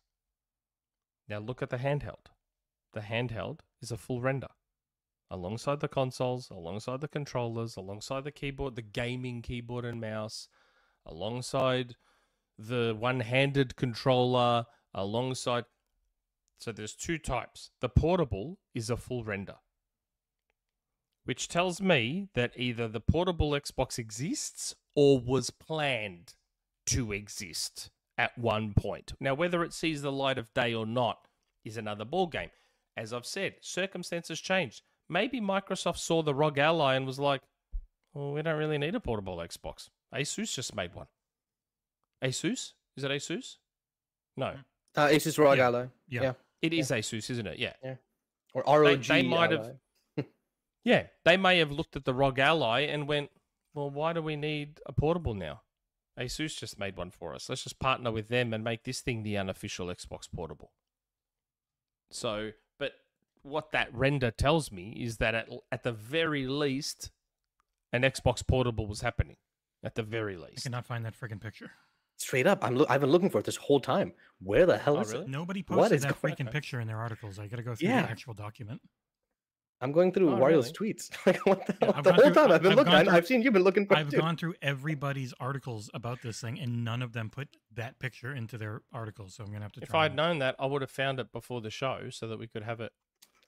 Speaker 3: Now look at the handheld. The handheld is a full render alongside the consoles, alongside the controllers, alongside the keyboard, the gaming keyboard and mouse, alongside the one-handed controller alongside so there's two types the portable is a full render which tells me that either the portable xbox exists or was planned to exist at one point now whether it sees the light of day or not is another ball game as i've said circumstances changed maybe microsoft saw the rog ally and was like well we don't really need a portable xbox asus just made one Asus? Is it Asus? No.
Speaker 4: Uh, Asus ROG
Speaker 2: Yeah.
Speaker 4: Ally.
Speaker 2: Yeah.
Speaker 3: It is Asus, isn't it? Yeah.
Speaker 4: Or ROG.
Speaker 3: they might have-
Speaker 4: Ally.
Speaker 3: Yeah. They may have looked at the ROG Ally and went, well, why do we need a portable now? Asus just made one for us. Let's just partner with them and make this thing the unofficial Xbox portable. So, but what that render tells me is that at, at the very least, an Xbox portable was happening. At the very
Speaker 2: I
Speaker 3: least.
Speaker 2: cannot find that freaking picture.
Speaker 4: Straight up, I'm lo- I've been looking for it this whole time. Where the hell
Speaker 3: Oh,
Speaker 4: is
Speaker 3: really?
Speaker 4: it?
Speaker 2: Nobody
Speaker 4: What
Speaker 2: posted
Speaker 4: is
Speaker 2: that
Speaker 4: going
Speaker 2: freaking
Speaker 4: on?
Speaker 2: picture in their articles. I got to go through
Speaker 4: Yeah.
Speaker 2: the actual document.
Speaker 4: I'm going through
Speaker 3: Oh,
Speaker 4: Wario's tweets. like what the, hell?
Speaker 2: I've
Speaker 4: the
Speaker 2: gone
Speaker 4: whole
Speaker 2: through-
Speaker 4: time I've been
Speaker 2: I've
Speaker 4: looking.
Speaker 2: gone
Speaker 4: I know-
Speaker 2: through-
Speaker 4: I've seen you've been looking for it
Speaker 2: I've
Speaker 4: too.
Speaker 2: gone through everybody's articles about this thing, and none of them put that picture into their articles. So I'm gonna have to.
Speaker 3: If
Speaker 2: try
Speaker 3: I'd
Speaker 2: and-
Speaker 3: known that, I would have found it before the show so that we could have it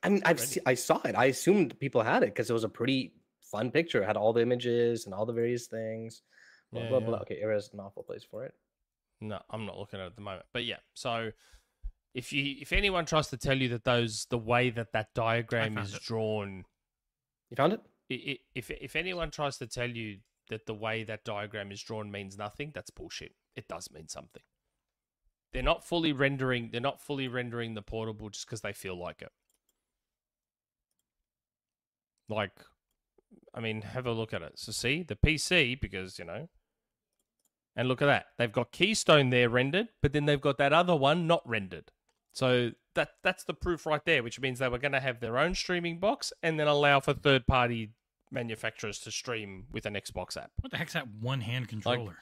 Speaker 4: I mean, I've
Speaker 3: Ready.
Speaker 4: se- I saw it. I assumed people had it because it was a pretty fun picture. It had all the images and all the various things. Blah
Speaker 3: Yeah,
Speaker 4: blah
Speaker 3: yeah.
Speaker 4: blah. Okay, Era's an awful place for it.
Speaker 3: No, I'm not looking at it at the moment. But yeah, so if you if anyone tries to tell you that those the way that that diagram
Speaker 2: found
Speaker 3: is
Speaker 2: it.
Speaker 3: drawn,
Speaker 4: You found it?
Speaker 3: i- i- if if anyone tries to tell you that the way that diagram is drawn means nothing, that's bullshit. It does mean something. They're not fully rendering. They're not fully rendering the portable just because they feel like it. Like, I mean, have a look at it. So see the PC because you know, and look at that. They've got Keystone there rendered, but then they've got that other one not rendered. So that that's the proof right there, which means they were going to have their own streaming box and then allow for third party manufacturers to stream with an Xbox app.
Speaker 2: What the heck's that one hand controller?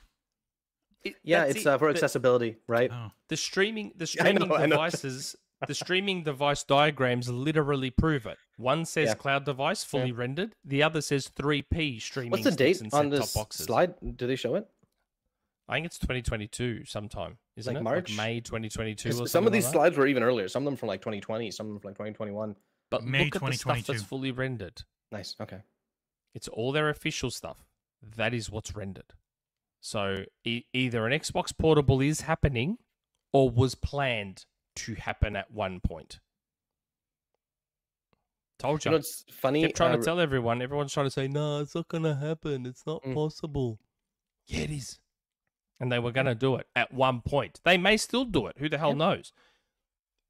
Speaker 3: It-
Speaker 4: Yeah,
Speaker 3: that's it.
Speaker 4: it's uh, for
Speaker 3: The-
Speaker 4: accessibility, right?
Speaker 2: oh,
Speaker 3: the streaming the
Speaker 4: I know,
Speaker 3: streaming
Speaker 4: I know.
Speaker 3: devices the streaming device diagrams literally prove it. One says
Speaker 4: Yeah.
Speaker 3: cloud device fully rendered, the other says 3P streaming.
Speaker 4: What's the
Speaker 3: sticks
Speaker 4: date
Speaker 3: and
Speaker 4: on
Speaker 3: set-top
Speaker 4: this
Speaker 3: boxes.
Speaker 4: slide? Do they show it?
Speaker 3: I think it's 2022 sometime, isn't
Speaker 4: Like
Speaker 3: it?
Speaker 4: March?
Speaker 3: Like May 2022 or
Speaker 4: 'Cause
Speaker 3: something.
Speaker 4: Some of these
Speaker 3: like that.
Speaker 4: slides were even earlier. Some of them from like 2020. Some of them from like 2021.
Speaker 3: but
Speaker 2: May
Speaker 3: look at the stuff that's
Speaker 2: 2022.
Speaker 3: fully rendered.
Speaker 4: Nice. Okay.
Speaker 3: It's all their official stuff. That is what's rendered. So e- either an Xbox Portable is happening or was planned to happen at one point. Told you.
Speaker 4: You know, it's funny.
Speaker 3: Keep trying
Speaker 4: uh,
Speaker 3: to tell everyone. Everyone's trying to say, no, it's not going to happen. It's not
Speaker 4: Mm.
Speaker 3: possible. Yeah, it is. and they were going to do it at one point. They may still do it. Who the hell
Speaker 4: Yep.
Speaker 3: knows?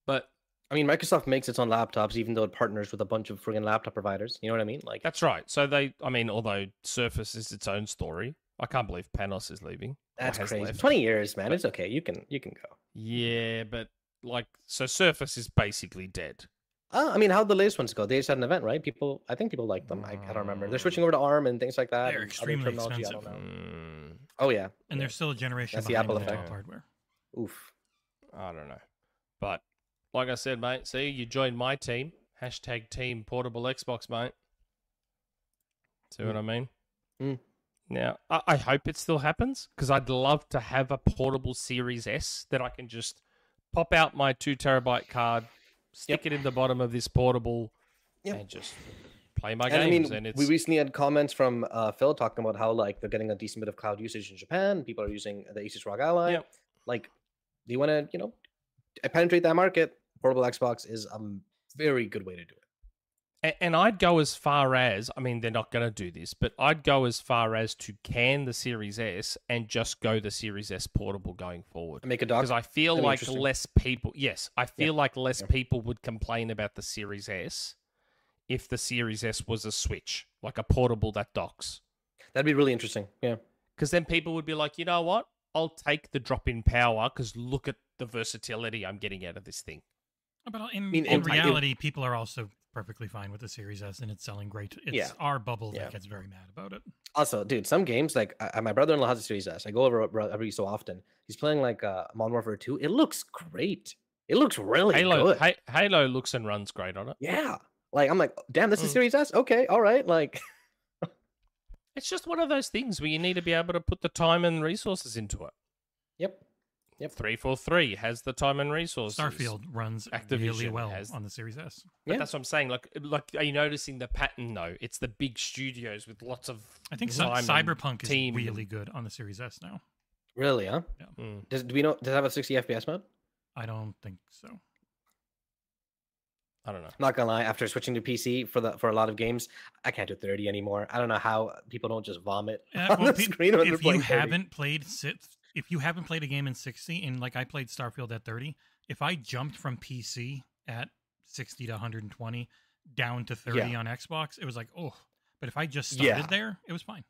Speaker 3: But
Speaker 4: I mean, Microsoft makes its own laptops, even though it partners with a bunch of friggin' laptop providers. You know what I mean? Like,
Speaker 3: that's right. So they, I mean, although Surface is its own story, I can't believe Panos is leaving. or
Speaker 4: that's
Speaker 3: has
Speaker 4: crazy.
Speaker 3: left.
Speaker 4: Twenty years, man. It's okay. You can you can go.
Speaker 3: Yeah, but like, so Surface is basically dead.
Speaker 4: Uh, I mean, how'd the latest ones go? They just had an event, right? People, I think people like them. I, I don't remember. They're switching over to ARM and things like that.
Speaker 2: They're
Speaker 4: and other
Speaker 2: extremely
Speaker 4: terminology, I don't
Speaker 2: expensive.
Speaker 4: know.
Speaker 3: Mm,
Speaker 4: Oh yeah,
Speaker 2: and
Speaker 4: yeah.
Speaker 2: they're still a generation
Speaker 4: That's the
Speaker 2: behind
Speaker 4: Apple
Speaker 2: on top
Speaker 3: effect.
Speaker 2: hardware.
Speaker 4: oof.
Speaker 3: I don't know. But like I said, mate, see, you joined my team. Hashtag team portable Xbox, mate. See what I mean?
Speaker 4: Mm.
Speaker 3: Now, I, I hope it still happens because I'd love to have a portable Series S that I can just pop out my two terabyte card, stick it in the bottom of this portable,
Speaker 4: Yep.
Speaker 3: and just play my
Speaker 4: And I
Speaker 3: games.
Speaker 4: mean,
Speaker 3: and it's
Speaker 4: we recently had comments from uh, Phil talking about how like they're getting a decent bit of cloud usage in Japan. People are using the Asus ROG Ally.
Speaker 3: Yep.
Speaker 4: Like, do you want to you know penetrate that market? Portable Xbox is a very good way to do it.
Speaker 3: A- And I'd go as far as, I mean, they're not going to do this, but I'd go as far as to can the Series S and just go the Series S portable going forward.
Speaker 4: Make a doc.
Speaker 3: Because I feel
Speaker 4: that'd be
Speaker 3: like
Speaker 4: interesting.
Speaker 3: less people, yes, I feel like less
Speaker 4: yeah.
Speaker 3: people would complain about the Series S if the Series S was a Switch, like a portable that docks.
Speaker 4: That'd be really interesting. Yeah.
Speaker 3: Because then people would be like, you know what? I'll take the drop in power because look at the versatility I'm getting out of this thing.
Speaker 2: But in,
Speaker 4: mean,
Speaker 2: in
Speaker 4: and I do-
Speaker 2: reality, people are also perfectly fine with the Series S, and it's selling great. It's
Speaker 4: Yeah.
Speaker 2: our bubble
Speaker 4: Yeah.
Speaker 2: that gets very mad about it.
Speaker 4: Also, dude, some games like I, I- my brother-in-law has a Series S. I go over bro- every so often. He's playing like uh, Modern Warfare 2. It looks great. It looks really
Speaker 3: Halo,
Speaker 4: good.
Speaker 3: ha- Halo looks and runs great on it.
Speaker 4: yeah. Like I'm like, "Oh, damn, this is
Speaker 3: Mm.
Speaker 4: Series S. Okay, all right. Like,
Speaker 3: It's just one of those things where you need to be able to put the time and resources into it.
Speaker 4: yep.
Speaker 3: 343 has the time and resources.
Speaker 2: Starfield runs really
Speaker 3: Activision
Speaker 2: well
Speaker 3: has-
Speaker 2: on the Series S.
Speaker 3: But
Speaker 4: Yeah.
Speaker 3: that's what I'm saying. Like, like, are you noticing the pattern though? It's the big studios with lots of.
Speaker 2: I think Cy-
Speaker 3: time and
Speaker 2: Cyberpunk is
Speaker 3: team
Speaker 2: really good on the Series S now.
Speaker 4: Really, huh?
Speaker 3: and- Mm.
Speaker 4: Does do we know? Does it have a 60 FPS mode?
Speaker 2: I don't think so.
Speaker 3: I don't know.
Speaker 4: I'm not gonna lie. After switching to PC for the for a lot of games, I can't do 30 anymore. I don't know how people don't just vomit
Speaker 2: Uh,
Speaker 4: on
Speaker 2: well,
Speaker 4: the
Speaker 2: pe-
Speaker 4: screen when they're
Speaker 2: if you
Speaker 4: playing 30.
Speaker 2: haven't played sit- if you haven't played a game in 60 and like i played starfield at 30 if i jumped from pc at 60 to 120 down to 30
Speaker 4: Yeah.
Speaker 2: on xbox it was like oh but if i just started
Speaker 4: Yeah.
Speaker 2: there it was fine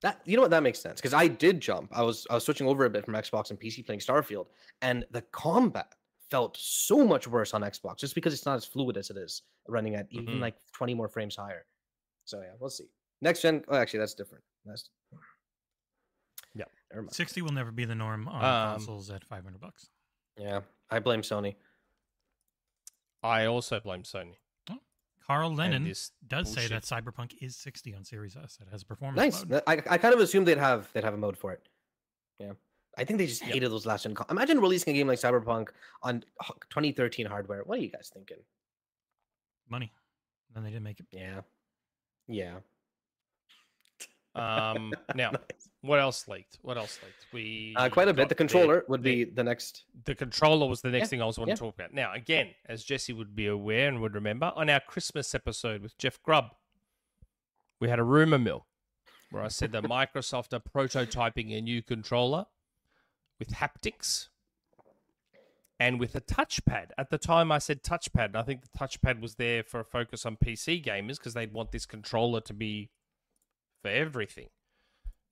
Speaker 4: That you know what that makes sense because I did jump. I was I was switching over a bit from Xbox and PC playing Starfield, and the combat felt so much worse on Xbox just because it's not as fluid as it is running at even
Speaker 3: Mhm.
Speaker 4: like 20 more frames higher. So yeah, we'll see. Next gen. Oh, actually, that's different. That's
Speaker 3: Yep.
Speaker 4: Never mind.
Speaker 2: 60 will never be the norm on
Speaker 3: Um,
Speaker 2: consoles at 500 bucks
Speaker 4: Yeah, I blame Sony.
Speaker 3: I also blame Sony.
Speaker 2: carl
Speaker 3: and
Speaker 2: lennon
Speaker 3: this
Speaker 2: does say
Speaker 3: bullshit.
Speaker 2: that cyberpunk is 60 on series s it has a performance
Speaker 4: Nice.
Speaker 2: mode.
Speaker 4: Th- I, I kind of assumed they'd have they'd have a mode for it. Yeah, I think they just hated those last gen. Con- Imagine releasing a game like Cyberpunk on h- 2013 hardware. What are you guys thinking?
Speaker 2: money then they didn't make it
Speaker 4: Yeah, yeah.
Speaker 3: Um, now, what else leaked? What else leaked? We
Speaker 4: Uh, quite a bit.
Speaker 3: got
Speaker 4: The controller would
Speaker 3: the-
Speaker 4: be the next.
Speaker 3: the controller was the next
Speaker 4: Yeah,
Speaker 3: thing I was want
Speaker 4: yeah.
Speaker 3: to talk about. Now, again, as Jesse would be aware and would remember, on our Christmas episode with Jeff Grubb, we had a rumor mill where I said that Microsoft are prototyping a new controller with haptics and with a touchpad. At the time, I said touchpad, and I think the touchpad was there for a focus on PC gamers because they'd want this controller to be for everything.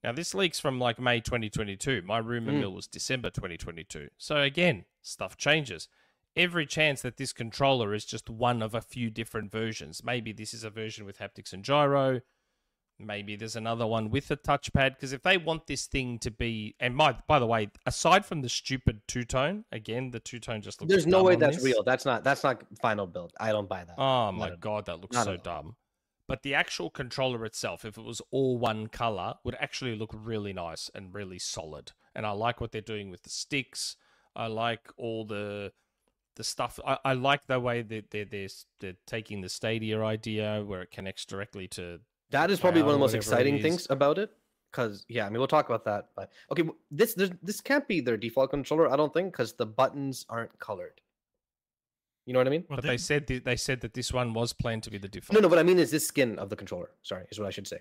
Speaker 3: Now, this leaks from like May 2022. My rumor
Speaker 4: Mm.
Speaker 3: mill was December 2022. So, again, stuff changes. Every chance that this controller is just one of a few different versions. Maybe this is a version with haptics and gyro. Maybe there's another one with a touchpad. Because if they want this thing to be, and my, by the way, aside from the stupid two tone, again, the two tone just looks
Speaker 4: There's no
Speaker 3: dumb
Speaker 4: way
Speaker 3: on
Speaker 4: that's
Speaker 3: this.
Speaker 4: real. That's not. That's not final build. I don't buy that.
Speaker 3: Oh
Speaker 4: Not
Speaker 3: my
Speaker 4: at all.
Speaker 3: god, that looks
Speaker 4: Not
Speaker 3: so
Speaker 4: at
Speaker 3: dumb. But the actual controller itself, if it was all one color, would actually look really nice and really solid. And I like what they're doing with the sticks. I like all the the stuff. I, I like the way that they're, they're they're taking the Stadia idea, where it connects directly to
Speaker 4: That is probably one of the
Speaker 3: Wow,
Speaker 4: most
Speaker 3: whatever it
Speaker 4: exciting
Speaker 3: is.
Speaker 4: things about it. Because yeah, I mean, we'll talk about that. But okay, w- this this, this can't be their default controller. I don't think because the buttons aren't colored. You know what I mean?
Speaker 2: well,
Speaker 3: But
Speaker 2: they-
Speaker 3: they said th- they said that this one was planned to be the default.
Speaker 4: No, no. What I mean is this skin of the controller. Sorry, is what I should say.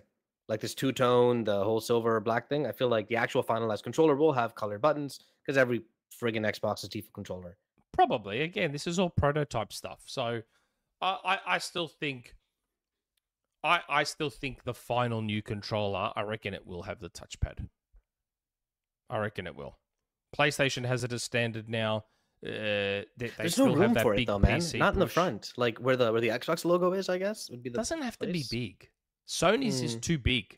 Speaker 4: like this two tone, the whole silver or black thing. I feel like the actual finalized controller will have colored buttons because every friggin' Xbox is default controller.
Speaker 3: probably again this is all prototype stuff so i i, I still think I, I still think the final new controller i reckon it will have the touchpad i reckon it will playstation has it as standard now uh, they, they
Speaker 4: There's
Speaker 3: still
Speaker 4: no
Speaker 3: have
Speaker 4: room
Speaker 3: that
Speaker 4: for
Speaker 3: big
Speaker 4: it though, man.
Speaker 3: PC
Speaker 4: Not in the
Speaker 3: push.
Speaker 4: front, like where the where the Xbox logo is. I guess would be the
Speaker 3: doesn't have to be
Speaker 4: place.
Speaker 3: big sony's is
Speaker 4: Mm.
Speaker 3: too big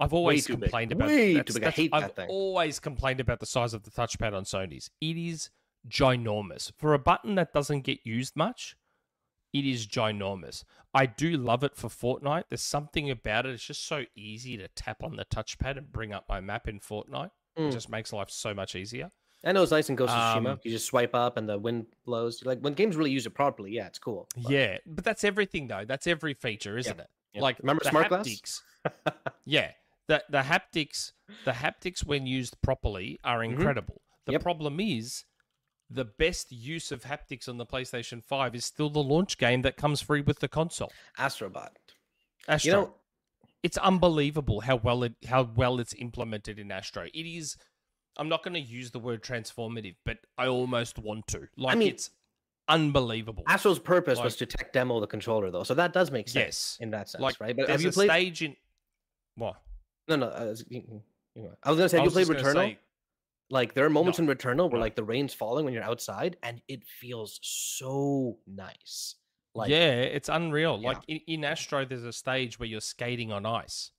Speaker 3: i've always
Speaker 4: too big.
Speaker 3: complained about
Speaker 4: Way
Speaker 3: that's-
Speaker 4: too big. I
Speaker 3: that's-
Speaker 4: hate
Speaker 3: I've
Speaker 4: that thing.
Speaker 3: always complained about the size of the touchpad on sony's it is ginormous for a button that doesn't get used much it is ginormous. I do love it for Fortnite. There's something about it. It's just so easy to tap on the touchpad and bring up my map in Fortnite. It
Speaker 4: Mm.
Speaker 3: just makes life so much easier.
Speaker 4: I know it's nice in Ghost of Tsushima.
Speaker 3: Um,
Speaker 4: You just swipe up and the wind blows. Like when games really use it properly, yeah, it's cool. but-
Speaker 3: Yeah, but that's everything though. That's every feature, isn't it?
Speaker 4: yeah.
Speaker 3: Like
Speaker 4: Remember
Speaker 3: the
Speaker 4: Smart Glass?
Speaker 3: haptics. yeah, the the haptics, the haptics when used properly are incredible. The
Speaker 4: Mm-hmm. Yep.
Speaker 3: problem is, the best use of haptics on the PlayStation Five is still the launch game that comes free with the console.
Speaker 4: Astrobot.
Speaker 3: Astro.
Speaker 4: You know,
Speaker 3: it's unbelievable how well it how well it's implemented in Astro. It is. I'm not going to use the word transformative, but I almost want to. Like
Speaker 4: mean-
Speaker 3: it's unbelievable.
Speaker 4: Astro's purpose was
Speaker 3: Like-
Speaker 4: to tech demo the controller though, so that does make sense
Speaker 3: Yes.
Speaker 4: in that sense,
Speaker 3: like
Speaker 4: right? But
Speaker 3: there's
Speaker 4: have you
Speaker 3: a
Speaker 4: played?
Speaker 3: stage in what?
Speaker 4: No, uh, no. I was, you- you- I was gonna say,
Speaker 3: I
Speaker 4: have you
Speaker 3: was
Speaker 4: played
Speaker 3: just
Speaker 4: Returnal?
Speaker 3: gonna say-
Speaker 4: Like there are moments
Speaker 3: No,
Speaker 4: in Returnal where
Speaker 3: no.
Speaker 4: like the rain's falling when you're outside, and it feels so nice. Like
Speaker 3: yeah, it's unreal.
Speaker 4: Yeah.
Speaker 3: Like in, in Astro, there's a stage where you're skating on ice.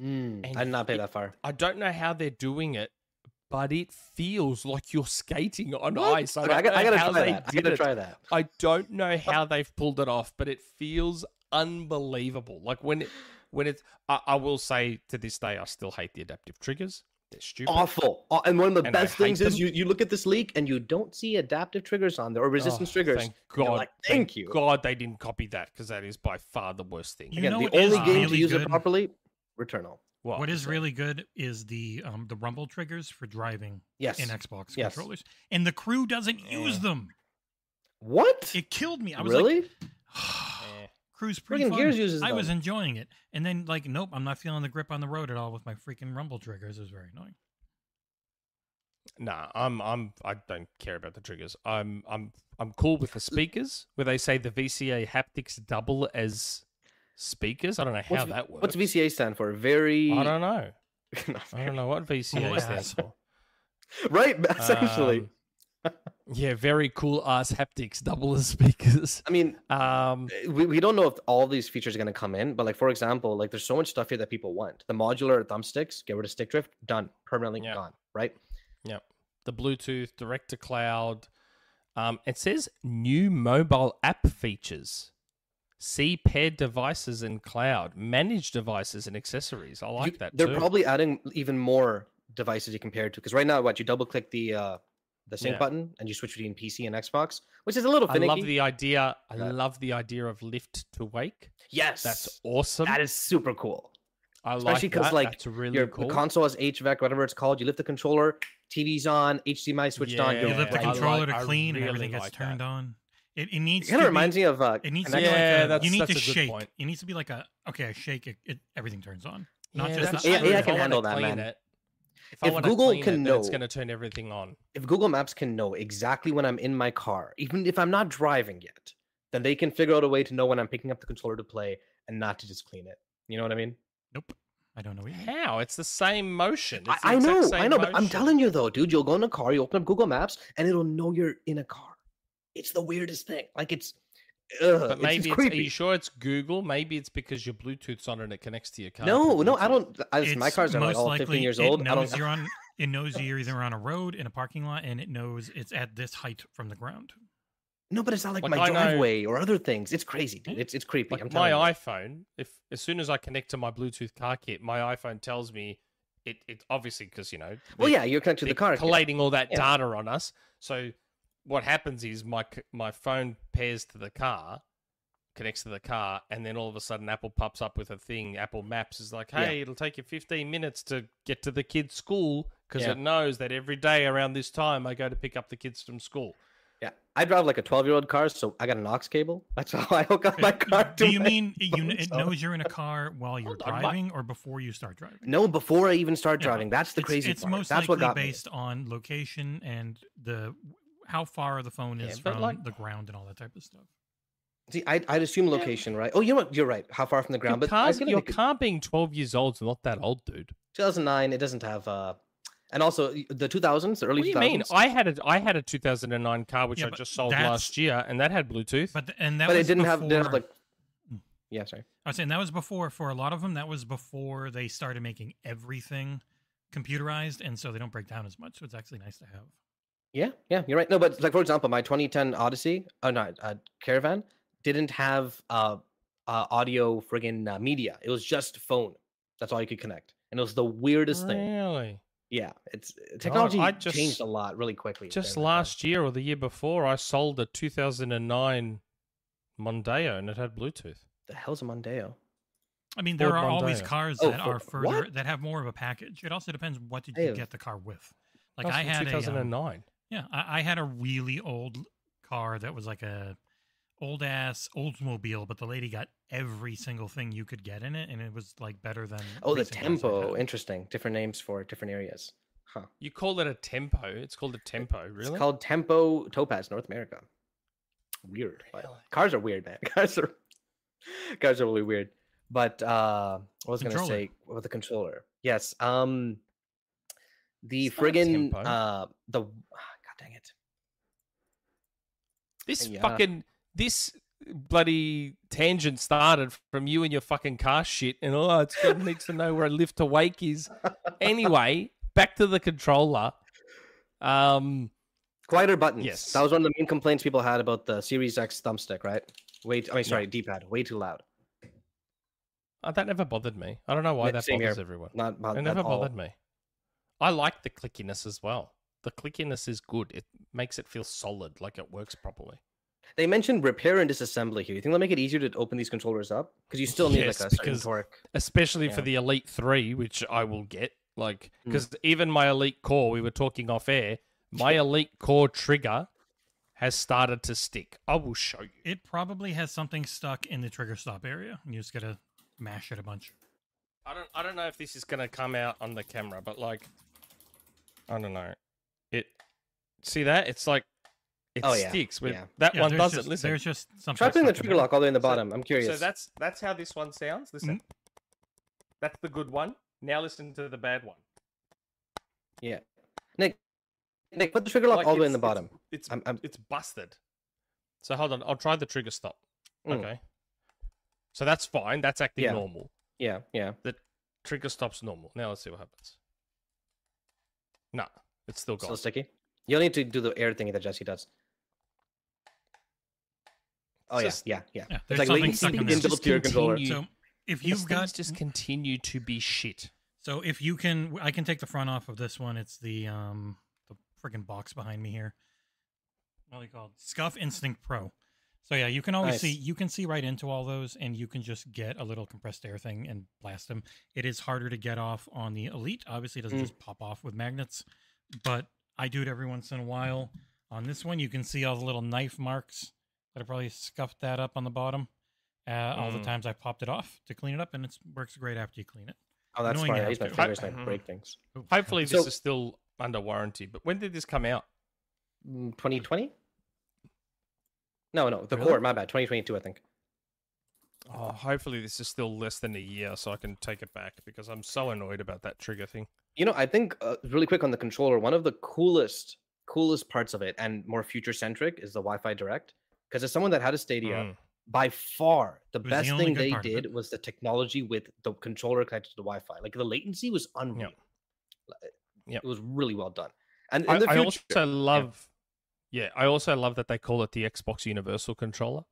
Speaker 4: mm,
Speaker 3: And
Speaker 4: I did not play
Speaker 3: it-
Speaker 4: that far.
Speaker 3: I don't know how they're doing it, but it feels like you're skating on
Speaker 4: What?
Speaker 3: ice. I,
Speaker 4: Okay, I,
Speaker 3: don't
Speaker 4: got, I
Speaker 3: know
Speaker 4: gotta
Speaker 3: how
Speaker 4: try
Speaker 3: they
Speaker 4: that. I
Speaker 3: did
Speaker 4: gotta
Speaker 3: it.
Speaker 4: try that.
Speaker 3: I don't know how they've pulled it off, but it feels unbelievable. Like when it, when it's, I, I will say to this day, I still hate the adaptive triggers. They're stupid.
Speaker 4: Awful. Aw- And one of the
Speaker 3: And I
Speaker 4: best
Speaker 3: hate
Speaker 4: things is
Speaker 3: them.
Speaker 4: you, you look at this leak and you don't see adaptive triggers on there or resistance
Speaker 3: Oh,
Speaker 4: triggers.
Speaker 3: Thank
Speaker 4: and you're
Speaker 3: God.
Speaker 4: like, thank you.
Speaker 3: God, they didn't copy that because that is by far the worst thing.
Speaker 2: You
Speaker 4: Again,
Speaker 2: know
Speaker 4: the
Speaker 2: what is
Speaker 4: only game to
Speaker 2: really
Speaker 4: use it
Speaker 2: good?
Speaker 4: properly, Returnal.
Speaker 3: What?
Speaker 2: what is really good is the um, the rumble triggers for driving
Speaker 4: Yes.
Speaker 2: in Xbox
Speaker 4: Yes.
Speaker 2: controllers, and the crew doesn't use
Speaker 3: Yeah.
Speaker 2: them.
Speaker 4: What?
Speaker 2: It killed me. I was
Speaker 4: Really?
Speaker 2: like,
Speaker 3: Eh.
Speaker 2: crew's pretty
Speaker 4: Friggin'
Speaker 2: fun.
Speaker 4: Gears uses
Speaker 2: I was
Speaker 4: them.
Speaker 2: enjoying it, and then like, nope, I'm not feeling the grip on the road at all with my freaking rumble triggers. It was very annoying.
Speaker 3: Nah, I'm I'm I don't care about the triggers. I'm I'm I'm cool with the speakers where they say the VCA haptics double as speakers. I don't know how
Speaker 4: What's v-
Speaker 3: that works.
Speaker 4: What's VCA stand for? Very.
Speaker 3: I don't know.
Speaker 4: know.
Speaker 3: I don't know what VCA
Speaker 2: Cool
Speaker 3: stands
Speaker 2: ass.
Speaker 3: for.
Speaker 4: right? Essentially.
Speaker 3: Um, yeah, very cool ass haptics double as speakers.
Speaker 4: I mean,
Speaker 3: Um,
Speaker 4: uh, we, we don't know if all these features are going to come in, but like, for example, like there's so much stuff here that people want. The modular thumbsticks, get rid of stick drift, done, permanently
Speaker 3: Yeah.
Speaker 4: gone, right?
Speaker 3: the Bluetooth direct to cloud. Um, it says new mobile app features. See paired devices and cloud, manage devices and accessories. I like
Speaker 4: you-
Speaker 3: that
Speaker 4: They're
Speaker 3: too.
Speaker 4: probably adding even more devices you compare it to because right now, what you double click the uh, the sync
Speaker 3: Yeah.
Speaker 4: button and you switch between PC and Xbox, which is a little
Speaker 3: I
Speaker 4: finicky.
Speaker 3: love the idea. I
Speaker 4: That-
Speaker 3: love the idea of lift to wake.
Speaker 4: yes,
Speaker 3: That's awesome.
Speaker 4: that is super cool.
Speaker 3: I like
Speaker 4: especially 'cause,
Speaker 3: that.
Speaker 4: like,
Speaker 3: That's really
Speaker 4: Your
Speaker 3: cool.
Speaker 4: the console has HVAC, whatever it's called. You lift the controller, TV's on, HDMI switched on. You're
Speaker 2: You
Speaker 3: Yeah,
Speaker 2: lift the
Speaker 3: I
Speaker 4: right.
Speaker 3: like-
Speaker 2: controller to
Speaker 3: I
Speaker 2: clean,
Speaker 3: really
Speaker 2: and everything
Speaker 3: like
Speaker 2: gets
Speaker 3: that.
Speaker 2: turned on. It, it needs
Speaker 4: It kind
Speaker 2: to be-
Speaker 4: of reminds me of uh,
Speaker 2: It needs
Speaker 4: an
Speaker 2: to be
Speaker 4: Xbox
Speaker 2: like
Speaker 3: Yeah,
Speaker 2: a,
Speaker 3: that's-
Speaker 2: you need to
Speaker 3: that's a good
Speaker 2: shake.
Speaker 3: point.
Speaker 2: It needs to be like a okay, I shake it, it everything turns on. Not
Speaker 3: Yeah,
Speaker 2: just
Speaker 3: that's
Speaker 2: the
Speaker 4: Yeah,
Speaker 3: true.
Speaker 2: other
Speaker 4: yeah, I
Speaker 2: thing.
Speaker 3: If
Speaker 4: can
Speaker 3: wanna
Speaker 4: handle that,
Speaker 3: clean
Speaker 4: man.
Speaker 3: it- If, I
Speaker 4: If
Speaker 3: wanna
Speaker 4: Google
Speaker 3: clean
Speaker 4: can
Speaker 3: it, then it's
Speaker 4: know-
Speaker 3: going to turn everything on.
Speaker 4: if Google Maps can know exactly when I'm in my car, even if I'm not driving yet, then they can figure out a way to know when I'm picking up the controller to play and not to just clean it. You know what I mean?
Speaker 2: Nope, I don't know. Either.
Speaker 3: How? It's the same motion.
Speaker 4: I, I know, I know, but I'm telling you uh, though, dude, you'll go in a car, you open up Google Maps, and it'll know you're in a car. It's the weirdest thing. Like it's, ugh,
Speaker 3: But
Speaker 4: it's-
Speaker 3: maybe
Speaker 4: it's,
Speaker 3: it's, are
Speaker 4: creepy.
Speaker 3: you sure it's Google? Maybe it's because your Bluetooth's on and it connects to your car.
Speaker 4: no,
Speaker 3: through
Speaker 4: no, I
Speaker 3: Bluetooth.
Speaker 4: don't. I, just- my
Speaker 2: It's
Speaker 4: cars are like
Speaker 2: most
Speaker 4: all
Speaker 2: likely
Speaker 4: 15 years
Speaker 2: it
Speaker 4: old. I
Speaker 2: Knows
Speaker 4: don't.
Speaker 2: you're on. It knows you're either on a road in a parking lot, and it knows it's at this height from the ground.
Speaker 4: No, but it's not like,
Speaker 3: Like,
Speaker 4: my
Speaker 3: I know-
Speaker 4: driveway or other things. It's crazy, dude.
Speaker 2: Yeah.
Speaker 4: It's it's creepy. I'm
Speaker 3: Like my
Speaker 4: telling you.
Speaker 3: iPhone, if as soon as I connect to my Bluetooth car kit, my iPhone tells me it. It obviously because you know.
Speaker 4: well,
Speaker 3: they-
Speaker 4: yeah, you're connected to the
Speaker 3: they're
Speaker 4: car. yeah.
Speaker 3: collating all that
Speaker 4: Yeah.
Speaker 3: data on us. So what happens is my c- my phone pairs to the car, connects to the car, and then all of a sudden Apple pops up with a thing. Apple Maps is like,
Speaker 4: Yeah.
Speaker 3: "Hey, it'll take you 15 minutes to get to the kids' school because
Speaker 4: Yeah.
Speaker 3: it knows that every day around this time I go to pick up the kids from school."
Speaker 4: Yeah, I drive like a 12 year old car, so I got an aux cable. That's how I hook up my car. To
Speaker 2: Do you
Speaker 4: my-
Speaker 2: mean it, you, kn- it
Speaker 4: phone, so-
Speaker 2: knows you're in a car while you're
Speaker 3: Hold on, my-
Speaker 2: driving or before you start driving?
Speaker 4: No, before I even start
Speaker 2: Yeah,
Speaker 4: driving. That's the
Speaker 2: it's,
Speaker 4: crazy
Speaker 2: It's
Speaker 4: part.
Speaker 2: most
Speaker 4: That's
Speaker 2: likely
Speaker 4: what got me.
Speaker 2: based on location and the how far the phone
Speaker 3: Yeah,
Speaker 2: is
Speaker 3: but
Speaker 2: from
Speaker 3: like-
Speaker 2: the ground and all that type of stuff.
Speaker 4: See, I'd, I'd assume location, right? Oh, you know what? You're right. How far from the ground?
Speaker 3: your
Speaker 4: but I was
Speaker 3: car's-
Speaker 4: gonna
Speaker 3: your
Speaker 4: think it-
Speaker 3: car being 12 years old's not that old, dude.
Speaker 4: 2009. It doesn't have. uh And also y- the 2000s, the early
Speaker 3: What do you
Speaker 4: 2000s.
Speaker 3: mean? I had a I had a 2009 car which
Speaker 2: Yeah,
Speaker 3: I
Speaker 2: but
Speaker 3: just sold
Speaker 2: that's-
Speaker 3: last year, and that had Bluetooth.
Speaker 2: But th-
Speaker 3: Oh,
Speaker 2: and that
Speaker 4: but it
Speaker 2: was
Speaker 4: didn't
Speaker 2: before,
Speaker 4: have. Didn't have like.
Speaker 3: Hmm.
Speaker 4: Yeah, sorry.
Speaker 2: I was saying that was before for a lot of them. That was before they started making everything computerized, and so they don't break down as much. So it's actually nice to have.
Speaker 4: Yeah, yeah, you're right. No, but like for example, my 2010 Odyssey, oh no, uh, Caravan didn't have uh, uh audio friggin' uh, media. It was just phone. That's all you could connect, and it was the weirdest thing.
Speaker 3: Really?
Speaker 4: Yeah, it's uh, technology
Speaker 3: I
Speaker 4: changed
Speaker 3: just-
Speaker 4: a lot really quickly.
Speaker 3: Just
Speaker 4: during that time.
Speaker 3: last year or the year before, I sold a 2009 Mondeo, and it had Bluetooth.
Speaker 4: the hell's a Mondeo?
Speaker 2: I mean, there
Speaker 3: Ford
Speaker 2: are always
Speaker 3: Mondeo.
Speaker 2: cars
Speaker 4: Oh,
Speaker 2: that are
Speaker 4: Ford-
Speaker 2: further
Speaker 4: what?
Speaker 2: that have more of a package. It also depends what did
Speaker 4: I
Speaker 2: you
Speaker 4: have-
Speaker 2: get the car with.
Speaker 3: That
Speaker 2: Like
Speaker 3: was
Speaker 2: I
Speaker 3: from
Speaker 2: had a um,
Speaker 3: 2009.
Speaker 2: Yeah, I, I had a really old car that was like a old ass Oldsmobile, but the lady got every single thing you could get in it, and it was like better than
Speaker 4: Oh, the
Speaker 2: recent cars I've
Speaker 4: Tempo.
Speaker 2: had.
Speaker 4: Interesting. Different names for different areas. Huh.
Speaker 3: you call it a tempo? It's called a tempo, really?
Speaker 4: It's called Tempo Topaz North America. Weird. but-
Speaker 3: Really?
Speaker 4: Cars are weird, man. Cars are cars are really weird. But uh I was gonna
Speaker 2: Controller.
Speaker 4: say with the controller. Yes. Um the
Speaker 3: It's not a
Speaker 4: friggin'
Speaker 3: Tempo.
Speaker 4: uh the god dang it.
Speaker 3: This
Speaker 4: Yeah.
Speaker 3: fucking this bloody tangent started from you and your fucking car shit, and oh, it's got needs to know where a lift to wake is. Anyway, back to the controller. Um,
Speaker 4: Quieter buttons.
Speaker 3: Yes.
Speaker 4: That was one of the main complaints people had about the Series X thumbstick, right? Wait, I mean sorry, D pad, way too loud.
Speaker 3: oh, that never bothered me. I don't know why
Speaker 4: Yeah,
Speaker 3: that
Speaker 4: same
Speaker 3: bothers
Speaker 4: here.
Speaker 3: everyone.
Speaker 4: Not bo-
Speaker 3: It
Speaker 4: at
Speaker 3: never
Speaker 4: all.
Speaker 3: bothered me. I like the clickiness as well. The clickiness is good. It makes it feel solid, like it works properly.
Speaker 4: They mentioned repair and disassembly here. You think they'll make it easier to open these controllers up? Because you still need
Speaker 3: Yes,
Speaker 4: like a certain
Speaker 3: because
Speaker 4: torque.
Speaker 3: especially
Speaker 4: Yeah.
Speaker 3: for the Elite Three, which I will get. Like,
Speaker 4: Mm.
Speaker 3: because even my Elite Core, we were talking off air, my Elite Core trigger has started to stick. I will show you.
Speaker 2: It probably has something stuck in the trigger stop area, and you just gotta mash it a bunch.
Speaker 3: I don't. I don't know if this is gonna come out on the camera, but like, I don't know. It. See that? It's like. It
Speaker 4: Oh, yeah.
Speaker 3: sticks with
Speaker 4: Yeah.
Speaker 3: that
Speaker 2: Yeah,
Speaker 3: one
Speaker 2: there's
Speaker 3: doesn't.
Speaker 2: just,
Speaker 3: listen.
Speaker 2: There's just something.
Speaker 4: Try putting the
Speaker 2: stuck in
Speaker 4: trigger
Speaker 2: there.
Speaker 4: lock all the way in the
Speaker 3: So-
Speaker 4: bottom. I'm curious.
Speaker 3: So that's that's how this one sounds. Listen. That's the good one. Now listen to the bad one.
Speaker 4: yeah. Nick, Nick, put the trigger lock
Speaker 3: Like,
Speaker 4: all the way in the
Speaker 3: it's-
Speaker 4: bottom.
Speaker 3: It's
Speaker 4: I'm- I'm-
Speaker 3: it's busted. So hold on, I'll try the trigger stop.
Speaker 4: Mm.
Speaker 3: Okay. So that's fine. That's acting
Speaker 4: Yeah.
Speaker 3: normal.
Speaker 4: Yeah, yeah.
Speaker 3: The trigger stops normal. Now let's see what happens. Nah, it's still gone.
Speaker 4: Still sticky. You'll need to do the air thingy that Jesse does. Oh yeah,
Speaker 3: Just-
Speaker 4: yeah, yeah.
Speaker 2: Yeah,
Speaker 4: It's
Speaker 2: there's
Speaker 4: like
Speaker 2: something
Speaker 4: latency
Speaker 2: stuck in
Speaker 3: Things
Speaker 2: there.
Speaker 4: inbuilt to your controller.
Speaker 3: continue.
Speaker 2: So if
Speaker 3: These
Speaker 2: you've got
Speaker 3: things just continue to be shit.
Speaker 2: So if you can, I can take the front off of this one. It's the um the freaking box behind me here. What are they called? Scuff Instinct Pro. So yeah, you can always
Speaker 4: Nice.
Speaker 2: see you can see right into all those, and you can just get a little compressed air thing and blast them. It is harder to get off on the Elite. Obviously, it doesn't
Speaker 4: Mm.
Speaker 2: just pop off with magnets, but I do it every once in a while. On this one, you can see all the little knife marks that I probably scuffed that up on the bottom. Uh, All the
Speaker 3: Mm.
Speaker 2: times I popped it off to clean it up, and it works great after you clean it.
Speaker 4: Oh, that's
Speaker 2: Annoying
Speaker 4: smart.
Speaker 2: to
Speaker 4: I use my
Speaker 2: have to.
Speaker 4: fingers and I
Speaker 3: Mhm.
Speaker 4: break things.
Speaker 3: Hopefully, this
Speaker 4: So-
Speaker 3: is still under warranty. But when did this come out?
Speaker 4: Mm, Twenty twenty? No, no, the
Speaker 3: Really?
Speaker 4: core. My bad. Twenty twenty two, I think.
Speaker 3: Oh, hopefully this is still less than a year, so I can take it back because I'm so annoyed about that trigger thing.
Speaker 4: You know, I think uh, really quick on the controller, one of the coolest, coolest parts of it, and more future centric, is the Wi-Fi Direct. Because as someone that had a Stadia,
Speaker 3: Mm.
Speaker 4: by far the
Speaker 2: It was the
Speaker 4: best
Speaker 2: only
Speaker 4: thing
Speaker 2: good
Speaker 4: they
Speaker 2: part of it.
Speaker 4: did was the technology with the controller connected to the Wi-Fi. Like the latency was unreal. Like,
Speaker 3: Yep.
Speaker 4: It was really well done. And in
Speaker 3: I,
Speaker 4: the
Speaker 3: I
Speaker 4: future,
Speaker 3: also love, yeah. I also love that they call it the Xbox Universal controller.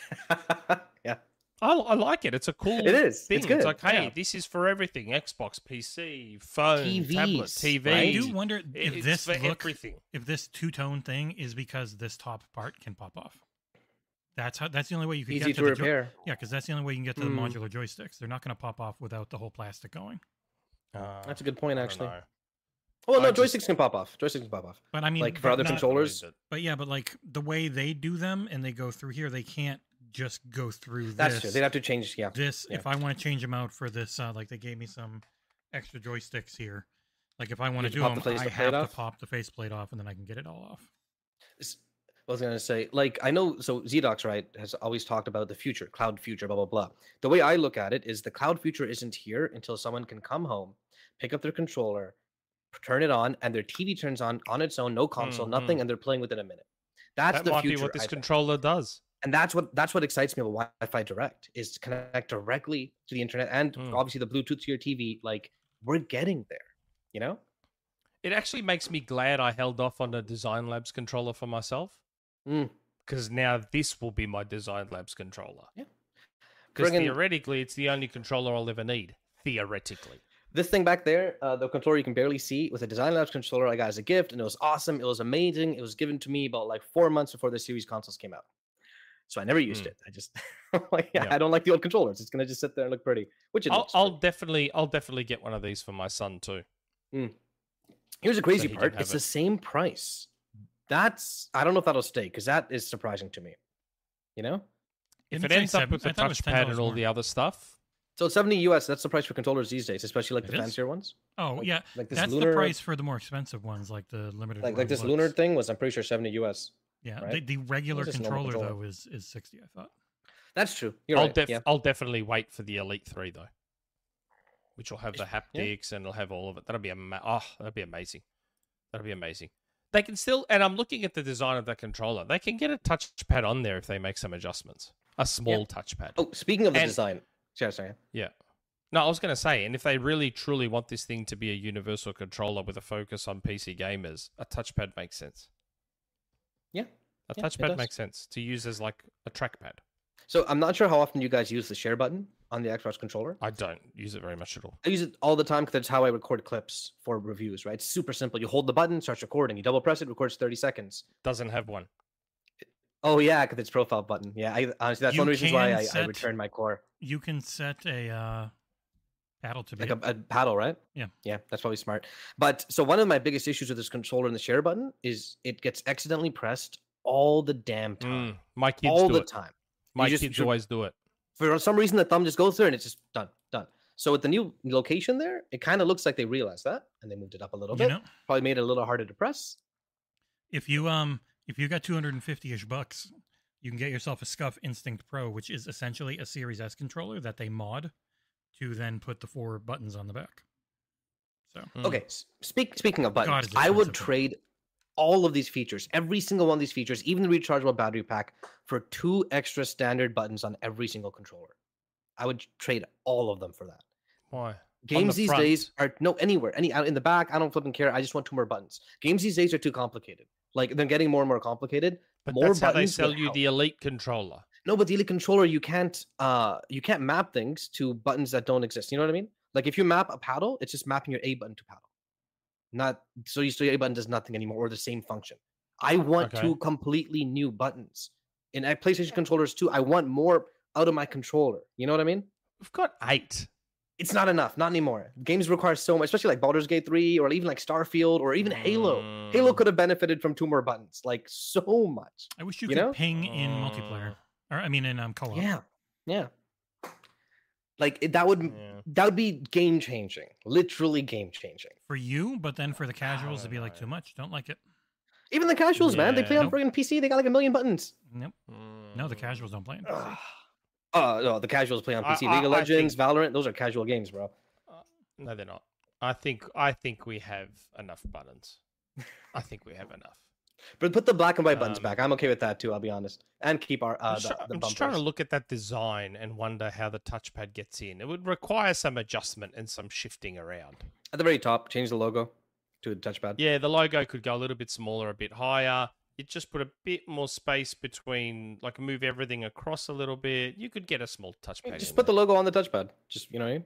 Speaker 4: yeah,
Speaker 3: I, I like it. It's a cool.
Speaker 4: it is.
Speaker 3: Thing.
Speaker 4: It's good.
Speaker 3: like, hey,
Speaker 4: yeah.
Speaker 3: this is for everything: Xbox, PC, phone, tablet,
Speaker 4: TVs,
Speaker 3: TV.
Speaker 4: right?
Speaker 2: I
Speaker 4: Hey,
Speaker 2: do wonder
Speaker 3: It-
Speaker 2: if
Speaker 3: it's
Speaker 2: this
Speaker 3: for
Speaker 2: look,
Speaker 3: everything.
Speaker 2: if this two tone thing is because this top part can pop off. That's how. That's the only way you can
Speaker 4: easy
Speaker 2: get
Speaker 4: to,
Speaker 2: to, the joy-
Speaker 4: repair.
Speaker 2: yeah, because that's the only way you can get to the
Speaker 4: Mm.
Speaker 2: modular joysticks. They're not going to pop off without the whole plastic going.
Speaker 3: Uh,
Speaker 4: That's a good point,
Speaker 3: I don't
Speaker 4: actually.
Speaker 3: know.
Speaker 4: Well,
Speaker 3: I
Speaker 4: no,
Speaker 3: just-
Speaker 4: joysticks can pop off. Joysticks can pop off.
Speaker 2: But I mean,
Speaker 4: like for
Speaker 2: but
Speaker 4: other
Speaker 2: not-
Speaker 4: controllers,
Speaker 2: But yeah, but like the way they do them and they go through here, they can't just go through
Speaker 4: that's
Speaker 2: this.
Speaker 4: true. They'd have to change. Yeah,
Speaker 2: this
Speaker 4: yeah.
Speaker 2: if I want to change them out for this, uh, like they gave me some extra joysticks here. Like if I want to
Speaker 4: have to
Speaker 2: do
Speaker 4: pop
Speaker 2: them,
Speaker 4: the face-
Speaker 2: I
Speaker 4: the plate
Speaker 2: have
Speaker 4: off?
Speaker 2: to pop the faceplate off, and then I can get it all off.
Speaker 4: S- I was gonna say, like, I know so Zedox, right, has always talked about the future, cloud future, blah blah blah. The way I look at it is the cloud future isn't here until someone can come home, pick up their controller, p- turn it on, and their TV turns on on its own, no console, nothing, and they're playing within a minute.
Speaker 3: Mm-hmm.
Speaker 4: That's
Speaker 3: that
Speaker 4: the
Speaker 3: might
Speaker 4: future,
Speaker 3: be what this
Speaker 4: I think.
Speaker 3: controller does.
Speaker 4: and that's what that's what excites me about Wi-Fi Direct is to connect directly to the internet and
Speaker 3: Mm.
Speaker 4: obviously the Bluetooth to your TV. Like, we're getting there, you know.
Speaker 3: It actually makes me glad I held off on a Design Labs controller for myself
Speaker 4: Mm.
Speaker 3: because now this will be my Design Labs controller.
Speaker 4: Yeah.
Speaker 3: Because
Speaker 4: Friggin-
Speaker 3: theoretically, it's the only controller I'll ever need. Theoretically.
Speaker 4: this thing back there, uh, the controller you can barely see, was a Design Labs controller I got as a gift, and it was awesome. It was amazing. It was given to me about like four months before the series consoles came out. So I never used
Speaker 3: Mm.
Speaker 4: it. I just, like, yeah,
Speaker 3: Yeah.
Speaker 4: I don't like the old controllers. It's gonna just sit there and look pretty. Which it
Speaker 3: I'll,
Speaker 4: looks
Speaker 3: I'll
Speaker 4: pretty.
Speaker 3: definitely, I'll definitely get one of these for my son too.
Speaker 4: Here's the crazy
Speaker 3: he can
Speaker 4: part:
Speaker 3: have
Speaker 4: it's
Speaker 3: it.
Speaker 4: the same price. That's I don't know if that'll stay because that is surprising to me. You know,
Speaker 3: If
Speaker 2: Didn't
Speaker 3: it
Speaker 2: say
Speaker 3: ends up
Speaker 2: seven-
Speaker 3: with the
Speaker 2: I thought it was
Speaker 3: touchpad and
Speaker 2: $10
Speaker 3: all
Speaker 2: more.
Speaker 3: the other stuff,
Speaker 4: so seventy US. That's the price for controllers these days, especially like
Speaker 2: It
Speaker 4: the
Speaker 2: is?
Speaker 4: fancier ones.
Speaker 2: Oh
Speaker 4: Like-
Speaker 2: yeah,
Speaker 4: like this
Speaker 2: that's
Speaker 4: lunar,
Speaker 2: the price for the more expensive ones, like the limited.
Speaker 4: Like like
Speaker 2: run
Speaker 4: this
Speaker 2: ones.
Speaker 4: lunar thing was. I'm pretty sure seventy US.
Speaker 2: Yeah,
Speaker 4: right?
Speaker 2: the, the regular
Speaker 4: just a normal
Speaker 2: controller,
Speaker 4: controller.
Speaker 2: though is is sixty. I thought.
Speaker 4: That's true. You're
Speaker 3: I'll,
Speaker 4: right.
Speaker 3: def-
Speaker 4: yeah.
Speaker 3: I'll definitely wait for the Elite Three though, which will have the
Speaker 4: yeah.
Speaker 3: haptics and it'll have all of it. That'll be ama- oh, that'll be amazing. That'll be amazing. They can still, and I'm looking at the design of that controller. They can get a touchpad on there if they make some adjustments. A small touchpad.
Speaker 4: Oh, speaking of the
Speaker 3: And-
Speaker 4: design, sorry, sorry.
Speaker 3: Yeah. No, I was going to say, and if they really truly want this thing to be a universal controller with a focus on PC gamers, a touchpad makes sense.
Speaker 4: Yeah.
Speaker 3: A
Speaker 4: Yeah, it
Speaker 3: touchpad
Speaker 4: does.
Speaker 3: makes sense to use as like a trackpad.
Speaker 4: So I'm not sure how often you guys use the share button on the Xbox controller.
Speaker 3: I don't use it very much at all.
Speaker 4: I use it all the time because that's how I record clips for reviews, right? It's super simple. You hold the button, starts recording. You double press it, records 30 seconds.
Speaker 3: Doesn't have one.
Speaker 4: Oh yeah, because it's profile button. Yeah, I honestly that's
Speaker 2: You
Speaker 4: one of the reasons why
Speaker 2: can
Speaker 4: I, I
Speaker 2: set
Speaker 4: returned my core.
Speaker 2: You can set a uh, paddle to be
Speaker 4: Like a, a paddle, right?
Speaker 2: Yeah.
Speaker 4: Yeah, that's probably smart. But so one of my biggest issues with this controller and the share button is it gets accidentally pressed all the damn time.
Speaker 3: Mm, my kids
Speaker 4: all
Speaker 3: do
Speaker 4: the
Speaker 3: it.
Speaker 4: time.
Speaker 3: My
Speaker 4: just-
Speaker 3: kids
Speaker 4: you-
Speaker 3: always do it.
Speaker 4: for some reason the thumb just goes through and it's just done done so with the new location there it kind of looks like they realized that and they moved it up a little
Speaker 2: you
Speaker 4: bit
Speaker 2: know,
Speaker 4: probably made it a little harder to press
Speaker 2: if you um if you got two hundred and fifty ish bucks, you can get yourself a Scuff Instinct Pro, which is essentially a Series S controller that they mod to then put the four buttons on the back. So
Speaker 3: Mm.
Speaker 4: okay s- speak, speaking of buttons
Speaker 2: it's
Speaker 4: i would
Speaker 2: expensive, though.
Speaker 4: trade all of these features every single one of these features even the rechargeable battery pack for two extra standard buttons on every single controller i would trade all of them for that
Speaker 3: Why?
Speaker 4: Games these
Speaker 3: front.
Speaker 4: days are no anywhere, any out in the back. I don't flipping care. I just want two more buttons. Games these days are too complicated. Like they're getting more and more complicated.
Speaker 3: But
Speaker 4: More
Speaker 3: that's how they
Speaker 4: buttons will
Speaker 3: sell you the elite controller.
Speaker 4: No, but the Elite controller, you can't uh you can't map things to buttons that don't exist. You know what I mean? Like if you map a paddle, it's just mapping your A button to paddle. Not so you so your A button does nothing anymore or the same function. I want
Speaker 3: Okay.
Speaker 4: two completely new buttons. In uh, PlayStation controllers too, I want more out of my controller. You know what I mean?
Speaker 3: We've got eight.
Speaker 4: It's not enough, not anymore. Games require so much, especially like Baldur's Gate 3 or even like Starfield or even Halo. Halo
Speaker 3: Mm.
Speaker 4: could have benefited from two more buttons, like so much.
Speaker 2: I wish you,
Speaker 4: You
Speaker 2: could
Speaker 4: know?
Speaker 2: ping in
Speaker 3: Uh.
Speaker 2: multiplayer, or I mean in um, co-op.
Speaker 4: Yeah. Yeah. Like it- that would
Speaker 3: Yeah.
Speaker 4: that would be game changing, literally game changing.
Speaker 2: for you, but then for the casuals, it'd be like
Speaker 3: don't
Speaker 2: too
Speaker 3: know.
Speaker 2: much. Don't like it.
Speaker 4: Even the casuals, man, they play
Speaker 3: Yeah.
Speaker 4: on friggin' PC. They got like a million buttons.
Speaker 2: Nope. No, the
Speaker 3: Mm.
Speaker 2: casuals don't play it.
Speaker 4: Ugh. Oh no, the casuals play on
Speaker 3: I-
Speaker 4: PC.
Speaker 3: I-
Speaker 4: League of
Speaker 3: I
Speaker 4: Legends, Valorant, those are casual games, bro.
Speaker 3: No, they're not. I think I think we have enough buttons. I think we have enough.
Speaker 4: But put the black and white buttons
Speaker 3: Um,
Speaker 4: back. I'm okay with that too. I'll be honest, and keep our uh,
Speaker 3: I'm, just,
Speaker 4: the,
Speaker 3: try-
Speaker 4: the
Speaker 3: I'm just trying to
Speaker 4: bumpers.
Speaker 3: look at that design and wonder how the touchpad gets in. It would require some adjustment and some shifting around.
Speaker 4: at the very top. Change the logo to a touchpad.
Speaker 3: Yeah, the logo could go a little bit smaller, a bit higher. It just put a bit more space between, like move everything across a little bit. You could get a small touchpad.
Speaker 4: just
Speaker 3: in
Speaker 4: put the
Speaker 3: there.
Speaker 4: logo on the touchpad. Just you know what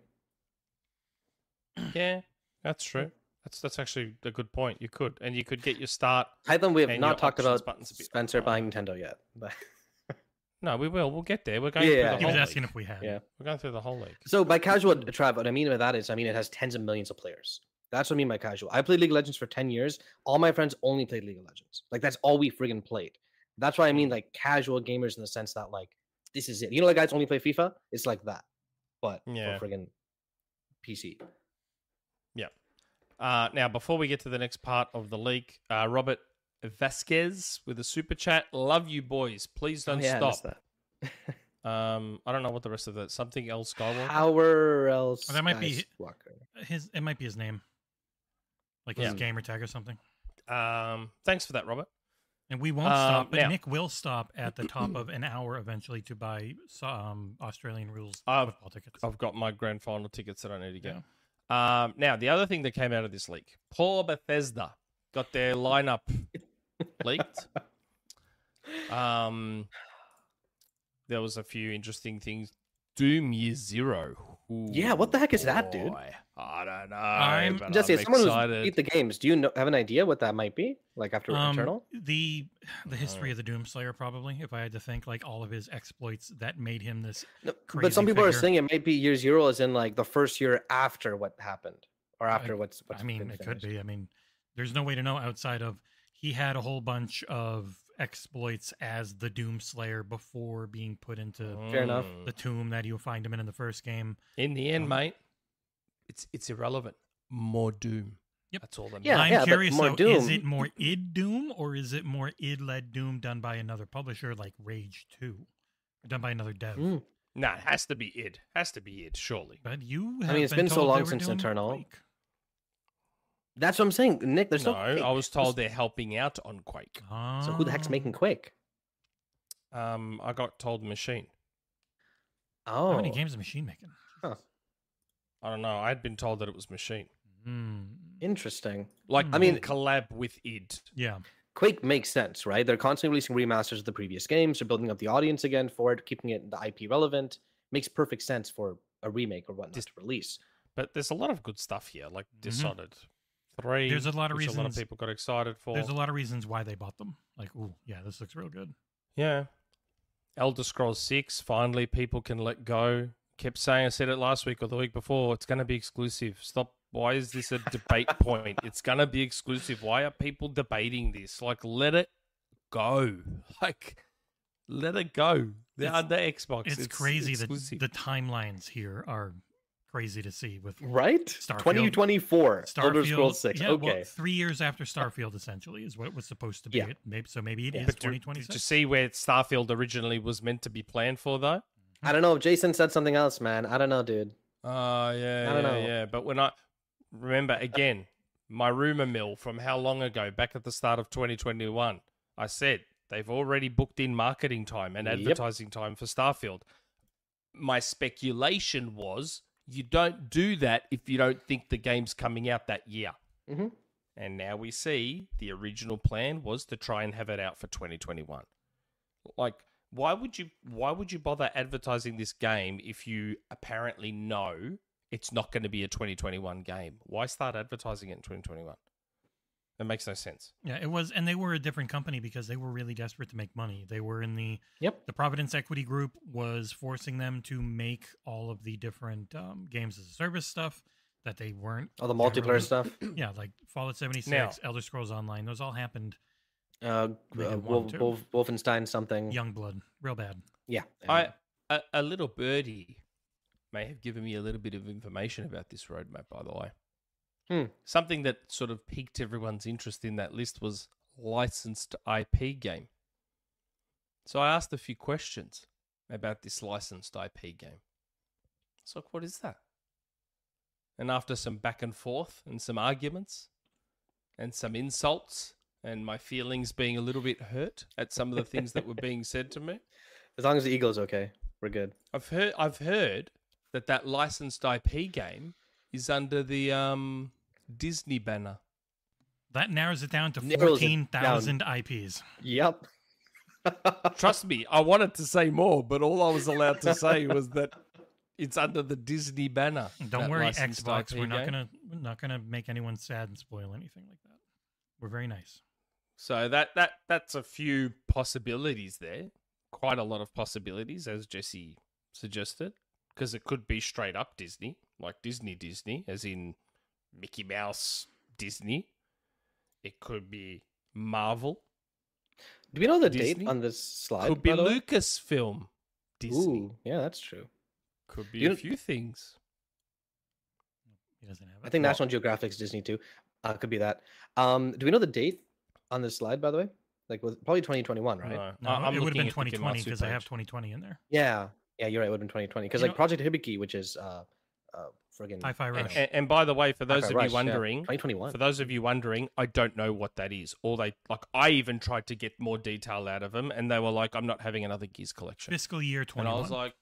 Speaker 4: I mean.
Speaker 3: yeah. That's true. That's that's actually a good point. You could, and you could get your start.
Speaker 4: Python, we have
Speaker 3: And
Speaker 4: not
Speaker 3: your
Speaker 4: talked
Speaker 3: options
Speaker 4: about
Speaker 3: button's a bit
Speaker 4: Spencer
Speaker 3: lower.
Speaker 4: buying Nintendo yet. But
Speaker 3: No, we will. We'll get there. We're going.
Speaker 4: Yeah.
Speaker 3: through the
Speaker 2: He was
Speaker 3: whole
Speaker 2: asking
Speaker 3: league.
Speaker 2: if we had.
Speaker 4: Yeah.
Speaker 3: We're going through the whole league.
Speaker 4: So by casual, Trav, what I mean by that is, I mean it has tens of millions of players. That's what I mean by casual. I played League of Legends for 10 years. All my friends only played League of Legends. Like that's all we friggin' played. That's why I mean like casual gamers in the sense that like this is it. You know, like guys only play FIFA. It's like that, but
Speaker 3: Yeah.
Speaker 4: for friggin' PC.
Speaker 3: Uh, now, before we get to the next part of the leak, uh, Robert Vasquez with a super chat. Love you, boys. Please
Speaker 4: Oh,
Speaker 3: don't stop. Um, I don't know what the rest of that. Something else, Skywalker.
Speaker 4: Power else.
Speaker 2: Oh, that might be-
Speaker 4: Walker.
Speaker 2: His it might be his name, like his
Speaker 3: Yeah.
Speaker 2: gamer tag or something.
Speaker 3: Um, thanks for that, Robert.
Speaker 2: And we won't
Speaker 3: Uh,
Speaker 2: stop, but
Speaker 3: now-
Speaker 2: Nick will stop at the top of an hour eventually to buy so- um, Australian rules
Speaker 3: I've-
Speaker 2: football tickets.
Speaker 3: I've got my grand final tickets that I need to get. Um, now, the other thing that came out of this leak, poor Bethesda got their lineup leaked. Um, there was a few interesting things. Doom Year Zero.
Speaker 4: Yeah, what the heck is that, dude?
Speaker 3: boy. I don't know.
Speaker 2: I'm-
Speaker 3: but
Speaker 4: Jesse,
Speaker 3: I'm
Speaker 4: as someone
Speaker 3: excited.
Speaker 4: who's beat the games, do you know, have an idea what that might be? Like after Eternal?
Speaker 2: Um, the the history
Speaker 3: Uh.
Speaker 2: of the Doomslayer, probably. If I had to think, like all of his exploits that made him this.
Speaker 4: No,
Speaker 2: crazy
Speaker 4: but some people
Speaker 2: figure.
Speaker 4: are saying it might be year zero, as in like the first year after what happened, or after what's. what's
Speaker 2: I mean,
Speaker 4: been
Speaker 2: it could
Speaker 4: finished.
Speaker 2: be. I mean, there's no way to know outside of he had a whole bunch of exploits as the Doomslayer before being put into
Speaker 4: Fair enough. Oh.
Speaker 3: Mm.
Speaker 2: the tomb that you find him in in the first game.
Speaker 3: In the end,
Speaker 2: Um,
Speaker 3: mate, it's it's irrelevant. More Doom.
Speaker 2: Yep.
Speaker 3: That's all that
Speaker 4: Yeah,
Speaker 2: I'm
Speaker 3: matters.
Speaker 4: yeah, but
Speaker 2: curious
Speaker 4: more
Speaker 2: though, is
Speaker 4: Doom-
Speaker 2: it more id Doom or is it more id led Doom done by another publisher like Rage Two, done by another dev?
Speaker 4: Mm.
Speaker 3: Nah, it has to be it. Has to be it. Surely.
Speaker 2: But you, have
Speaker 4: I mean, it's been so
Speaker 2: told they
Speaker 4: long
Speaker 2: were
Speaker 4: since
Speaker 2: doing
Speaker 4: Eternal.
Speaker 2: Quake.
Speaker 4: That's what I'm saying, Nick. There's
Speaker 3: no,
Speaker 4: no.
Speaker 3: I
Speaker 4: Quake.
Speaker 3: was
Speaker 4: There's-
Speaker 3: told they're helping out on Quake.
Speaker 4: So who the heck's
Speaker 2: Oh.
Speaker 4: making Quake?
Speaker 3: Um, I got told Machine.
Speaker 4: Oh,
Speaker 2: How many games is Machine making?
Speaker 3: I don't know. I had been told that it was Machine.
Speaker 2: Mm,
Speaker 4: interesting.
Speaker 3: Like
Speaker 2: I
Speaker 3: I
Speaker 4: Hmm. mean-
Speaker 3: mean, collab with id.
Speaker 2: Yeah,
Speaker 4: Quake makes sense, right? They're constantly releasing remasters of the previous games. They're building up the audience again for it, keeping it the IP relevant. Makes perfect sense for a remake or whatnot
Speaker 3: Just-
Speaker 4: to release.
Speaker 3: But there's a lot of good stuff here, like
Speaker 2: Mhm.
Speaker 3: Dishonored Three.
Speaker 2: There's a lot of
Speaker 3: which A lot of
Speaker 2: reasons-
Speaker 3: people got excited for.
Speaker 2: there's a lot of reasons why they bought them. Like, ooh, yeah, this looks real good.
Speaker 3: Yeah. Elder Scrolls 6, finally people can let go. Kept saying, I said it last week or the week before, it's going to be exclusive. Stop. Why is this a debate point? It's going to be exclusive. Why are people debating this? Like, let it go. Like, let it go. They're
Speaker 2: It's-
Speaker 3: under Xbox.
Speaker 2: It's, crazy
Speaker 3: exclusive.
Speaker 2: that the timelines here are crazy to see with
Speaker 4: Right?
Speaker 2: Starfield.
Speaker 4: 2024. Elder
Speaker 2: Starfield.
Speaker 4: Scrolls 6.
Speaker 2: yeah, well,
Speaker 4: okay.
Speaker 2: three years after Starfield, essentially, is what it was supposed to be.
Speaker 4: Yeah.
Speaker 2: It, maybe so. Maybe it is
Speaker 4: Yeah.
Speaker 3: But do- Did
Speaker 2: 2026.
Speaker 3: you see where Starfield originally was meant to be planned for, though?
Speaker 4: I don't know. Jason said something else, man. I don't know, dude.
Speaker 3: Oh, yeah,
Speaker 4: I don't
Speaker 3: yeah,
Speaker 4: know.
Speaker 3: yeah. But when I remember again, my rumor mill from how long ago, back at the start of 2021, I said they've already booked in marketing time and
Speaker 4: Yep.
Speaker 3: advertising time for Starfield. My speculation was you don't do that if you don't think the game's coming out that year.
Speaker 4: Mhm.
Speaker 3: And now we see the original plan was to try and have it out for 2021. Like, why would you why would you bother advertising this game if you apparently know it's not going to be a 2021 game? Why start advertising it in 2021? That makes no sense.
Speaker 2: yeah, it was, and they were a different company because they were really desperate to make money. They were in the
Speaker 4: Yep.
Speaker 2: the Providence Equity Group was forcing them to make all of the different um, games as a service stuff that they weren't.
Speaker 4: All the multiplayer
Speaker 2: generally-
Speaker 4: stuff.
Speaker 2: Yeah, like Fallout 76, Elder Scrolls Online. Those all happened.
Speaker 4: Uh, uh,
Speaker 2: Megan won
Speaker 4: Wolf,
Speaker 2: too.
Speaker 4: Wolf, Wolfenstein something.
Speaker 2: Youngblood, real bad.
Speaker 4: Yeah.
Speaker 3: I a, a little birdie may have given me a little bit of information about this roadmap, by the way.
Speaker 4: Hmm.
Speaker 3: Something that sort of piqued everyone's interest in that list was licensed IP game. So I asked a few questions about this licensed IP game. It's like, what is that? And after some back and forth and some arguments and some insults and my feelings being a little bit hurt at some of the things that were being said to me,
Speaker 4: As long as the eagle's okay, we're good.
Speaker 3: I've heard I've heard that that licensed IP game is under the um, Disney banner.
Speaker 2: That narrows it down to
Speaker 4: Narrows it down.
Speaker 2: 14,000 IPs.
Speaker 4: Yep.
Speaker 3: Trust me, I wanted to say more, but all I was allowed to say was that it's under the Disney banner.
Speaker 2: Don't
Speaker 3: that
Speaker 2: worry,
Speaker 3: licensed
Speaker 2: Xbox.
Speaker 3: IP
Speaker 2: We're not
Speaker 3: game.
Speaker 2: gonna we're not gonna make anyone sad and spoil anything like that. We're very nice.
Speaker 3: So that that that's a few possibilities there. Quite a lot of possibilities, as Jesse suggested, because it could be straight up Disney, like Disney Disney, as in Mickey Mouse, Disney. It could be Marvel.
Speaker 4: Do we know the
Speaker 3: Disney?
Speaker 4: date on this slide?
Speaker 3: Could be
Speaker 4: by the way?
Speaker 3: Lucasfilm. Disney.
Speaker 4: Ooh, yeah, that's true.
Speaker 3: Could be
Speaker 4: You
Speaker 3: a
Speaker 4: know-
Speaker 3: few things.
Speaker 2: He doesn't have it.
Speaker 4: I think National Geographic's Disney too. Uh, could be that. Um, do we know the date on this slide, by the way? Like, was probably 2021, right?
Speaker 2: No,
Speaker 3: I- I'm
Speaker 2: it would have
Speaker 3: looking
Speaker 2: been
Speaker 3: at the
Speaker 2: 2020
Speaker 3: Gematsu
Speaker 2: because I
Speaker 3: page.
Speaker 2: have 2020 in there.
Speaker 4: Yeah, yeah, you're right. It would have been 2020 because
Speaker 2: You
Speaker 4: like
Speaker 2: know-
Speaker 4: Project Hibiki, which is uh, uh, friggin'
Speaker 2: Hi-Fi
Speaker 4: you
Speaker 3: And,
Speaker 2: Rush.
Speaker 4: know,
Speaker 3: and- and by the way, for those
Speaker 4: Hi-Fi
Speaker 3: of
Speaker 4: Rush,
Speaker 3: you
Speaker 4: yeah,
Speaker 3: wondering,
Speaker 4: 2021.
Speaker 3: for those of you wondering, I don't know what that is. All they like, I even tried to get more detail out of them, and they were like, "I'm not having another Gears collection."
Speaker 2: Fiscal year
Speaker 3: and
Speaker 2: 21.
Speaker 3: I was like,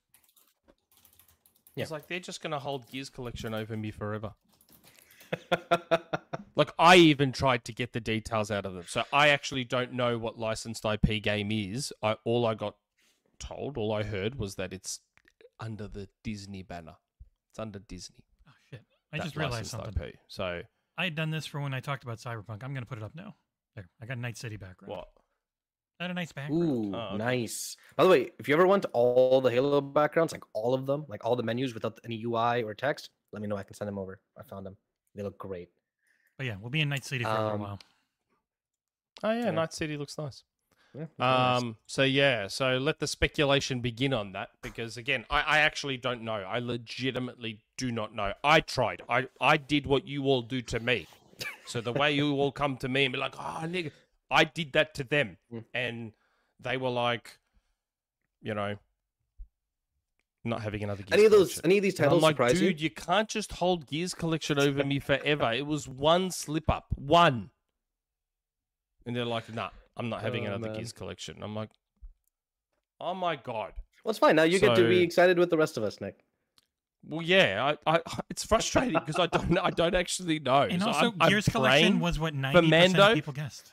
Speaker 4: Yeah.
Speaker 3: "It's like they're just gonna hold Gears collection over me forever." like I even tried to get the details out of them, so I actually don't know what licensed IP game is. I all I got told, all I heard was that it's under the Disney banner. It's under Disney.
Speaker 2: oh, shit. I
Speaker 3: that
Speaker 2: just realized
Speaker 3: licensed
Speaker 2: something.
Speaker 3: IP. So
Speaker 2: I had done this for when I talked about Cyberpunk. I'm going to put it up now. There. I got a Night City background.
Speaker 3: what?
Speaker 2: I had a nice background.
Speaker 4: Ooh,
Speaker 3: Oh, okay.
Speaker 4: nice. By the way, if you ever want all the Halo backgrounds, like all of them, like all the menus without any UI or text, let me know. I can send them over. I found them. They look great.
Speaker 2: But yeah, we'll be in Night City for a little
Speaker 4: Um,
Speaker 2: while.
Speaker 3: Oh yeah,
Speaker 4: Yeah.
Speaker 3: Night City looks nice.
Speaker 4: Yeah, they're nice.
Speaker 3: Um, so yeah, so let the speculation begin on that because again, I, I actually don't know. I legitimately do not know. I tried. I I did what you all do to me. So the way you all come to me and be like, "Oh, nigga," I did that to them,
Speaker 4: Mm.
Speaker 3: and they were like, you know, not having another. Gears
Speaker 4: any of those,
Speaker 3: collection.
Speaker 4: any of these
Speaker 3: And I'm
Speaker 4: titles
Speaker 3: like,
Speaker 4: surprise
Speaker 3: dude, you? can't just hold Gears collection over me forever. It was one slip up, one. And they're like, nah, I'm not having
Speaker 4: Oh,
Speaker 3: another
Speaker 4: man.
Speaker 3: Gears collection. I'm like, oh my god.
Speaker 4: you? Well, it's fine. Now you get to be
Speaker 3: so-
Speaker 4: excited with the rest of us, Nick.
Speaker 3: Well, yeah, I, I it's frustrating because I don't, I don't actually know.
Speaker 2: And
Speaker 3: So
Speaker 2: also,
Speaker 3: I'm- I'm
Speaker 2: Gears Collection
Speaker 3: praying-
Speaker 2: was what 90%
Speaker 3: Mando?
Speaker 2: of people guessed.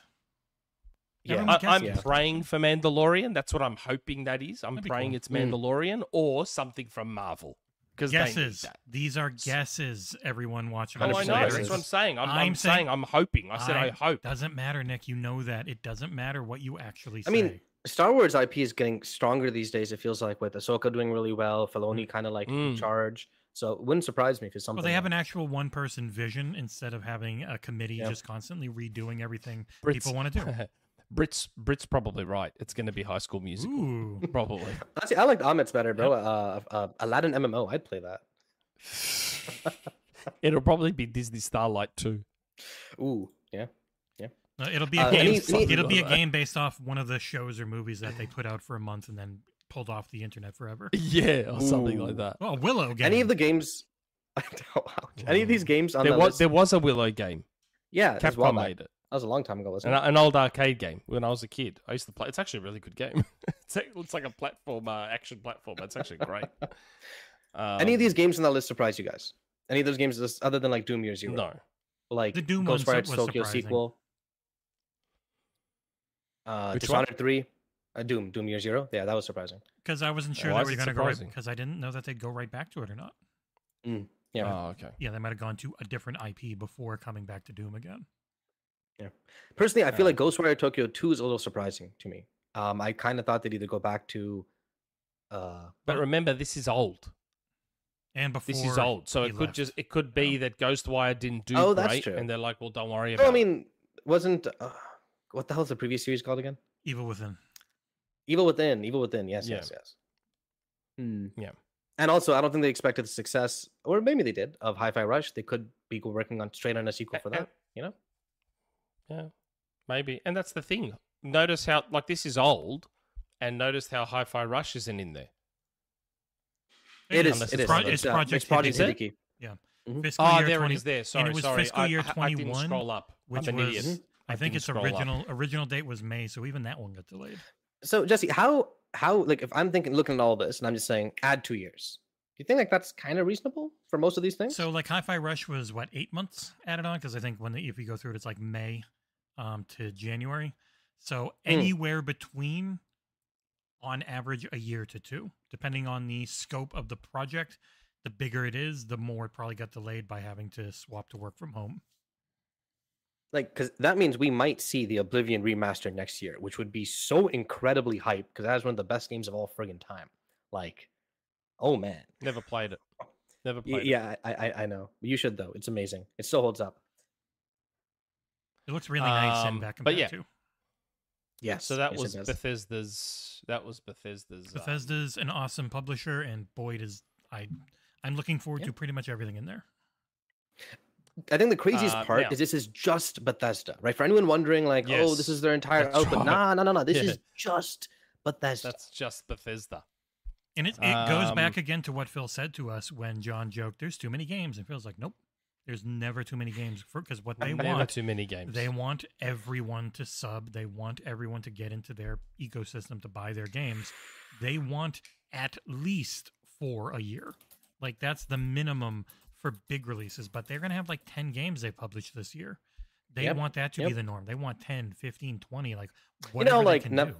Speaker 4: Yeah,
Speaker 2: Everyone
Speaker 3: I,
Speaker 2: guessed
Speaker 3: I'm
Speaker 2: it.
Speaker 4: yeah.
Speaker 3: praying for Mandalorian. That's what I'm hoping that is. I'm
Speaker 2: That'd be
Speaker 3: praying
Speaker 2: cool.
Speaker 3: it's
Speaker 4: Mm.
Speaker 3: Mandalorian or something from Marvel because
Speaker 2: Guesses.
Speaker 3: that.
Speaker 2: These are guesses, everyone watching.
Speaker 3: Oh, I
Speaker 2: this
Speaker 3: know.
Speaker 4: 100%
Speaker 2: later.
Speaker 3: That's what I'm
Speaker 4: guesses.
Speaker 3: saying. I'm, I'm,
Speaker 2: I'm saying-
Speaker 3: saying, I'm hoping. I said I, hope.
Speaker 2: Doesn't matter, Nick. You know that. It doesn't matter what you actually say.
Speaker 4: I mean, Star Wars IP is getting stronger these days. It feels like with Ahsoka doing really well, Filoni kind of like in
Speaker 3: Mm.
Speaker 4: charge. So it wouldn't surprise me if it's something.
Speaker 2: well, they have
Speaker 4: like-
Speaker 2: an actual one person vision instead of having a committee
Speaker 4: Yeah.
Speaker 2: just constantly redoing everything
Speaker 3: Brits.
Speaker 2: people want to do.
Speaker 3: Brits Brits probably right. It's going to be High School Musical.
Speaker 2: Ooh.
Speaker 3: Probably.
Speaker 4: Honestly, I liked Ahmet's better, bro. Uh, uh, Aladdin MMO, I'd play that.
Speaker 3: It'll probably be Disney Starlight too.
Speaker 4: Ooh, yeah.
Speaker 2: No, it'll be a
Speaker 4: Uh,
Speaker 2: game.
Speaker 4: any- any-
Speaker 2: it'll be a
Speaker 3: Something like
Speaker 2: game based off one of the shows or movies that they put out for a month and then pulled off the internet forever.
Speaker 3: Yeah, or something
Speaker 4: Ooh.
Speaker 3: like that.
Speaker 2: Well, a Willow game.
Speaker 4: Any of the games, I don't- ouch. any of these
Speaker 2: Ooh.
Speaker 4: games on
Speaker 3: There
Speaker 4: the
Speaker 3: was
Speaker 4: list,
Speaker 3: there was a Willow game.
Speaker 4: yeah, it was a while
Speaker 3: Capcom
Speaker 4: back.
Speaker 3: made it,
Speaker 4: That was a long time ago,
Speaker 3: an,
Speaker 4: wasn't it?
Speaker 3: an old arcade game when I was a kid. I used to play. It's actually a really good game. it's, a- it's like a platform, uh, action platform. It's actually great. Um,
Speaker 4: any of these games on that list surprise you guys? Any of those games that's- other than like Doom Year Zero?
Speaker 3: No.
Speaker 4: Like
Speaker 2: The Doom one
Speaker 4: Ghost Riot's
Speaker 2: was
Speaker 4: Tokyo
Speaker 2: surprising.
Speaker 4: sequel. Uh,
Speaker 3: Which one?
Speaker 4: Dishonored three, uh, Doom, Doom Year Zero. Yeah, that was surprising.
Speaker 2: because I wasn't sure
Speaker 3: Oh, Why
Speaker 2: they
Speaker 3: is
Speaker 2: were
Speaker 3: it
Speaker 2: going to go
Speaker 3: surprising?
Speaker 2: because I didn't know that they'd go right back to it or not.
Speaker 4: Yeah.
Speaker 3: Oh, okay.
Speaker 2: Yeah, they might have gone to a different IP before coming back to Doom again.
Speaker 4: Personally, I feel
Speaker 3: Uh,
Speaker 4: like Ghostwire Tokyo two is a little surprising to me. Um, I kind of thought they'd either go back to, uh,
Speaker 3: But remember, this is old.
Speaker 2: And before
Speaker 3: This is old, so
Speaker 2: he
Speaker 3: it could
Speaker 2: left.
Speaker 3: just it could be that Ghostwire didn't do
Speaker 4: Oh,
Speaker 3: great,
Speaker 4: that's true.
Speaker 3: and they're like, "Well, don't worry about."
Speaker 4: no, I
Speaker 3: it.
Speaker 4: mean, wasn't uh, what the hell's the previous series called again?
Speaker 2: Evil Within.
Speaker 4: Evil Within, Evil Within. Yes,
Speaker 3: Yeah.
Speaker 4: yes, yes. Hmm.
Speaker 3: Yeah.
Speaker 4: And also, I don't think they expected the success, or maybe they did, of Hi-Fi Rush. They could be go- working on straight on a sequel
Speaker 3: A-
Speaker 4: for
Speaker 3: and-
Speaker 4: that. You know?
Speaker 3: Yeah, maybe. And that's the thing. Notice how like this is old, and notice how Hi-Fi Rush isn't in there.
Speaker 4: It is.
Speaker 3: Unless
Speaker 4: It
Speaker 3: it's
Speaker 4: is.
Speaker 3: Pro-
Speaker 2: it's
Speaker 4: uh,
Speaker 2: Project
Speaker 4: it's Project
Speaker 3: Hibiki.
Speaker 4: Hibiki. Mhm.
Speaker 2: Fiscal
Speaker 3: Oh,
Speaker 2: year
Speaker 3: there
Speaker 2: 20
Speaker 3: it is. There. Sorry,
Speaker 2: was
Speaker 3: sorry.
Speaker 2: fiscal
Speaker 3: I,
Speaker 2: year
Speaker 3: I- I didn't
Speaker 2: 21,
Speaker 3: scroll up.
Speaker 2: which
Speaker 3: I'm an
Speaker 2: was-
Speaker 3: idiot.
Speaker 2: I think
Speaker 3: didn't
Speaker 2: its
Speaker 3: scroll up.
Speaker 2: original original date was May, so even that one got delayed.
Speaker 4: So Jesse, how how like if I'm thinking looking at all this and I'm just saying add two years, do you think like that's kind of reasonable for most of these things?
Speaker 2: So like Hi-Fi Rush was what eight months added on because I think when the, if you go through it, it's like May um, to January. So
Speaker 3: Hmm.
Speaker 2: anywhere between, on average, a year to two, depending on the scope of the project. The bigger it is, the more it probably got delayed by having to swap to work from home.
Speaker 4: like because that means we might see the Oblivion remaster next year, which would be so incredibly hype because that is one of the best games of all friggin' time. Like, oh man.
Speaker 3: Never played it. Never played.
Speaker 4: Y-
Speaker 3: it.
Speaker 4: Yeah, I, I I know. You should though. It's amazing. It still holds up.
Speaker 2: It looks really nice in
Speaker 3: Um,
Speaker 2: back and
Speaker 3: but
Speaker 2: back
Speaker 3: yeah,
Speaker 2: too.
Speaker 4: Yes.
Speaker 3: So that
Speaker 4: yes, it
Speaker 3: was
Speaker 4: does.
Speaker 3: Bethesda's. That was Bethesda's. um,
Speaker 2: Bethesda's an awesome publisher, and boy, does I I'm looking forward
Speaker 4: Yeah.
Speaker 2: to pretty much everything in there.
Speaker 4: I think the craziest
Speaker 3: Uh,
Speaker 4: part
Speaker 3: yeah.
Speaker 4: is this is just Bethesda, right? For anyone wondering, like, oh,
Speaker 3: Yes.
Speaker 4: this is their entire
Speaker 3: That's
Speaker 4: output.
Speaker 3: right.
Speaker 4: Nah, no, no, no. This
Speaker 3: Yeah.
Speaker 4: is just Bethesda.
Speaker 3: that's just Bethesda.
Speaker 2: And it, it goes back
Speaker 3: Um,
Speaker 2: again to what Phil said to us when John joked, "There's too many games," and Phil's like, "Nope, there's never too many games for because what they
Speaker 3: Never
Speaker 2: want,
Speaker 3: too many games.
Speaker 2: they want everyone to sub, they want everyone to get into their ecosystem to buy their games. They want at least four a year, like that's the minimum for big releases. But they're gonna have like ten games they publish this year. They
Speaker 4: Yep,
Speaker 2: want that to be
Speaker 4: yep.
Speaker 2: the norm. They want 10, 15, 20, like whatever they
Speaker 4: like,
Speaker 2: can
Speaker 4: no-
Speaker 2: do.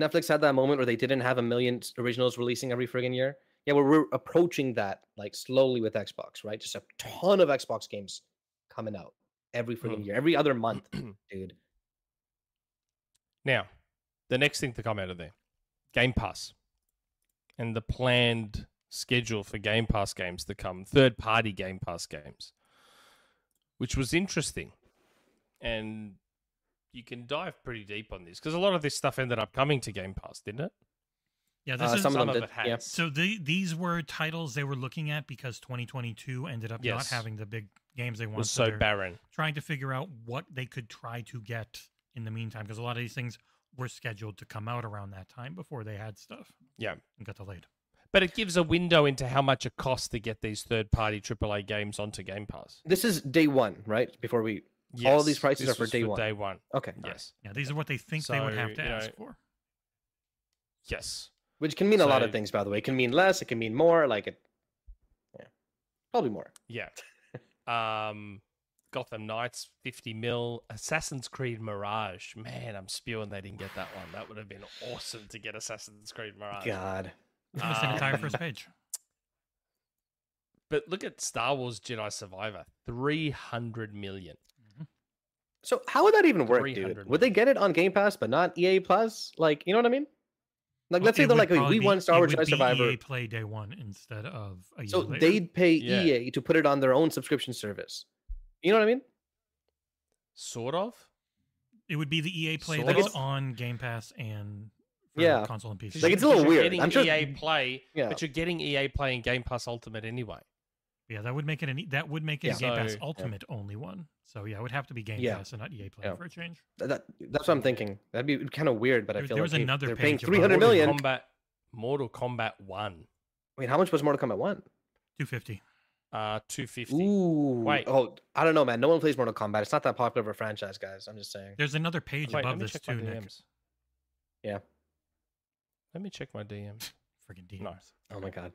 Speaker 4: Netflix had that moment where they didn't have a million s- originals releasing every friggin' year. Yeah, we're, we're approaching that like slowly with Xbox, right? Just a ton of Xbox games coming out every
Speaker 3: Hmm.
Speaker 4: friggin' year, every other month, dude.
Speaker 3: Now, the next thing to come out of there, Game Pass, and the planned schedule for Game Pass games to come, third-party Game Pass games, which was interesting, and you can dive pretty deep on this because a lot of this stuff ended up coming to Game Pass, didn't it?
Speaker 2: Yeah, this
Speaker 4: Uh,
Speaker 2: is
Speaker 4: some of them
Speaker 3: it
Speaker 4: did, yeah.
Speaker 3: has.
Speaker 2: So the, these were titles they were looking at because 2022 ended up
Speaker 3: Yes.
Speaker 2: not having the big games they
Speaker 3: It
Speaker 2: wanted.
Speaker 3: was so
Speaker 2: they're
Speaker 3: barren.
Speaker 2: Trying to figure out what they could try to get in the meantime, because a lot of these things were scheduled to come out around that time before they had stuff
Speaker 3: Yeah.
Speaker 2: and got delayed.
Speaker 3: But it gives a window into how much it costs to get these third-party AAA games onto Game Pass.
Speaker 4: This is day one, right? Before we All of these prices
Speaker 3: this
Speaker 4: are for
Speaker 3: was
Speaker 4: day one.
Speaker 3: Day one.
Speaker 4: okay,
Speaker 3: Yes.
Speaker 2: Yeah, these are what they think they would
Speaker 3: So,
Speaker 2: have to
Speaker 3: you know,
Speaker 2: ask for.
Speaker 3: Yes.
Speaker 4: which can mean a lot of
Speaker 3: So-
Speaker 4: things, by the way. It can mean less. It can mean more. Like it, yeah, probably more.
Speaker 3: Yeah. Um, Gotham Knights, 50 mil. Assassin's Creed Mirage. Man, I'm spewing they didn't get that one. That would have been awesome to get Assassin's Creed Mirage.
Speaker 4: God,
Speaker 2: Give us an entire
Speaker 3: Um,
Speaker 2: first page.
Speaker 3: But look at Star Wars Jedi Survivor, 300 million.
Speaker 4: So how would that even work, dude?
Speaker 3: 300
Speaker 4: Would they
Speaker 3: million.
Speaker 4: get it on Game Pass but not EA Plus? Like, you know what I mean? Like,
Speaker 2: Well,
Speaker 4: let's say
Speaker 2: it
Speaker 4: they're
Speaker 2: would
Speaker 4: like, "Hey,
Speaker 2: probably
Speaker 4: we
Speaker 2: be-
Speaker 4: won Star
Speaker 2: it
Speaker 4: Wars
Speaker 2: would
Speaker 4: Jedi
Speaker 2: be
Speaker 4: Survivor,
Speaker 2: EA Play Day One instead of a year
Speaker 4: so
Speaker 2: later.
Speaker 4: they'd pay
Speaker 3: Yeah.
Speaker 4: EA to put it on their own subscription service." You know what I mean?
Speaker 3: Sort of.
Speaker 2: It would be the EA Play
Speaker 3: Sort
Speaker 2: that's
Speaker 3: of.
Speaker 2: on Game Pass and for
Speaker 4: Yeah.
Speaker 2: console and PC.
Speaker 3: 'Cause
Speaker 4: Like,
Speaker 3: you-
Speaker 4: it's a little
Speaker 3: 'cause you're
Speaker 4: weird.
Speaker 3: Getting
Speaker 4: I'm sure-
Speaker 3: EA Play,
Speaker 4: Yeah.
Speaker 3: but you're getting EA Play and Game Pass Ultimate anyway.
Speaker 2: Yeah, that would make it an e, that would make it
Speaker 4: Yeah.
Speaker 2: a Game Pass
Speaker 3: So- yeah.
Speaker 2: Ultimate only one. So yeah, it would have to be Game
Speaker 4: Yeah.
Speaker 2: Pass and not EA Play
Speaker 4: Yeah.
Speaker 2: for a change.
Speaker 4: That, that- that's what I'm thinking. That'd be kind of weird, but I
Speaker 2: There-
Speaker 4: feel
Speaker 2: there
Speaker 4: like
Speaker 2: was
Speaker 4: hey,
Speaker 2: another
Speaker 4: they're paying
Speaker 2: page about
Speaker 4: 300
Speaker 2: Mortal
Speaker 4: million.
Speaker 3: Kombat, Mortal Kombat 1,
Speaker 4: Wait, how much was Mortal Kombat One?
Speaker 2: Two fifty.
Speaker 3: uh, 250.
Speaker 4: Ooh,
Speaker 3: Wait.
Speaker 4: oh, I don't know, man. No one plays Mortal Kombat. It's not that popular of a franchise, guys. I'm just saying.
Speaker 2: There's another page
Speaker 3: Wait, let
Speaker 2: above
Speaker 3: me
Speaker 2: this
Speaker 3: check my
Speaker 2: too, Nick.
Speaker 3: DMs.
Speaker 4: Yeah.
Speaker 3: Let me check my DMs.
Speaker 2: Freaking DMs.
Speaker 3: No.
Speaker 4: Oh my god.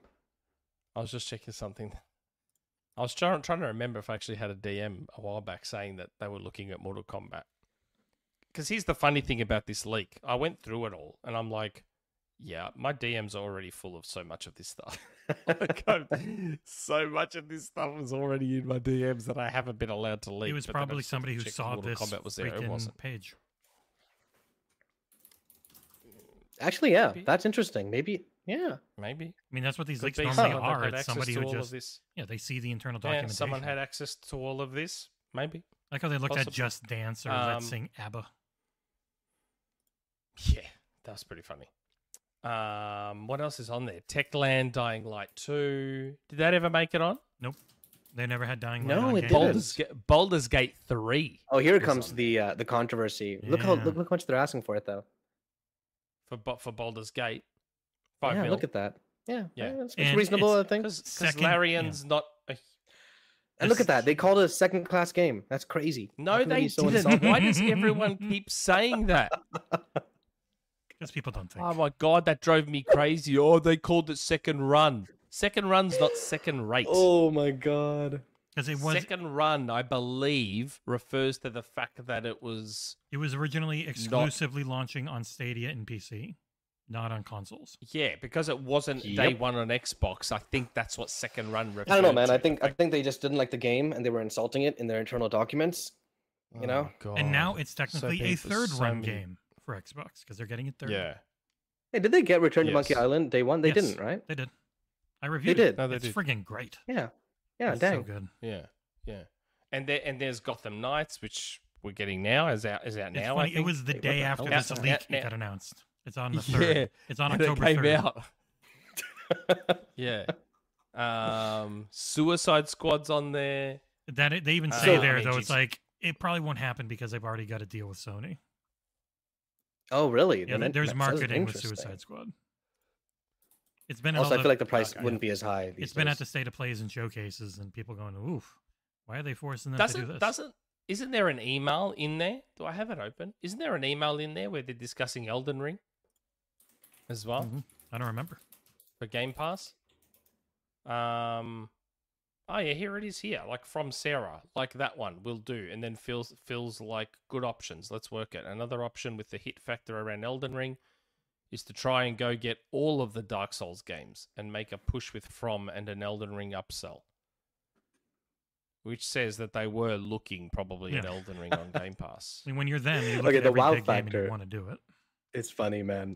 Speaker 3: I was just checking something. I was trying, trying to remember if I actually had a DM a while back saying that they were looking at Mortal Kombat. Because here's the funny thing about this leak. I went through it all and I'm like, yeah, my DMs are already full of so much of this stuff. Like, I'm- so much of this stuff was already in my DMs that I haven't been allowed to leak.
Speaker 2: It was
Speaker 3: but then I
Speaker 2: probably
Speaker 3: just
Speaker 2: somebody who
Speaker 3: checked
Speaker 2: saw
Speaker 3: Mortal
Speaker 2: this
Speaker 3: Kombat was there. It
Speaker 2: freaking
Speaker 3: wasn't.
Speaker 2: page.
Speaker 4: Actually, yeah,
Speaker 3: Maybe.
Speaker 4: that's interesting. Maybe, yeah.
Speaker 3: Maybe.
Speaker 2: I mean, that's what these leaks
Speaker 3: Could be
Speaker 2: normally
Speaker 3: someone that
Speaker 2: are.
Speaker 3: had
Speaker 2: It's
Speaker 3: access
Speaker 2: somebody
Speaker 3: to
Speaker 2: who
Speaker 3: all of
Speaker 2: just
Speaker 3: this.
Speaker 2: yeah they see the internal
Speaker 3: Yeah,
Speaker 2: documentation.
Speaker 3: someone had access to all of this. Maybe.
Speaker 2: like how they looked
Speaker 3: possible.
Speaker 2: at Just Dance or
Speaker 3: Um,
Speaker 2: Let's Sing ABBA.
Speaker 3: Yeah, that's pretty funny. Um, what else is on there? Techland, Dying Light Two. Did that ever make it on?
Speaker 2: They never had Dying Light.
Speaker 4: No,
Speaker 2: on
Speaker 4: it
Speaker 2: Game Pass.
Speaker 4: didn't.
Speaker 3: Baldur's, Ga- Baldur's Gate Three
Speaker 4: Oh, here
Speaker 3: is
Speaker 4: comes
Speaker 3: on
Speaker 4: the uh, the controversy. Look how
Speaker 2: Yeah.
Speaker 4: look, look how much they're asking for it though.
Speaker 3: for Ba- for Baldur's Gate. Five
Speaker 4: yeah,
Speaker 3: mil.
Speaker 4: look at that. Yeah,
Speaker 3: Yeah.
Speaker 4: yeah, that's, that's
Speaker 2: And
Speaker 4: reasonable. uh, I
Speaker 2: it's-
Speaker 4: think.
Speaker 3: because
Speaker 2: Second- yeah.
Speaker 3: Larian's not. A,
Speaker 4: And look
Speaker 2: This-
Speaker 4: at that. They called it a second class game. That's crazy. How
Speaker 3: no,
Speaker 4: can
Speaker 3: they
Speaker 4: be so
Speaker 3: didn't.
Speaker 4: insulting?
Speaker 3: Why does everyone keep saying that?
Speaker 2: Because people don't think.
Speaker 3: Oh my god, that drove me crazy. Oh, they called it Second Run. Second Run's not second rate.
Speaker 4: Oh my god.
Speaker 2: Because it was
Speaker 3: Second Run, I believe, refers to the fact that it was
Speaker 2: it was originally exclusively launching on Stadia and PC, not on consoles.
Speaker 3: Yeah, because it wasn't day
Speaker 4: Yep.
Speaker 3: one on Xbox. I think that's what second run.
Speaker 4: I don't know,
Speaker 3: referred
Speaker 4: man.
Speaker 3: to.
Speaker 4: I think I think they just didn't like the game and they were insulting it in their internal documents.
Speaker 3: Oh
Speaker 4: you know?
Speaker 3: my God.
Speaker 2: And now it's
Speaker 3: So
Speaker 2: technically a
Speaker 3: big for
Speaker 2: third
Speaker 3: so
Speaker 2: run
Speaker 3: many-
Speaker 2: game for Xbox because they're getting it third.
Speaker 3: Yeah,
Speaker 4: Hey, did they get Return to Monkey
Speaker 3: Yes.
Speaker 4: Island day one? They
Speaker 2: Yes.
Speaker 4: didn't, right?
Speaker 2: They did. I reviewed
Speaker 4: did.
Speaker 2: it.
Speaker 3: No, they
Speaker 2: it's
Speaker 3: did.
Speaker 2: friggin' great.
Speaker 4: Yeah. Yeah,
Speaker 2: it's so
Speaker 4: dang.
Speaker 2: good.
Speaker 3: Yeah, yeah, and there and there's Gotham Knights, which we're getting now is out is
Speaker 2: It's
Speaker 3: out now. I
Speaker 2: funny. It
Speaker 3: think.
Speaker 2: was the
Speaker 4: Wait, what
Speaker 2: day
Speaker 4: the
Speaker 2: after
Speaker 4: hell
Speaker 3: is
Speaker 2: this
Speaker 3: that?
Speaker 2: leak
Speaker 3: Yeah,
Speaker 2: it got announced. It's on the
Speaker 3: Yeah.
Speaker 2: third. It's on
Speaker 3: and it
Speaker 2: October
Speaker 3: came
Speaker 2: 3rd.
Speaker 3: out. yeah, um, Suicide Squad's on there.
Speaker 2: That it, they even
Speaker 3: Uh,
Speaker 2: say
Speaker 4: So-
Speaker 2: there
Speaker 3: I mean,
Speaker 2: though,
Speaker 3: geez.
Speaker 2: it's like it probably won't happen because they've already got a deal with Sony.
Speaker 4: Oh, really?
Speaker 2: Yeah, th-
Speaker 4: Then that-
Speaker 2: there's
Speaker 4: that sounds
Speaker 2: marketing with
Speaker 4: interesting.
Speaker 2: Suicide Squad. It's been in
Speaker 4: Also,
Speaker 2: all
Speaker 4: I
Speaker 2: the-
Speaker 4: feel like the price
Speaker 2: Okay.
Speaker 4: wouldn't be as high.
Speaker 2: It's
Speaker 4: these
Speaker 2: been at
Speaker 4: days.
Speaker 2: the state of plays and showcases, and people going, "Oof, why are they forcing them to do
Speaker 3: Doesn't
Speaker 2: this?"
Speaker 3: doesn't isn't there an email in there? Do I have it open? Isn't there an email in there where they're discussing Elden Ring as well
Speaker 4: Mm-hmm.
Speaker 2: Mhm. I don't remember.
Speaker 3: for Game Pass? Um, oh yeah, here it is. Here, like from Sarah, like that one will do. And then feels feels like good options. Let's work it. Another option with the hit factor around Elden Ring is to try and go get all of the Dark Souls games and make a push with From and an Elden Ring upsell. Which says that they were looking probably at
Speaker 2: Yeah.
Speaker 3: Elden Ring on Game Pass.
Speaker 2: I mean, when you're them, you look
Speaker 4: Okay,
Speaker 2: at
Speaker 4: the
Speaker 2: every
Speaker 4: wow
Speaker 2: big game and you
Speaker 4: factor.
Speaker 2: want to do it.
Speaker 4: It's funny, man.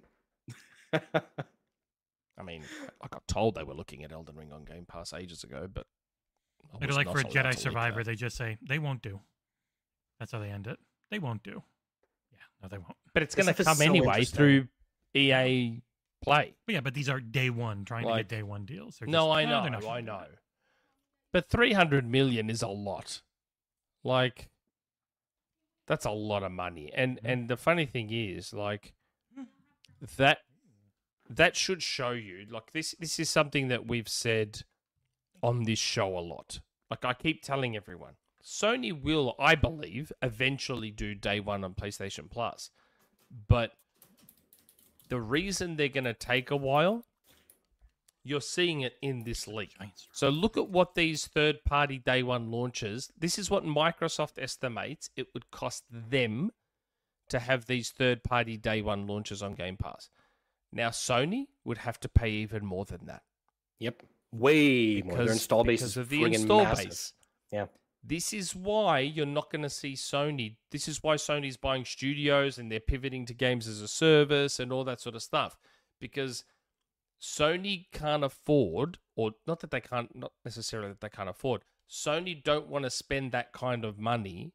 Speaker 3: I mean, I got told they were looking at Elden Ring on Game Pass ages ago, but I
Speaker 2: It'd be
Speaker 3: was
Speaker 2: like
Speaker 3: not
Speaker 2: for a
Speaker 3: allowed to look
Speaker 2: Jedi
Speaker 3: at
Speaker 2: Survivor,
Speaker 3: it.
Speaker 2: they just say they won't do. That's how they end it. They won't do. Yeah, no, they won't.
Speaker 3: But it's
Speaker 4: This
Speaker 3: going to
Speaker 4: stuff is
Speaker 3: come
Speaker 4: so
Speaker 3: anyway
Speaker 4: interesting.
Speaker 3: through EA Play.
Speaker 2: But yeah, but these are day one trying
Speaker 3: Like-
Speaker 2: to get day one deals. They're
Speaker 3: No,
Speaker 2: just,
Speaker 3: I
Speaker 2: "Ah,
Speaker 3: know,
Speaker 2: they're not gonna
Speaker 3: I
Speaker 2: do
Speaker 3: know.
Speaker 2: that."
Speaker 3: But 300 million is a lot. Like that's a lot of money. And and the funny thing is like that that should show you like this this is something that we've said on this show a lot. Like I keep telling everyone, Sony will, I believe, eventually do day 1 on PlayStation Plus. But the reason they're going to take a while you're seeing it in this leak.
Speaker 2: Giants.
Speaker 3: So look at what these third party day one launches. This is what Microsoft estimates it would cost them to have these third party day one launches on Game Pass. Now Sony would have to pay even more than that
Speaker 4: Yep. Way more. Their install base
Speaker 3: because
Speaker 4: is
Speaker 3: of the
Speaker 4: friggin'
Speaker 3: install
Speaker 4: massive.
Speaker 3: base.
Speaker 4: Yeah.
Speaker 3: This is why you're not going to see Sony. This is why Sony's buying studios and they're pivoting to games as a service and all that sort of stuff because Sony can't afford or not that they can't not necessarily that they can't afford. Sony don't want to spend that kind of money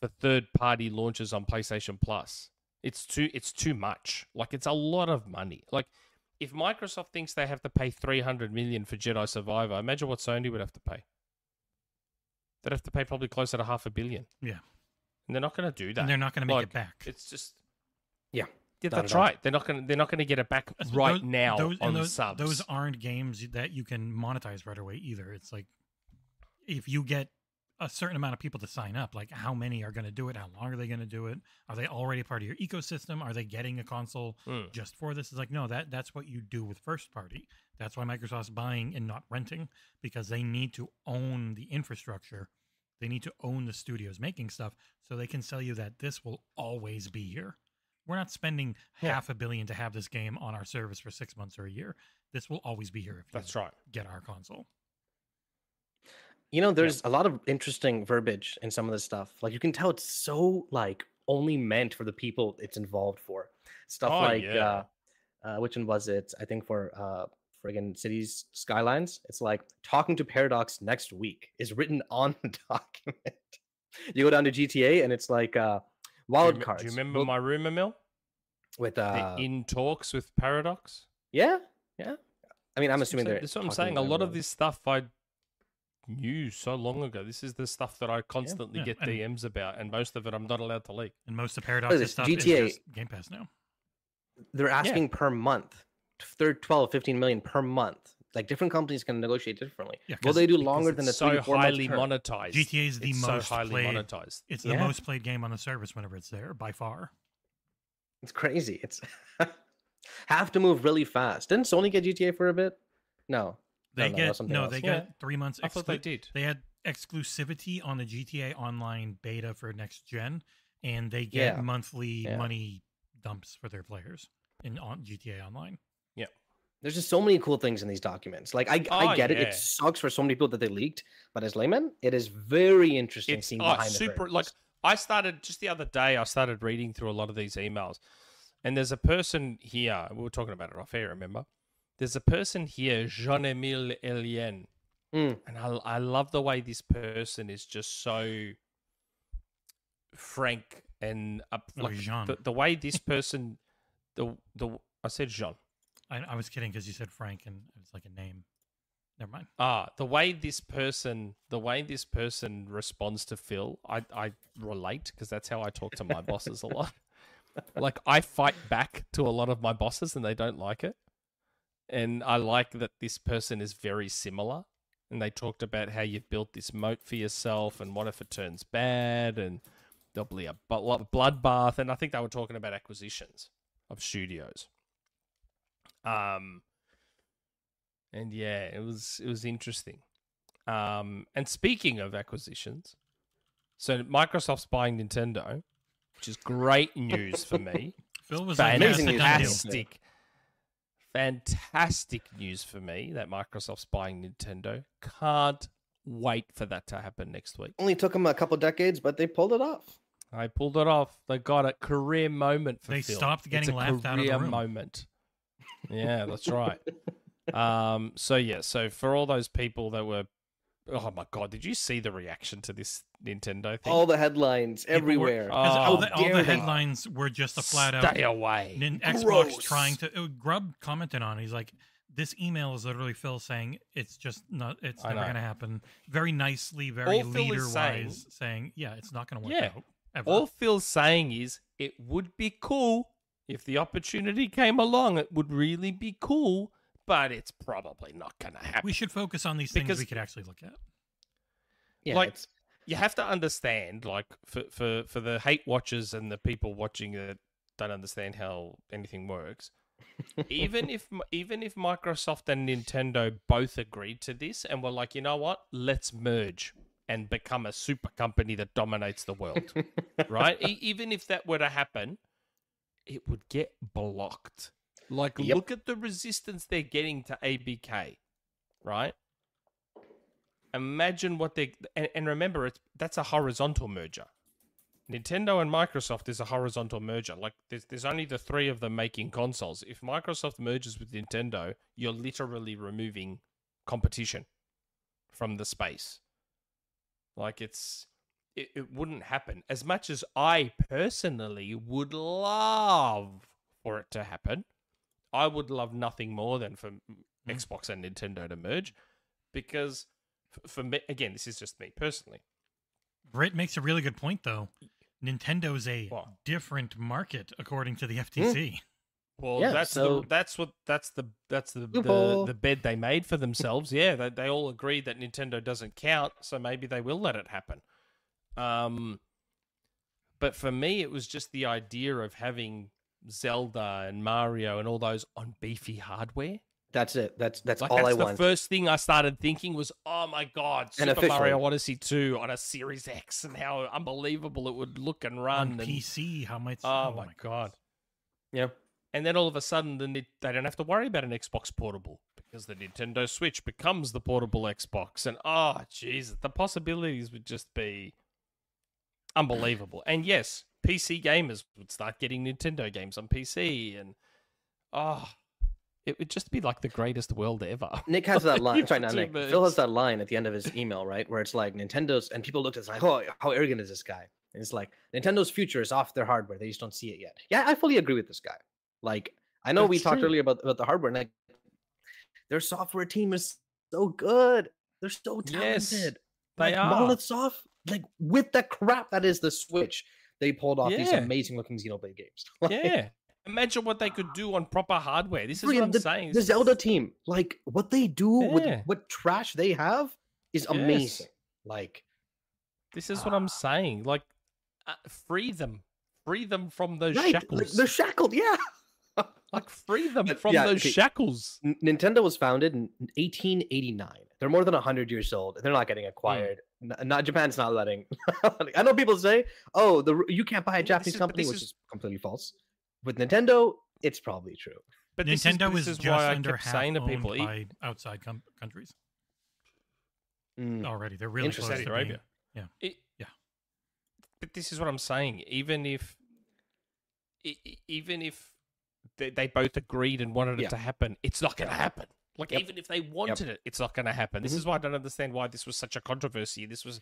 Speaker 3: for third party launches on PlayStation Plus. It's too it's too much. Like it's a lot of money. Like if Microsoft thinks they have to pay 300 million for Jedi Survivor, imagine what Sony would have to pay. They'd have to pay probably closer to half a billion.
Speaker 2: Yeah.
Speaker 3: And they're not going to do that.
Speaker 2: And they're not going to make
Speaker 3: Like,
Speaker 2: it back.
Speaker 3: It's just
Speaker 4: Yeah.
Speaker 3: yeah,
Speaker 4: Not
Speaker 3: that's
Speaker 4: at all.
Speaker 3: right. They're not going to they're not going to get it back
Speaker 2: That's-
Speaker 3: right
Speaker 2: those-
Speaker 3: now
Speaker 2: those, and
Speaker 3: on
Speaker 2: those,
Speaker 3: subs.
Speaker 2: Those aren't games that you can monetize right away either. It's like if you get a certain amount of people to sign up, like how many are going to do it? How long are they going to do it? Are they already part of your ecosystem? Are they getting a console
Speaker 3: Mm.
Speaker 2: just for this? It's like no, that that's what you do with first party. That's why Microsoft's buying and not renting because they need to own the infrastructure. They need to own the studios making stuff so they can sell you that this will always be here. We're not spending
Speaker 3: Yeah.
Speaker 2: half a billion to have this game on our service for six months or a year. This will always be here if you
Speaker 3: That's right.
Speaker 2: get our console.
Speaker 4: You know, there's a lot of interesting verbiage in some of this stuff. Like you can tell it's so like only meant for the people it's involved for. Stuff
Speaker 3: Oh,
Speaker 4: like
Speaker 3: yeah.
Speaker 4: uh, uh which one was it? I think for uh friggin' cities skylines. It's like talking to Paradox next week is written on the document. you go down to GTA and it's like uh
Speaker 3: Do you,
Speaker 4: wild
Speaker 3: rem-
Speaker 4: cards.
Speaker 3: do you remember
Speaker 4: We'll-
Speaker 3: my rumor mill?
Speaker 4: with uh
Speaker 3: They're in talks with Paradox.
Speaker 4: Yeah, yeah. I mean, I'm
Speaker 3: That's what saying-
Speaker 4: assuming they're
Speaker 3: That's what I'm
Speaker 4: talking
Speaker 3: saying.
Speaker 4: to
Speaker 3: A lot of
Speaker 4: everyone.
Speaker 3: this stuff I knew so long ago. This is the stuff that I constantly
Speaker 2: Yeah,
Speaker 3: get
Speaker 2: and-
Speaker 3: DMs about, and most of it I'm not allowed to leak.
Speaker 2: And most of Paradox's
Speaker 4: this,
Speaker 2: stuff
Speaker 4: GTA
Speaker 2: is just Game Pass now.
Speaker 4: they're asking per month they're 12 15 million per month like different companies can negotiate differently
Speaker 2: Yeah,
Speaker 4: will
Speaker 2: 'cause-
Speaker 4: they do
Speaker 3: Because
Speaker 4: longer than
Speaker 3: it's
Speaker 4: the three
Speaker 3: so
Speaker 4: to four month
Speaker 3: highly
Speaker 4: term?
Speaker 3: monetized.
Speaker 2: GTA is the
Speaker 3: It's
Speaker 2: most
Speaker 3: so highly
Speaker 2: played.
Speaker 3: monetized.
Speaker 2: It's
Speaker 4: Yeah.
Speaker 2: the most played game on the service whenever it's there by far.
Speaker 4: it's crazy it's have to move really fast didn't sony get gta for a bit no
Speaker 2: They
Speaker 4: no, that's
Speaker 2: get
Speaker 4: something
Speaker 2: no,
Speaker 4: else.
Speaker 2: they
Speaker 3: Yeah.
Speaker 2: got three months.
Speaker 3: I thought they
Speaker 2: exclu-
Speaker 3: did.
Speaker 2: They had exclusivity on the GTA Online beta for next gen, and they get
Speaker 4: Yeah.
Speaker 2: monthly
Speaker 4: Yeah.
Speaker 2: money dumps for their players in on GTA Online.
Speaker 4: there's just so many cool things in these documents like i,
Speaker 3: Oh,
Speaker 4: I get it
Speaker 3: yeah.
Speaker 4: it sucks for so many people that they leaked but as layman it is very interesting
Speaker 3: It's
Speaker 4: seeing
Speaker 3: oh,
Speaker 4: behind the
Speaker 3: super.
Speaker 4: curtains.
Speaker 3: Like I started just the other day. I started reading through a lot of these emails, and there's a person here. We were talking about it off air. Remember, there's a person here, Jean Emile Elien,
Speaker 4: Mm.
Speaker 3: and I, I love the way this person is just so frank and up.
Speaker 2: Oh,
Speaker 3: like,
Speaker 2: Jean.
Speaker 3: The, the way this person, the the I said Jean.
Speaker 2: I, I was kidding because you said Frank and it's like a name. Never mind.
Speaker 3: Ah, the way this person, the way this person responds to Phil, I I relate because that's how I talk to my bosses a lot. Like I fight back to a lot of my bosses and they don't like it. And I like that this person is very similar. And they talked about how you've built this moat for yourself and what if it turns bad and there'll be a bu- lot of bloodbath. And I think they were talking about acquisitions of studios. Um, and yeah, it was it was interesting. Um, and speaking of acquisitions, so Microsoft's buying Nintendo, which is great news for me.
Speaker 2: Phil was like, yeah,
Speaker 4: Amazing news.
Speaker 2: it's a done deal.
Speaker 4: Yes.
Speaker 3: fantastic, fantastic news for me that Microsoft's buying Nintendo. Can't wait for that to happen next week.
Speaker 4: Only took them a couple decades, but they pulled it off.
Speaker 3: I pulled it off. They got a career moment for
Speaker 2: They
Speaker 3: Phil.
Speaker 2: stopped
Speaker 3: It's
Speaker 2: getting
Speaker 3: a
Speaker 2: laughed out of the
Speaker 3: career
Speaker 2: room.
Speaker 3: moment. Yeah, that's right. um. So yeah. So for all those people that were, oh my god, did you see the reaction to this Nintendo thing?
Speaker 4: All the headlines
Speaker 2: People were-
Speaker 4: everywhere.
Speaker 2: 'cause all
Speaker 3: Oh,
Speaker 2: the, all
Speaker 4: dare
Speaker 2: the
Speaker 4: they.
Speaker 2: headlines were just a flat out
Speaker 3: stay away.
Speaker 2: Nin- Xbox
Speaker 4: Gross.
Speaker 2: trying to uh, Grub commented on. it. He's like, this email is literally Phil saying it's just not. It's
Speaker 3: I
Speaker 2: never
Speaker 3: know.
Speaker 2: going to happen. Very nicely, very
Speaker 3: All Phil
Speaker 2: leader
Speaker 3: is saying-
Speaker 2: wise, saying, yeah, it's not going to work
Speaker 3: Yeah.
Speaker 2: out ever.
Speaker 3: all Phil's saying is it would be cool if the opportunity came along. It would really be cool, but it's probably not going to happen.
Speaker 2: we should focus on these things
Speaker 3: Because-
Speaker 2: we could actually look at.
Speaker 4: yeah,
Speaker 3: like-
Speaker 4: it's-
Speaker 3: you have to understand, like for for for the hate watchers and the people watching that don't understand how anything works. even if even if Microsoft and Nintendo both agreed to this and were like, you know what, let's merge and become a super company that dominates the world, right? E- even if that were to happen, it would get blocked. Like,
Speaker 4: Yep.
Speaker 3: look at the resistance they're getting to ABK, right? Imagine what they and, and remember it's that's a horizontal merger. Nintendo and Microsoft is a horizontal merger. Like there's there's only the three of them making consoles. If Microsoft merges with Nintendo, you're literally removing competition from the space. Like it's it, it wouldn't happen. As much as I personally would love for it to happen, I would love nothing more than for Xbox and Nintendo to merge because f- for me again, this is just me personally.
Speaker 2: Britt makes a really good point, though. Nintendo's a
Speaker 3: What? Hmm.
Speaker 2: different market, according to the FTC.
Speaker 3: Well,
Speaker 4: Yeah,
Speaker 3: that's
Speaker 4: so-
Speaker 3: the, that's what that's the that's the, the
Speaker 4: Loophole.
Speaker 3: the bed they made for themselves. yeah, they they all agreed that Nintendo doesn't count, so maybe they will let it happen. Um, but for me, it was just the idea of having Zelda and Mario and all those on beefy hardware.
Speaker 4: that's it. That's that's
Speaker 3: Like
Speaker 4: all
Speaker 3: that's
Speaker 4: I
Speaker 3: the
Speaker 4: want.
Speaker 3: first thing I started thinking was, oh my god,
Speaker 4: And
Speaker 3: Super
Speaker 4: officially.
Speaker 3: Mario Odyssey two on a Series X and how unbelievable it would look and run.
Speaker 2: on
Speaker 3: and
Speaker 2: PC, how much?
Speaker 3: Oh my God.
Speaker 4: yeah.
Speaker 3: And then all of a sudden, the, Ni- they don't have to worry about an Xbox Portable because the Nintendo Switch becomes the portable Xbox. And oh, Jesus, the possibilities would just be unbelievable. And yes, PC gamers would start getting Nintendo games on PC. And oh, it would just be like the greatest world ever.
Speaker 4: Nick has that line.
Speaker 3: You've
Speaker 4: Sorry, not
Speaker 3: too
Speaker 4: Nick.
Speaker 3: much.
Speaker 4: Phil has that line at the end of his email, right? Where it's like Nintendo's, and people looked at it like, oh, how arrogant is this guy? And it's like Nintendo's future is off their hardware. They just don't see it yet. Yeah, I fully agree with this guy. Like, I know we
Speaker 3: That's
Speaker 4: talked
Speaker 3: true.
Speaker 4: earlier about, about the hardware, and like, their software team is so good. They're so
Speaker 3: Yes,
Speaker 4: talented.
Speaker 3: They
Speaker 4: like,
Speaker 3: are.
Speaker 4: Molotov, like with the crap that is the Switch, they pulled off these
Speaker 3: Yeah.
Speaker 4: amazing looking Xenoblade games. Like,
Speaker 3: Yeah. Imagine what they could do on proper hardware. This is what
Speaker 4: Friggin'
Speaker 3: I'm
Speaker 4: the,
Speaker 3: saying.
Speaker 4: The
Speaker 3: This is-
Speaker 4: Zelda team, like what they do with
Speaker 3: Yeah.
Speaker 4: what trash they have is amazing. Like
Speaker 3: This is what I'm saying. Like, uh, free them. Free them from those
Speaker 4: right, like,
Speaker 3: shackles.
Speaker 4: they're shackled. Yeah.
Speaker 3: Like free them
Speaker 4: But-
Speaker 3: from
Speaker 4: yeah,
Speaker 3: those
Speaker 4: okay.
Speaker 3: shackles.
Speaker 4: N- Nintendo was founded in 1889. They're more than 100 years old. They're not
Speaker 3: Hmm.
Speaker 4: getting acquired. N- not Japan's not letting. I know people say, "Oh, the r- you can't buy a
Speaker 3: Yeah, this is-
Speaker 4: Japanese
Speaker 3: but
Speaker 4: company,"
Speaker 3: this
Speaker 4: which is...
Speaker 3: is-
Speaker 4: completely false. With Nintendo, it's probably true.
Speaker 3: But this is,
Speaker 2: Nintendo
Speaker 3: this
Speaker 2: is,
Speaker 3: is
Speaker 2: just
Speaker 3: why I
Speaker 2: under
Speaker 3: kept
Speaker 2: half
Speaker 3: saying to
Speaker 2: owned
Speaker 3: people, e-
Speaker 2: by outside com- countries
Speaker 3: Hmm.
Speaker 4: Mm.
Speaker 2: already. They're really close
Speaker 4: Interesting.
Speaker 2: to
Speaker 4: Saudi
Speaker 2: being-
Speaker 3: Arabia. it-
Speaker 2: Yeah.
Speaker 3: But this is what I'm saying. e, Even if, e- e- even if they, they both agreed and wanted
Speaker 4: Yeah.
Speaker 3: it to happen. It's not going to happen. Like
Speaker 4: Yep.
Speaker 3: even if they wanted it, it's not going to happen. This
Speaker 4: Mhm.
Speaker 3: is why I don't understand why this was such a controversy. This was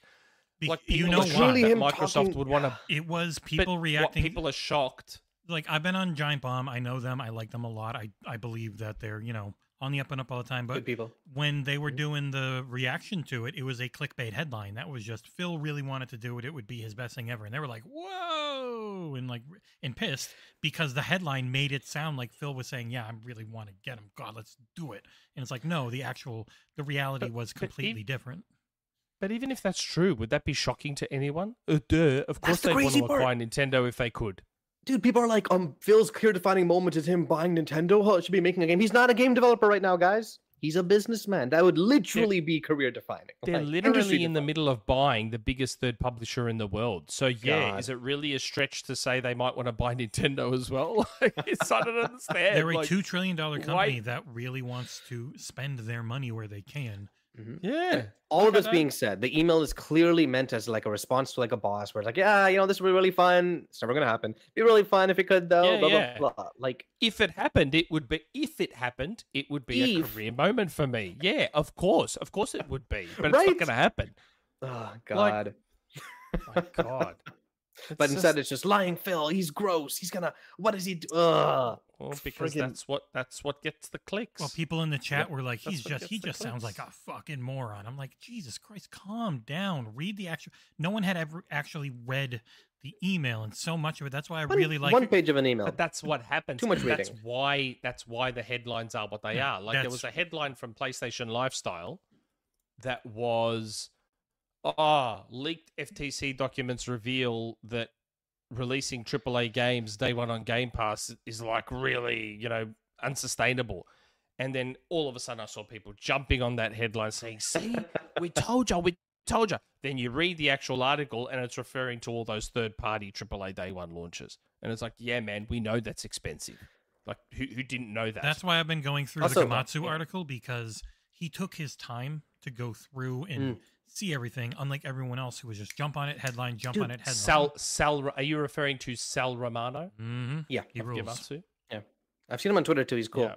Speaker 2: Be-
Speaker 3: like
Speaker 2: you
Speaker 3: people
Speaker 2: know
Speaker 3: were
Speaker 2: what?
Speaker 3: shocked
Speaker 5: Surely
Speaker 3: that
Speaker 5: him
Speaker 3: Microsoft
Speaker 5: talking-
Speaker 3: would want to.
Speaker 2: It was people reacting.
Speaker 3: people are shocked.
Speaker 2: like I've been on Giant Bomb. I know them. I like them a lot. I I believe that they're you know on the up and up all the time. But
Speaker 4: Good people.
Speaker 2: when they
Speaker 3: Mm-hmm.
Speaker 2: were doing the reaction to it, it was a clickbait headline. That was just Phil really wanted to do it. It would be his best thing ever. And they were like, whoa, and like and pissed because the headline made it sound like Phil was saying, yeah, I really want to get him. God, let's do it. And it's like, no, the actual the reality
Speaker 3: But-
Speaker 2: was
Speaker 3: but ev-
Speaker 2: completely different.
Speaker 3: But even if that's true, would that be shocking to anyone? Uh, duh. Of course
Speaker 4: the
Speaker 3: they'd want
Speaker 4: crazy
Speaker 3: to
Speaker 4: part.
Speaker 3: acquire Nintendo if they could.
Speaker 5: Dude, people are like, um, Phil's career defining moment is him buying Nintendo. Oh, it should be making a game. He's
Speaker 4: He's not a game developer right now, guys. He's a businessman. That would literally be career defining.
Speaker 3: They're
Speaker 4: like,
Speaker 3: literally
Speaker 4: industry
Speaker 3: in the middle of buying the biggest third publisher in the world. So yeah,
Speaker 4: God.
Speaker 3: is it really a stretch to say they might want to buy Nintendo as well? Like, it's- I don't understand.
Speaker 2: They're a
Speaker 3: like-
Speaker 2: two trillion dollar
Speaker 3: why-
Speaker 2: company that really wants to spend their money where they can.
Speaker 3: Yeah.
Speaker 4: all of
Speaker 3: Look
Speaker 4: this
Speaker 3: at
Speaker 4: being said, the email is clearly meant as like a response to like a boss, where it's like, yeah, you know, this would be really fun. It's never gonna happen. Be really fun if it could though.
Speaker 3: Yeah,
Speaker 4: blah,
Speaker 3: yeah.
Speaker 4: blah blah. Like,
Speaker 3: If it happened, it would be. If it happened, it would be a
Speaker 4: If.
Speaker 3: career moment for me. Yeah, of course, of course it would be. But it's
Speaker 4: Right?
Speaker 3: not going to happen.
Speaker 4: oh god.
Speaker 3: My God.
Speaker 4: but instead, it's just lying, Phil. He's gross. He's gonna. What is he? Do- Ugh.
Speaker 3: well, because
Speaker 4: friggin-
Speaker 3: that's what that's what gets the clicks.
Speaker 2: Well, people in the chat
Speaker 3: Yeah,
Speaker 2: were like,
Speaker 3: that's
Speaker 2: "He's
Speaker 3: what
Speaker 2: just
Speaker 3: gets
Speaker 2: he
Speaker 3: the
Speaker 2: just sounds like
Speaker 3: clicks.
Speaker 2: a fucking moron." I'm like, "Jesus Christ, calm down. Read the actual." No one had ever actually read the email, and so much of it. That's why I
Speaker 4: One-
Speaker 2: really like
Speaker 4: one page of an email.
Speaker 3: But that's what happens.
Speaker 4: Too much
Speaker 3: and That's
Speaker 4: reading.
Speaker 3: why that's why the headlines are what they
Speaker 2: Yeah,
Speaker 3: are. Like there
Speaker 2: that's-
Speaker 3: was a headline from PlayStation Lifestyle that was ah leaked FTC documents reveal that releasing AAA games day one on Game Pass is like really you know unsustainable. And then all of a sudden, I saw people jumping on that headline saying, "See, we told you, we told you." Then you read the actual article, and it's referring to all those third-party AAA day one launches, and it's like, "Yeah, man, we know that's expensive." Like, who, who didn't know that?
Speaker 2: That's why I've been going through
Speaker 4: Also-
Speaker 2: the Komatsu article because he took his time to go through and
Speaker 3: Mm.
Speaker 2: see everything, unlike everyone else who was just jump on it headline, jump on it headline.
Speaker 3: Sal, Sal, are you referring to Sal Romano?
Speaker 2: Mhm.
Speaker 4: Yeah,
Speaker 2: he
Speaker 3: of
Speaker 2: rules.
Speaker 3: Gematsu?
Speaker 4: I've seen him on Twitter too. He's cool.
Speaker 3: Yeah.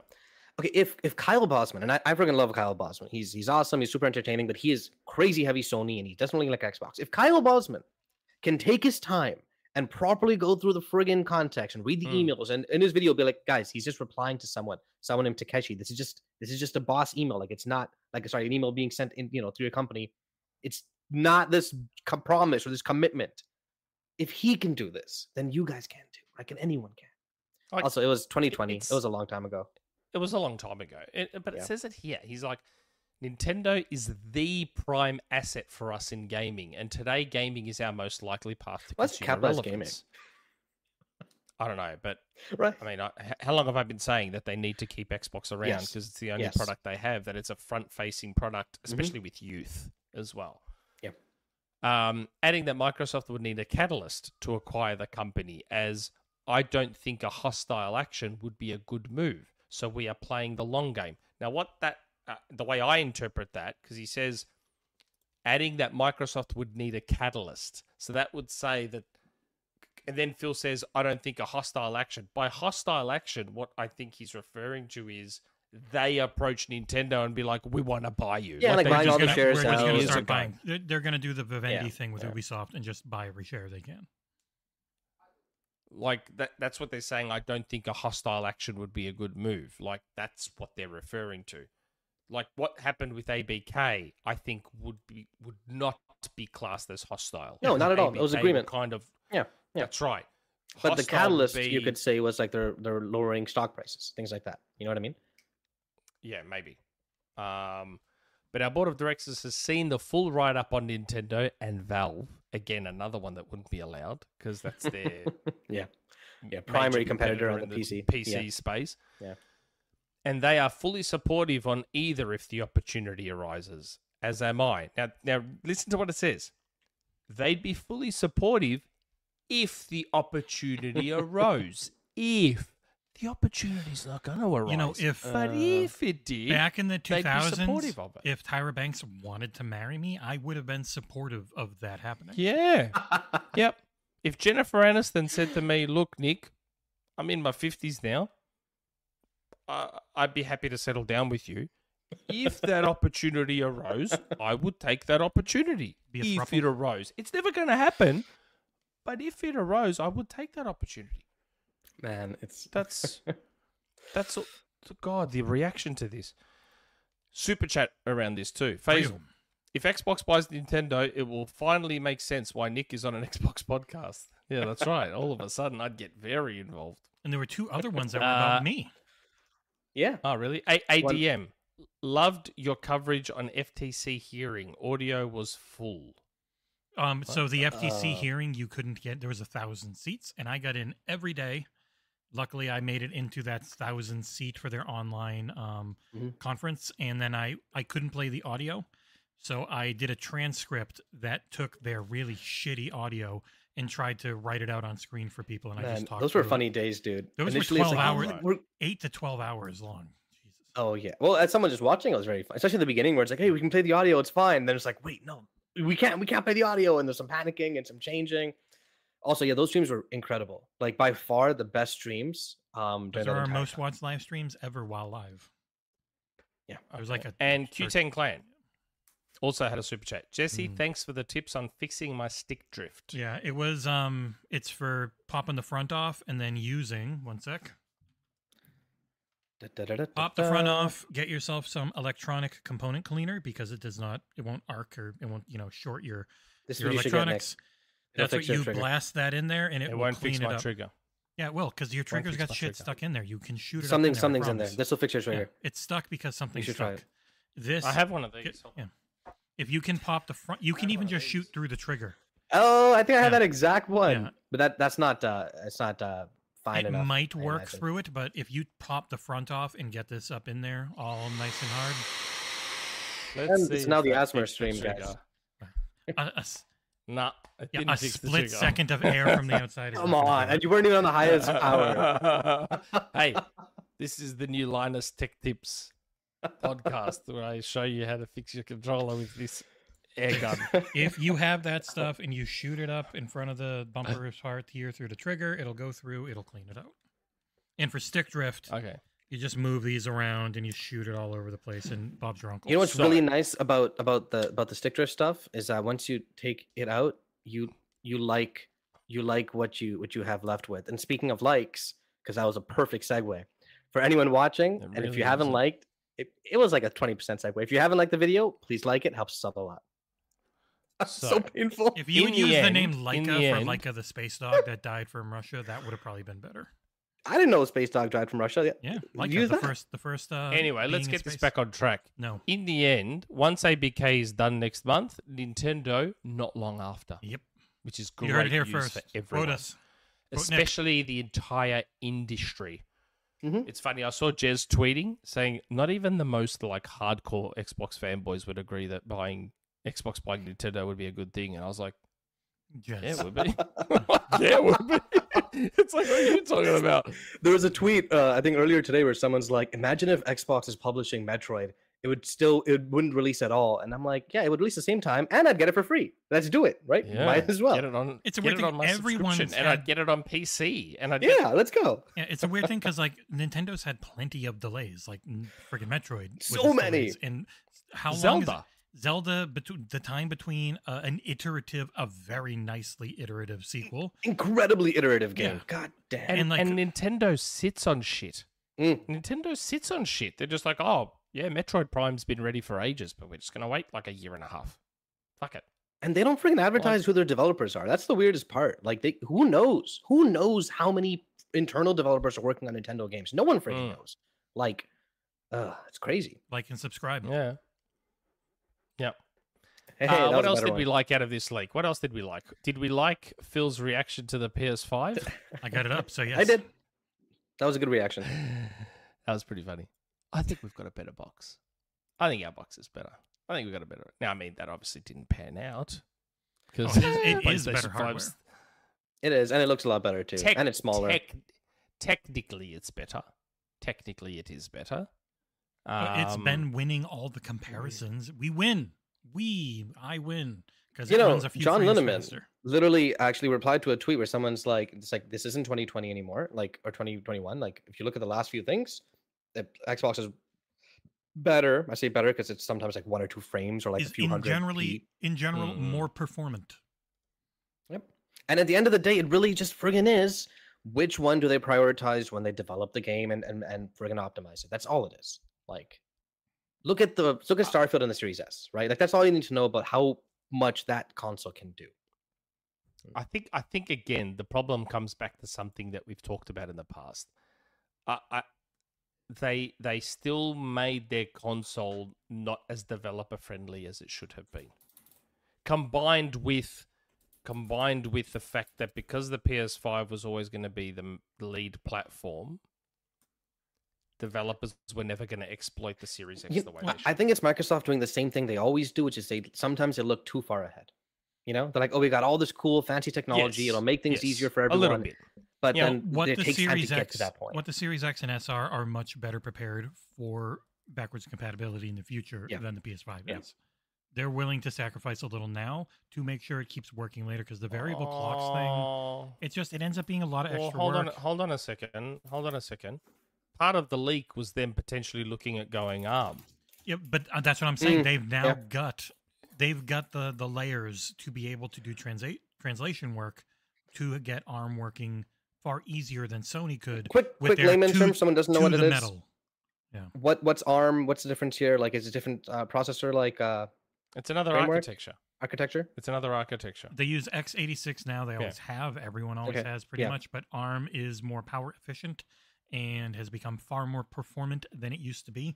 Speaker 4: Okay, if if Kyle Bosman and I, I freaking love Kyle Bosman. He's he's awesome. He's super entertaining, but he is crazy heavy Sony and he doesn't really like Xbox. If Kyle Bosman can take his time and properly go through the friggin' context and read the
Speaker 3: Mm.
Speaker 4: emails and in his video be like, guys, he's just replying to someone, someone named Takeshi. This is just this is just a boss email. Like it's not like sorry, an email being sent in you know through your company. It's not this com- promise or this commitment. If he can do this, then you guys can too. Like and anyone can.
Speaker 3: Like,
Speaker 4: Also, it was 2020. It
Speaker 3: it's-
Speaker 4: was a long time ago.
Speaker 3: it was a long time ago. It- but
Speaker 4: Yeah.
Speaker 3: it says it here. He's like, Nintendo is the prime asset for us in gaming, and today gaming is our most likely path to
Speaker 4: Let's
Speaker 3: consumer
Speaker 4: capitalise
Speaker 3: relevance.
Speaker 4: gaming.
Speaker 3: I don't know, but
Speaker 4: Right.
Speaker 3: I mean, I, h- how long have I been saying that they need to keep Xbox around
Speaker 4: Yes.
Speaker 3: because it's the only
Speaker 4: Yes. Mm-hmm.
Speaker 3: product they have that it's a front-facing product, especially with youth as well.
Speaker 4: Yep.
Speaker 3: Um, adding that Microsoft would need a catalyst to acquire the company, as I don't think a hostile action would be a good move. So we are playing the long game. Now, what that uh, the way I interpret that, because he says adding that Microsoft would need a catalyst. So that would say that. And then Phil says, I don't think a hostile action. By hostile action, what I think he's referring to is they approach Nintendo and be like, we want to buy you.
Speaker 4: Yeah, like
Speaker 3: they
Speaker 4: buying
Speaker 3: did
Speaker 4: all the
Speaker 3: that-
Speaker 4: shares
Speaker 2: We're just
Speaker 4: out.
Speaker 2: gonna
Speaker 4: Years
Speaker 2: start
Speaker 4: ago.
Speaker 2: buying. They're, they're gonna do the Vivendi
Speaker 4: Yeah,
Speaker 2: thing with
Speaker 4: yeah.
Speaker 2: Ubisoft and just buy every share they can.
Speaker 3: Like, that, that's what they're saying. I don't think a hostile action would be a good move. Like, that's what they're referring to. Like, what happened with ABK, I think would be would not be classed as hostile.
Speaker 4: No, not at all. It was
Speaker 3: ABK were
Speaker 4: agreement.
Speaker 3: Kind of.
Speaker 4: Yeah, yeah.
Speaker 3: That's right.
Speaker 4: But the
Speaker 3: Hostile would
Speaker 4: catalyst you
Speaker 3: be-
Speaker 4: could say was like they're they're lowering stock prices, things like that. You know what I mean?
Speaker 3: Yeah, maybe. Um, but our board of directors has seen the full write up on Nintendo and Valve. Again, another one that wouldn't be allowed because that's their
Speaker 4: Yeah.
Speaker 3: m-
Speaker 4: Yeah,
Speaker 3: major
Speaker 4: primary competitor on
Speaker 3: in
Speaker 4: the PC. Yeah.
Speaker 3: PC space.
Speaker 4: Yeah.
Speaker 3: And they are fully supportive on either if the opportunity arises, as am I. Now, now listen to what it says. They'd be fully supportive if the opportunity arose. If the opportunity's not going to arise,
Speaker 2: You know, if-
Speaker 3: but
Speaker 4: Uh,
Speaker 3: if it did,
Speaker 2: Back in the
Speaker 3: they'd be
Speaker 2: 2000s,
Speaker 3: supportive of it.
Speaker 2: if Tyra Banks wanted to marry me, I would have been supportive of that happening.
Speaker 3: Yeah. yep. If Jennifer Aniston said to me, "Look, Nick, I'm in my 50s now. I, I'd be happy to settle down with you. If that opportunity arose, I would take that opportunity.
Speaker 2: Be a
Speaker 3: if
Speaker 2: thruple.
Speaker 3: it arose, it's never going to happen. But if it arose, I would take that opportunity.
Speaker 4: Man, it's
Speaker 3: That's that's all- God. The reaction to this super chat around this too. Faisal,
Speaker 2: Faisal.
Speaker 3: if Xbox buys Nintendo, it will finally make sense why Nick is on an Xbox podcast. Yeah, that's right. All of a sudden, I'd get very involved.
Speaker 2: And there were two other ones that were about
Speaker 3: Uh,
Speaker 2: me.
Speaker 4: yeah.
Speaker 3: Oh, really? A-
Speaker 4: One-
Speaker 3: ADM. Loved your coverage on FTC hearing. Audio was full.
Speaker 2: Um, so the FTC
Speaker 4: Uh,
Speaker 2: hearing, you couldn't get. There was a thousand seats, and I got in every day. Luckily, I made it into that thousand seat for their online um,
Speaker 3: Mm-hmm.
Speaker 4: Mhm.
Speaker 2: conference, and then I I couldn't play the audio, so I did a transcript that took their really shitty audio and tried to write it out on screen for people, and I
Speaker 4: Man,
Speaker 2: just talked.
Speaker 4: those were
Speaker 2: through it.
Speaker 4: funny days, dude.
Speaker 2: Those were
Speaker 4: it's
Speaker 2: 12
Speaker 4: oh,
Speaker 2: hours.
Speaker 4: we're-
Speaker 2: Eight to twelve hours long. Jesus.
Speaker 4: Oh yeah. Well, as someone just watching, it was very fun, especially in the beginning where it's like, "Hey, we can play the audio. It's fine." Then it's like, "Wait, no, we can't. We can't play the audio." And there's some panicking and some changing. Also, yeah, those streams were incredible. Like by far the best streams. Um, during
Speaker 2: Those are
Speaker 4: that
Speaker 2: our
Speaker 4: entire
Speaker 2: most
Speaker 4: time.
Speaker 2: watched live streams ever while live.
Speaker 4: Yeah.
Speaker 2: I was like a
Speaker 3: And
Speaker 2: third-
Speaker 3: Q10 Clan also had a super chat. Jesse,
Speaker 2: Mm.
Speaker 3: thanks for the tips on fixing my stick drift.
Speaker 2: Yeah, it was um it's for popping the front off and then using one sec.
Speaker 4: Da-da-da-da-da-da.
Speaker 2: Pop the
Speaker 4: Uh.
Speaker 2: front off, get yourself some electronic component cleaner because it does not it won't arc or it won't, you know, short your,
Speaker 4: This is
Speaker 2: your
Speaker 4: what you should get next.
Speaker 2: electronics.
Speaker 4: It'll
Speaker 2: That's what
Speaker 4: fix your
Speaker 2: you
Speaker 4: trigger.
Speaker 2: blast that in there and it,
Speaker 3: It,
Speaker 2: will
Speaker 3: won't
Speaker 2: clean
Speaker 3: fix
Speaker 2: it
Speaker 3: my
Speaker 2: up.
Speaker 3: trigger.
Speaker 2: Yeah, it will, because your trigger's
Speaker 3: fix
Speaker 2: got
Speaker 3: my
Speaker 2: shit
Speaker 3: trigger.
Speaker 2: stuck in there. You can shoot it.
Speaker 4: Something,
Speaker 2: up in there, I
Speaker 4: something's in there.
Speaker 2: promise.
Speaker 4: This will fix your
Speaker 2: Yeah,
Speaker 4: trigger.
Speaker 2: it's stuck because something's
Speaker 4: should try
Speaker 2: stuck.
Speaker 4: it.
Speaker 2: This
Speaker 3: I have one of
Speaker 2: get-
Speaker 3: these.
Speaker 2: yeah. If you can pop the front you can even just shoot through the trigger.
Speaker 4: Oh, I think I had
Speaker 2: Yeah.
Speaker 4: that exact one,
Speaker 2: Yeah.
Speaker 4: but that that's not uh, it's not uh, fine
Speaker 2: it
Speaker 4: enough.
Speaker 2: might
Speaker 4: I
Speaker 2: work
Speaker 4: imagine.
Speaker 2: through it, but if you pop the front off and get this up in there all nice and hard,
Speaker 4: And it's now the asthma stream, guys.
Speaker 2: a, a s-
Speaker 3: Nah, it
Speaker 2: yeah,
Speaker 3: didn't
Speaker 2: a
Speaker 3: fix the
Speaker 2: split
Speaker 3: trigger.
Speaker 2: second of air from the outside. is
Speaker 4: Come
Speaker 2: not gonna
Speaker 4: on,
Speaker 2: do it.
Speaker 4: and you weren't even on the highest power.
Speaker 3: hey, this is the new Linus Tech Tips podcast where I show you how to fix your controller with this air gun.
Speaker 2: If you have that stuff and you shoot it up in front of the bumper part here through the trigger, it'll go through. It'll clean it out. And for stick drift,
Speaker 4: Uh,
Speaker 3: Okay.
Speaker 2: you just move these around and you shoot it all over the place. And Bob's your uncle.
Speaker 4: You know what's
Speaker 3: So-
Speaker 4: really nice about about the about the stick drift stuff is that once you take it out, you you like you like what you what you have left with. And speaking of likes, because that was a perfect segue for anyone watching,
Speaker 3: It
Speaker 4: and if
Speaker 3: really
Speaker 4: you haven't
Speaker 3: was a-
Speaker 4: liked, it, it was like a twenty percent segue. If you haven't liked the video, please like it. Helps us out a lot. So,
Speaker 3: So,
Speaker 4: painful.
Speaker 2: If you
Speaker 3: In
Speaker 2: would
Speaker 3: the
Speaker 2: use the
Speaker 3: end-
Speaker 2: name
Speaker 3: in
Speaker 2: Leica
Speaker 3: the
Speaker 2: for
Speaker 3: end-
Speaker 2: Leica the space dog that died from Russia, that would have probably been better.
Speaker 4: I didn't know Space Dog died from Russia. Yeah.
Speaker 2: Yeah, Leica
Speaker 4: Use
Speaker 2: the
Speaker 4: that.
Speaker 2: first, the first. Uh,
Speaker 3: anyway,
Speaker 2: being
Speaker 3: let's
Speaker 2: in
Speaker 3: get this
Speaker 2: space.
Speaker 3: back on track.
Speaker 2: No.
Speaker 3: In the end, once ABK is done next month, Nintendo not long after,
Speaker 2: Yep.
Speaker 3: which is great
Speaker 2: You heard it here
Speaker 3: news
Speaker 2: first.
Speaker 3: for
Speaker 2: Quote
Speaker 3: everyone,
Speaker 2: us. Nick.
Speaker 3: especially the entire industry.
Speaker 4: Mhm.
Speaker 3: It's funny. I saw Jez tweeting saying not even the most like hardcore Xbox fanboys would agree that buying Xbox buying Nintendo would be a good thing, and I was like. Yeah,
Speaker 2: Yes.
Speaker 3: it would be. yeah, it would be. It's like, what are you talking about?
Speaker 4: There was a
Speaker 5: tweet uh, I think earlier today where someone's like, "Imagine if Xbox is publishing Metroid,
Speaker 4: it would still it wouldn't release at all and i'm like yeah it would release the same time and i'd get it for free let's do it right
Speaker 3: Yeah,
Speaker 4: might as well
Speaker 3: Get it on.
Speaker 2: It's a
Speaker 3: get
Speaker 2: weird
Speaker 3: it
Speaker 2: thing,
Speaker 3: on my subscription,
Speaker 2: everyone's
Speaker 3: and I'd
Speaker 2: had-
Speaker 3: get it on PC, and I'd get-
Speaker 4: yeah let's go
Speaker 2: Yeah, it's a weird thing because like Nintendo's had plenty of delays, like n- friggin' Metroid. with
Speaker 4: So
Speaker 2: its
Speaker 4: many.
Speaker 2: delays, And how long?
Speaker 3: Zelda.
Speaker 2: Is it? Zelda between the time between uh, an iterative, a very nicely iterative sequel.
Speaker 4: incredibly iterative game
Speaker 2: Yeah.
Speaker 4: god damn
Speaker 2: And,
Speaker 3: And,
Speaker 2: like-
Speaker 3: like, and Nintendo sits on shit.
Speaker 4: Mm.
Speaker 3: Nintendo sits on shit. They're just like, oh yeah, Metroid Prime's been ready for ages, but we're just gonna wait like a year and a half. Fuck it.
Speaker 4: and they don't freaking advertise who their developers are that's the weirdest part like they who knows who knows how many internal developers are working on nintendo games no one freaking
Speaker 3: Mm.
Speaker 4: knows like uh it's crazy
Speaker 2: Like and subscribe.
Speaker 3: Yeah.
Speaker 4: Mm. hey,
Speaker 3: Uh,
Speaker 4: that was
Speaker 3: what
Speaker 4: a
Speaker 3: else
Speaker 4: better
Speaker 3: did
Speaker 4: one.
Speaker 3: we like out of this leak? What else did we like? Did we like Phil's reaction to the PS5?
Speaker 2: I got it up. So yes,
Speaker 4: i did that was a good reaction
Speaker 3: that was pretty funny. I think we've got a better box. I think our box is better. I think we've got a better. Now, I mean, that obviously didn't pan out
Speaker 4: Oh,
Speaker 3: because
Speaker 2: it is- it is better hardware.
Speaker 4: it is and it looks a lot better too and it's smaller
Speaker 3: technically, it's better. Technically, it is better.
Speaker 2: But it's
Speaker 3: Um,
Speaker 2: been winning all the comparisons. We win. We I win because
Speaker 4: You
Speaker 2: it
Speaker 4: know,
Speaker 2: runs a few
Speaker 4: John
Speaker 2: frames
Speaker 4: Linneman-
Speaker 2: faster.
Speaker 4: literally actually replied to a tweet where someone's like it's like this isn't 2020 anymore like or 2021 like if you look at the last few things the Xbox is better. I say better because it's sometimes like one or two frames or like a
Speaker 2: is
Speaker 4: few
Speaker 2: in
Speaker 4: hundred.
Speaker 2: generally
Speaker 4: feet. Mm-hmm.
Speaker 2: in general
Speaker 3: Mm.
Speaker 2: more performant.
Speaker 4: Yep. And at the end of the day, it really just friggin' is which one do they prioritize when they develop the game and and, and friggin' optimize it. That's all it is. Like, look at the look
Speaker 2: Uh
Speaker 4: at Starfield and the Series S, right? Like that's all you need to know about how much that console can do.
Speaker 3: I think I think again the problem comes back to something that we've talked about in the past. I, I they they still made their console not as developer friendly as it should have been. Combined with combined with the fact that because the PS5 was always going to be the m- lead platform, developers were never going to exploit the Series X
Speaker 4: You-
Speaker 3: the way
Speaker 4: I-
Speaker 3: they should.
Speaker 4: I think it's Microsoft doing the same thing they always do, which is they sometimes they look too far ahead. You know, they're like, "Oh, we got all this cool, fancy technology.
Speaker 3: Yes,
Speaker 4: It'll make things
Speaker 3: yes,
Speaker 4: easier for
Speaker 3: A
Speaker 4: everyone."
Speaker 3: little bit.
Speaker 4: But
Speaker 3: You know,
Speaker 4: then
Speaker 2: What
Speaker 4: it
Speaker 2: the
Speaker 4: takes time to
Speaker 2: Series
Speaker 4: get
Speaker 2: X,
Speaker 4: to that point.
Speaker 2: what the Series X and SR are much better prepared for backwards compatibility in the future
Speaker 4: Yeah.
Speaker 2: than the PS5
Speaker 4: Yeah.
Speaker 2: is. They're willing to sacrifice a little now to make sure it keeps working later because the variable clocks thing.
Speaker 3: Oh.
Speaker 2: It's just it ends up being a lot of
Speaker 3: Well,
Speaker 2: extra
Speaker 3: hold
Speaker 2: work.
Speaker 3: on, hold on a second. Hold on a second. Part of the leak was them potentially looking at going arm.
Speaker 2: Yeah, but uh, that's what I'm saying.
Speaker 4: Mm,
Speaker 2: They've now
Speaker 4: yeah.
Speaker 2: got they've got the the layers to be able to do translate translation work to get ARM working far easier than Sony could.
Speaker 4: quick,
Speaker 2: with
Speaker 4: quick
Speaker 2: their
Speaker 4: layman
Speaker 2: two-
Speaker 4: term. Someone doesn't know
Speaker 2: to
Speaker 4: what it
Speaker 2: the
Speaker 4: is.
Speaker 2: metal.
Speaker 4: What what's ARM? What's the difference here? Like, is it different uh, processor, like uh,
Speaker 3: It's another
Speaker 4: Framework?
Speaker 3: architecture.
Speaker 4: architecture?
Speaker 3: It's another architecture.
Speaker 2: They use x86 now. They always have. Everyone always
Speaker 4: Okay,
Speaker 2: has pretty
Speaker 4: yeah.
Speaker 2: much. But ARM is more power efficient and has become far more performant than it used to be.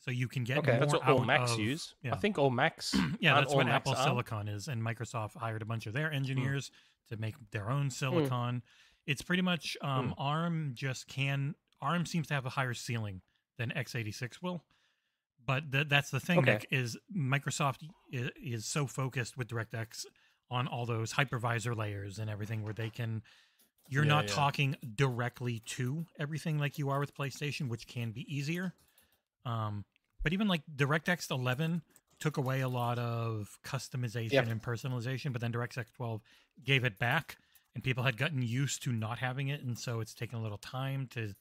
Speaker 2: So you can get
Speaker 4: Okay.
Speaker 2: more
Speaker 4: That's
Speaker 3: That's what
Speaker 2: out
Speaker 3: all Macs
Speaker 2: of-
Speaker 3: use.
Speaker 2: yeah.
Speaker 3: I think all Macs.
Speaker 2: yeah,
Speaker 3: Aren't
Speaker 2: that's what
Speaker 3: all Macs
Speaker 2: Apple
Speaker 3: ARM?
Speaker 2: Silicon is, and Microsoft hired a bunch of their engineers to make their own silicon. It's pretty much um, ARM just can ARM seems to have a higher ceiling than x86 will. But th- that's the thing,
Speaker 4: Okay.
Speaker 2: Nick, is Microsoft is, is so focused with DirectX on all those hypervisor layers and everything where they can you're
Speaker 3: Yeah,
Speaker 2: not
Speaker 3: yeah.
Speaker 2: talking directly to everything like you are with PlayStation, which can be easier. Um, but even like DirectX 11 took away a lot of customization
Speaker 4: Yep.
Speaker 2: and personalization, but then DirectX 12 gave it back, and people had gotten used to not having it, and so it's taken a little time to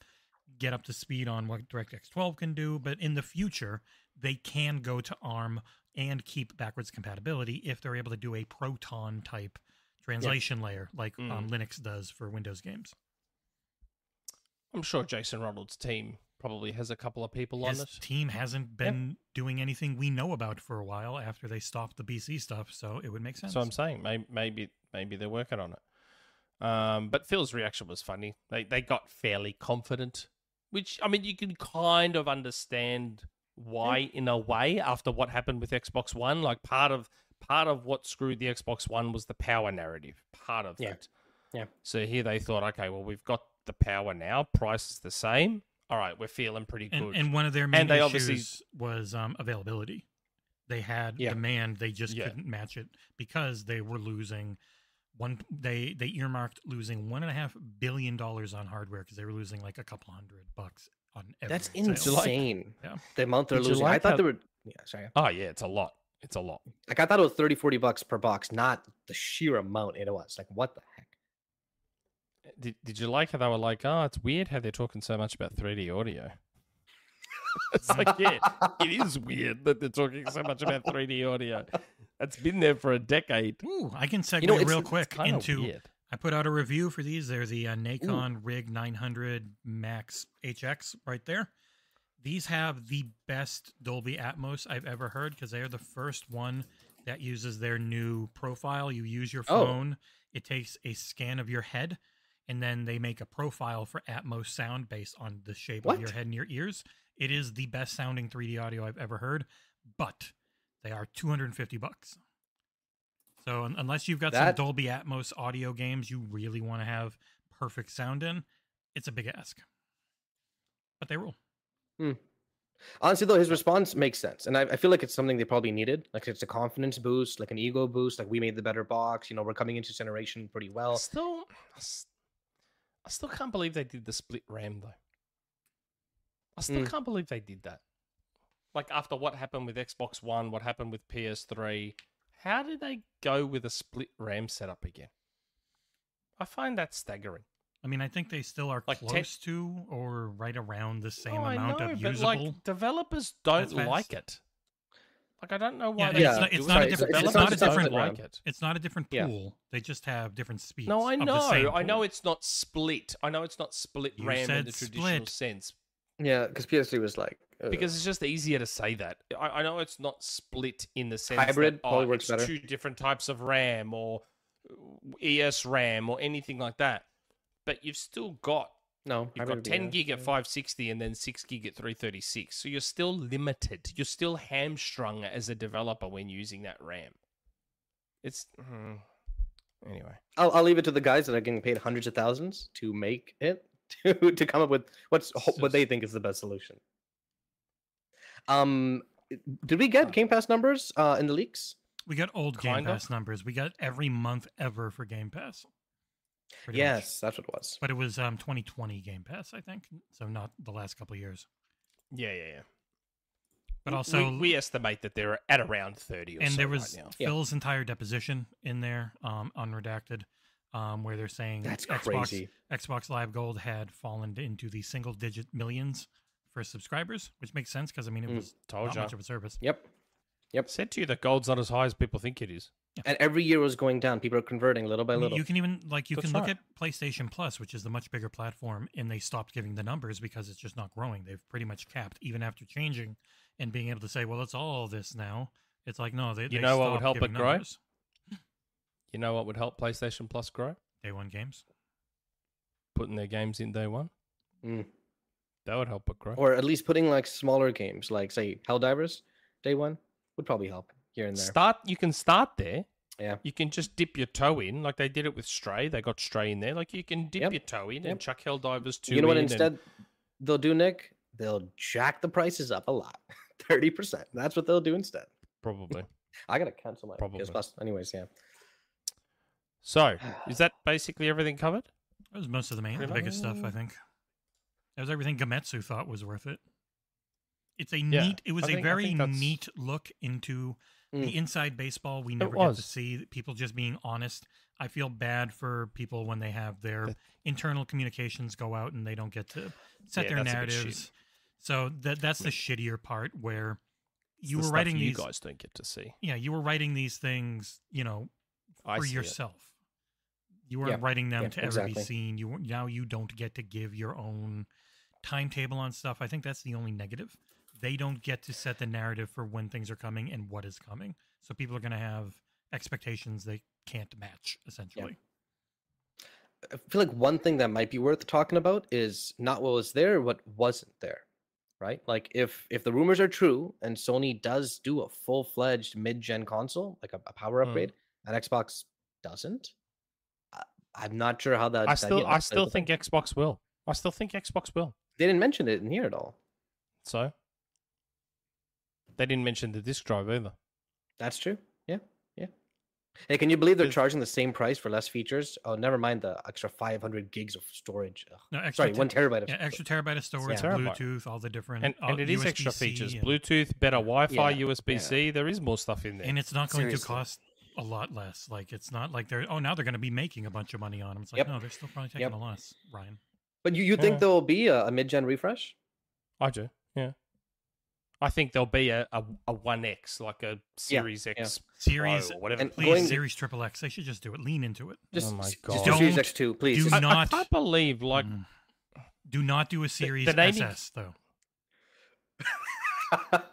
Speaker 2: get up to speed on what DirectX 12 can do. But in the future, they can go to ARM and keep backwards compatibility if they're able to do a Proton type translation layer like um, Linux does for Windows games.
Speaker 3: I'm sure Jason Ronald's team probably has a couple of people on
Speaker 2: His
Speaker 3: it.
Speaker 2: team hasn't been doing anything we know about for a while after they stopped the BC stuff, so it would make sense.
Speaker 3: So I'm saying maybe maybe maybe they're working on it. Um, but Phil's reaction was funny. They they got fairly confident, which I mean you can kind of understand why in a way after what happened with Xbox One. Like part of part of what screwed the Xbox One was the power narrative. Part of
Speaker 4: Yeah.
Speaker 3: that.
Speaker 4: Yeah.
Speaker 3: So here they thought, okay, well we've got the power now. Price is the same. All right, we're feeling pretty good.
Speaker 2: and, and one of their main
Speaker 3: And they
Speaker 2: issues
Speaker 3: obviously-
Speaker 2: was um, availability. They had
Speaker 4: Yeah.
Speaker 2: demand, they just
Speaker 3: Yeah.
Speaker 2: couldn't match it because they were losing one. They they earmarked losing one and a half billion dollars on hardware because they were losing like a couple hundred bucks on every
Speaker 4: That's
Speaker 2: sale.
Speaker 3: like-
Speaker 4: insane.
Speaker 2: Yeah.
Speaker 4: The amount they're
Speaker 3: Did you
Speaker 4: losing. I
Speaker 3: like
Speaker 4: thought
Speaker 3: how-
Speaker 4: they were. Yeah, sorry.
Speaker 3: oh yeah, it's a lot. It's a lot.
Speaker 4: Like I thought it was 30, 40 bucks per box, not the sheer amount it was. Like, what the heck?
Speaker 3: Did, did you like how they were like, oh, it's weird how they're talking so much about 3D audio? it's like, yeah, it is weird that they're talking so much about 3D audio. That's been there for a decade.
Speaker 2: Ooh, I can segue
Speaker 4: know, it's-
Speaker 2: real
Speaker 4: it's
Speaker 2: quick
Speaker 3: Kind of
Speaker 2: into
Speaker 3: weird.
Speaker 2: I put out a review for these. They're the uh, Nikon Rig 900 Max HX right there. These have the best Dolby Atmos I've ever heard because they are the first one that uses their new profile. You use your
Speaker 4: Oh.
Speaker 2: phone, it takes a scan of your head, and then they make a profile for Atmos sound based on the shape of your
Speaker 4: What?
Speaker 2: head and your ears. It is the best sounding 3D audio I've ever heard, but they are 250 bucks. So un- unless you've got
Speaker 4: That-
Speaker 2: some Dolby Atmos audio games you really want to have perfect sound in, it's a big ask. But they rule.
Speaker 4: Honestly, though, his response makes sense, and I, I feel like it's something they probably needed. Like, it's a confidence boost, like an ego boost. Like, we made the better box. You know, we're coming into this generation pretty
Speaker 3: I
Speaker 4: well.
Speaker 3: still, I s- I still can't believe they did the split RAM, though. I still
Speaker 4: Mm.
Speaker 3: can't believe they did that. Like, after what happened with Xbox One, what happened with PS3, how did they go with a split RAM setup again? I find that staggering.
Speaker 2: I mean, I think they still are
Speaker 3: Like ten-
Speaker 2: close to or right around the same
Speaker 3: No, Oh, I
Speaker 2: amount
Speaker 3: know,
Speaker 2: of
Speaker 3: but,
Speaker 2: usable.
Speaker 3: like developers don't
Speaker 2: That's fast.
Speaker 3: like it. Like I don't know why
Speaker 2: Yeah, it's
Speaker 3: they keep
Speaker 2: not- it's
Speaker 3: doing
Speaker 2: not a
Speaker 3: it.
Speaker 2: different-
Speaker 3: Developers
Speaker 2: it's not a
Speaker 3: don't
Speaker 2: different-
Speaker 3: like it.
Speaker 2: it's not a different
Speaker 4: Yeah.
Speaker 2: pool. They just have different speeds.
Speaker 3: No, I
Speaker 2: of the same
Speaker 3: know. I know
Speaker 2: pool.
Speaker 3: it's not split. I know it's not split
Speaker 2: You
Speaker 3: RAM in
Speaker 2: said
Speaker 3: the traditional
Speaker 2: split.
Speaker 3: sense
Speaker 6: Yeah, because PS3 was like uh,
Speaker 3: because it's just easier to say that. I, I know it's not split in the sense that,
Speaker 4: Hybrid
Speaker 3: oh,
Speaker 4: probably works
Speaker 3: it's
Speaker 4: better.
Speaker 3: two different types of RAM or uh, ES RAM or anything like that. But you've still got
Speaker 4: No,
Speaker 3: You've
Speaker 4: hybrid
Speaker 3: got
Speaker 4: would be
Speaker 3: 10
Speaker 4: nice,
Speaker 3: gig at
Speaker 4: yeah.
Speaker 3: 560 and then 6 gig at 336. So you're still limited. You're still hamstrung as a developer when using that RAM. It's. mm, anyway.
Speaker 4: I'll, I'll leave it to the guys that are getting paid hundreds of thousands to make it to to come up with what's ho- what they think is the best solution. Um, did we get Game Pass numbers uh, in the leaks?
Speaker 2: we got old Game
Speaker 3: Kind of.
Speaker 2: Pass numbers. We got every month ever for Game Pass. pretty much.
Speaker 4: Yes, that's what it was.
Speaker 2: but it was um 2020 Game Pass, I think. So not the last couple of years.
Speaker 3: Yeah, yeah, yeah.
Speaker 2: But
Speaker 3: We-
Speaker 2: also,
Speaker 3: we, we estimate that they're at around 30 or
Speaker 2: and
Speaker 3: so
Speaker 2: there
Speaker 3: right
Speaker 2: was
Speaker 3: now.
Speaker 4: Yeah.
Speaker 2: Phil's entire deposition in there, um, unredacted, um, where they're saying
Speaker 4: That's
Speaker 2: Xbox
Speaker 4: crazy.
Speaker 2: Xbox Live Gold had fallen into the single digit millions for subscribers, which makes sense because I mean it
Speaker 4: Mm.
Speaker 2: was
Speaker 3: Told
Speaker 2: not
Speaker 3: ya.
Speaker 2: much of a service.
Speaker 4: Yep.
Speaker 3: Said to you that gold's not as high as people think it is.
Speaker 4: And every year was going down. People are converting little by
Speaker 2: I mean,
Speaker 4: little.
Speaker 2: you can even like you
Speaker 3: That's
Speaker 2: can look
Speaker 3: right.
Speaker 2: at PlayStation Plus, which is the much bigger platform, and they stopped giving the numbers because it's just not growing. They've pretty much capped even after changing and being able to say, well, it's all this now. It's like no, they
Speaker 3: You
Speaker 2: they
Speaker 3: know what would
Speaker 2: stopped
Speaker 3: help it
Speaker 2: giving
Speaker 3: grow?
Speaker 2: numbers.
Speaker 3: You know what would help PlayStation Plus grow?
Speaker 2: Day one games.
Speaker 3: Putting their games in day one.
Speaker 4: Mm.
Speaker 3: That would help it grow.
Speaker 4: or at least putting like smaller games, like say Helldivers, Day One would probably help here and there.
Speaker 3: Start. You can start there.
Speaker 4: Yeah.
Speaker 3: You can just dip your toe in, like they did it with Stray. They got Stray in there. Like you can dip
Speaker 4: Yep.
Speaker 3: your toe in
Speaker 4: Yep.
Speaker 3: and chuck Helldivers two.
Speaker 4: You know what?
Speaker 3: in and-
Speaker 4: Instead, they'll do Nick. They'll jack the prices up a lot, thirty percent. That's what they'll do instead.
Speaker 3: probably.
Speaker 4: I gotta cancel my
Speaker 3: Probably.
Speaker 4: PS Plus. Anyways, yeah.
Speaker 3: So is that basically everything covered?
Speaker 2: That was most of the main, the
Speaker 3: Pretty
Speaker 2: biggest stuff, I
Speaker 3: much.
Speaker 2: think. That was everything Gametsu thought was worth it. It's a
Speaker 3: Yeah,
Speaker 2: neat. It was
Speaker 3: I
Speaker 2: a
Speaker 3: think- I
Speaker 2: very
Speaker 3: think that's-
Speaker 2: neat look into
Speaker 4: Mm.
Speaker 2: the inside baseball. We never get to
Speaker 3: was.
Speaker 2: see people just being honest. I feel bad for people when they have their
Speaker 3: That-
Speaker 2: internal communications go out and they don't get to set
Speaker 3: Yeah,
Speaker 2: their
Speaker 3: that's a bit shit.
Speaker 2: narratives. So that that's the shittier part where
Speaker 3: It's
Speaker 2: you
Speaker 3: the
Speaker 2: were
Speaker 3: stuff
Speaker 2: writing
Speaker 3: You
Speaker 2: these.
Speaker 3: guys don't get to see.
Speaker 2: Yeah, you were writing these things. You know,
Speaker 3: I
Speaker 2: for
Speaker 3: see it.
Speaker 2: yourself. You weren't
Speaker 4: Yeah,
Speaker 2: writing them
Speaker 4: yeah,
Speaker 2: to ever be
Speaker 4: exactly.
Speaker 2: seen. You weren't- now you don't get to give your own timetable on stuff. I think that's the only negative. They don't get to set the narrative for when things are coming and what is coming. So people are going to have expectations they can't match essentially.
Speaker 4: I feel like one thing that might be worth talking about is not what was there, what wasn't there, right? Like if if the rumors are true and Sony does do a full fledged mid gen console, like a, a power
Speaker 3: Mm.
Speaker 4: upgrade, and Xbox doesn't, I, I'm not sure how that.
Speaker 3: I
Speaker 4: that-
Speaker 3: still,
Speaker 4: yeah,
Speaker 3: I
Speaker 4: that's the
Speaker 3: still
Speaker 4: thing.
Speaker 3: think Xbox will. I still think Xbox will.
Speaker 4: they didn't mention it in here at all.
Speaker 3: So they didn't mention the disc drive either.
Speaker 4: That's true. Yeah, yeah. Hey, can you believe they're
Speaker 3: Because-
Speaker 4: charging the same price for less features? Oh, never mind the extra 500 gigs of storage. Ugh.
Speaker 2: No, extra
Speaker 4: Sorry,
Speaker 2: te-
Speaker 4: one terabyte of
Speaker 2: yeah, extra terabyte of storage,
Speaker 4: Yeah.
Speaker 3: Terabyte.
Speaker 2: Bluetooth, all the different
Speaker 3: And,
Speaker 2: uh,
Speaker 3: and it is extra
Speaker 2: USB-C
Speaker 3: features:
Speaker 2: and-
Speaker 3: Bluetooth, better Wi-Fi,
Speaker 4: Yeah,
Speaker 3: USB-C. There is more stuff in there.
Speaker 2: and it's not going to
Speaker 6: Seriously.
Speaker 2: cost a lot less. Like it's not like they're oh now they're going to be making a bunch of money on them. It's like
Speaker 4: Yep.
Speaker 2: no, they're still probably taking
Speaker 4: Yep.
Speaker 2: a loss, Ryan.
Speaker 4: But you, you
Speaker 3: Yeah.
Speaker 4: think there will be a, a mid gen refresh?
Speaker 3: I do. Yeah. I think there'll be a a, a 1X, like a Series
Speaker 4: yeah.
Speaker 3: X
Speaker 2: Series
Speaker 3: Pro or whatever.
Speaker 4: and
Speaker 2: Please,
Speaker 4: going-
Speaker 2: Series Triple X. They should just do it. Lean into it.
Speaker 4: Just,
Speaker 3: Oh my
Speaker 4: s-
Speaker 3: God.
Speaker 4: just do Series
Speaker 2: Don't
Speaker 4: X2, please.
Speaker 2: do
Speaker 4: Just-
Speaker 3: I, I
Speaker 2: not-
Speaker 3: can't believe, like,
Speaker 2: Mm. do not do a Series
Speaker 3: the naming-
Speaker 2: SS though.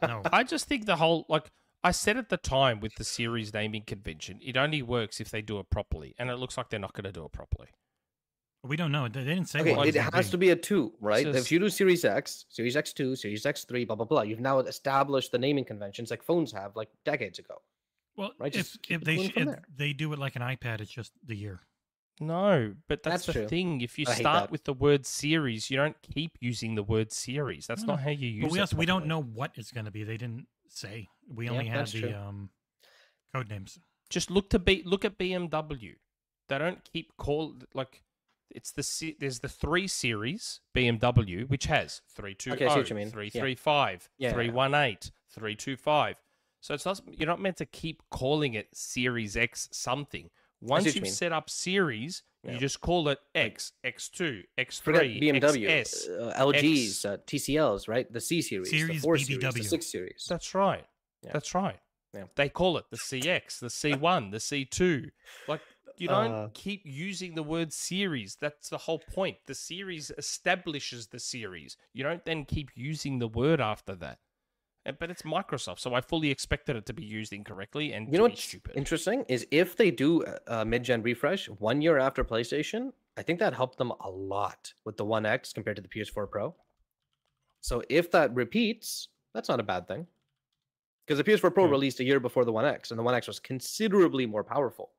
Speaker 2: No,
Speaker 3: I just think the whole, like, I said at the time with the series naming convention, it only works if they do it properly. And it looks like they're not going to do it properly.
Speaker 2: we don't know. They they didn't say.
Speaker 4: okay,
Speaker 2: what
Speaker 3: one's
Speaker 4: it
Speaker 2: gonna
Speaker 4: has to be a two, right?
Speaker 3: Just-
Speaker 4: If you do Series X, Series X2, Series X3, blah blah blah, you've now established the naming conventions like phones have like decades ago.
Speaker 2: Well,
Speaker 4: right,
Speaker 2: if,
Speaker 4: just keep
Speaker 2: if
Speaker 4: it
Speaker 2: they
Speaker 4: going
Speaker 2: sh-
Speaker 4: from
Speaker 2: if
Speaker 4: there.
Speaker 2: they do it like an iPad, it's just the year.
Speaker 3: No, but that's,
Speaker 4: That's
Speaker 3: the
Speaker 4: true.
Speaker 3: thing. If you
Speaker 4: I hate
Speaker 3: start
Speaker 4: that.
Speaker 3: with the word series, you don't keep using the word series. That's
Speaker 2: No,
Speaker 3: not how you use
Speaker 2: But we
Speaker 3: it.
Speaker 2: also we don't
Speaker 3: properly.
Speaker 2: know what it's going to be. They didn't say. We
Speaker 4: Yeah,
Speaker 2: only had
Speaker 4: that's
Speaker 2: the
Speaker 4: true.
Speaker 2: um code names.
Speaker 3: Just look to be look at BMW. They don't keep call like it's the se- there's the three series BMW which has oh, 320,
Speaker 4: Okay, I see what you mean. Yeah.
Speaker 3: 335,
Speaker 4: Yeah, yeah, yeah.
Speaker 3: 318, 325. So it's not you're not meant to keep calling it Series X something. Once
Speaker 6: what you
Speaker 3: you've
Speaker 6: mean.
Speaker 3: set up series,
Speaker 6: Yeah.
Speaker 3: you just call it X, X2,
Speaker 4: Forget
Speaker 3: X3,
Speaker 4: BMW,
Speaker 3: XS.
Speaker 4: uh,
Speaker 3: X-
Speaker 4: LGs, uh, TCLs, right? The C series, the
Speaker 2: Series
Speaker 4: 4 series, the
Speaker 2: BBW.
Speaker 4: 6 series.
Speaker 3: That's right.
Speaker 4: Yeah.
Speaker 3: That's right.
Speaker 4: Yeah.
Speaker 3: They call it the CX, the C1, the C2. Like you don't
Speaker 5: Uh,
Speaker 3: keep using the word series. That's the whole point. The series establishes the series. You don't then keep using the word after that. Uh, But it's Microsoft, so I fully expected it to be used incorrectly and
Speaker 4: You know
Speaker 3: to be
Speaker 4: what's
Speaker 3: stupid.
Speaker 4: interesting is if they do a, a mid-gen refresh one year after PlayStation, I think that helped them a lot with the One X compared to the PS4 Pro. So if that repeats, that's not a bad thing, because the PS4 Pro
Speaker 3: Hmm.
Speaker 4: released a year before the One X, and the One X was considerably more powerful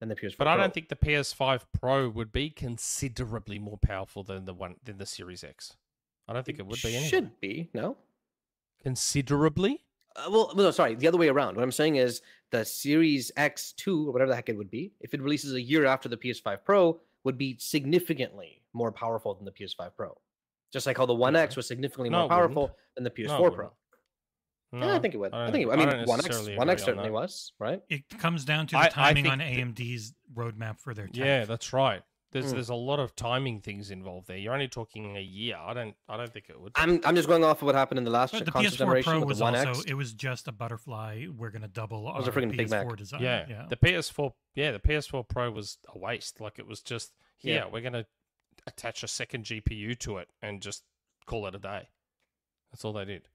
Speaker 4: than the PS4.
Speaker 3: but I
Speaker 4: Pro.
Speaker 3: don't think the PS5 Pro would be considerably more powerful than the one than the Series X. I don't think it would be anyway.
Speaker 4: should be no.
Speaker 3: considerably.
Speaker 4: Uh, well, no, sorry, the other way around. What I'm saying is the Series X2 or whatever the heck it would be, if it releases a year after the PS5 Pro, would be significantly more powerful than the PS5 Pro. Just like how the One X was significantly
Speaker 3: No,
Speaker 4: more
Speaker 3: it wouldn't.
Speaker 4: powerful than the
Speaker 3: it
Speaker 4: PS4 Pro.
Speaker 3: wouldn't.
Speaker 4: yeah, I
Speaker 3: No,
Speaker 4: think it would. I,
Speaker 3: don't
Speaker 4: think. It,
Speaker 3: ag-
Speaker 4: I mean,
Speaker 3: don't
Speaker 4: One X,
Speaker 3: necessarily
Speaker 4: One X
Speaker 3: agree on
Speaker 4: certainly
Speaker 3: that.
Speaker 4: was right.
Speaker 2: It comes down to the
Speaker 3: I- I
Speaker 2: timing
Speaker 3: think
Speaker 2: on
Speaker 3: that-
Speaker 2: AMD's roadmap for their tech.
Speaker 3: Yeah, that's right. There's
Speaker 4: Mm.
Speaker 3: there's a lot of timing things involved there. You're only talking a year. I don't I don't think it would.
Speaker 4: I'm I'm just going off of what happened in the last
Speaker 2: But
Speaker 4: gen-
Speaker 2: the
Speaker 4: console
Speaker 2: PS4
Speaker 4: generation
Speaker 2: Pro
Speaker 4: with
Speaker 2: was
Speaker 4: the One
Speaker 2: also
Speaker 4: X.
Speaker 2: it was just a butterfly. We're gonna double our
Speaker 4: was a freaking
Speaker 2: PS4
Speaker 4: Big Mac.
Speaker 2: design.
Speaker 3: yeah.
Speaker 2: yeah.
Speaker 3: the PS4. Yeah, the PS4 Pro was a waste. Like it was just yeah,
Speaker 4: Yeah.
Speaker 3: we're gonna attach a second GPU to it and just call it a day. That's all they did.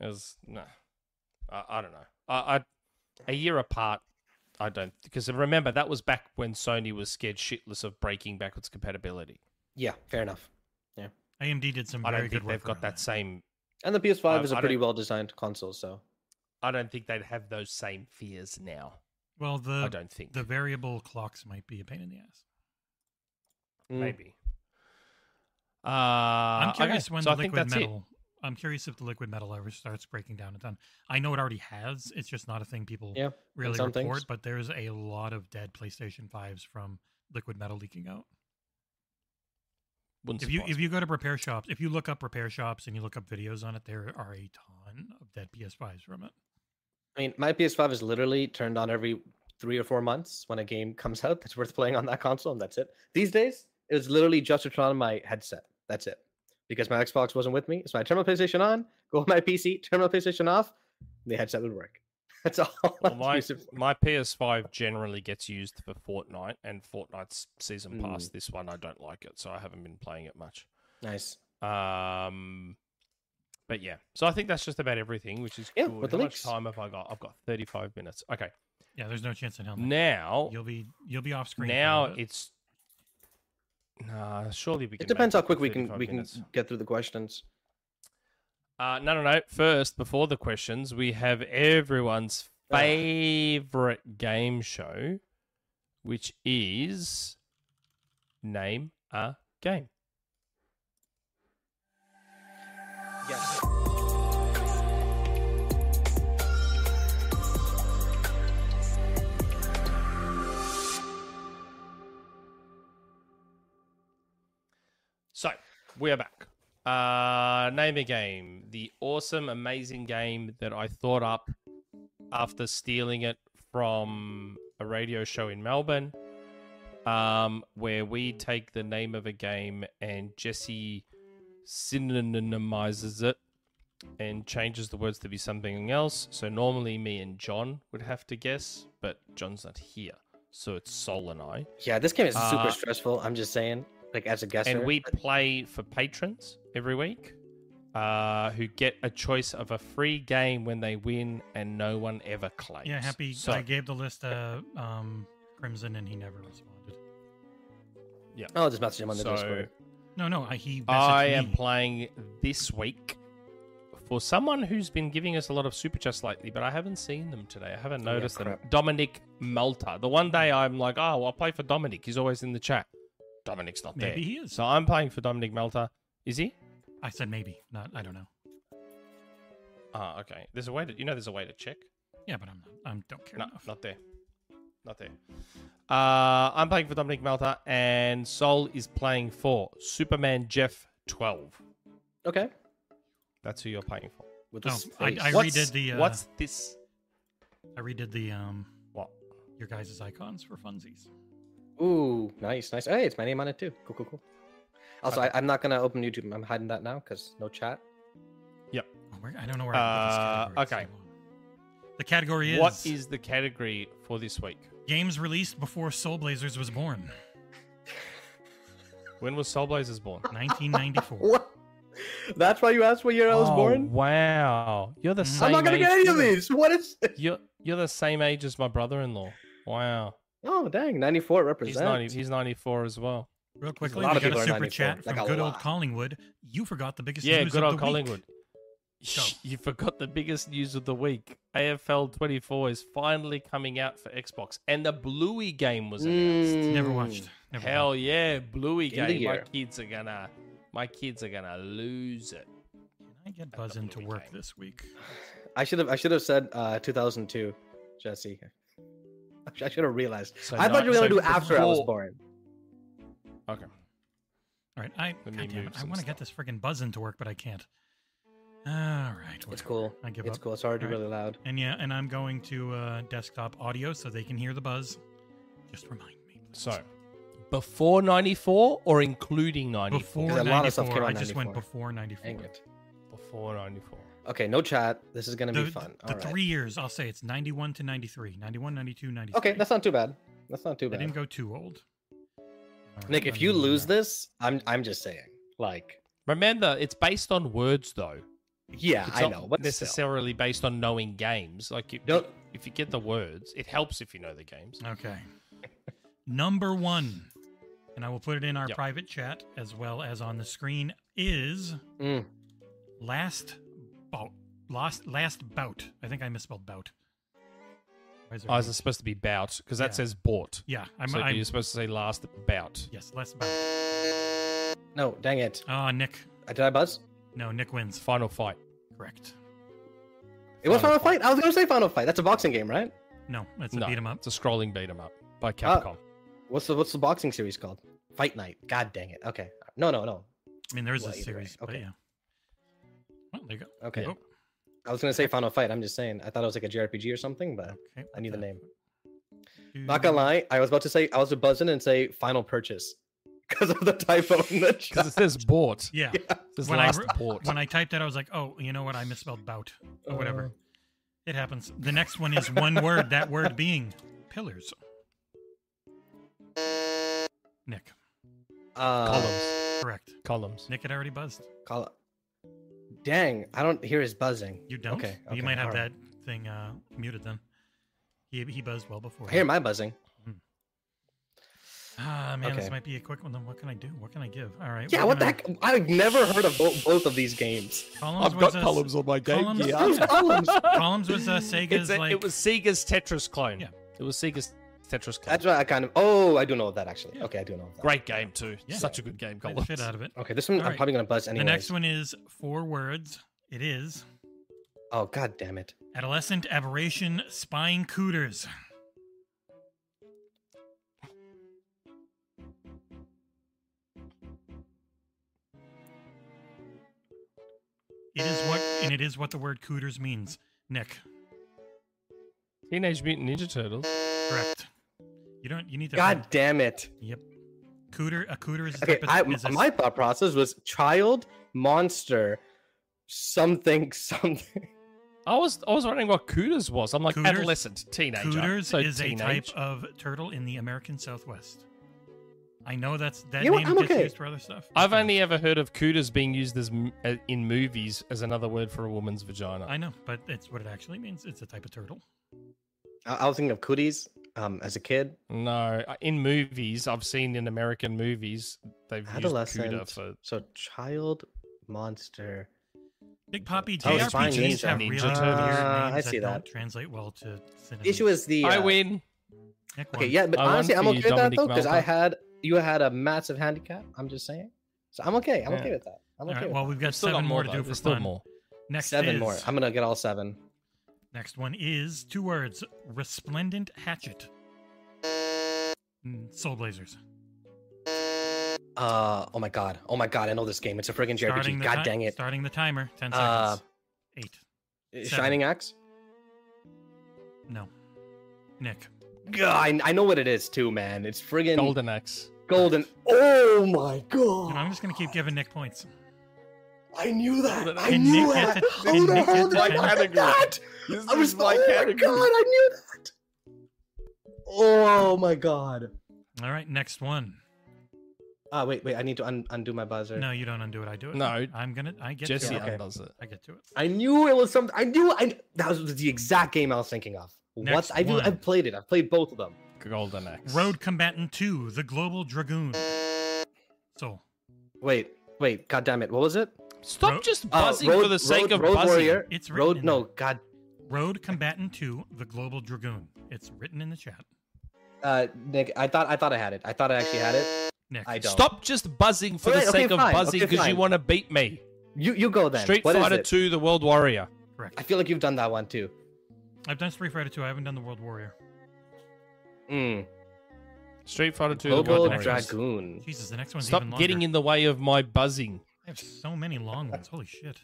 Speaker 3: It was no, I, I don't know. I, I a year apart. I don't because remember that was back when Sony was scared shitless of breaking backwards compatibility.
Speaker 4: Yeah, fair enough.
Speaker 2: AMD did some
Speaker 3: I
Speaker 2: very
Speaker 3: don't
Speaker 2: good
Speaker 3: think they've
Speaker 2: work.
Speaker 3: got
Speaker 2: around
Speaker 3: that same
Speaker 4: And the PS5
Speaker 3: I-
Speaker 4: is a
Speaker 3: I
Speaker 4: pretty
Speaker 3: don't-
Speaker 4: well designed console, so
Speaker 3: I don't think they'd have those same fears now.
Speaker 2: Well,
Speaker 3: I
Speaker 2: the
Speaker 3: don't think.
Speaker 2: Uh, the variable clocks might be a pain in the ass.
Speaker 4: mm,
Speaker 3: Maybe. Uh, I'm
Speaker 2: I'm curious when
Speaker 3: so I
Speaker 2: the
Speaker 3: think
Speaker 2: liquid
Speaker 3: that's it.
Speaker 2: metal. I'm curious if the liquid metal ever starts breaking down a ton. I know it already has. It's just not a thing people
Speaker 4: Yeah,
Speaker 2: really
Speaker 4: some
Speaker 2: report.
Speaker 4: things.
Speaker 2: But there's a lot of dead PlayStation fives from liquid metal leaking out.
Speaker 3: Wouldn't
Speaker 2: If you
Speaker 3: surprise
Speaker 2: if
Speaker 3: me.
Speaker 2: you go to repair shops, if you look up repair shops and you look up videos on it, there are a ton of dead PS5s from it.
Speaker 4: I mean, my PS5 is literally turned on every three or four months when a game comes out that's worth playing on that console, and that's it. These days, it was literally just to turn on my headset. That's it. Because my Xbox wasn't with me. So I turn my PlayStation on, go on my PC, turn my PlayStation off, and the headset would work. That's all.
Speaker 3: Well,
Speaker 4: I
Speaker 3: my,
Speaker 4: use it for.
Speaker 3: my PS5 generally gets used for Fortnite, and Fortnite's season
Speaker 4: Hmm.
Speaker 3: pass. This one I don't like it, so I haven't been playing it much.
Speaker 4: Nice.
Speaker 3: Um, but yeah, so I think that's just about everything, which is
Speaker 4: Yeah,
Speaker 3: good.
Speaker 4: with the
Speaker 3: How
Speaker 4: leaks.
Speaker 3: much time have I got? I've got 35 minutes. Okay,
Speaker 2: Yeah, there's no chance in hell. that-
Speaker 3: now
Speaker 2: Oh You'll be you'll be off screen. for a
Speaker 3: now
Speaker 2: little bit.
Speaker 3: it's nah. Surely we can.
Speaker 4: It depends
Speaker 3: make
Speaker 4: how quick we can
Speaker 3: 35
Speaker 4: we can
Speaker 3: minutes.
Speaker 4: get through the questions.
Speaker 3: Uh, no, no, no. First, before the questions, we have everyone's
Speaker 4: Ugh.
Speaker 3: favorite game show, which is Name a Game. So we are back. Uh, name a game. The awesome, amazing game that I thought up after stealing it from a radio show in Melbourne, um, where we take the name of a game and Jesse synonymizes it and changes the words to be something else. So normally me and John would have to guess, but John's not here. So it's Sol and I.
Speaker 4: Yeah, this game is super
Speaker 3: Uh,
Speaker 4: stressful. I'm just saying, like as a guesser.
Speaker 3: And we play for patrons every week uh, who get a choice of a free game when they win, and no one ever claims.
Speaker 2: yeah, happy.
Speaker 3: So,
Speaker 2: I gave the list to um, Crimson and he never responded.
Speaker 4: I'll Oh, just message him on the
Speaker 3: so
Speaker 4: Discord.
Speaker 2: No, no, I, he. messaged
Speaker 3: I am
Speaker 2: me.
Speaker 3: playing this week for someone who's been giving us a lot of super chats lately, but I haven't seen them today. I haven't
Speaker 4: Oh, yeah,
Speaker 3: noticed them.
Speaker 4: crap.
Speaker 3: Dominic Malta. The one day I'm like, oh, well, I'll play for Dominic. He's always in the chat. Dominic's not
Speaker 2: Maybe
Speaker 3: there.
Speaker 2: he is.
Speaker 3: So I'm playing for Dominic Malta. Is he?
Speaker 2: I said maybe not. I don't know.
Speaker 3: Ah, okay. There's a way to, you know, there's a way to check.
Speaker 2: Yeah, but I'm not. I don't care
Speaker 3: No,
Speaker 2: enough.
Speaker 3: not there. Not there. Uh, I'm playing for Dominic Malta, and Sol is playing for Superman Jeff 12.
Speaker 4: Okay.
Speaker 3: That's who you're playing for.
Speaker 4: With
Speaker 2: Oh,
Speaker 4: this
Speaker 2: I-
Speaker 4: face.
Speaker 2: I
Speaker 3: what's,
Speaker 2: redid the, uh,
Speaker 3: What's this?
Speaker 2: I redid the um
Speaker 3: What?
Speaker 2: your your guys' icons for funsies.
Speaker 4: Ooh, nice, nice. Hey, it's my name on it too. Cool, cool, cool. Also, I, I'm not gonna open YouTube. I'm hiding that now because no chat.
Speaker 2: Oh, where- I don't know where. I put
Speaker 3: Uh,
Speaker 2: this category,
Speaker 3: okay.
Speaker 2: so- The category is,
Speaker 3: What is the category for this week?
Speaker 2: games released before Soul Blazers was born,
Speaker 3: When was Soul Blazers born?
Speaker 2: 1994.
Speaker 5: What? That's why you asked what year I
Speaker 2: Oh,
Speaker 5: was born?
Speaker 3: Oh, Wow, you're the
Speaker 2: Mhm.
Speaker 3: same.
Speaker 5: I'm not gonna
Speaker 3: age-
Speaker 5: get any of these. What is?
Speaker 3: You're you're the same age as my brother-in-law. Wow,
Speaker 4: Oh, dang, 94
Speaker 3: he's
Speaker 4: represents.
Speaker 3: ninety. He's ninety-four as well.
Speaker 2: Real quickly,
Speaker 4: lot
Speaker 2: we
Speaker 4: of
Speaker 2: got a
Speaker 4: people are
Speaker 2: super
Speaker 4: 94,
Speaker 2: chat from
Speaker 4: like a
Speaker 2: good old
Speaker 4: lot.
Speaker 2: Collingwood. You forgot the biggest
Speaker 3: Yeah,
Speaker 2: news
Speaker 3: good
Speaker 2: of
Speaker 3: old
Speaker 2: the
Speaker 3: Collingwood.
Speaker 2: week. Go.
Speaker 3: You forgot the biggest news of the week. AFL 24 is finally coming out for Xbox, and the Bluey game
Speaker 4: Hmm.
Speaker 3: was announced.
Speaker 2: Never
Speaker 4: Mm.
Speaker 2: watched. Never watched.
Speaker 3: Hell yeah, Bluey
Speaker 4: Game of the
Speaker 3: game. My
Speaker 4: year.
Speaker 3: kids are gonna, my kids are gonna lose it.
Speaker 2: Can I get
Speaker 3: the
Speaker 2: Buzz into
Speaker 3: Bluey
Speaker 2: work
Speaker 3: game.
Speaker 2: this week?
Speaker 4: I should have. I should have said uh, 2002, Jesse. I sh- I should have realized.
Speaker 3: So
Speaker 4: I thought
Speaker 3: not-
Speaker 4: you were gonna
Speaker 3: so
Speaker 4: do after I was
Speaker 3: before-
Speaker 4: born.
Speaker 3: Okay.
Speaker 2: All right, I
Speaker 3: Let me
Speaker 2: goddamn
Speaker 3: move
Speaker 2: it, I
Speaker 3: some
Speaker 2: want to get this freaking Buzz into work, but I can't. All right,
Speaker 4: It's
Speaker 2: whatever.
Speaker 4: cool.
Speaker 2: I give
Speaker 4: It's
Speaker 2: up.
Speaker 4: cool. It's already
Speaker 2: Alright.
Speaker 4: really loud.
Speaker 2: And yeah, and I'm going to uh, desktop audio so they can hear the buzz. Just remind me. please.
Speaker 3: So, before 94 or including 94?
Speaker 2: before
Speaker 4: There's a
Speaker 2: 94,
Speaker 4: lot of stuff came out
Speaker 2: I
Speaker 4: in
Speaker 2: just went
Speaker 4: 94.
Speaker 2: before 94.
Speaker 4: Dang it.
Speaker 3: Before 94.
Speaker 4: Okay, no chat. This is gonna
Speaker 2: the
Speaker 4: be fun.
Speaker 2: the
Speaker 4: All right.
Speaker 2: three years, I'll say it's 91 to 93, 91, 92, 93.
Speaker 4: Okay, that's not too bad. That's not too
Speaker 2: I didn't
Speaker 4: bad.
Speaker 2: go too old. All right,
Speaker 4: Nick,
Speaker 2: let
Speaker 4: if
Speaker 2: me
Speaker 4: you
Speaker 2: move
Speaker 4: lose
Speaker 2: on.
Speaker 4: this, I'm I'm just saying. Like,
Speaker 3: Remember, it's based on words though.
Speaker 4: yeah,
Speaker 3: It's
Speaker 4: I
Speaker 3: not
Speaker 4: know, but necessarily.
Speaker 3: necessarily based on knowing games. Like, you,
Speaker 4: Don't-
Speaker 3: if you get the words, it helps if you know the games.
Speaker 2: Okay. Number one, and I will put it in our
Speaker 3: Yep.
Speaker 2: private chat as well as on the screen, is
Speaker 4: Mm.
Speaker 2: last bout. Last last bout. I think I misspelled bout. Why is there
Speaker 3: Oh,
Speaker 2: a
Speaker 3: is it supposed to be bout? Because
Speaker 2: Yeah.
Speaker 3: that says bought.
Speaker 2: Yeah, I'm.
Speaker 3: so
Speaker 2: I'm
Speaker 3: you're supposed to say last bout.
Speaker 2: yes, less bad.
Speaker 4: No, dang it.
Speaker 2: Ah, Nick.
Speaker 4: Uh, Did I buzz?
Speaker 2: No, Nick
Speaker 3: It's
Speaker 2: wins.
Speaker 3: final fight.
Speaker 2: Correct.
Speaker 4: It was
Speaker 3: Final
Speaker 4: Final Fight. I was gonna say Final Fight. That's a boxing game, right?
Speaker 2: No, that's a
Speaker 3: No,
Speaker 2: beat 'em up.
Speaker 3: It's a scrolling beat 'em up by Capcom.
Speaker 4: What's the what's the boxing series called? Fight Night. God dang it. Okay. No, no, no.
Speaker 2: I mean, there is
Speaker 4: Well,
Speaker 2: a
Speaker 4: either way,
Speaker 2: series, but
Speaker 4: okay.
Speaker 2: yeah. Well, there you go.
Speaker 4: Okay.
Speaker 2: Oh,
Speaker 4: I was gonna say Final Fight. I'm just saying. I thought it was like a JRPG or something, but
Speaker 2: okay.
Speaker 4: I knew the name.
Speaker 2: name.
Speaker 4: Not gonna lie, I was about to say I was to buzz in and say final purchase because of the typo in the
Speaker 3: Because
Speaker 4: chat.
Speaker 3: it says bought.
Speaker 2: Yeah.
Speaker 3: It says
Speaker 2: When I
Speaker 3: last
Speaker 2: re-
Speaker 3: bought.
Speaker 2: When I typed that, I was like, oh, you know what? I misspelled bout or whatever.
Speaker 4: Uh.
Speaker 2: It happens. The next one is one word. That word being pillars. Nick,
Speaker 4: Uh,
Speaker 3: columns.
Speaker 2: correct.
Speaker 3: Columns.
Speaker 2: Nick had already buzzed.
Speaker 4: col- Dang, I don't hear his buzzing.
Speaker 2: You don't.
Speaker 4: Okay,
Speaker 2: you
Speaker 4: okay,
Speaker 2: might have
Speaker 4: alright.
Speaker 2: that thing uh, muted then. He he buzzed well before.
Speaker 4: I hear
Speaker 2: you.
Speaker 4: my buzzing.
Speaker 2: Ah man, this
Speaker 4: Okay.
Speaker 2: might be a quick one. Then what can I do? What can I give? All right.
Speaker 4: Yeah,
Speaker 2: we're
Speaker 4: what the
Speaker 2: gonna-
Speaker 4: heck? I've never heard of bo- both of these games.
Speaker 2: Columns was a-
Speaker 3: on my
Speaker 2: columns-
Speaker 3: Gear.
Speaker 4: Those columns.
Speaker 2: Columns was uh, Sega's
Speaker 3: It's a-
Speaker 2: like.
Speaker 3: It was Sega's Tetris clone.
Speaker 2: Yeah.
Speaker 3: It was Sega's Tetris clone.
Speaker 4: That's why I kind of. Oh, I do know that actually.
Speaker 2: Yeah.
Speaker 4: Okay, I do know that.
Speaker 3: Great game too.
Speaker 2: Yeah.
Speaker 3: Such a good game.
Speaker 2: play
Speaker 3: Columns.
Speaker 2: the shit out of it.
Speaker 4: Okay, this one I'm
Speaker 2: Alright.
Speaker 4: probably gonna buzz
Speaker 2: The
Speaker 4: anyway.
Speaker 2: next one is four words. It is
Speaker 4: Oh god damn it!
Speaker 2: adolescent aberration spying cooters. It is what, and it is what the word cooters means. Nick,
Speaker 3: Teenage Mutant Ninja Turtles.
Speaker 2: correct. You don't. You need to.
Speaker 4: God damn it!
Speaker 2: Yep. Cooter. A cooter is a
Speaker 4: Okay,
Speaker 2: type of.
Speaker 4: I,
Speaker 2: is a
Speaker 4: my thought process was child monster, something something.
Speaker 3: I was I was wondering what Cooters was. I'm like
Speaker 2: Cooters-
Speaker 3: adolescent, teenager.
Speaker 2: Cooters
Speaker 3: so
Speaker 2: is
Speaker 3: teenage.
Speaker 2: a type of turtle in the American Southwest. I know that's that
Speaker 4: You know what,
Speaker 2: name
Speaker 4: I'm
Speaker 2: gets
Speaker 4: okay.
Speaker 2: used for other stuff.
Speaker 3: I've
Speaker 2: Okay.
Speaker 3: only ever heard of Cooters being used as m- uh, in movies as another word for a woman's vagina.
Speaker 2: I know, but it's what it actually means. It's a type of turtle.
Speaker 4: I, I was thinking of cooties um, as a kid.
Speaker 3: No, uh, in movies I've seen in American movies they've used Cooter
Speaker 4: Adolescent.
Speaker 3: for
Speaker 4: So child monster.
Speaker 2: Big Poppy
Speaker 4: Oh, it's fine,
Speaker 2: JRPGs
Speaker 4: Ninja.
Speaker 2: have
Speaker 3: Ninja
Speaker 2: really
Speaker 3: Turtles.
Speaker 2: weird names
Speaker 3: uh,
Speaker 4: Ah, I
Speaker 2: that
Speaker 4: see
Speaker 2: don't
Speaker 4: that.
Speaker 2: translate well to cinema.
Speaker 4: The issue is the.
Speaker 3: I
Speaker 4: uh,
Speaker 3: win.
Speaker 2: Nick
Speaker 4: Okay,
Speaker 2: won.
Speaker 4: yeah, but
Speaker 3: I won
Speaker 4: honestly,
Speaker 3: for
Speaker 4: I'm
Speaker 3: you,
Speaker 4: okay with that
Speaker 3: Dominic
Speaker 4: though because I
Speaker 3: Malta.
Speaker 4: had you had a massive handicap. I'm just saying. So I'm okay. I'm
Speaker 3: Yeah.
Speaker 4: okay with that. I'm
Speaker 2: All
Speaker 4: okay.
Speaker 2: right,
Speaker 4: with
Speaker 2: well,
Speaker 4: that.
Speaker 2: we've got
Speaker 3: Still got
Speaker 2: seven more to
Speaker 3: though.
Speaker 2: do for
Speaker 3: There's still
Speaker 2: fun.
Speaker 3: more.
Speaker 2: Next
Speaker 4: seven
Speaker 2: is,
Speaker 4: more. I'm gonna get all seven.
Speaker 2: Next one is two words: resplendent hatchet. Mm, Soul Blazers.
Speaker 4: Uh oh my god. Oh my god. I know this game. It's a friggin'
Speaker 2: Starting
Speaker 4: JRPG.
Speaker 2: the
Speaker 4: God
Speaker 2: ti-
Speaker 4: dang it.
Speaker 2: Starting the timer. Ten seconds.
Speaker 4: Uh,
Speaker 2: Eight.
Speaker 4: Shining Axe.
Speaker 2: No. Nick.
Speaker 4: God, I know what it is too, man. It's friggin'
Speaker 3: Golden Axe.
Speaker 4: golden.
Speaker 5: Oh my
Speaker 2: And I'm
Speaker 5: god!
Speaker 2: just gonna keep giving Nick points.
Speaker 5: I knew that. I
Speaker 2: And
Speaker 5: knew
Speaker 2: Nick
Speaker 5: that.
Speaker 2: gets it-
Speaker 5: How
Speaker 2: and
Speaker 5: the
Speaker 2: Nick
Speaker 5: hell
Speaker 2: gets
Speaker 5: did
Speaker 2: it
Speaker 5: I
Speaker 2: in
Speaker 5: not
Speaker 3: category.
Speaker 5: get that?
Speaker 3: This
Speaker 5: I was.
Speaker 3: is
Speaker 5: Oh my
Speaker 3: my
Speaker 5: god!
Speaker 3: category.
Speaker 5: I knew that. Oh my god!
Speaker 2: All right, next one.
Speaker 4: Ah, wait, wait. I need to un- undo my buzzer.
Speaker 2: No, you don't undo it. I do it.
Speaker 3: No.
Speaker 2: I'm gonna. I get
Speaker 3: Jesse
Speaker 2: to it.
Speaker 5: okay.
Speaker 3: undoes it.
Speaker 2: I get to it.
Speaker 4: I knew it was something. I knew. I that was the exact game I was thinking of.
Speaker 2: Next
Speaker 4: What I do?
Speaker 2: one.
Speaker 4: I've played it. I've played both of them.
Speaker 3: Golden Axe.
Speaker 2: Road Combatant Two: The Global Dragoon. So,
Speaker 4: Wait, wait. God damn it! What was it?
Speaker 3: Stop
Speaker 2: Ro-
Speaker 3: just
Speaker 4: Uh,
Speaker 3: buzzing for the sake
Speaker 4: road,
Speaker 3: of
Speaker 4: road
Speaker 3: buzzing.
Speaker 4: Warrior.
Speaker 2: It's written
Speaker 4: road.
Speaker 2: in
Speaker 4: No,
Speaker 2: there.
Speaker 4: God.
Speaker 2: Road Combatant Two: The Global Dragoon. It's written in the chat.
Speaker 4: Uh, Nick, I thought I thought I had it. I thought I actually had it.
Speaker 2: Nick,
Speaker 4: I don't.
Speaker 3: Stop just buzzing for
Speaker 4: Alright,
Speaker 3: the
Speaker 4: okay,
Speaker 3: sake of
Speaker 4: fine,
Speaker 3: buzzing
Speaker 4: okay,
Speaker 3: because you
Speaker 4: fine.
Speaker 3: want to beat me.
Speaker 4: You you go then.
Speaker 3: Street
Speaker 4: What is
Speaker 3: Fighter
Speaker 4: it?
Speaker 3: 2, The World Warrior.
Speaker 2: correct.
Speaker 4: I feel like you've done that one too.
Speaker 2: I've done Street Fighter Two. I haven't done the World Warrior.
Speaker 4: Mm.
Speaker 3: Street Fighter 2, The
Speaker 4: Global
Speaker 3: World
Speaker 2: one that
Speaker 3: Warrior.
Speaker 2: was-
Speaker 4: Dragoon.
Speaker 2: Jesus, the next one's
Speaker 3: Stop
Speaker 2: even longer.
Speaker 3: getting in the way of my buzzing.
Speaker 2: I have so many long ones. Holy shit!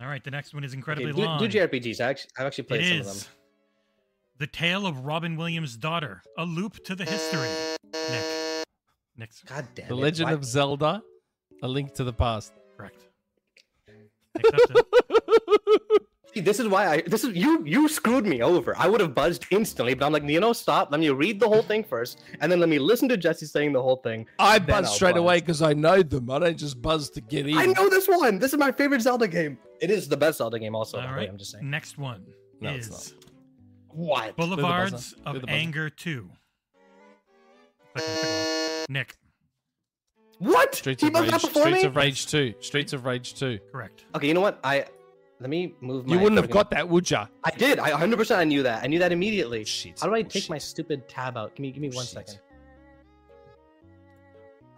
Speaker 2: All right, the next one is incredibly
Speaker 4: Okay, do,
Speaker 2: long.
Speaker 4: do JRPGs. I actually, I've actually
Speaker 2: It
Speaker 4: played some of
Speaker 2: is
Speaker 4: them.
Speaker 2: the tale of Robin Williams' daughter. A loop to the history. Nick, Nick's
Speaker 4: God damn it.
Speaker 3: The Legend
Speaker 4: why-
Speaker 3: of Zelda, A Link to the Past.
Speaker 2: correct. Nick's up to-
Speaker 4: See, this is why I. This is you. You screwed me over. I would have buzzed instantly, but I'm like, you know, stop. Let me read the whole thing first, and then let me listen to Jesse saying the whole thing.
Speaker 3: I
Speaker 4: Then
Speaker 3: buzz
Speaker 4: I'll
Speaker 3: straight
Speaker 4: buzz.
Speaker 3: away because I know them. I don't just buzz to get in.
Speaker 4: I know this one. This is my favorite Zelda game. It is the best Zelda game, also. by
Speaker 2: All
Speaker 4: the way,
Speaker 2: right,
Speaker 4: I'm just saying.
Speaker 2: next one
Speaker 3: No, it's
Speaker 2: is
Speaker 4: What?
Speaker 2: Boulevards
Speaker 3: Clear the
Speaker 2: of
Speaker 3: buzzer.
Speaker 2: Anger Two. Second, second one. Nick,
Speaker 4: What?
Speaker 3: Streets
Speaker 4: he
Speaker 3: of
Speaker 4: buzzed
Speaker 3: Rage.
Speaker 4: that before
Speaker 3: Streets
Speaker 4: me.
Speaker 3: of Rage 2. Streets of Rage 2.
Speaker 2: correct.
Speaker 4: Okay, you know what? I let me move. My
Speaker 3: You wouldn't have
Speaker 4: friggin-
Speaker 3: got that, would ya?
Speaker 4: I did. I 100. percent I knew that. I knew that immediately.
Speaker 3: Shit.
Speaker 4: How do I
Speaker 3: Bullshit.
Speaker 4: take my stupid tab out? Give me, give me one
Speaker 3: Shit.
Speaker 4: second.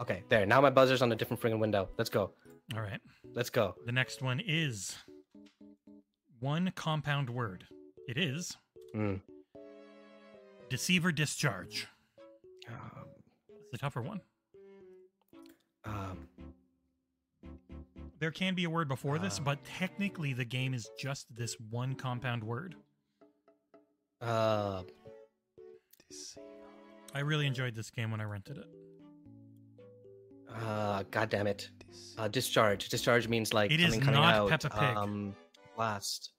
Speaker 4: Okay, there. Now my buzzer's on a different friggin' window. Let's go.
Speaker 2: All right,
Speaker 4: Let's go.
Speaker 2: the next one is one compound word. It is
Speaker 4: Mm.
Speaker 2: deceiver discharge.
Speaker 3: Um,
Speaker 2: It's a tougher one.
Speaker 4: Um,
Speaker 2: There can be a word before this,
Speaker 4: Ah.
Speaker 2: but technically the game is just this one compound word.
Speaker 4: uh,
Speaker 2: I really enjoyed this game when I rented it.
Speaker 4: uh, God damn it. Uh, discharge. Discharge means like
Speaker 2: It is
Speaker 4: something coming
Speaker 2: not
Speaker 4: out.
Speaker 2: Peppa Pig.
Speaker 4: Um, blast.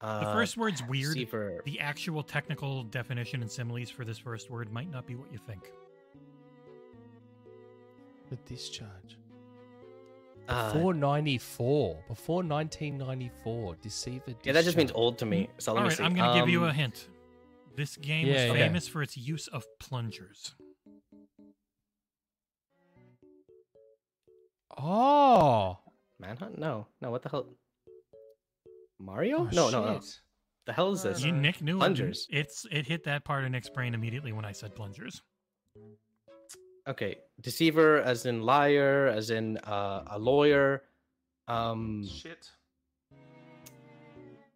Speaker 4: Uh,
Speaker 2: The first word's weird.
Speaker 4: Deceiver.
Speaker 2: The actual technical definition and similes for this first word might not be what you think.
Speaker 3: The discharge.
Speaker 4: Uh,
Speaker 3: Before 94. Before 1994. Deceiver discharge.
Speaker 4: yeah, that just means old to me. So let
Speaker 2: All
Speaker 4: me
Speaker 2: right,
Speaker 4: see.
Speaker 2: I'm going to give you a
Speaker 4: Um,
Speaker 2: hint. This game
Speaker 3: Yeah,
Speaker 2: is
Speaker 3: yeah.
Speaker 2: famous for its use of plungers.
Speaker 4: Uh,
Speaker 3: Oh.
Speaker 4: Manhunt? No, no. What the hell? Mario?
Speaker 3: Oh,
Speaker 4: no, no, no.
Speaker 3: shit.
Speaker 4: The hell is
Speaker 3: No,
Speaker 4: this?
Speaker 2: You, Nick knew
Speaker 4: Plungers.
Speaker 2: It's it hit that part of Nick's brain immediately when I said plungers.
Speaker 4: Okay, deceiver as in liar, as in uh, a lawyer. Um,
Speaker 3: Shit.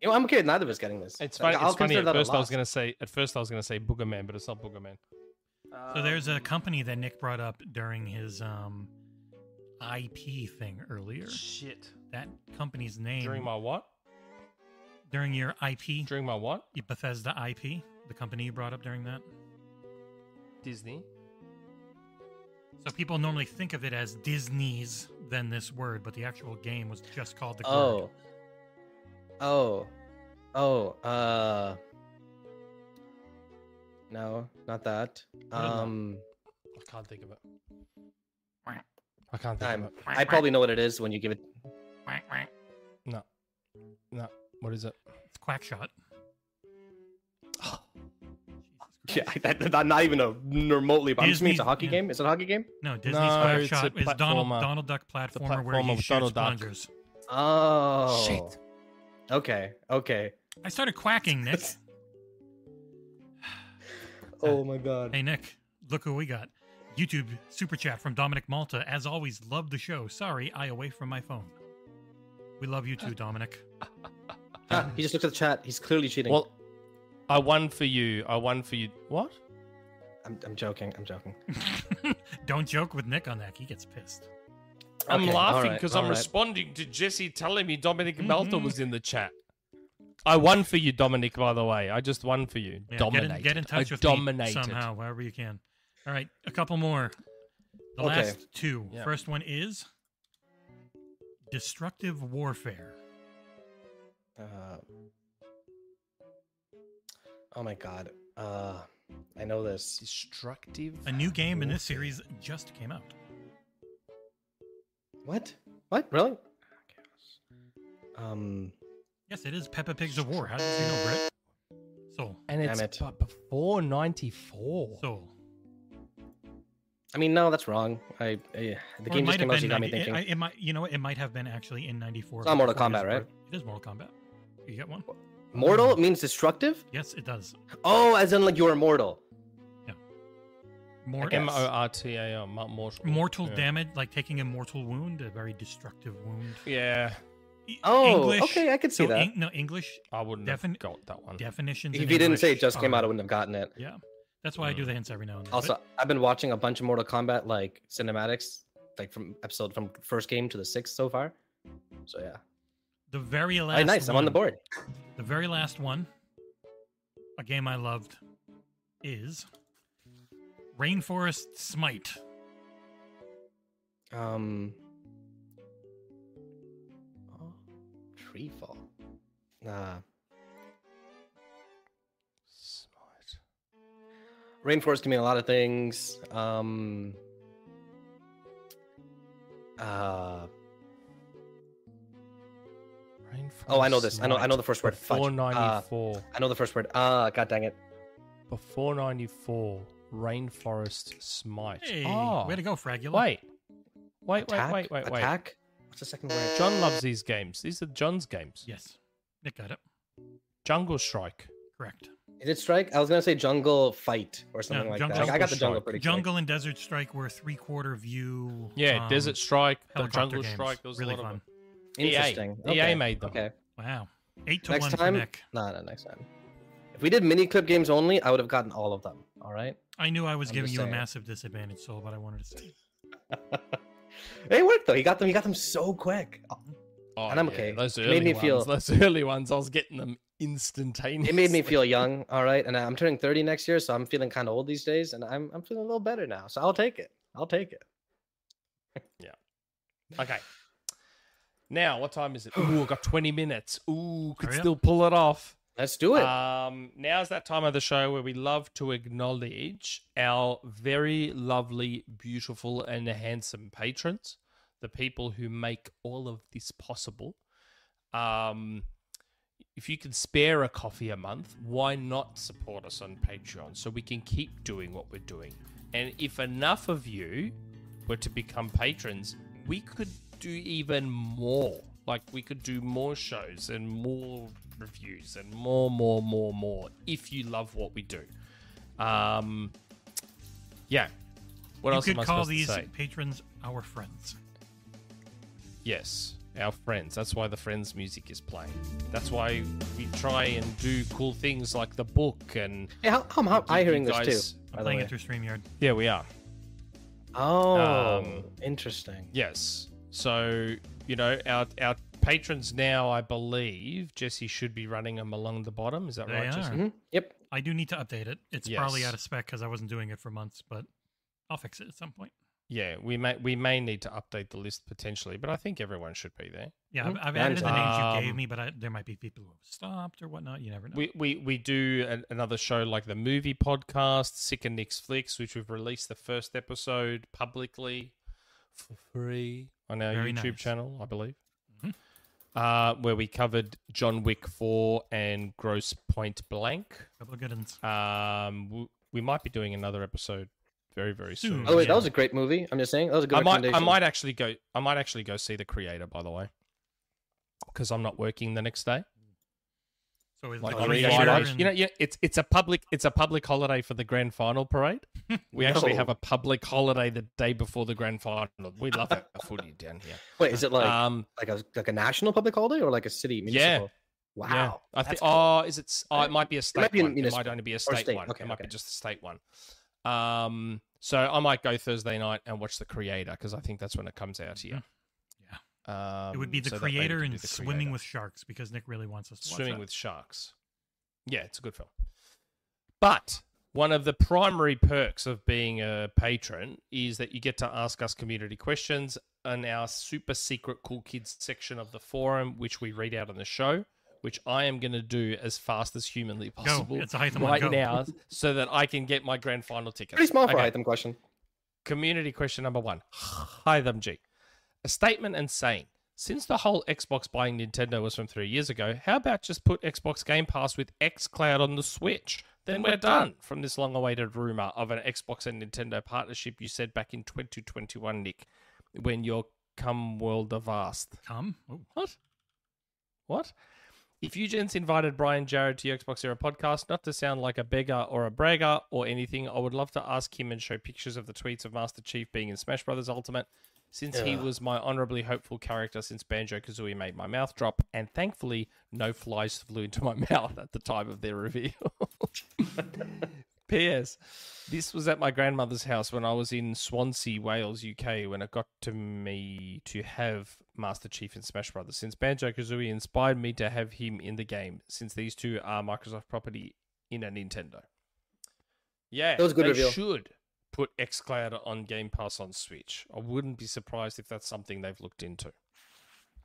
Speaker 4: you know, I'm okay with neither of us getting this.
Speaker 3: It's
Speaker 4: Like,
Speaker 3: funny. It's funny.
Speaker 4: consider
Speaker 3: At
Speaker 4: that a
Speaker 3: first, I was
Speaker 4: loss.
Speaker 3: gonna say. At first, I was gonna say Boogerman, but it's not Boogerman.
Speaker 4: Uh,
Speaker 2: So there's a company that Nick brought up during his um, IP thing earlier.
Speaker 3: Shit.
Speaker 2: That company's name
Speaker 3: During my what?
Speaker 2: during your IP,
Speaker 3: During my what?
Speaker 2: your Bethesda IP, the company you brought up during that.
Speaker 3: Disney.
Speaker 2: So people normally think of it as Disney's than this word, but the actual game was just called the.
Speaker 4: Oh.
Speaker 2: Grid.
Speaker 4: Oh. Oh. Uh. No, not that.
Speaker 3: did that?
Speaker 4: Um,
Speaker 3: I can't think of it. I can't think
Speaker 4: I'm,
Speaker 3: of it.
Speaker 4: I probably know what it is when you give it.
Speaker 3: No. No. What is it?
Speaker 2: It's Quackshot.
Speaker 4: Yeah, that, that, not even a remotely. But I'm assuming it's a
Speaker 2: Disney's-
Speaker 4: hockey
Speaker 2: yeah.
Speaker 4: game. Is it a hockey game?
Speaker 2: No, Disney's
Speaker 3: No, it's a
Speaker 2: Quackshot is Donald
Speaker 3: platformer.
Speaker 2: Donald Duck platformer, where
Speaker 3: platform
Speaker 2: he
Speaker 3: of
Speaker 2: shoots
Speaker 3: Donald Duck.
Speaker 2: plungers.
Speaker 4: Oh. Okay. Okay.
Speaker 2: I started quacking, Nick.
Speaker 5: Oh my god.
Speaker 2: hey, Nick, look who we got. YouTube super chat from Dominic Malta. As always, love the show. Sorry, I away from my phone. We love you too, Dominic.
Speaker 4: Ah, he just looked at the chat. He's clearly cheating.
Speaker 3: uh, Well, I won for you. I won for you. What?
Speaker 4: I'm, I'm joking. I'm joking.
Speaker 2: Don't joke with Nick on that. He gets pissed.
Speaker 3: I'm
Speaker 4: Okay,
Speaker 3: laughing
Speaker 4: alright,
Speaker 3: because I'm
Speaker 4: alright.
Speaker 2: Mm-hmm.
Speaker 3: responding to Jesse telling me Dominic Melter was in the chat. I won for you, Dominic. By the way, I just won for you.
Speaker 2: Yeah, get, in,
Speaker 3: dominated.
Speaker 2: get in touch
Speaker 3: I
Speaker 2: with
Speaker 3: dominated.
Speaker 2: me somehow, however you can. All right, a couple more. The
Speaker 4: Okay.
Speaker 2: last two.
Speaker 3: Yeah.
Speaker 2: First one is destructive warfare.
Speaker 4: Uh, oh my god. Uh, I know this.
Speaker 3: Destructive.
Speaker 2: A new game in this series just came out.
Speaker 4: What? What? Really? Um,
Speaker 2: Yes, it is Peppa Pigs of War. How did you know, Brett? Soul.
Speaker 3: and
Speaker 4: Damn
Speaker 3: it's
Speaker 4: it.
Speaker 3: bu- before ninety four.
Speaker 2: Soul.
Speaker 4: I mean, no, that's wrong. I, I the
Speaker 2: Or it might
Speaker 4: game just
Speaker 2: have
Speaker 4: came out, so
Speaker 2: been
Speaker 4: you got
Speaker 2: 90
Speaker 4: me
Speaker 2: it-
Speaker 4: thinking.
Speaker 2: I- It, might, you know, what, it might have been actually in '94.
Speaker 4: It's not Mortal Kombat, right?
Speaker 2: It is Mortal Kombat. You get one?
Speaker 4: Mortal
Speaker 2: Hmm.
Speaker 4: means destructive.
Speaker 2: Yes, it does.
Speaker 4: Oh, as in like you're immortal.
Speaker 2: Mort-
Speaker 3: M O R T A L. mo- Mortal.
Speaker 2: mortal
Speaker 3: yeah.
Speaker 2: damage, like taking a mortal wound, a very destructive wound.
Speaker 3: Yeah,
Speaker 2: E-
Speaker 4: Oh,
Speaker 2: English,
Speaker 4: okay, I could see
Speaker 2: so
Speaker 4: that.
Speaker 2: Eng- no, English
Speaker 3: I wouldn't
Speaker 2: Defin-
Speaker 3: have got that one.
Speaker 2: definitions.
Speaker 4: If
Speaker 2: in
Speaker 4: you didn't say it
Speaker 2: English
Speaker 4: just came out, I
Speaker 2: are-
Speaker 4: wouldn't have gotten it.
Speaker 2: yeah, that's why I do the hints every now and then. but
Speaker 4: Also, I've been watching a bunch of Mortal Kombat like cinematics, like from episode from first game to the sixth so far. So yeah,
Speaker 2: the very last.
Speaker 4: Hey, oh, nice. I'm on the
Speaker 2: one-
Speaker 4: board.
Speaker 2: The very last one, a game I loved, is Rainforest Smite.
Speaker 4: Um, oh, tree fall. Nah,
Speaker 3: Smite.
Speaker 4: rainforest can mean a lot of things. Um, uh, oh, I know this. I know. I know the first word. Fudge.
Speaker 3: Before
Speaker 4: Uh,
Speaker 3: ninety four.
Speaker 4: I know the first word. Ah, god dang it.
Speaker 3: before 94 rainforest smite
Speaker 2: Hey,
Speaker 3: oh
Speaker 2: way to go, Fragula.
Speaker 3: wait wait
Speaker 4: Attack?
Speaker 3: wait wait wait wait
Speaker 4: Attack. What's the second word?
Speaker 3: john loves these games these are john's games
Speaker 2: Yes, Nick got it
Speaker 3: jungle strike
Speaker 2: correct.
Speaker 4: Is it strike? I was gonna say jungle fight or something
Speaker 2: No,
Speaker 4: like
Speaker 2: jungle-
Speaker 4: that. Like, I got the
Speaker 3: Jungle
Speaker 4: jungle
Speaker 3: strike.
Speaker 4: pretty quick.
Speaker 2: Jungle and Desert Strike were three quarter view.
Speaker 3: yeah
Speaker 2: um,
Speaker 3: desert strike the
Speaker 2: helicopter
Speaker 3: jungle
Speaker 2: games.
Speaker 3: strike there was
Speaker 2: really
Speaker 3: E a lot
Speaker 2: fun.
Speaker 3: of EA.
Speaker 4: Interesting.
Speaker 3: EA
Speaker 4: Okay.
Speaker 3: made them.
Speaker 4: Okay.
Speaker 2: Wow, eight to
Speaker 4: Next
Speaker 2: one
Speaker 4: time-
Speaker 2: for Nick.
Speaker 4: No, no, next time. If we did mini clip games only, I would have gotten all of them. All right.
Speaker 2: I knew I was
Speaker 4: I'm
Speaker 2: giving
Speaker 4: just
Speaker 2: you a
Speaker 4: saying.
Speaker 2: massive disadvantage, Soul, but I wanted to say.
Speaker 4: they worked though. He got them. He got them so quick.
Speaker 3: Oh,
Speaker 4: And I'm
Speaker 3: yeah,
Speaker 4: okay.
Speaker 3: those
Speaker 4: It
Speaker 3: early
Speaker 4: made me
Speaker 3: ones
Speaker 4: feel-
Speaker 3: those early ones i was getting them instantaneously
Speaker 4: It made me feel young. All right. And I'm turning 30 next year, so I'm feeling kind of old these days, and I'm I'm feeling a little better now. So I'll take it. I'll take it.
Speaker 3: okay now what time is it ooh i got 20 minutes ooh could
Speaker 2: Hurry up.
Speaker 3: still pull it off
Speaker 4: Let's do it.
Speaker 3: Um, now's that time of the show where we love to acknowledge our very lovely, beautiful, and handsome patrons, the people who make all of this possible. Um, if you can spare a coffee a month, why not support us on Patreon so we can keep doing what we're doing? And if enough of you were to become patrons, we could do even more. Like we could do more shows and more reviews and more, more, more, more. If you love what we do, um, yeah. What
Speaker 2: you
Speaker 3: else
Speaker 2: could
Speaker 3: am I
Speaker 2: call
Speaker 3: supposed
Speaker 2: these
Speaker 3: to say?
Speaker 2: patrons our friends.
Speaker 3: Yes, our friends. That's why the friends music is playing. That's why we try and do cool things like the book and.
Speaker 4: Hey, how how am I- I
Speaker 3: you
Speaker 4: hearing this
Speaker 3: guys-
Speaker 4: too?
Speaker 2: I'm
Speaker 4: By the
Speaker 2: playing
Speaker 4: way.
Speaker 2: it through StreamYard.
Speaker 3: Yeah, we are.
Speaker 4: oh,
Speaker 3: um,
Speaker 4: interesting.
Speaker 3: Yes. So you know our our patrons now. I believe Jesse should be running them along the bottom. Is that
Speaker 2: They
Speaker 3: right, Jesse?
Speaker 2: are.
Speaker 4: hmm Yep.
Speaker 2: I do need to update it. It's probably
Speaker 3: Yes.
Speaker 2: out of spec because I wasn't doing it for months, but I'll fix it at some point.
Speaker 3: Yeah, we may we may need to update the list potentially, but I think everyone should be there.
Speaker 2: Yeah,
Speaker 4: Mhm.
Speaker 2: I've, I've
Speaker 4: Yeah,
Speaker 2: added the names you gave
Speaker 3: Hmm. Um,
Speaker 2: me, but I, there might be people who have stopped or whatnot. You never know.
Speaker 3: We we we do an, another show like the movie podcast, Sick and Nick's Flicks, which we've released the first episode publicly for free on our
Speaker 2: Very
Speaker 3: YouTube
Speaker 2: nice.
Speaker 3: channel, I believe.
Speaker 2: Mhm.
Speaker 3: Uh, where we covered John Wick 4 and Gross Point Blank.
Speaker 2: couple of good ones.
Speaker 3: Um, we, we might be doing another episode very very soon.
Speaker 2: Soon.
Speaker 4: By the way,
Speaker 2: yeah.
Speaker 4: that was a great movie. I'm just saying that was a good
Speaker 3: I might I
Speaker 4: recommendation.
Speaker 3: might actually go I might actually go see the creator by the way, because I'm not working the next day.
Speaker 2: So is
Speaker 3: Like
Speaker 2: the
Speaker 3: on
Speaker 4: Friday.
Speaker 2: creator
Speaker 3: Friday.
Speaker 2: and-
Speaker 3: You know, yeah, it's it's a public it's a public holiday for the grand final parade. We actually
Speaker 4: No.
Speaker 3: have a public holiday the day before the grand final. We love our footy down here.
Speaker 4: Wait, is it like
Speaker 3: um,
Speaker 4: like a like a national public holiday or like a city municipal? Wow.
Speaker 3: yeah. I think.
Speaker 4: that's cool.
Speaker 3: Oh, is it? s- Oh, it might be a state
Speaker 4: might be a
Speaker 3: one. It might
Speaker 4: municipal
Speaker 3: only be a state,
Speaker 4: state,
Speaker 3: one.
Speaker 4: okay,
Speaker 3: it might be
Speaker 4: okay.
Speaker 3: just a state one. Um, so I might go Thursday night and watch the Creator because I think that's when it comes out here.
Speaker 2: Mhm. Yeah.
Speaker 3: Um,
Speaker 2: Hmm. it would be the
Speaker 3: so that they would
Speaker 2: creator
Speaker 3: do
Speaker 2: and
Speaker 3: the
Speaker 2: swimming
Speaker 3: creator.
Speaker 2: with sharks because Nick really wants us to watch
Speaker 3: Swimming
Speaker 2: that.
Speaker 3: with Sharks. Yeah, it's a good film. But one of the primary perks of being a patron is that you get to ask us community questions in our super secret cool kids section of the forum, which we read out on the show, which I am going to do as fast as humanly possible
Speaker 2: It's a Hytham one,
Speaker 3: right
Speaker 2: go.
Speaker 3: now so that I can get my grand final ticket.
Speaker 4: Pretty small for
Speaker 3: Okay.
Speaker 4: a item question.
Speaker 3: Community question number one. Hi, them G. A statement and saying, since the whole Xbox buying Nintendo was from three years ago, how about just put Xbox Game Pass with xCloud on the Switch? Then we're done from this long awaited rumor of an Xbox and Nintendo partnership you said back in 2021, Nick, when your come world avast.
Speaker 2: Come. Oh,
Speaker 3: What? What? If you gents invited Brian Jarrett to your Xbox Era podcast, not to sound like a beggar or a bragger or anything, I would love to ask him and show pictures of the tweets of Master Chief being in Smash Brothers Ultimate, since he was my honorably hopeful character since Banjo Kazooie made my mouth drop, and thankfully, no flies flew into my mouth at the time of their reveal. P.S. This was at my grandmother's house when I was in Swansea, Wales, UK, when it got to me to have Master Chief in Smash Brothers. Since Banjo Kazooie inspired me to have him in the game, since these two are Microsoft property in a Nintendo. Yeah,
Speaker 4: That was a good
Speaker 3: they
Speaker 4: reveal.
Speaker 3: should put XCloud on Game Pass on Switch. I wouldn't be surprised if that's something they've looked into.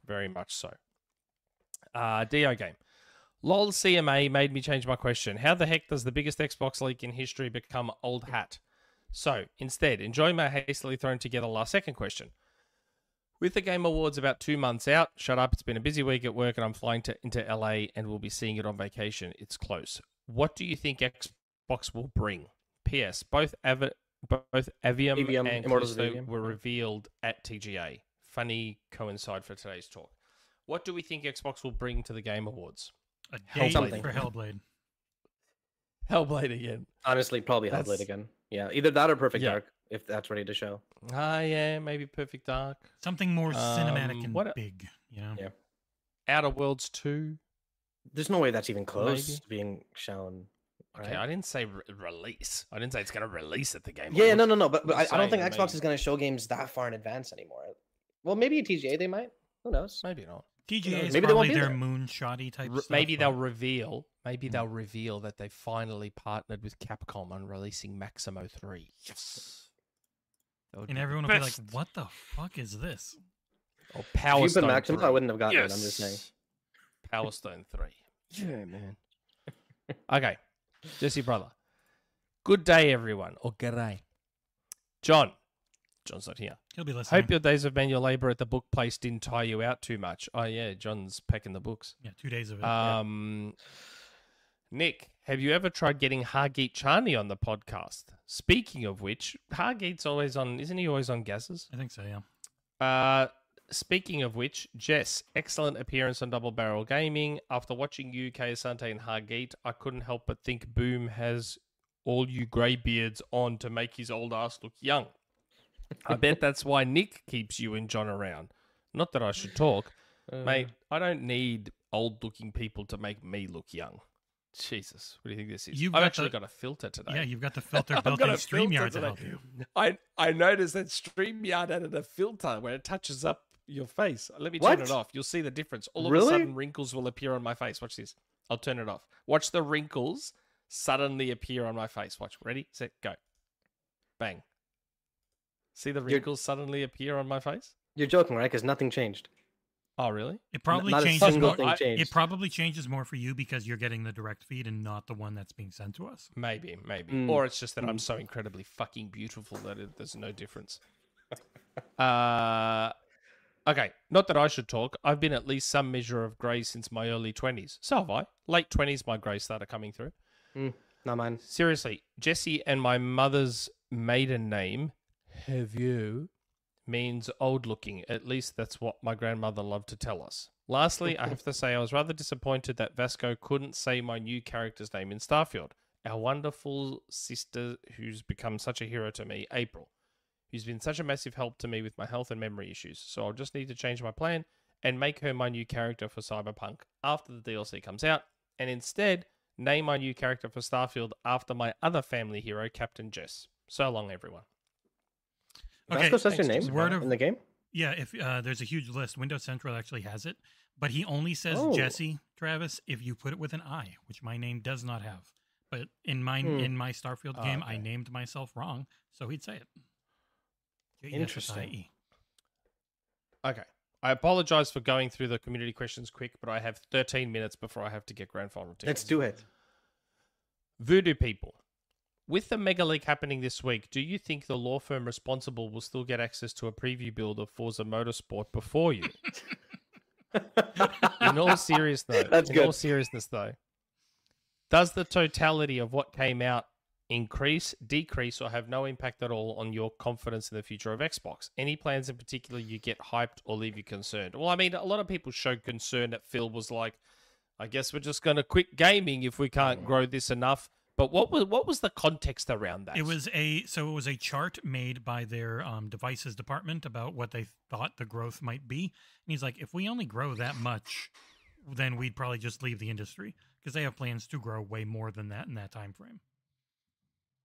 Speaker 3: Very much so. Uh, Dio game. LOL CMA made me change my question. How the heck does the biggest Xbox leak in history become old hat? So instead, enjoy my hastily thrown together last second question. With the Game Awards about two months out, shut up, it's been a busy week at work and I'm flying to, into LA and we'll be seeing it on vacation. It's close. What do you think Xbox will bring? P.S. Both, Avi- both Avium,
Speaker 6: Avium,
Speaker 3: and
Speaker 6: Immortals of
Speaker 3: Callisto
Speaker 6: Avium.
Speaker 3: were revealed at TGA. Funny coincide for today's talk. What do we think Xbox will bring to the Game Awards?
Speaker 2: a date
Speaker 4: Something.
Speaker 2: for Hellblade.
Speaker 3: Hellblade again.
Speaker 4: Honestly, probably Hellblade
Speaker 3: That's-
Speaker 4: again. Yeah, either that or Perfect
Speaker 3: Yeah.
Speaker 4: Dark, if that's ready to show.
Speaker 3: Ah, yeah, maybe Perfect Dark.
Speaker 2: Something more cinematic
Speaker 3: Um,
Speaker 2: and
Speaker 3: what a-
Speaker 2: big, you know?
Speaker 4: Yeah.
Speaker 3: Outer Worlds 2.
Speaker 4: There's no way that's even close
Speaker 3: Maybe.
Speaker 4: to being shown.
Speaker 3: Okay,
Speaker 4: right?
Speaker 3: I didn't say re- release. I didn't say it's going to release at the game.
Speaker 4: Yeah,
Speaker 3: Awards.
Speaker 4: no, no, no. But, but
Speaker 3: I'm
Speaker 4: I, I don't think
Speaker 3: saying,
Speaker 4: Xbox
Speaker 3: like-
Speaker 4: is going to show games that far in advance anymore. Well, maybe at TGA they might. Who knows?
Speaker 3: Maybe not.
Speaker 2: TGA is
Speaker 4: Maybe they
Speaker 2: probably
Speaker 4: won't be
Speaker 2: their
Speaker 4: there.
Speaker 2: moonshotty type
Speaker 3: Re-
Speaker 2: stuff.
Speaker 3: maybe
Speaker 2: but-
Speaker 3: they'll reveal. Maybe they'll reveal that they finally partnered with Capcom on releasing Maximo 3. Yes. That would be
Speaker 2: And
Speaker 3: the
Speaker 2: everyone will be like,
Speaker 3: best.
Speaker 2: what the fuck is this?
Speaker 3: Or
Speaker 4: If
Speaker 3: Power
Speaker 4: you've been
Speaker 3: Stone
Speaker 4: Maximus,
Speaker 3: 3.
Speaker 4: I wouldn't have gotten it. I'm just saying.
Speaker 3: Yes. Power Stone 3. Yeah, man. okay. Jesse Brother. Good day, everyone. Or good day. John. John's not here.
Speaker 2: He'll be listening.
Speaker 3: Hope your days of manual labor at the book place didn't tire you out too much. Oh, yeah. John's packing the books.
Speaker 2: yeah, two days of it.
Speaker 3: Um, Nick, have you ever tried getting Hargeet Chani on the podcast? Speaking of which, Hargeet's always on, isn't he always on gases?
Speaker 2: I think so, yeah.
Speaker 3: Uh, speaking of which, Jess, excellent appearance on Double Barrel Gaming. After watching you, Asante and Hargeet, I couldn't help but think Boom has all you greybeards on to make his old ass look young. I bet that's why Nick keeps you and John around. Not that I should talk,
Speaker 2: Uh.
Speaker 3: mate. I don't need old-looking people to make me look young. Jesus, what do you think this is?
Speaker 2: You've
Speaker 3: I've
Speaker 2: got
Speaker 3: actually
Speaker 2: the-
Speaker 3: got a filter today.
Speaker 2: Yeah, you've got the filter
Speaker 3: I've
Speaker 2: built in
Speaker 3: got a
Speaker 2: StreamYard
Speaker 3: filter
Speaker 2: to help
Speaker 3: today.
Speaker 2: you.
Speaker 3: I I noticed that StreamYard added a filter where it touches up your face. Let me turn it
Speaker 4: What?
Speaker 3: off. You'll see the difference. All of a
Speaker 5: Really?
Speaker 3: sudden, wrinkles will appear on my face. Watch this. I'll turn it off. Watch the wrinkles suddenly appear on my face. Watch. Ready, set, go. Bang. See the wrinkles suddenly appear on my face?
Speaker 4: You're joking, right? Because nothing changed.
Speaker 3: Oh, really?
Speaker 2: It probably
Speaker 4: not a
Speaker 2: changes
Speaker 4: single
Speaker 2: more.
Speaker 4: thing
Speaker 3: I- it
Speaker 4: changed.
Speaker 2: It probably changes more for you because you're getting the direct feed and not the one that's being sent to us.
Speaker 3: Maybe, maybe.
Speaker 4: Mm.
Speaker 3: Or it's just that I'm so incredibly fucking beautiful that it, there's no difference. uh, okay, not that I should talk. I've been at least some measure of grey since my early 20s. So have I. Late 20s, my grey started coming through.
Speaker 4: Not mine.
Speaker 3: Seriously, Jesse and my mother's maiden name, Hervieu, means old looking. At least that's what my grandmother loved to tell us. Lastly, I have to say I was rather disappointed that Vasco couldn't say my new character's name in Starfield. Our wonderful sister who's become such a hero to me, April, who's been such a massive help to me with my health and memory issues. So I'll just need to change my plan and make her my new character for Cyberpunk after the DLC comes out, and instead name my new character for Starfield after my other family hero, Captain Jess. So long, everyone.
Speaker 2: Okay,
Speaker 4: Vasco's such a
Speaker 3: thanks,
Speaker 4: name
Speaker 3: Jesse.
Speaker 2: Word
Speaker 4: in
Speaker 2: of
Speaker 4: the game.
Speaker 2: Yeah, if uh, there's a huge list, Windows Central actually has it, but he only says
Speaker 5: Oh.
Speaker 2: Jesse Travis if you put it with an I, which my name does not have. But in my
Speaker 5: Hmm.
Speaker 2: in my Starfield
Speaker 1: Ah,
Speaker 2: game, I
Speaker 1: okay.
Speaker 2: named myself wrong, so he'd say it. E J-E-S-S-I-E.
Speaker 3: Interesting. Okay. I apologize for going through the community questions quick, but I have 13 minutes before I have to get grand final tickets.
Speaker 6: Let's do it.
Speaker 3: Voodoo people. With the Mega League happening this week, do you think the law firm responsible will still get access to a preview build of Forza Motorsport before you? in all serious though,
Speaker 6: That's
Speaker 3: in
Speaker 6: good.
Speaker 3: all seriousness though, does the totality of what came out increase, decrease, or have no impact at all on your confidence in the future of Xbox? Any plans in particular you get hyped or leave you concerned? Well, I mean, a lot of people showed concern that Phil was like, I guess we're just going to quit gaming if we can't
Speaker 4: Mm.
Speaker 3: grow this enough. But what was what was the context around that?
Speaker 2: It was a so it was a chart made by their um, devices department about what they thought the growth might be, and he's like, if we only grow that much, then we'd probably just leave the industry because they have plans to grow way more than that in that time frame.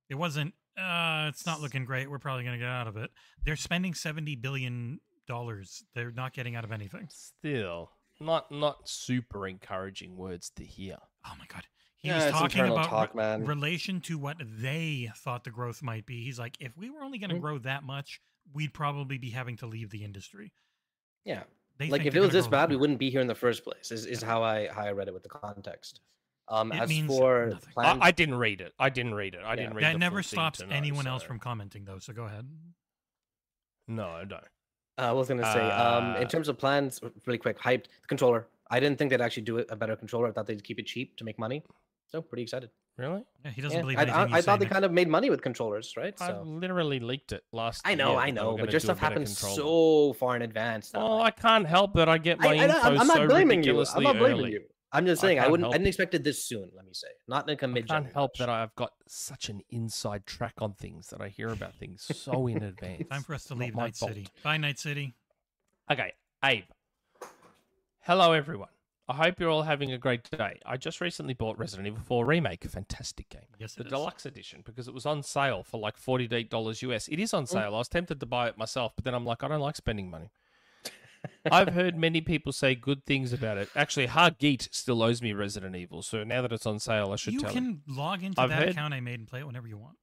Speaker 2: It wasn't. Uh, it's not looking great. We're probably going to get out of it. They're spending seventy billion dollars. They're not getting out of anything.
Speaker 3: still not not super encouraging words to hear.
Speaker 2: Oh my god. He
Speaker 6: Yeah,
Speaker 2: was
Speaker 6: it's
Speaker 2: talking
Speaker 6: internal
Speaker 2: about
Speaker 6: talk,
Speaker 2: re-
Speaker 6: man.
Speaker 2: relation to what they thought the growth might be. He's like, if we were only
Speaker 3: Mm-hmm.
Speaker 2: going to grow that much, we'd probably be having to leave the industry.
Speaker 4: Yeah.
Speaker 2: They
Speaker 4: like
Speaker 2: think
Speaker 4: if it
Speaker 2: they're
Speaker 4: was
Speaker 2: gonna
Speaker 4: this
Speaker 2: grow that
Speaker 4: bad, we
Speaker 2: much.
Speaker 4: wouldn't be here in the first place. Is, is how I how I read it with the context. Um,
Speaker 2: It
Speaker 4: as
Speaker 2: means
Speaker 4: for
Speaker 2: nothing. I-
Speaker 4: plans,
Speaker 3: I, I didn't read it. I didn't read it. I didn't read.
Speaker 4: Yeah.
Speaker 3: the
Speaker 2: That
Speaker 3: full
Speaker 2: never
Speaker 3: thing
Speaker 2: stops
Speaker 3: to know,
Speaker 2: anyone else
Speaker 3: so-
Speaker 2: from commenting, though. So go ahead.
Speaker 3: No, no.
Speaker 4: I was gonna say, um,
Speaker 3: Uh,
Speaker 4: in terms of plans, r- really quick, hyped the controller. I didn't think they'd actually do it- a better controller. I thought they'd keep it cheap to make money. So pretty excited.
Speaker 3: Really?
Speaker 2: Yeah, he doesn't
Speaker 4: Yeah,
Speaker 2: believe
Speaker 4: I,
Speaker 2: anything.
Speaker 4: I,
Speaker 2: you
Speaker 4: I
Speaker 2: say,
Speaker 4: thought they
Speaker 2: Nick.
Speaker 4: kind of made money with controllers, right?
Speaker 3: I
Speaker 4: So
Speaker 3: literally leaked it last.
Speaker 4: I know,
Speaker 3: year that
Speaker 4: I
Speaker 3: they were
Speaker 4: know, but
Speaker 3: gonna
Speaker 4: your
Speaker 3: do a
Speaker 4: stuff
Speaker 3: better
Speaker 4: happens
Speaker 3: controller.
Speaker 4: so far in advance. Now.
Speaker 3: Oh, I
Speaker 4: like,
Speaker 3: can't help it. I get my
Speaker 4: I- I don't-
Speaker 3: info
Speaker 4: I'm- I'm
Speaker 3: so
Speaker 4: not blaming you.
Speaker 3: ridiculously
Speaker 4: I'm not blaming
Speaker 3: early.
Speaker 4: you. I'm just
Speaker 3: I
Speaker 4: saying I,
Speaker 3: can't
Speaker 4: wouldn't. I
Speaker 3: help
Speaker 4: didn't
Speaker 3: it.
Speaker 4: expect it this soon. Let me say, not like a
Speaker 3: I
Speaker 4: mid.
Speaker 3: can't help that I've got such an inside track on things that I hear about things so in advance.
Speaker 2: Time for us to
Speaker 3: It's not
Speaker 2: leave
Speaker 3: my
Speaker 2: Night
Speaker 3: fault.
Speaker 2: City. Bye, Night City.
Speaker 3: Okay, Abe. Hello, everyone. I hope you're all having a great day. I just recently bought Resident Evil 4 Remake, a fantastic game.
Speaker 2: Yes,
Speaker 3: the
Speaker 2: it is.
Speaker 3: deluxe edition because it was on sale for like $48 US. It
Speaker 2: Mm.
Speaker 3: is on sale. I was tempted to buy it myself, but then I'm like, I don't like spending money. I've heard many people say good things about it. Actually, Hargeet still owes me Resident Evil, so now that it's on sale, I should
Speaker 2: You
Speaker 3: tell him.
Speaker 2: can log into
Speaker 3: I've
Speaker 2: that
Speaker 3: heard-
Speaker 2: account I made and play it whenever you want.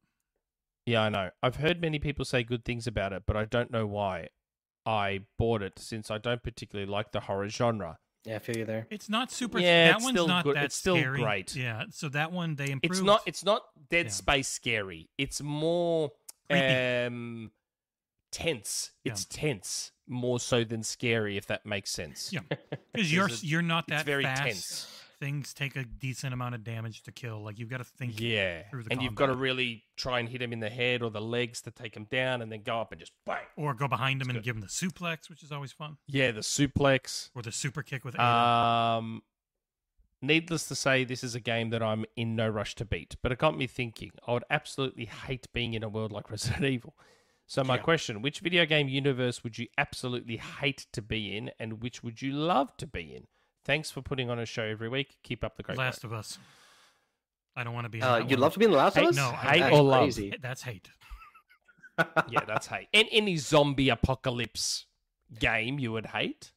Speaker 3: Yeah, I know. I've heard many people say good things about it, but I don't know why I bought it since I don't particularly like the horror genre.
Speaker 4: Yeah, I feel you there.
Speaker 2: It's not super.
Speaker 3: Yeah,
Speaker 2: that
Speaker 3: it's
Speaker 2: one's
Speaker 3: still
Speaker 2: not
Speaker 3: good-
Speaker 2: that
Speaker 3: it's still
Speaker 2: scary.
Speaker 3: great.
Speaker 2: Yeah, so that one they improved.
Speaker 3: It's not. It's not Dead
Speaker 2: Yeah.
Speaker 3: Space scary. It's more
Speaker 2: Creepy.
Speaker 3: um tense.
Speaker 2: Yeah.
Speaker 3: It's tense more so than scary, if that makes sense.
Speaker 2: Yeah. because you're
Speaker 3: There's a-
Speaker 2: you're not
Speaker 3: it's
Speaker 2: that
Speaker 3: very
Speaker 2: fast.
Speaker 3: tense.
Speaker 2: Things take a decent amount of damage to kill. Like you've got to think.
Speaker 3: Yeah,
Speaker 2: through the
Speaker 3: and you've got to
Speaker 2: combat.
Speaker 3: really try and hit him in the head or the legs to take him down, and then go up and just bang.
Speaker 2: Or go behind him
Speaker 3: It's
Speaker 2: and
Speaker 3: good.
Speaker 2: give him the suplex, which is always fun.
Speaker 3: Yeah, the suplex.
Speaker 2: Or the super kick with Ada.
Speaker 3: Um, needless to say, this is a game that I'm in no rush to beat, but it got me thinking. I would absolutely hate being in a world like Resident Evil. So, my question which video game universe would you absolutely hate to be in, and which would you love to be in? Thanks for putting on a show every week. Keep up the great
Speaker 2: Last
Speaker 3: work.
Speaker 2: of Us. I don't want to be. in
Speaker 4: Uh,
Speaker 2: that
Speaker 4: you'd
Speaker 2: one.
Speaker 4: love to be in the Last of
Speaker 3: Hey,
Speaker 4: Us?
Speaker 2: no, I-
Speaker 4: That's
Speaker 2: or
Speaker 3: love.
Speaker 4: crazy.
Speaker 2: Hey, That's hate.
Speaker 3: yeah, that's hate. And any zombie apocalypse game you would hate?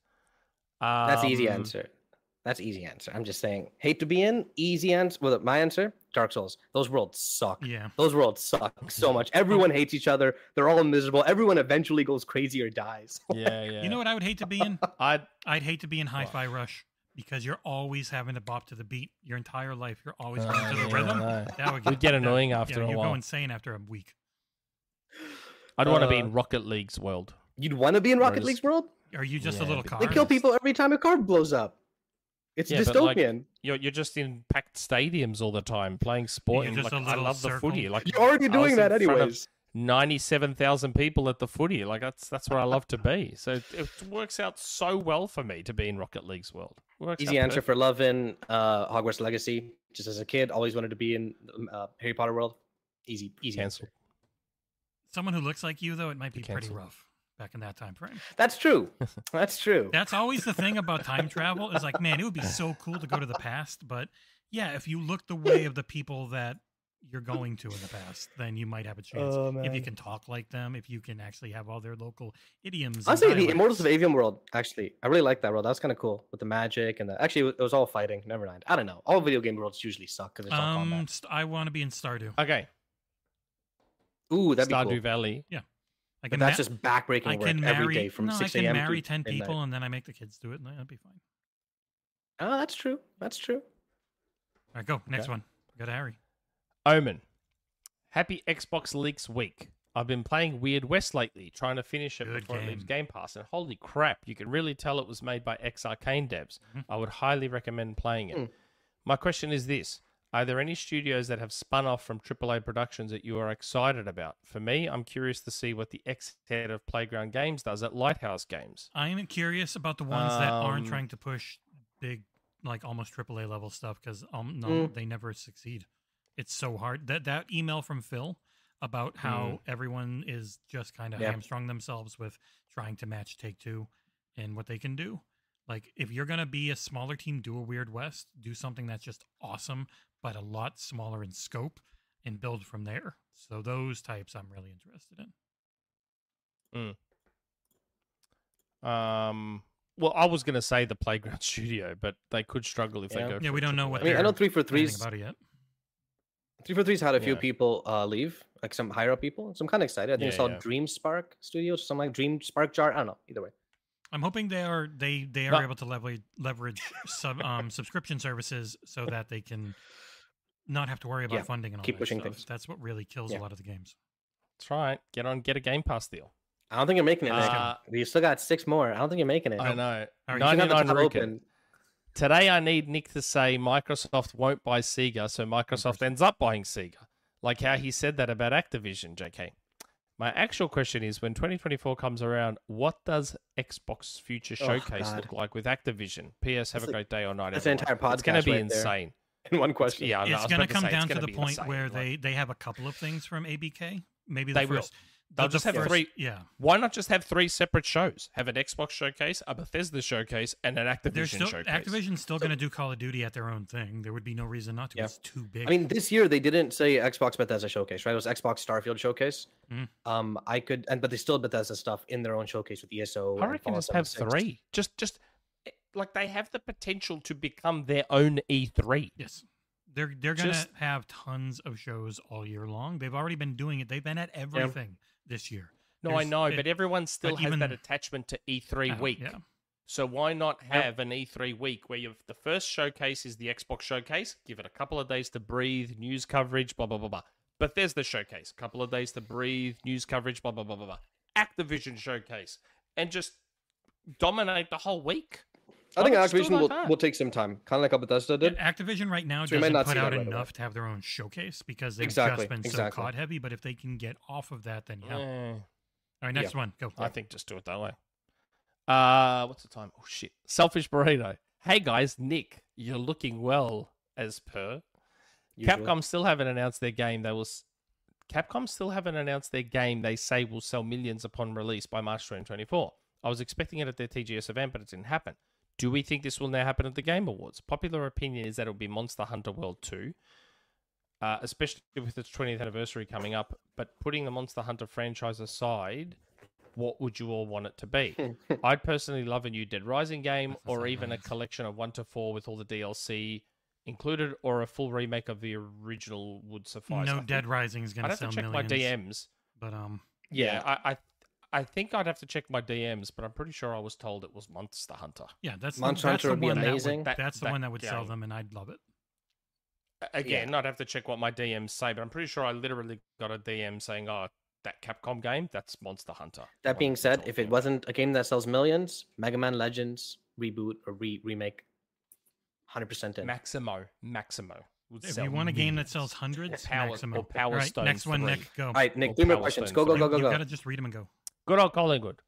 Speaker 3: Um,
Speaker 4: That's easy answer. That's easy answer. I'm just saying, hate to be in. Easy answer. Well, my answer: Dark Souls. Those worlds suck.
Speaker 2: Yeah.
Speaker 4: Those worlds suck so much. Everyone hates each other. They're all miserable. Everyone eventually goes crazy or dies.
Speaker 3: Yeah, yeah.
Speaker 2: You know what I would hate to be in?
Speaker 3: I'd
Speaker 2: I'd hate to be in Hi-Fi Rush because you're always having to bop to the beat your entire life. You're always going to the
Speaker 3: Oh, yeah,
Speaker 2: rhythm.
Speaker 3: no.
Speaker 2: That would
Speaker 3: Would get
Speaker 2: that-
Speaker 3: annoying
Speaker 2: yeah,
Speaker 3: after a
Speaker 2: You
Speaker 3: while.
Speaker 2: go insane after a week.
Speaker 3: I'd want to be
Speaker 4: Uh,
Speaker 3: in Rocket League's world.
Speaker 4: You'd want to be in Rocket
Speaker 3: Rose.
Speaker 4: League's world?
Speaker 2: Are you just a
Speaker 3: Yeah,
Speaker 2: little
Speaker 3: but-
Speaker 2: car?
Speaker 4: They kill
Speaker 3: Arms.
Speaker 4: people every time a car blows up. It's
Speaker 3: Yeah, but, like,
Speaker 4: dystopian.
Speaker 3: You're, you're just in packed stadiums all the time playing sport.
Speaker 2: You're
Speaker 3: and,
Speaker 2: just
Speaker 3: like,
Speaker 2: a
Speaker 3: I
Speaker 2: little
Speaker 3: love the footy.
Speaker 2: circle.
Speaker 3: Like
Speaker 5: You're already
Speaker 3: I was
Speaker 5: doing that
Speaker 3: in front of
Speaker 5: anyways.
Speaker 3: Ninety-seven thousand people at the footy. Like that's that's where I love to be. So it, it works out so well for me to be in Rocket League's world. Works
Speaker 4: Easy
Speaker 3: out
Speaker 4: answer
Speaker 3: perfect.
Speaker 4: for loving uh, Hogwarts Legacy. Just as a kid, always wanted to be in um, uh, Harry Potter world. Easy, easy
Speaker 3: Cancel.
Speaker 4: answer.
Speaker 2: Someone who looks like you though, it might be pretty
Speaker 3: cancel.
Speaker 2: rough back in that time frame.
Speaker 4: That's true. That's true.
Speaker 2: That's always the thing about time travel is like, man, it would be so cool to go to the past, but yeah, if you look the way of the people that you're going to in the past, then you might have a chance.
Speaker 5: Oh,
Speaker 2: if you
Speaker 5: man.
Speaker 2: can talk like them, if you can actually have all their local idioms.
Speaker 4: I
Speaker 2: and
Speaker 4: say the
Speaker 2: dialects.
Speaker 4: Immortals of
Speaker 2: It
Speaker 4: Avium World. Actually, I really like that world. That was kind of cool with the magic and the. Actually, it was all fighting. Never mind. I don't know. All video game worlds usually suck because it's all
Speaker 2: Um,
Speaker 4: combat.
Speaker 2: st- I want to be in Stardew.
Speaker 3: Okay,
Speaker 4: Ooh, that'd be
Speaker 3: Stardew
Speaker 4: cool.
Speaker 3: Valley.
Speaker 2: I
Speaker 4: But
Speaker 2: ma-
Speaker 4: that's just backbreaking
Speaker 2: I
Speaker 4: work
Speaker 2: can marry
Speaker 4: every day from
Speaker 2: no,
Speaker 4: six
Speaker 2: I can
Speaker 4: a.m.
Speaker 2: marry
Speaker 4: to
Speaker 2: ten
Speaker 4: midnight.
Speaker 2: people and then I make the kids do it, and that'd be fine.
Speaker 4: Oh, that's true. That's true.
Speaker 2: All right, go next
Speaker 3: Okay.
Speaker 2: one. Go to Harry.
Speaker 3: Omen. Happy Xbox Leaks week. I've been playing Weird West lately, trying to finish it
Speaker 2: Good
Speaker 3: before it leaves
Speaker 2: game.
Speaker 3: Game Pass, and holy crap, you can really tell it was made by ex Arcane devs.
Speaker 2: Mhm.
Speaker 3: I would highly recommend playing it.
Speaker 4: Mm.
Speaker 3: My question is this Are there any studios that have spun off from AAA productions that you are excited about? For me, I'm curious to see what the ex head of Playground Games does at Lighthouse Games.
Speaker 2: I am curious about the ones that aren't
Speaker 3: Um,
Speaker 2: trying to push big, like almost AAA level stuff because um, no,
Speaker 4: Mm.
Speaker 2: they never succeed. It's so hard. That that email from Phil about how
Speaker 4: Mm.
Speaker 2: everyone is just kind of
Speaker 4: Yeah.
Speaker 2: hamstrung themselves with trying to match Take Two and what they can do. Like, if you're gonna be a smaller team, do a Weird West, do something that's just awesome, but a lot smaller in scope, and build from there. So those types I'm really interested in.
Speaker 3: Um, well, I was going to say the Playground Studio, but they could struggle if they
Speaker 4: Yeah.
Speaker 3: go.
Speaker 2: Yeah,
Speaker 3: for
Speaker 2: we
Speaker 3: a
Speaker 2: don't know what
Speaker 4: I
Speaker 3: AAA.
Speaker 4: mean, I
Speaker 2: they're
Speaker 4: know three for
Speaker 2: Anything
Speaker 4: threes.
Speaker 2: about it yet?
Speaker 4: Three for threes had a few
Speaker 3: Yeah.
Speaker 4: people uh, leave, like some higher up people. So I'm kind of excited. I think
Speaker 3: Yeah,
Speaker 4: it's called
Speaker 3: yeah.
Speaker 4: Dream Spark Studios, something like Dream Spark Jar. I don't know. Either way,
Speaker 2: I'm hoping they are they they are
Speaker 3: Well-
Speaker 2: able to leverage leverage sub um subscription services so that they can not have to worry about
Speaker 4: Yeah,
Speaker 2: funding and all
Speaker 4: keep
Speaker 2: that
Speaker 4: pushing
Speaker 2: stuff.
Speaker 4: things.
Speaker 2: That's what really kills
Speaker 4: Yeah.
Speaker 2: a lot of the games.
Speaker 3: That's right. Get on, get a Game Pass deal.
Speaker 4: I don't think you're making it. Nick.
Speaker 3: Uh,
Speaker 4: you still got six more. I don't think you're making it.
Speaker 3: I know.
Speaker 2: All right,
Speaker 4: You still got the
Speaker 3: 99
Speaker 4: top
Speaker 3: Rukin. Today I need Nick to say Microsoft won't buy Sega, so Microsoft ends up buying Sega. Like how he said that about Activision, JK. My actual question is when 2024 comes around, what does Xbox Future
Speaker 4: Oh,
Speaker 3: Showcase
Speaker 4: God.
Speaker 3: look like with Activision? PS, have
Speaker 4: That's
Speaker 3: a
Speaker 4: a-
Speaker 3: great day or night.
Speaker 4: that's an
Speaker 3: everyone.
Speaker 4: entire
Speaker 3: It's going
Speaker 4: podcast
Speaker 3: to be
Speaker 4: right there.
Speaker 3: insane.
Speaker 4: in one question.
Speaker 3: Yeah, I know, I
Speaker 2: it's
Speaker 3: was
Speaker 2: going to
Speaker 3: about to
Speaker 2: come
Speaker 3: say, it's
Speaker 2: down to
Speaker 3: gonna
Speaker 2: the
Speaker 3: be
Speaker 2: point
Speaker 3: insane,
Speaker 2: where
Speaker 3: like-
Speaker 2: they they have a couple of things from ABK. Maybe the
Speaker 3: They will.
Speaker 2: first
Speaker 3: They'll
Speaker 2: the
Speaker 3: just have
Speaker 2: first-
Speaker 3: three.
Speaker 2: Yeah,
Speaker 3: Why not just have three separate shows? Have an Xbox showcase, a Bethesda showcase, and an
Speaker 2: they're
Speaker 3: Activision
Speaker 2: still
Speaker 3: showcase.
Speaker 2: Activision's still going to do Call of Duty at their own thing. There would be no reason not to.
Speaker 4: Yeah.
Speaker 2: It's too big.
Speaker 4: I mean, this year they didn't say Xbox Bethesda showcase, right? It was Xbox Starfield showcase.
Speaker 3: Mm.
Speaker 2: Mhm.
Speaker 4: Um, I could, and but they still had Bethesda stuff in their own showcase with ESO.
Speaker 3: I
Speaker 4: and
Speaker 3: reckon
Speaker 4: Fallout
Speaker 3: just have
Speaker 4: 76.
Speaker 3: three. Just, just eh, like they have the potential to become their own E E3.
Speaker 2: Yes. They're they're gonna
Speaker 3: Just-
Speaker 2: have tons of shows all year long. They've already been doing it. They've been at everything this year.
Speaker 3: No, I
Speaker 2: There's-
Speaker 3: know,
Speaker 2: it-
Speaker 3: but everyone still has
Speaker 2: eh, even-
Speaker 3: that attachment to E3
Speaker 2: Oh,
Speaker 3: week.
Speaker 2: Yeah.
Speaker 3: So why not have an E3 week where you've, the first showcase is the Xbox showcase? Give it a couple of days to breathe, news coverage, blah blah blah blah. Bethesda showcase, couple of days to breathe, news coverage, blah blah blah blah blah. Activision showcase, and just dominate the whole week.
Speaker 6: I think
Speaker 3: Why Oh, not just do it
Speaker 6: Activision
Speaker 3: like
Speaker 6: will,
Speaker 3: that?
Speaker 6: will take some time, kind of like how Bethesda
Speaker 2: Yeah,
Speaker 6: did.
Speaker 2: Activision right now
Speaker 6: So we might
Speaker 2: doesn't
Speaker 6: not
Speaker 2: put
Speaker 6: see that
Speaker 2: out
Speaker 6: right away.
Speaker 2: enough to have their own showcase because they've
Speaker 6: Exactly,
Speaker 2: just been so
Speaker 6: exactly.
Speaker 2: cod heavy. But if they can get off of that, then yeah. All
Speaker 3: Eh.
Speaker 2: right,
Speaker 4: yeah.
Speaker 2: next one. Go.
Speaker 3: I think just do it that way. Uh what's the time? Oh shit. Selfish burrito. Hey guys, Nick, you're looking well as per.
Speaker 4: Usual.
Speaker 3: Capcom still haven't announced their game. They will. s- Capcom still haven't announced their game. They say will sell millions upon release by March 2024. I was expecting it at their TGS event, but it didn't happen. Do we think this will now happen at the Game Awards? Popular opinion is that it will be Monster Hunter World 2, uh, especially with its 20th anniversary coming up. But putting the Monster Hunter franchise aside, what would you all want it to be? I'd personally love a new Dead Rising game
Speaker 2: That's the
Speaker 3: or
Speaker 2: same
Speaker 3: even a
Speaker 2: as-
Speaker 3: collection of 1 to 4 with all the DLC included or a full remake of the original would suffice. I
Speaker 2: no
Speaker 3: think-
Speaker 2: Dead Rising is gonna
Speaker 3: I'd have to
Speaker 2: sell
Speaker 3: check my
Speaker 2: millions.
Speaker 3: DMs.
Speaker 2: But um,
Speaker 3: Yeah, I, I I think I'd have to check my DMs, but I'm pretty sure I was told it was Monster Hunter.
Speaker 2: yeah, that's the-
Speaker 4: Monster
Speaker 2: that's
Speaker 4: Hunter
Speaker 2: the
Speaker 4: would be
Speaker 2: one that would-
Speaker 4: amazing.
Speaker 3: That-
Speaker 2: That's the
Speaker 3: that
Speaker 2: one that would sell
Speaker 3: game.
Speaker 2: them, and I'd love it.
Speaker 3: A- Again, I'd have to check what my DMs say, but I'm pretty sure I literally got a DM saying, "Oh, that Capcom game, that's Monster Hunter."
Speaker 4: That
Speaker 3: Like,
Speaker 4: being
Speaker 3: it's
Speaker 4: said,
Speaker 3: all
Speaker 4: if it
Speaker 3: new.
Speaker 4: wasn't a game that sells millions, Mega Man Legends reboot or re- remake, hundred percent in.
Speaker 3: Maximo, Maximo, would
Speaker 2: If
Speaker 3: sell
Speaker 2: you want a game that
Speaker 3: millions.
Speaker 2: sells hundreds,
Speaker 3: Power-
Speaker 2: maximum.
Speaker 3: or Power
Speaker 2: All right,
Speaker 3: Stone
Speaker 2: next one,
Speaker 3: 3.
Speaker 2: Nick. Go.
Speaker 4: All right,
Speaker 3: Or
Speaker 4: Nick, three more
Speaker 3: Power
Speaker 4: questions.
Speaker 3: Stone
Speaker 4: Go, go, go,
Speaker 2: you,
Speaker 4: go,
Speaker 2: you
Speaker 4: go.
Speaker 2: gotta just read them and go.
Speaker 3: Good old Collingwood.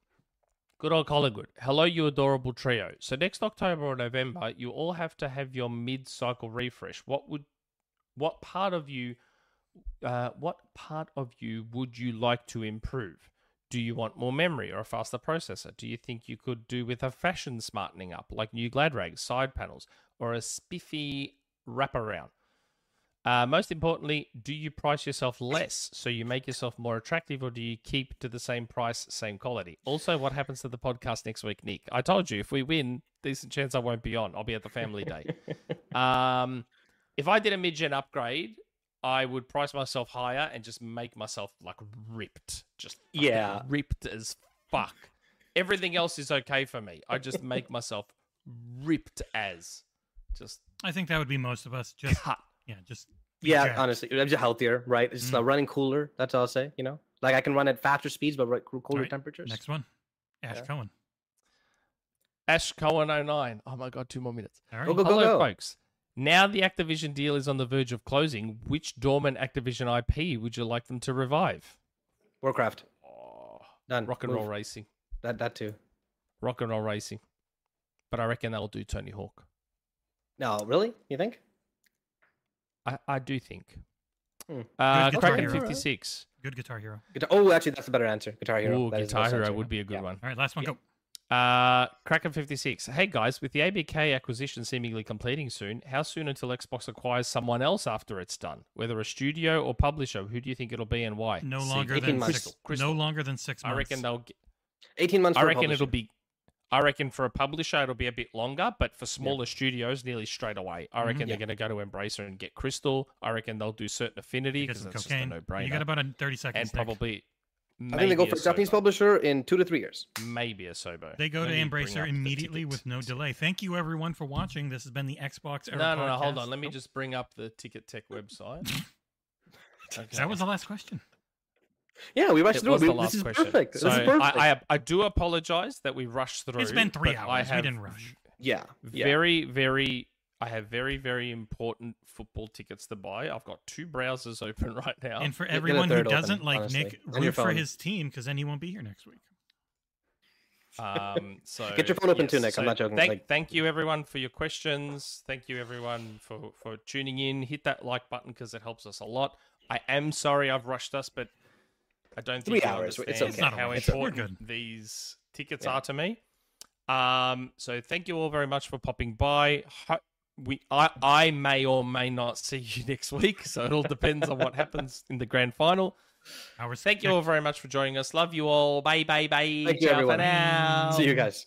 Speaker 3: Good old Collingwood. Hello, you adorable trio. So next October or November, you all have to have your mid-cycle refresh. What would, what part of you, uh, what part of you would you like to improve? Do you want more memory or a faster processor? Do you think you could do with a fashion smartening up, like new glad rags, side panels, or a spiffy wraparound? Uh, most importantly, do you price yourself less so you make yourself more attractive, or do you keep to the same price, same quality? Also, what happens to the podcast next week, Nick? I told you if we win, decent chance I won't be on. I'll be at the family day. um, if I did a mid gen upgrade, I would price myself higher and just make myself like ripped, just fucking
Speaker 4: Yeah.
Speaker 3: ripped as fuck. Everything else is okay for me. I just make myself ripped as just
Speaker 2: I think that would be most of us. Just
Speaker 3: cut.
Speaker 2: yeah, just be
Speaker 4: Yeah,
Speaker 2: jacked.
Speaker 4: honestly, I'm just healthier, right? It's
Speaker 3: Mm.
Speaker 4: just, uh, running cooler. That's all I'll say. You know, like I can run at faster speeds, but right, cooler
Speaker 2: Alright,
Speaker 4: temperatures.
Speaker 2: Next one, Ash
Speaker 4: Yeah.
Speaker 2: Cohen.
Speaker 3: Ash Cohen 09. Oh my god, two more minutes.
Speaker 2: All right.
Speaker 4: Go, go, go,
Speaker 3: Hello,
Speaker 4: go.
Speaker 3: folks. Now the Activision deal is on the verge of closing. Which dormant Activision IP would you like them to revive?
Speaker 4: Warcraft
Speaker 3: Oh,
Speaker 4: done.
Speaker 3: rock and
Speaker 4: Move.
Speaker 3: roll racing.
Speaker 4: That that too.
Speaker 3: Rock and roll racing. But I reckon they'll do Tony Hawk.
Speaker 4: No, really? You think?
Speaker 3: I, I do think.
Speaker 4: Hmm.
Speaker 3: Uh,
Speaker 2: Good guitar
Speaker 3: Kraken
Speaker 2: hero.
Speaker 3: 56.
Speaker 2: Good guitar hero.
Speaker 4: Guitar- oh, actually, that's a better answer. Guitar Hero.
Speaker 3: Ooh,
Speaker 4: That is the
Speaker 3: Guitar
Speaker 4: best
Speaker 3: Hero
Speaker 4: answer,
Speaker 3: would
Speaker 4: yeah.
Speaker 3: be a good
Speaker 4: Yeah.
Speaker 3: one.
Speaker 2: All right, last one. Go.
Speaker 3: Uh, Kraken 56. Hey guys, with the ABK acquisition seemingly completing soon, how soon until Xbox acquires someone else after it's done? Whether a studio or publisher, who do you think it'll be and why?
Speaker 2: No
Speaker 3: See,
Speaker 2: longer
Speaker 4: 18
Speaker 2: than
Speaker 4: months.
Speaker 2: six.
Speaker 3: Crystal.
Speaker 2: No longer than six
Speaker 3: I
Speaker 2: months.
Speaker 3: reckon they'll get,
Speaker 4: Eighteen months.
Speaker 3: I
Speaker 4: for a
Speaker 3: reckon it'll
Speaker 4: publisher.
Speaker 3: be I reckon for a publisher it'll be a bit longer, but for smaller studios nearly straight away. I
Speaker 2: Mhm.
Speaker 3: reckon
Speaker 4: Mm-hmm. Yeah.
Speaker 3: they're gonna go to Embracer and get Crystal. I reckon they'll do certain affinity
Speaker 2: You get
Speaker 3: because
Speaker 2: some
Speaker 3: it's just a
Speaker 2: cocaine.
Speaker 3: no brainer.
Speaker 2: You got about a thirty seconds.
Speaker 3: and
Speaker 2: Nick.
Speaker 3: probably
Speaker 4: I think they go
Speaker 3: maybe
Speaker 4: for
Speaker 3: a
Speaker 4: a Japanese
Speaker 3: Sobo.
Speaker 4: publisher in two to three years.
Speaker 3: Maybe a Sobo.
Speaker 2: They go to
Speaker 3: Let me bring up
Speaker 2: Embracer
Speaker 3: the
Speaker 2: immediately with
Speaker 3: ticket.
Speaker 2: no delay. Thank you, everyone, for watching. This has been the Xbox Era
Speaker 3: No, no, no. Hold
Speaker 2: podcast. Oh,
Speaker 3: on. Let me
Speaker 2: Nope.
Speaker 3: just bring up the Ticket Tech website. Okay.
Speaker 2: That was the last question.
Speaker 4: Yeah, we rushed
Speaker 3: It
Speaker 4: through.
Speaker 3: was
Speaker 4: it. We-
Speaker 3: the last
Speaker 4: this is
Speaker 3: question.
Speaker 4: perfect.
Speaker 3: So
Speaker 4: this is perfect.
Speaker 3: I, I, I do apologize that we rushed through.
Speaker 2: It's been three
Speaker 3: but
Speaker 2: hours.
Speaker 3: I
Speaker 2: we
Speaker 3: have
Speaker 2: didn't rush.
Speaker 4: yeah, yeah.
Speaker 3: very very i have very very important football tickets to buy i've got two browsers open right now
Speaker 2: And for
Speaker 4: get a
Speaker 2: everyone who
Speaker 4: third open,
Speaker 2: doesn't like
Speaker 4: honestly.
Speaker 2: Nick,
Speaker 4: On your
Speaker 2: root for
Speaker 4: phone.
Speaker 2: his team because then he won't be here next week.
Speaker 3: um so
Speaker 4: Get your phone open too, Nick. I'm not joking,
Speaker 3: thank,
Speaker 4: like-
Speaker 3: thank you everyone for your questions thank you everyone for for tuning in hit that like button because it helps us a lot i am sorry i've rushed us but i don't
Speaker 4: Three
Speaker 3: think you
Speaker 4: hours, it's
Speaker 3: understand
Speaker 4: okay. It's
Speaker 2: not a
Speaker 3: how
Speaker 2: rush. We're
Speaker 3: important these tickets are to me um so thank you all very much for popping by Ho- we I, I may or may not see you next week so it all depends on what happens in the grand final
Speaker 2: Hours
Speaker 3: thank you
Speaker 2: next-
Speaker 3: all very much for joining us love you all bye bye bye
Speaker 4: Thank you,
Speaker 3: Ciao for
Speaker 4: everyone.
Speaker 3: now.
Speaker 4: See you guys.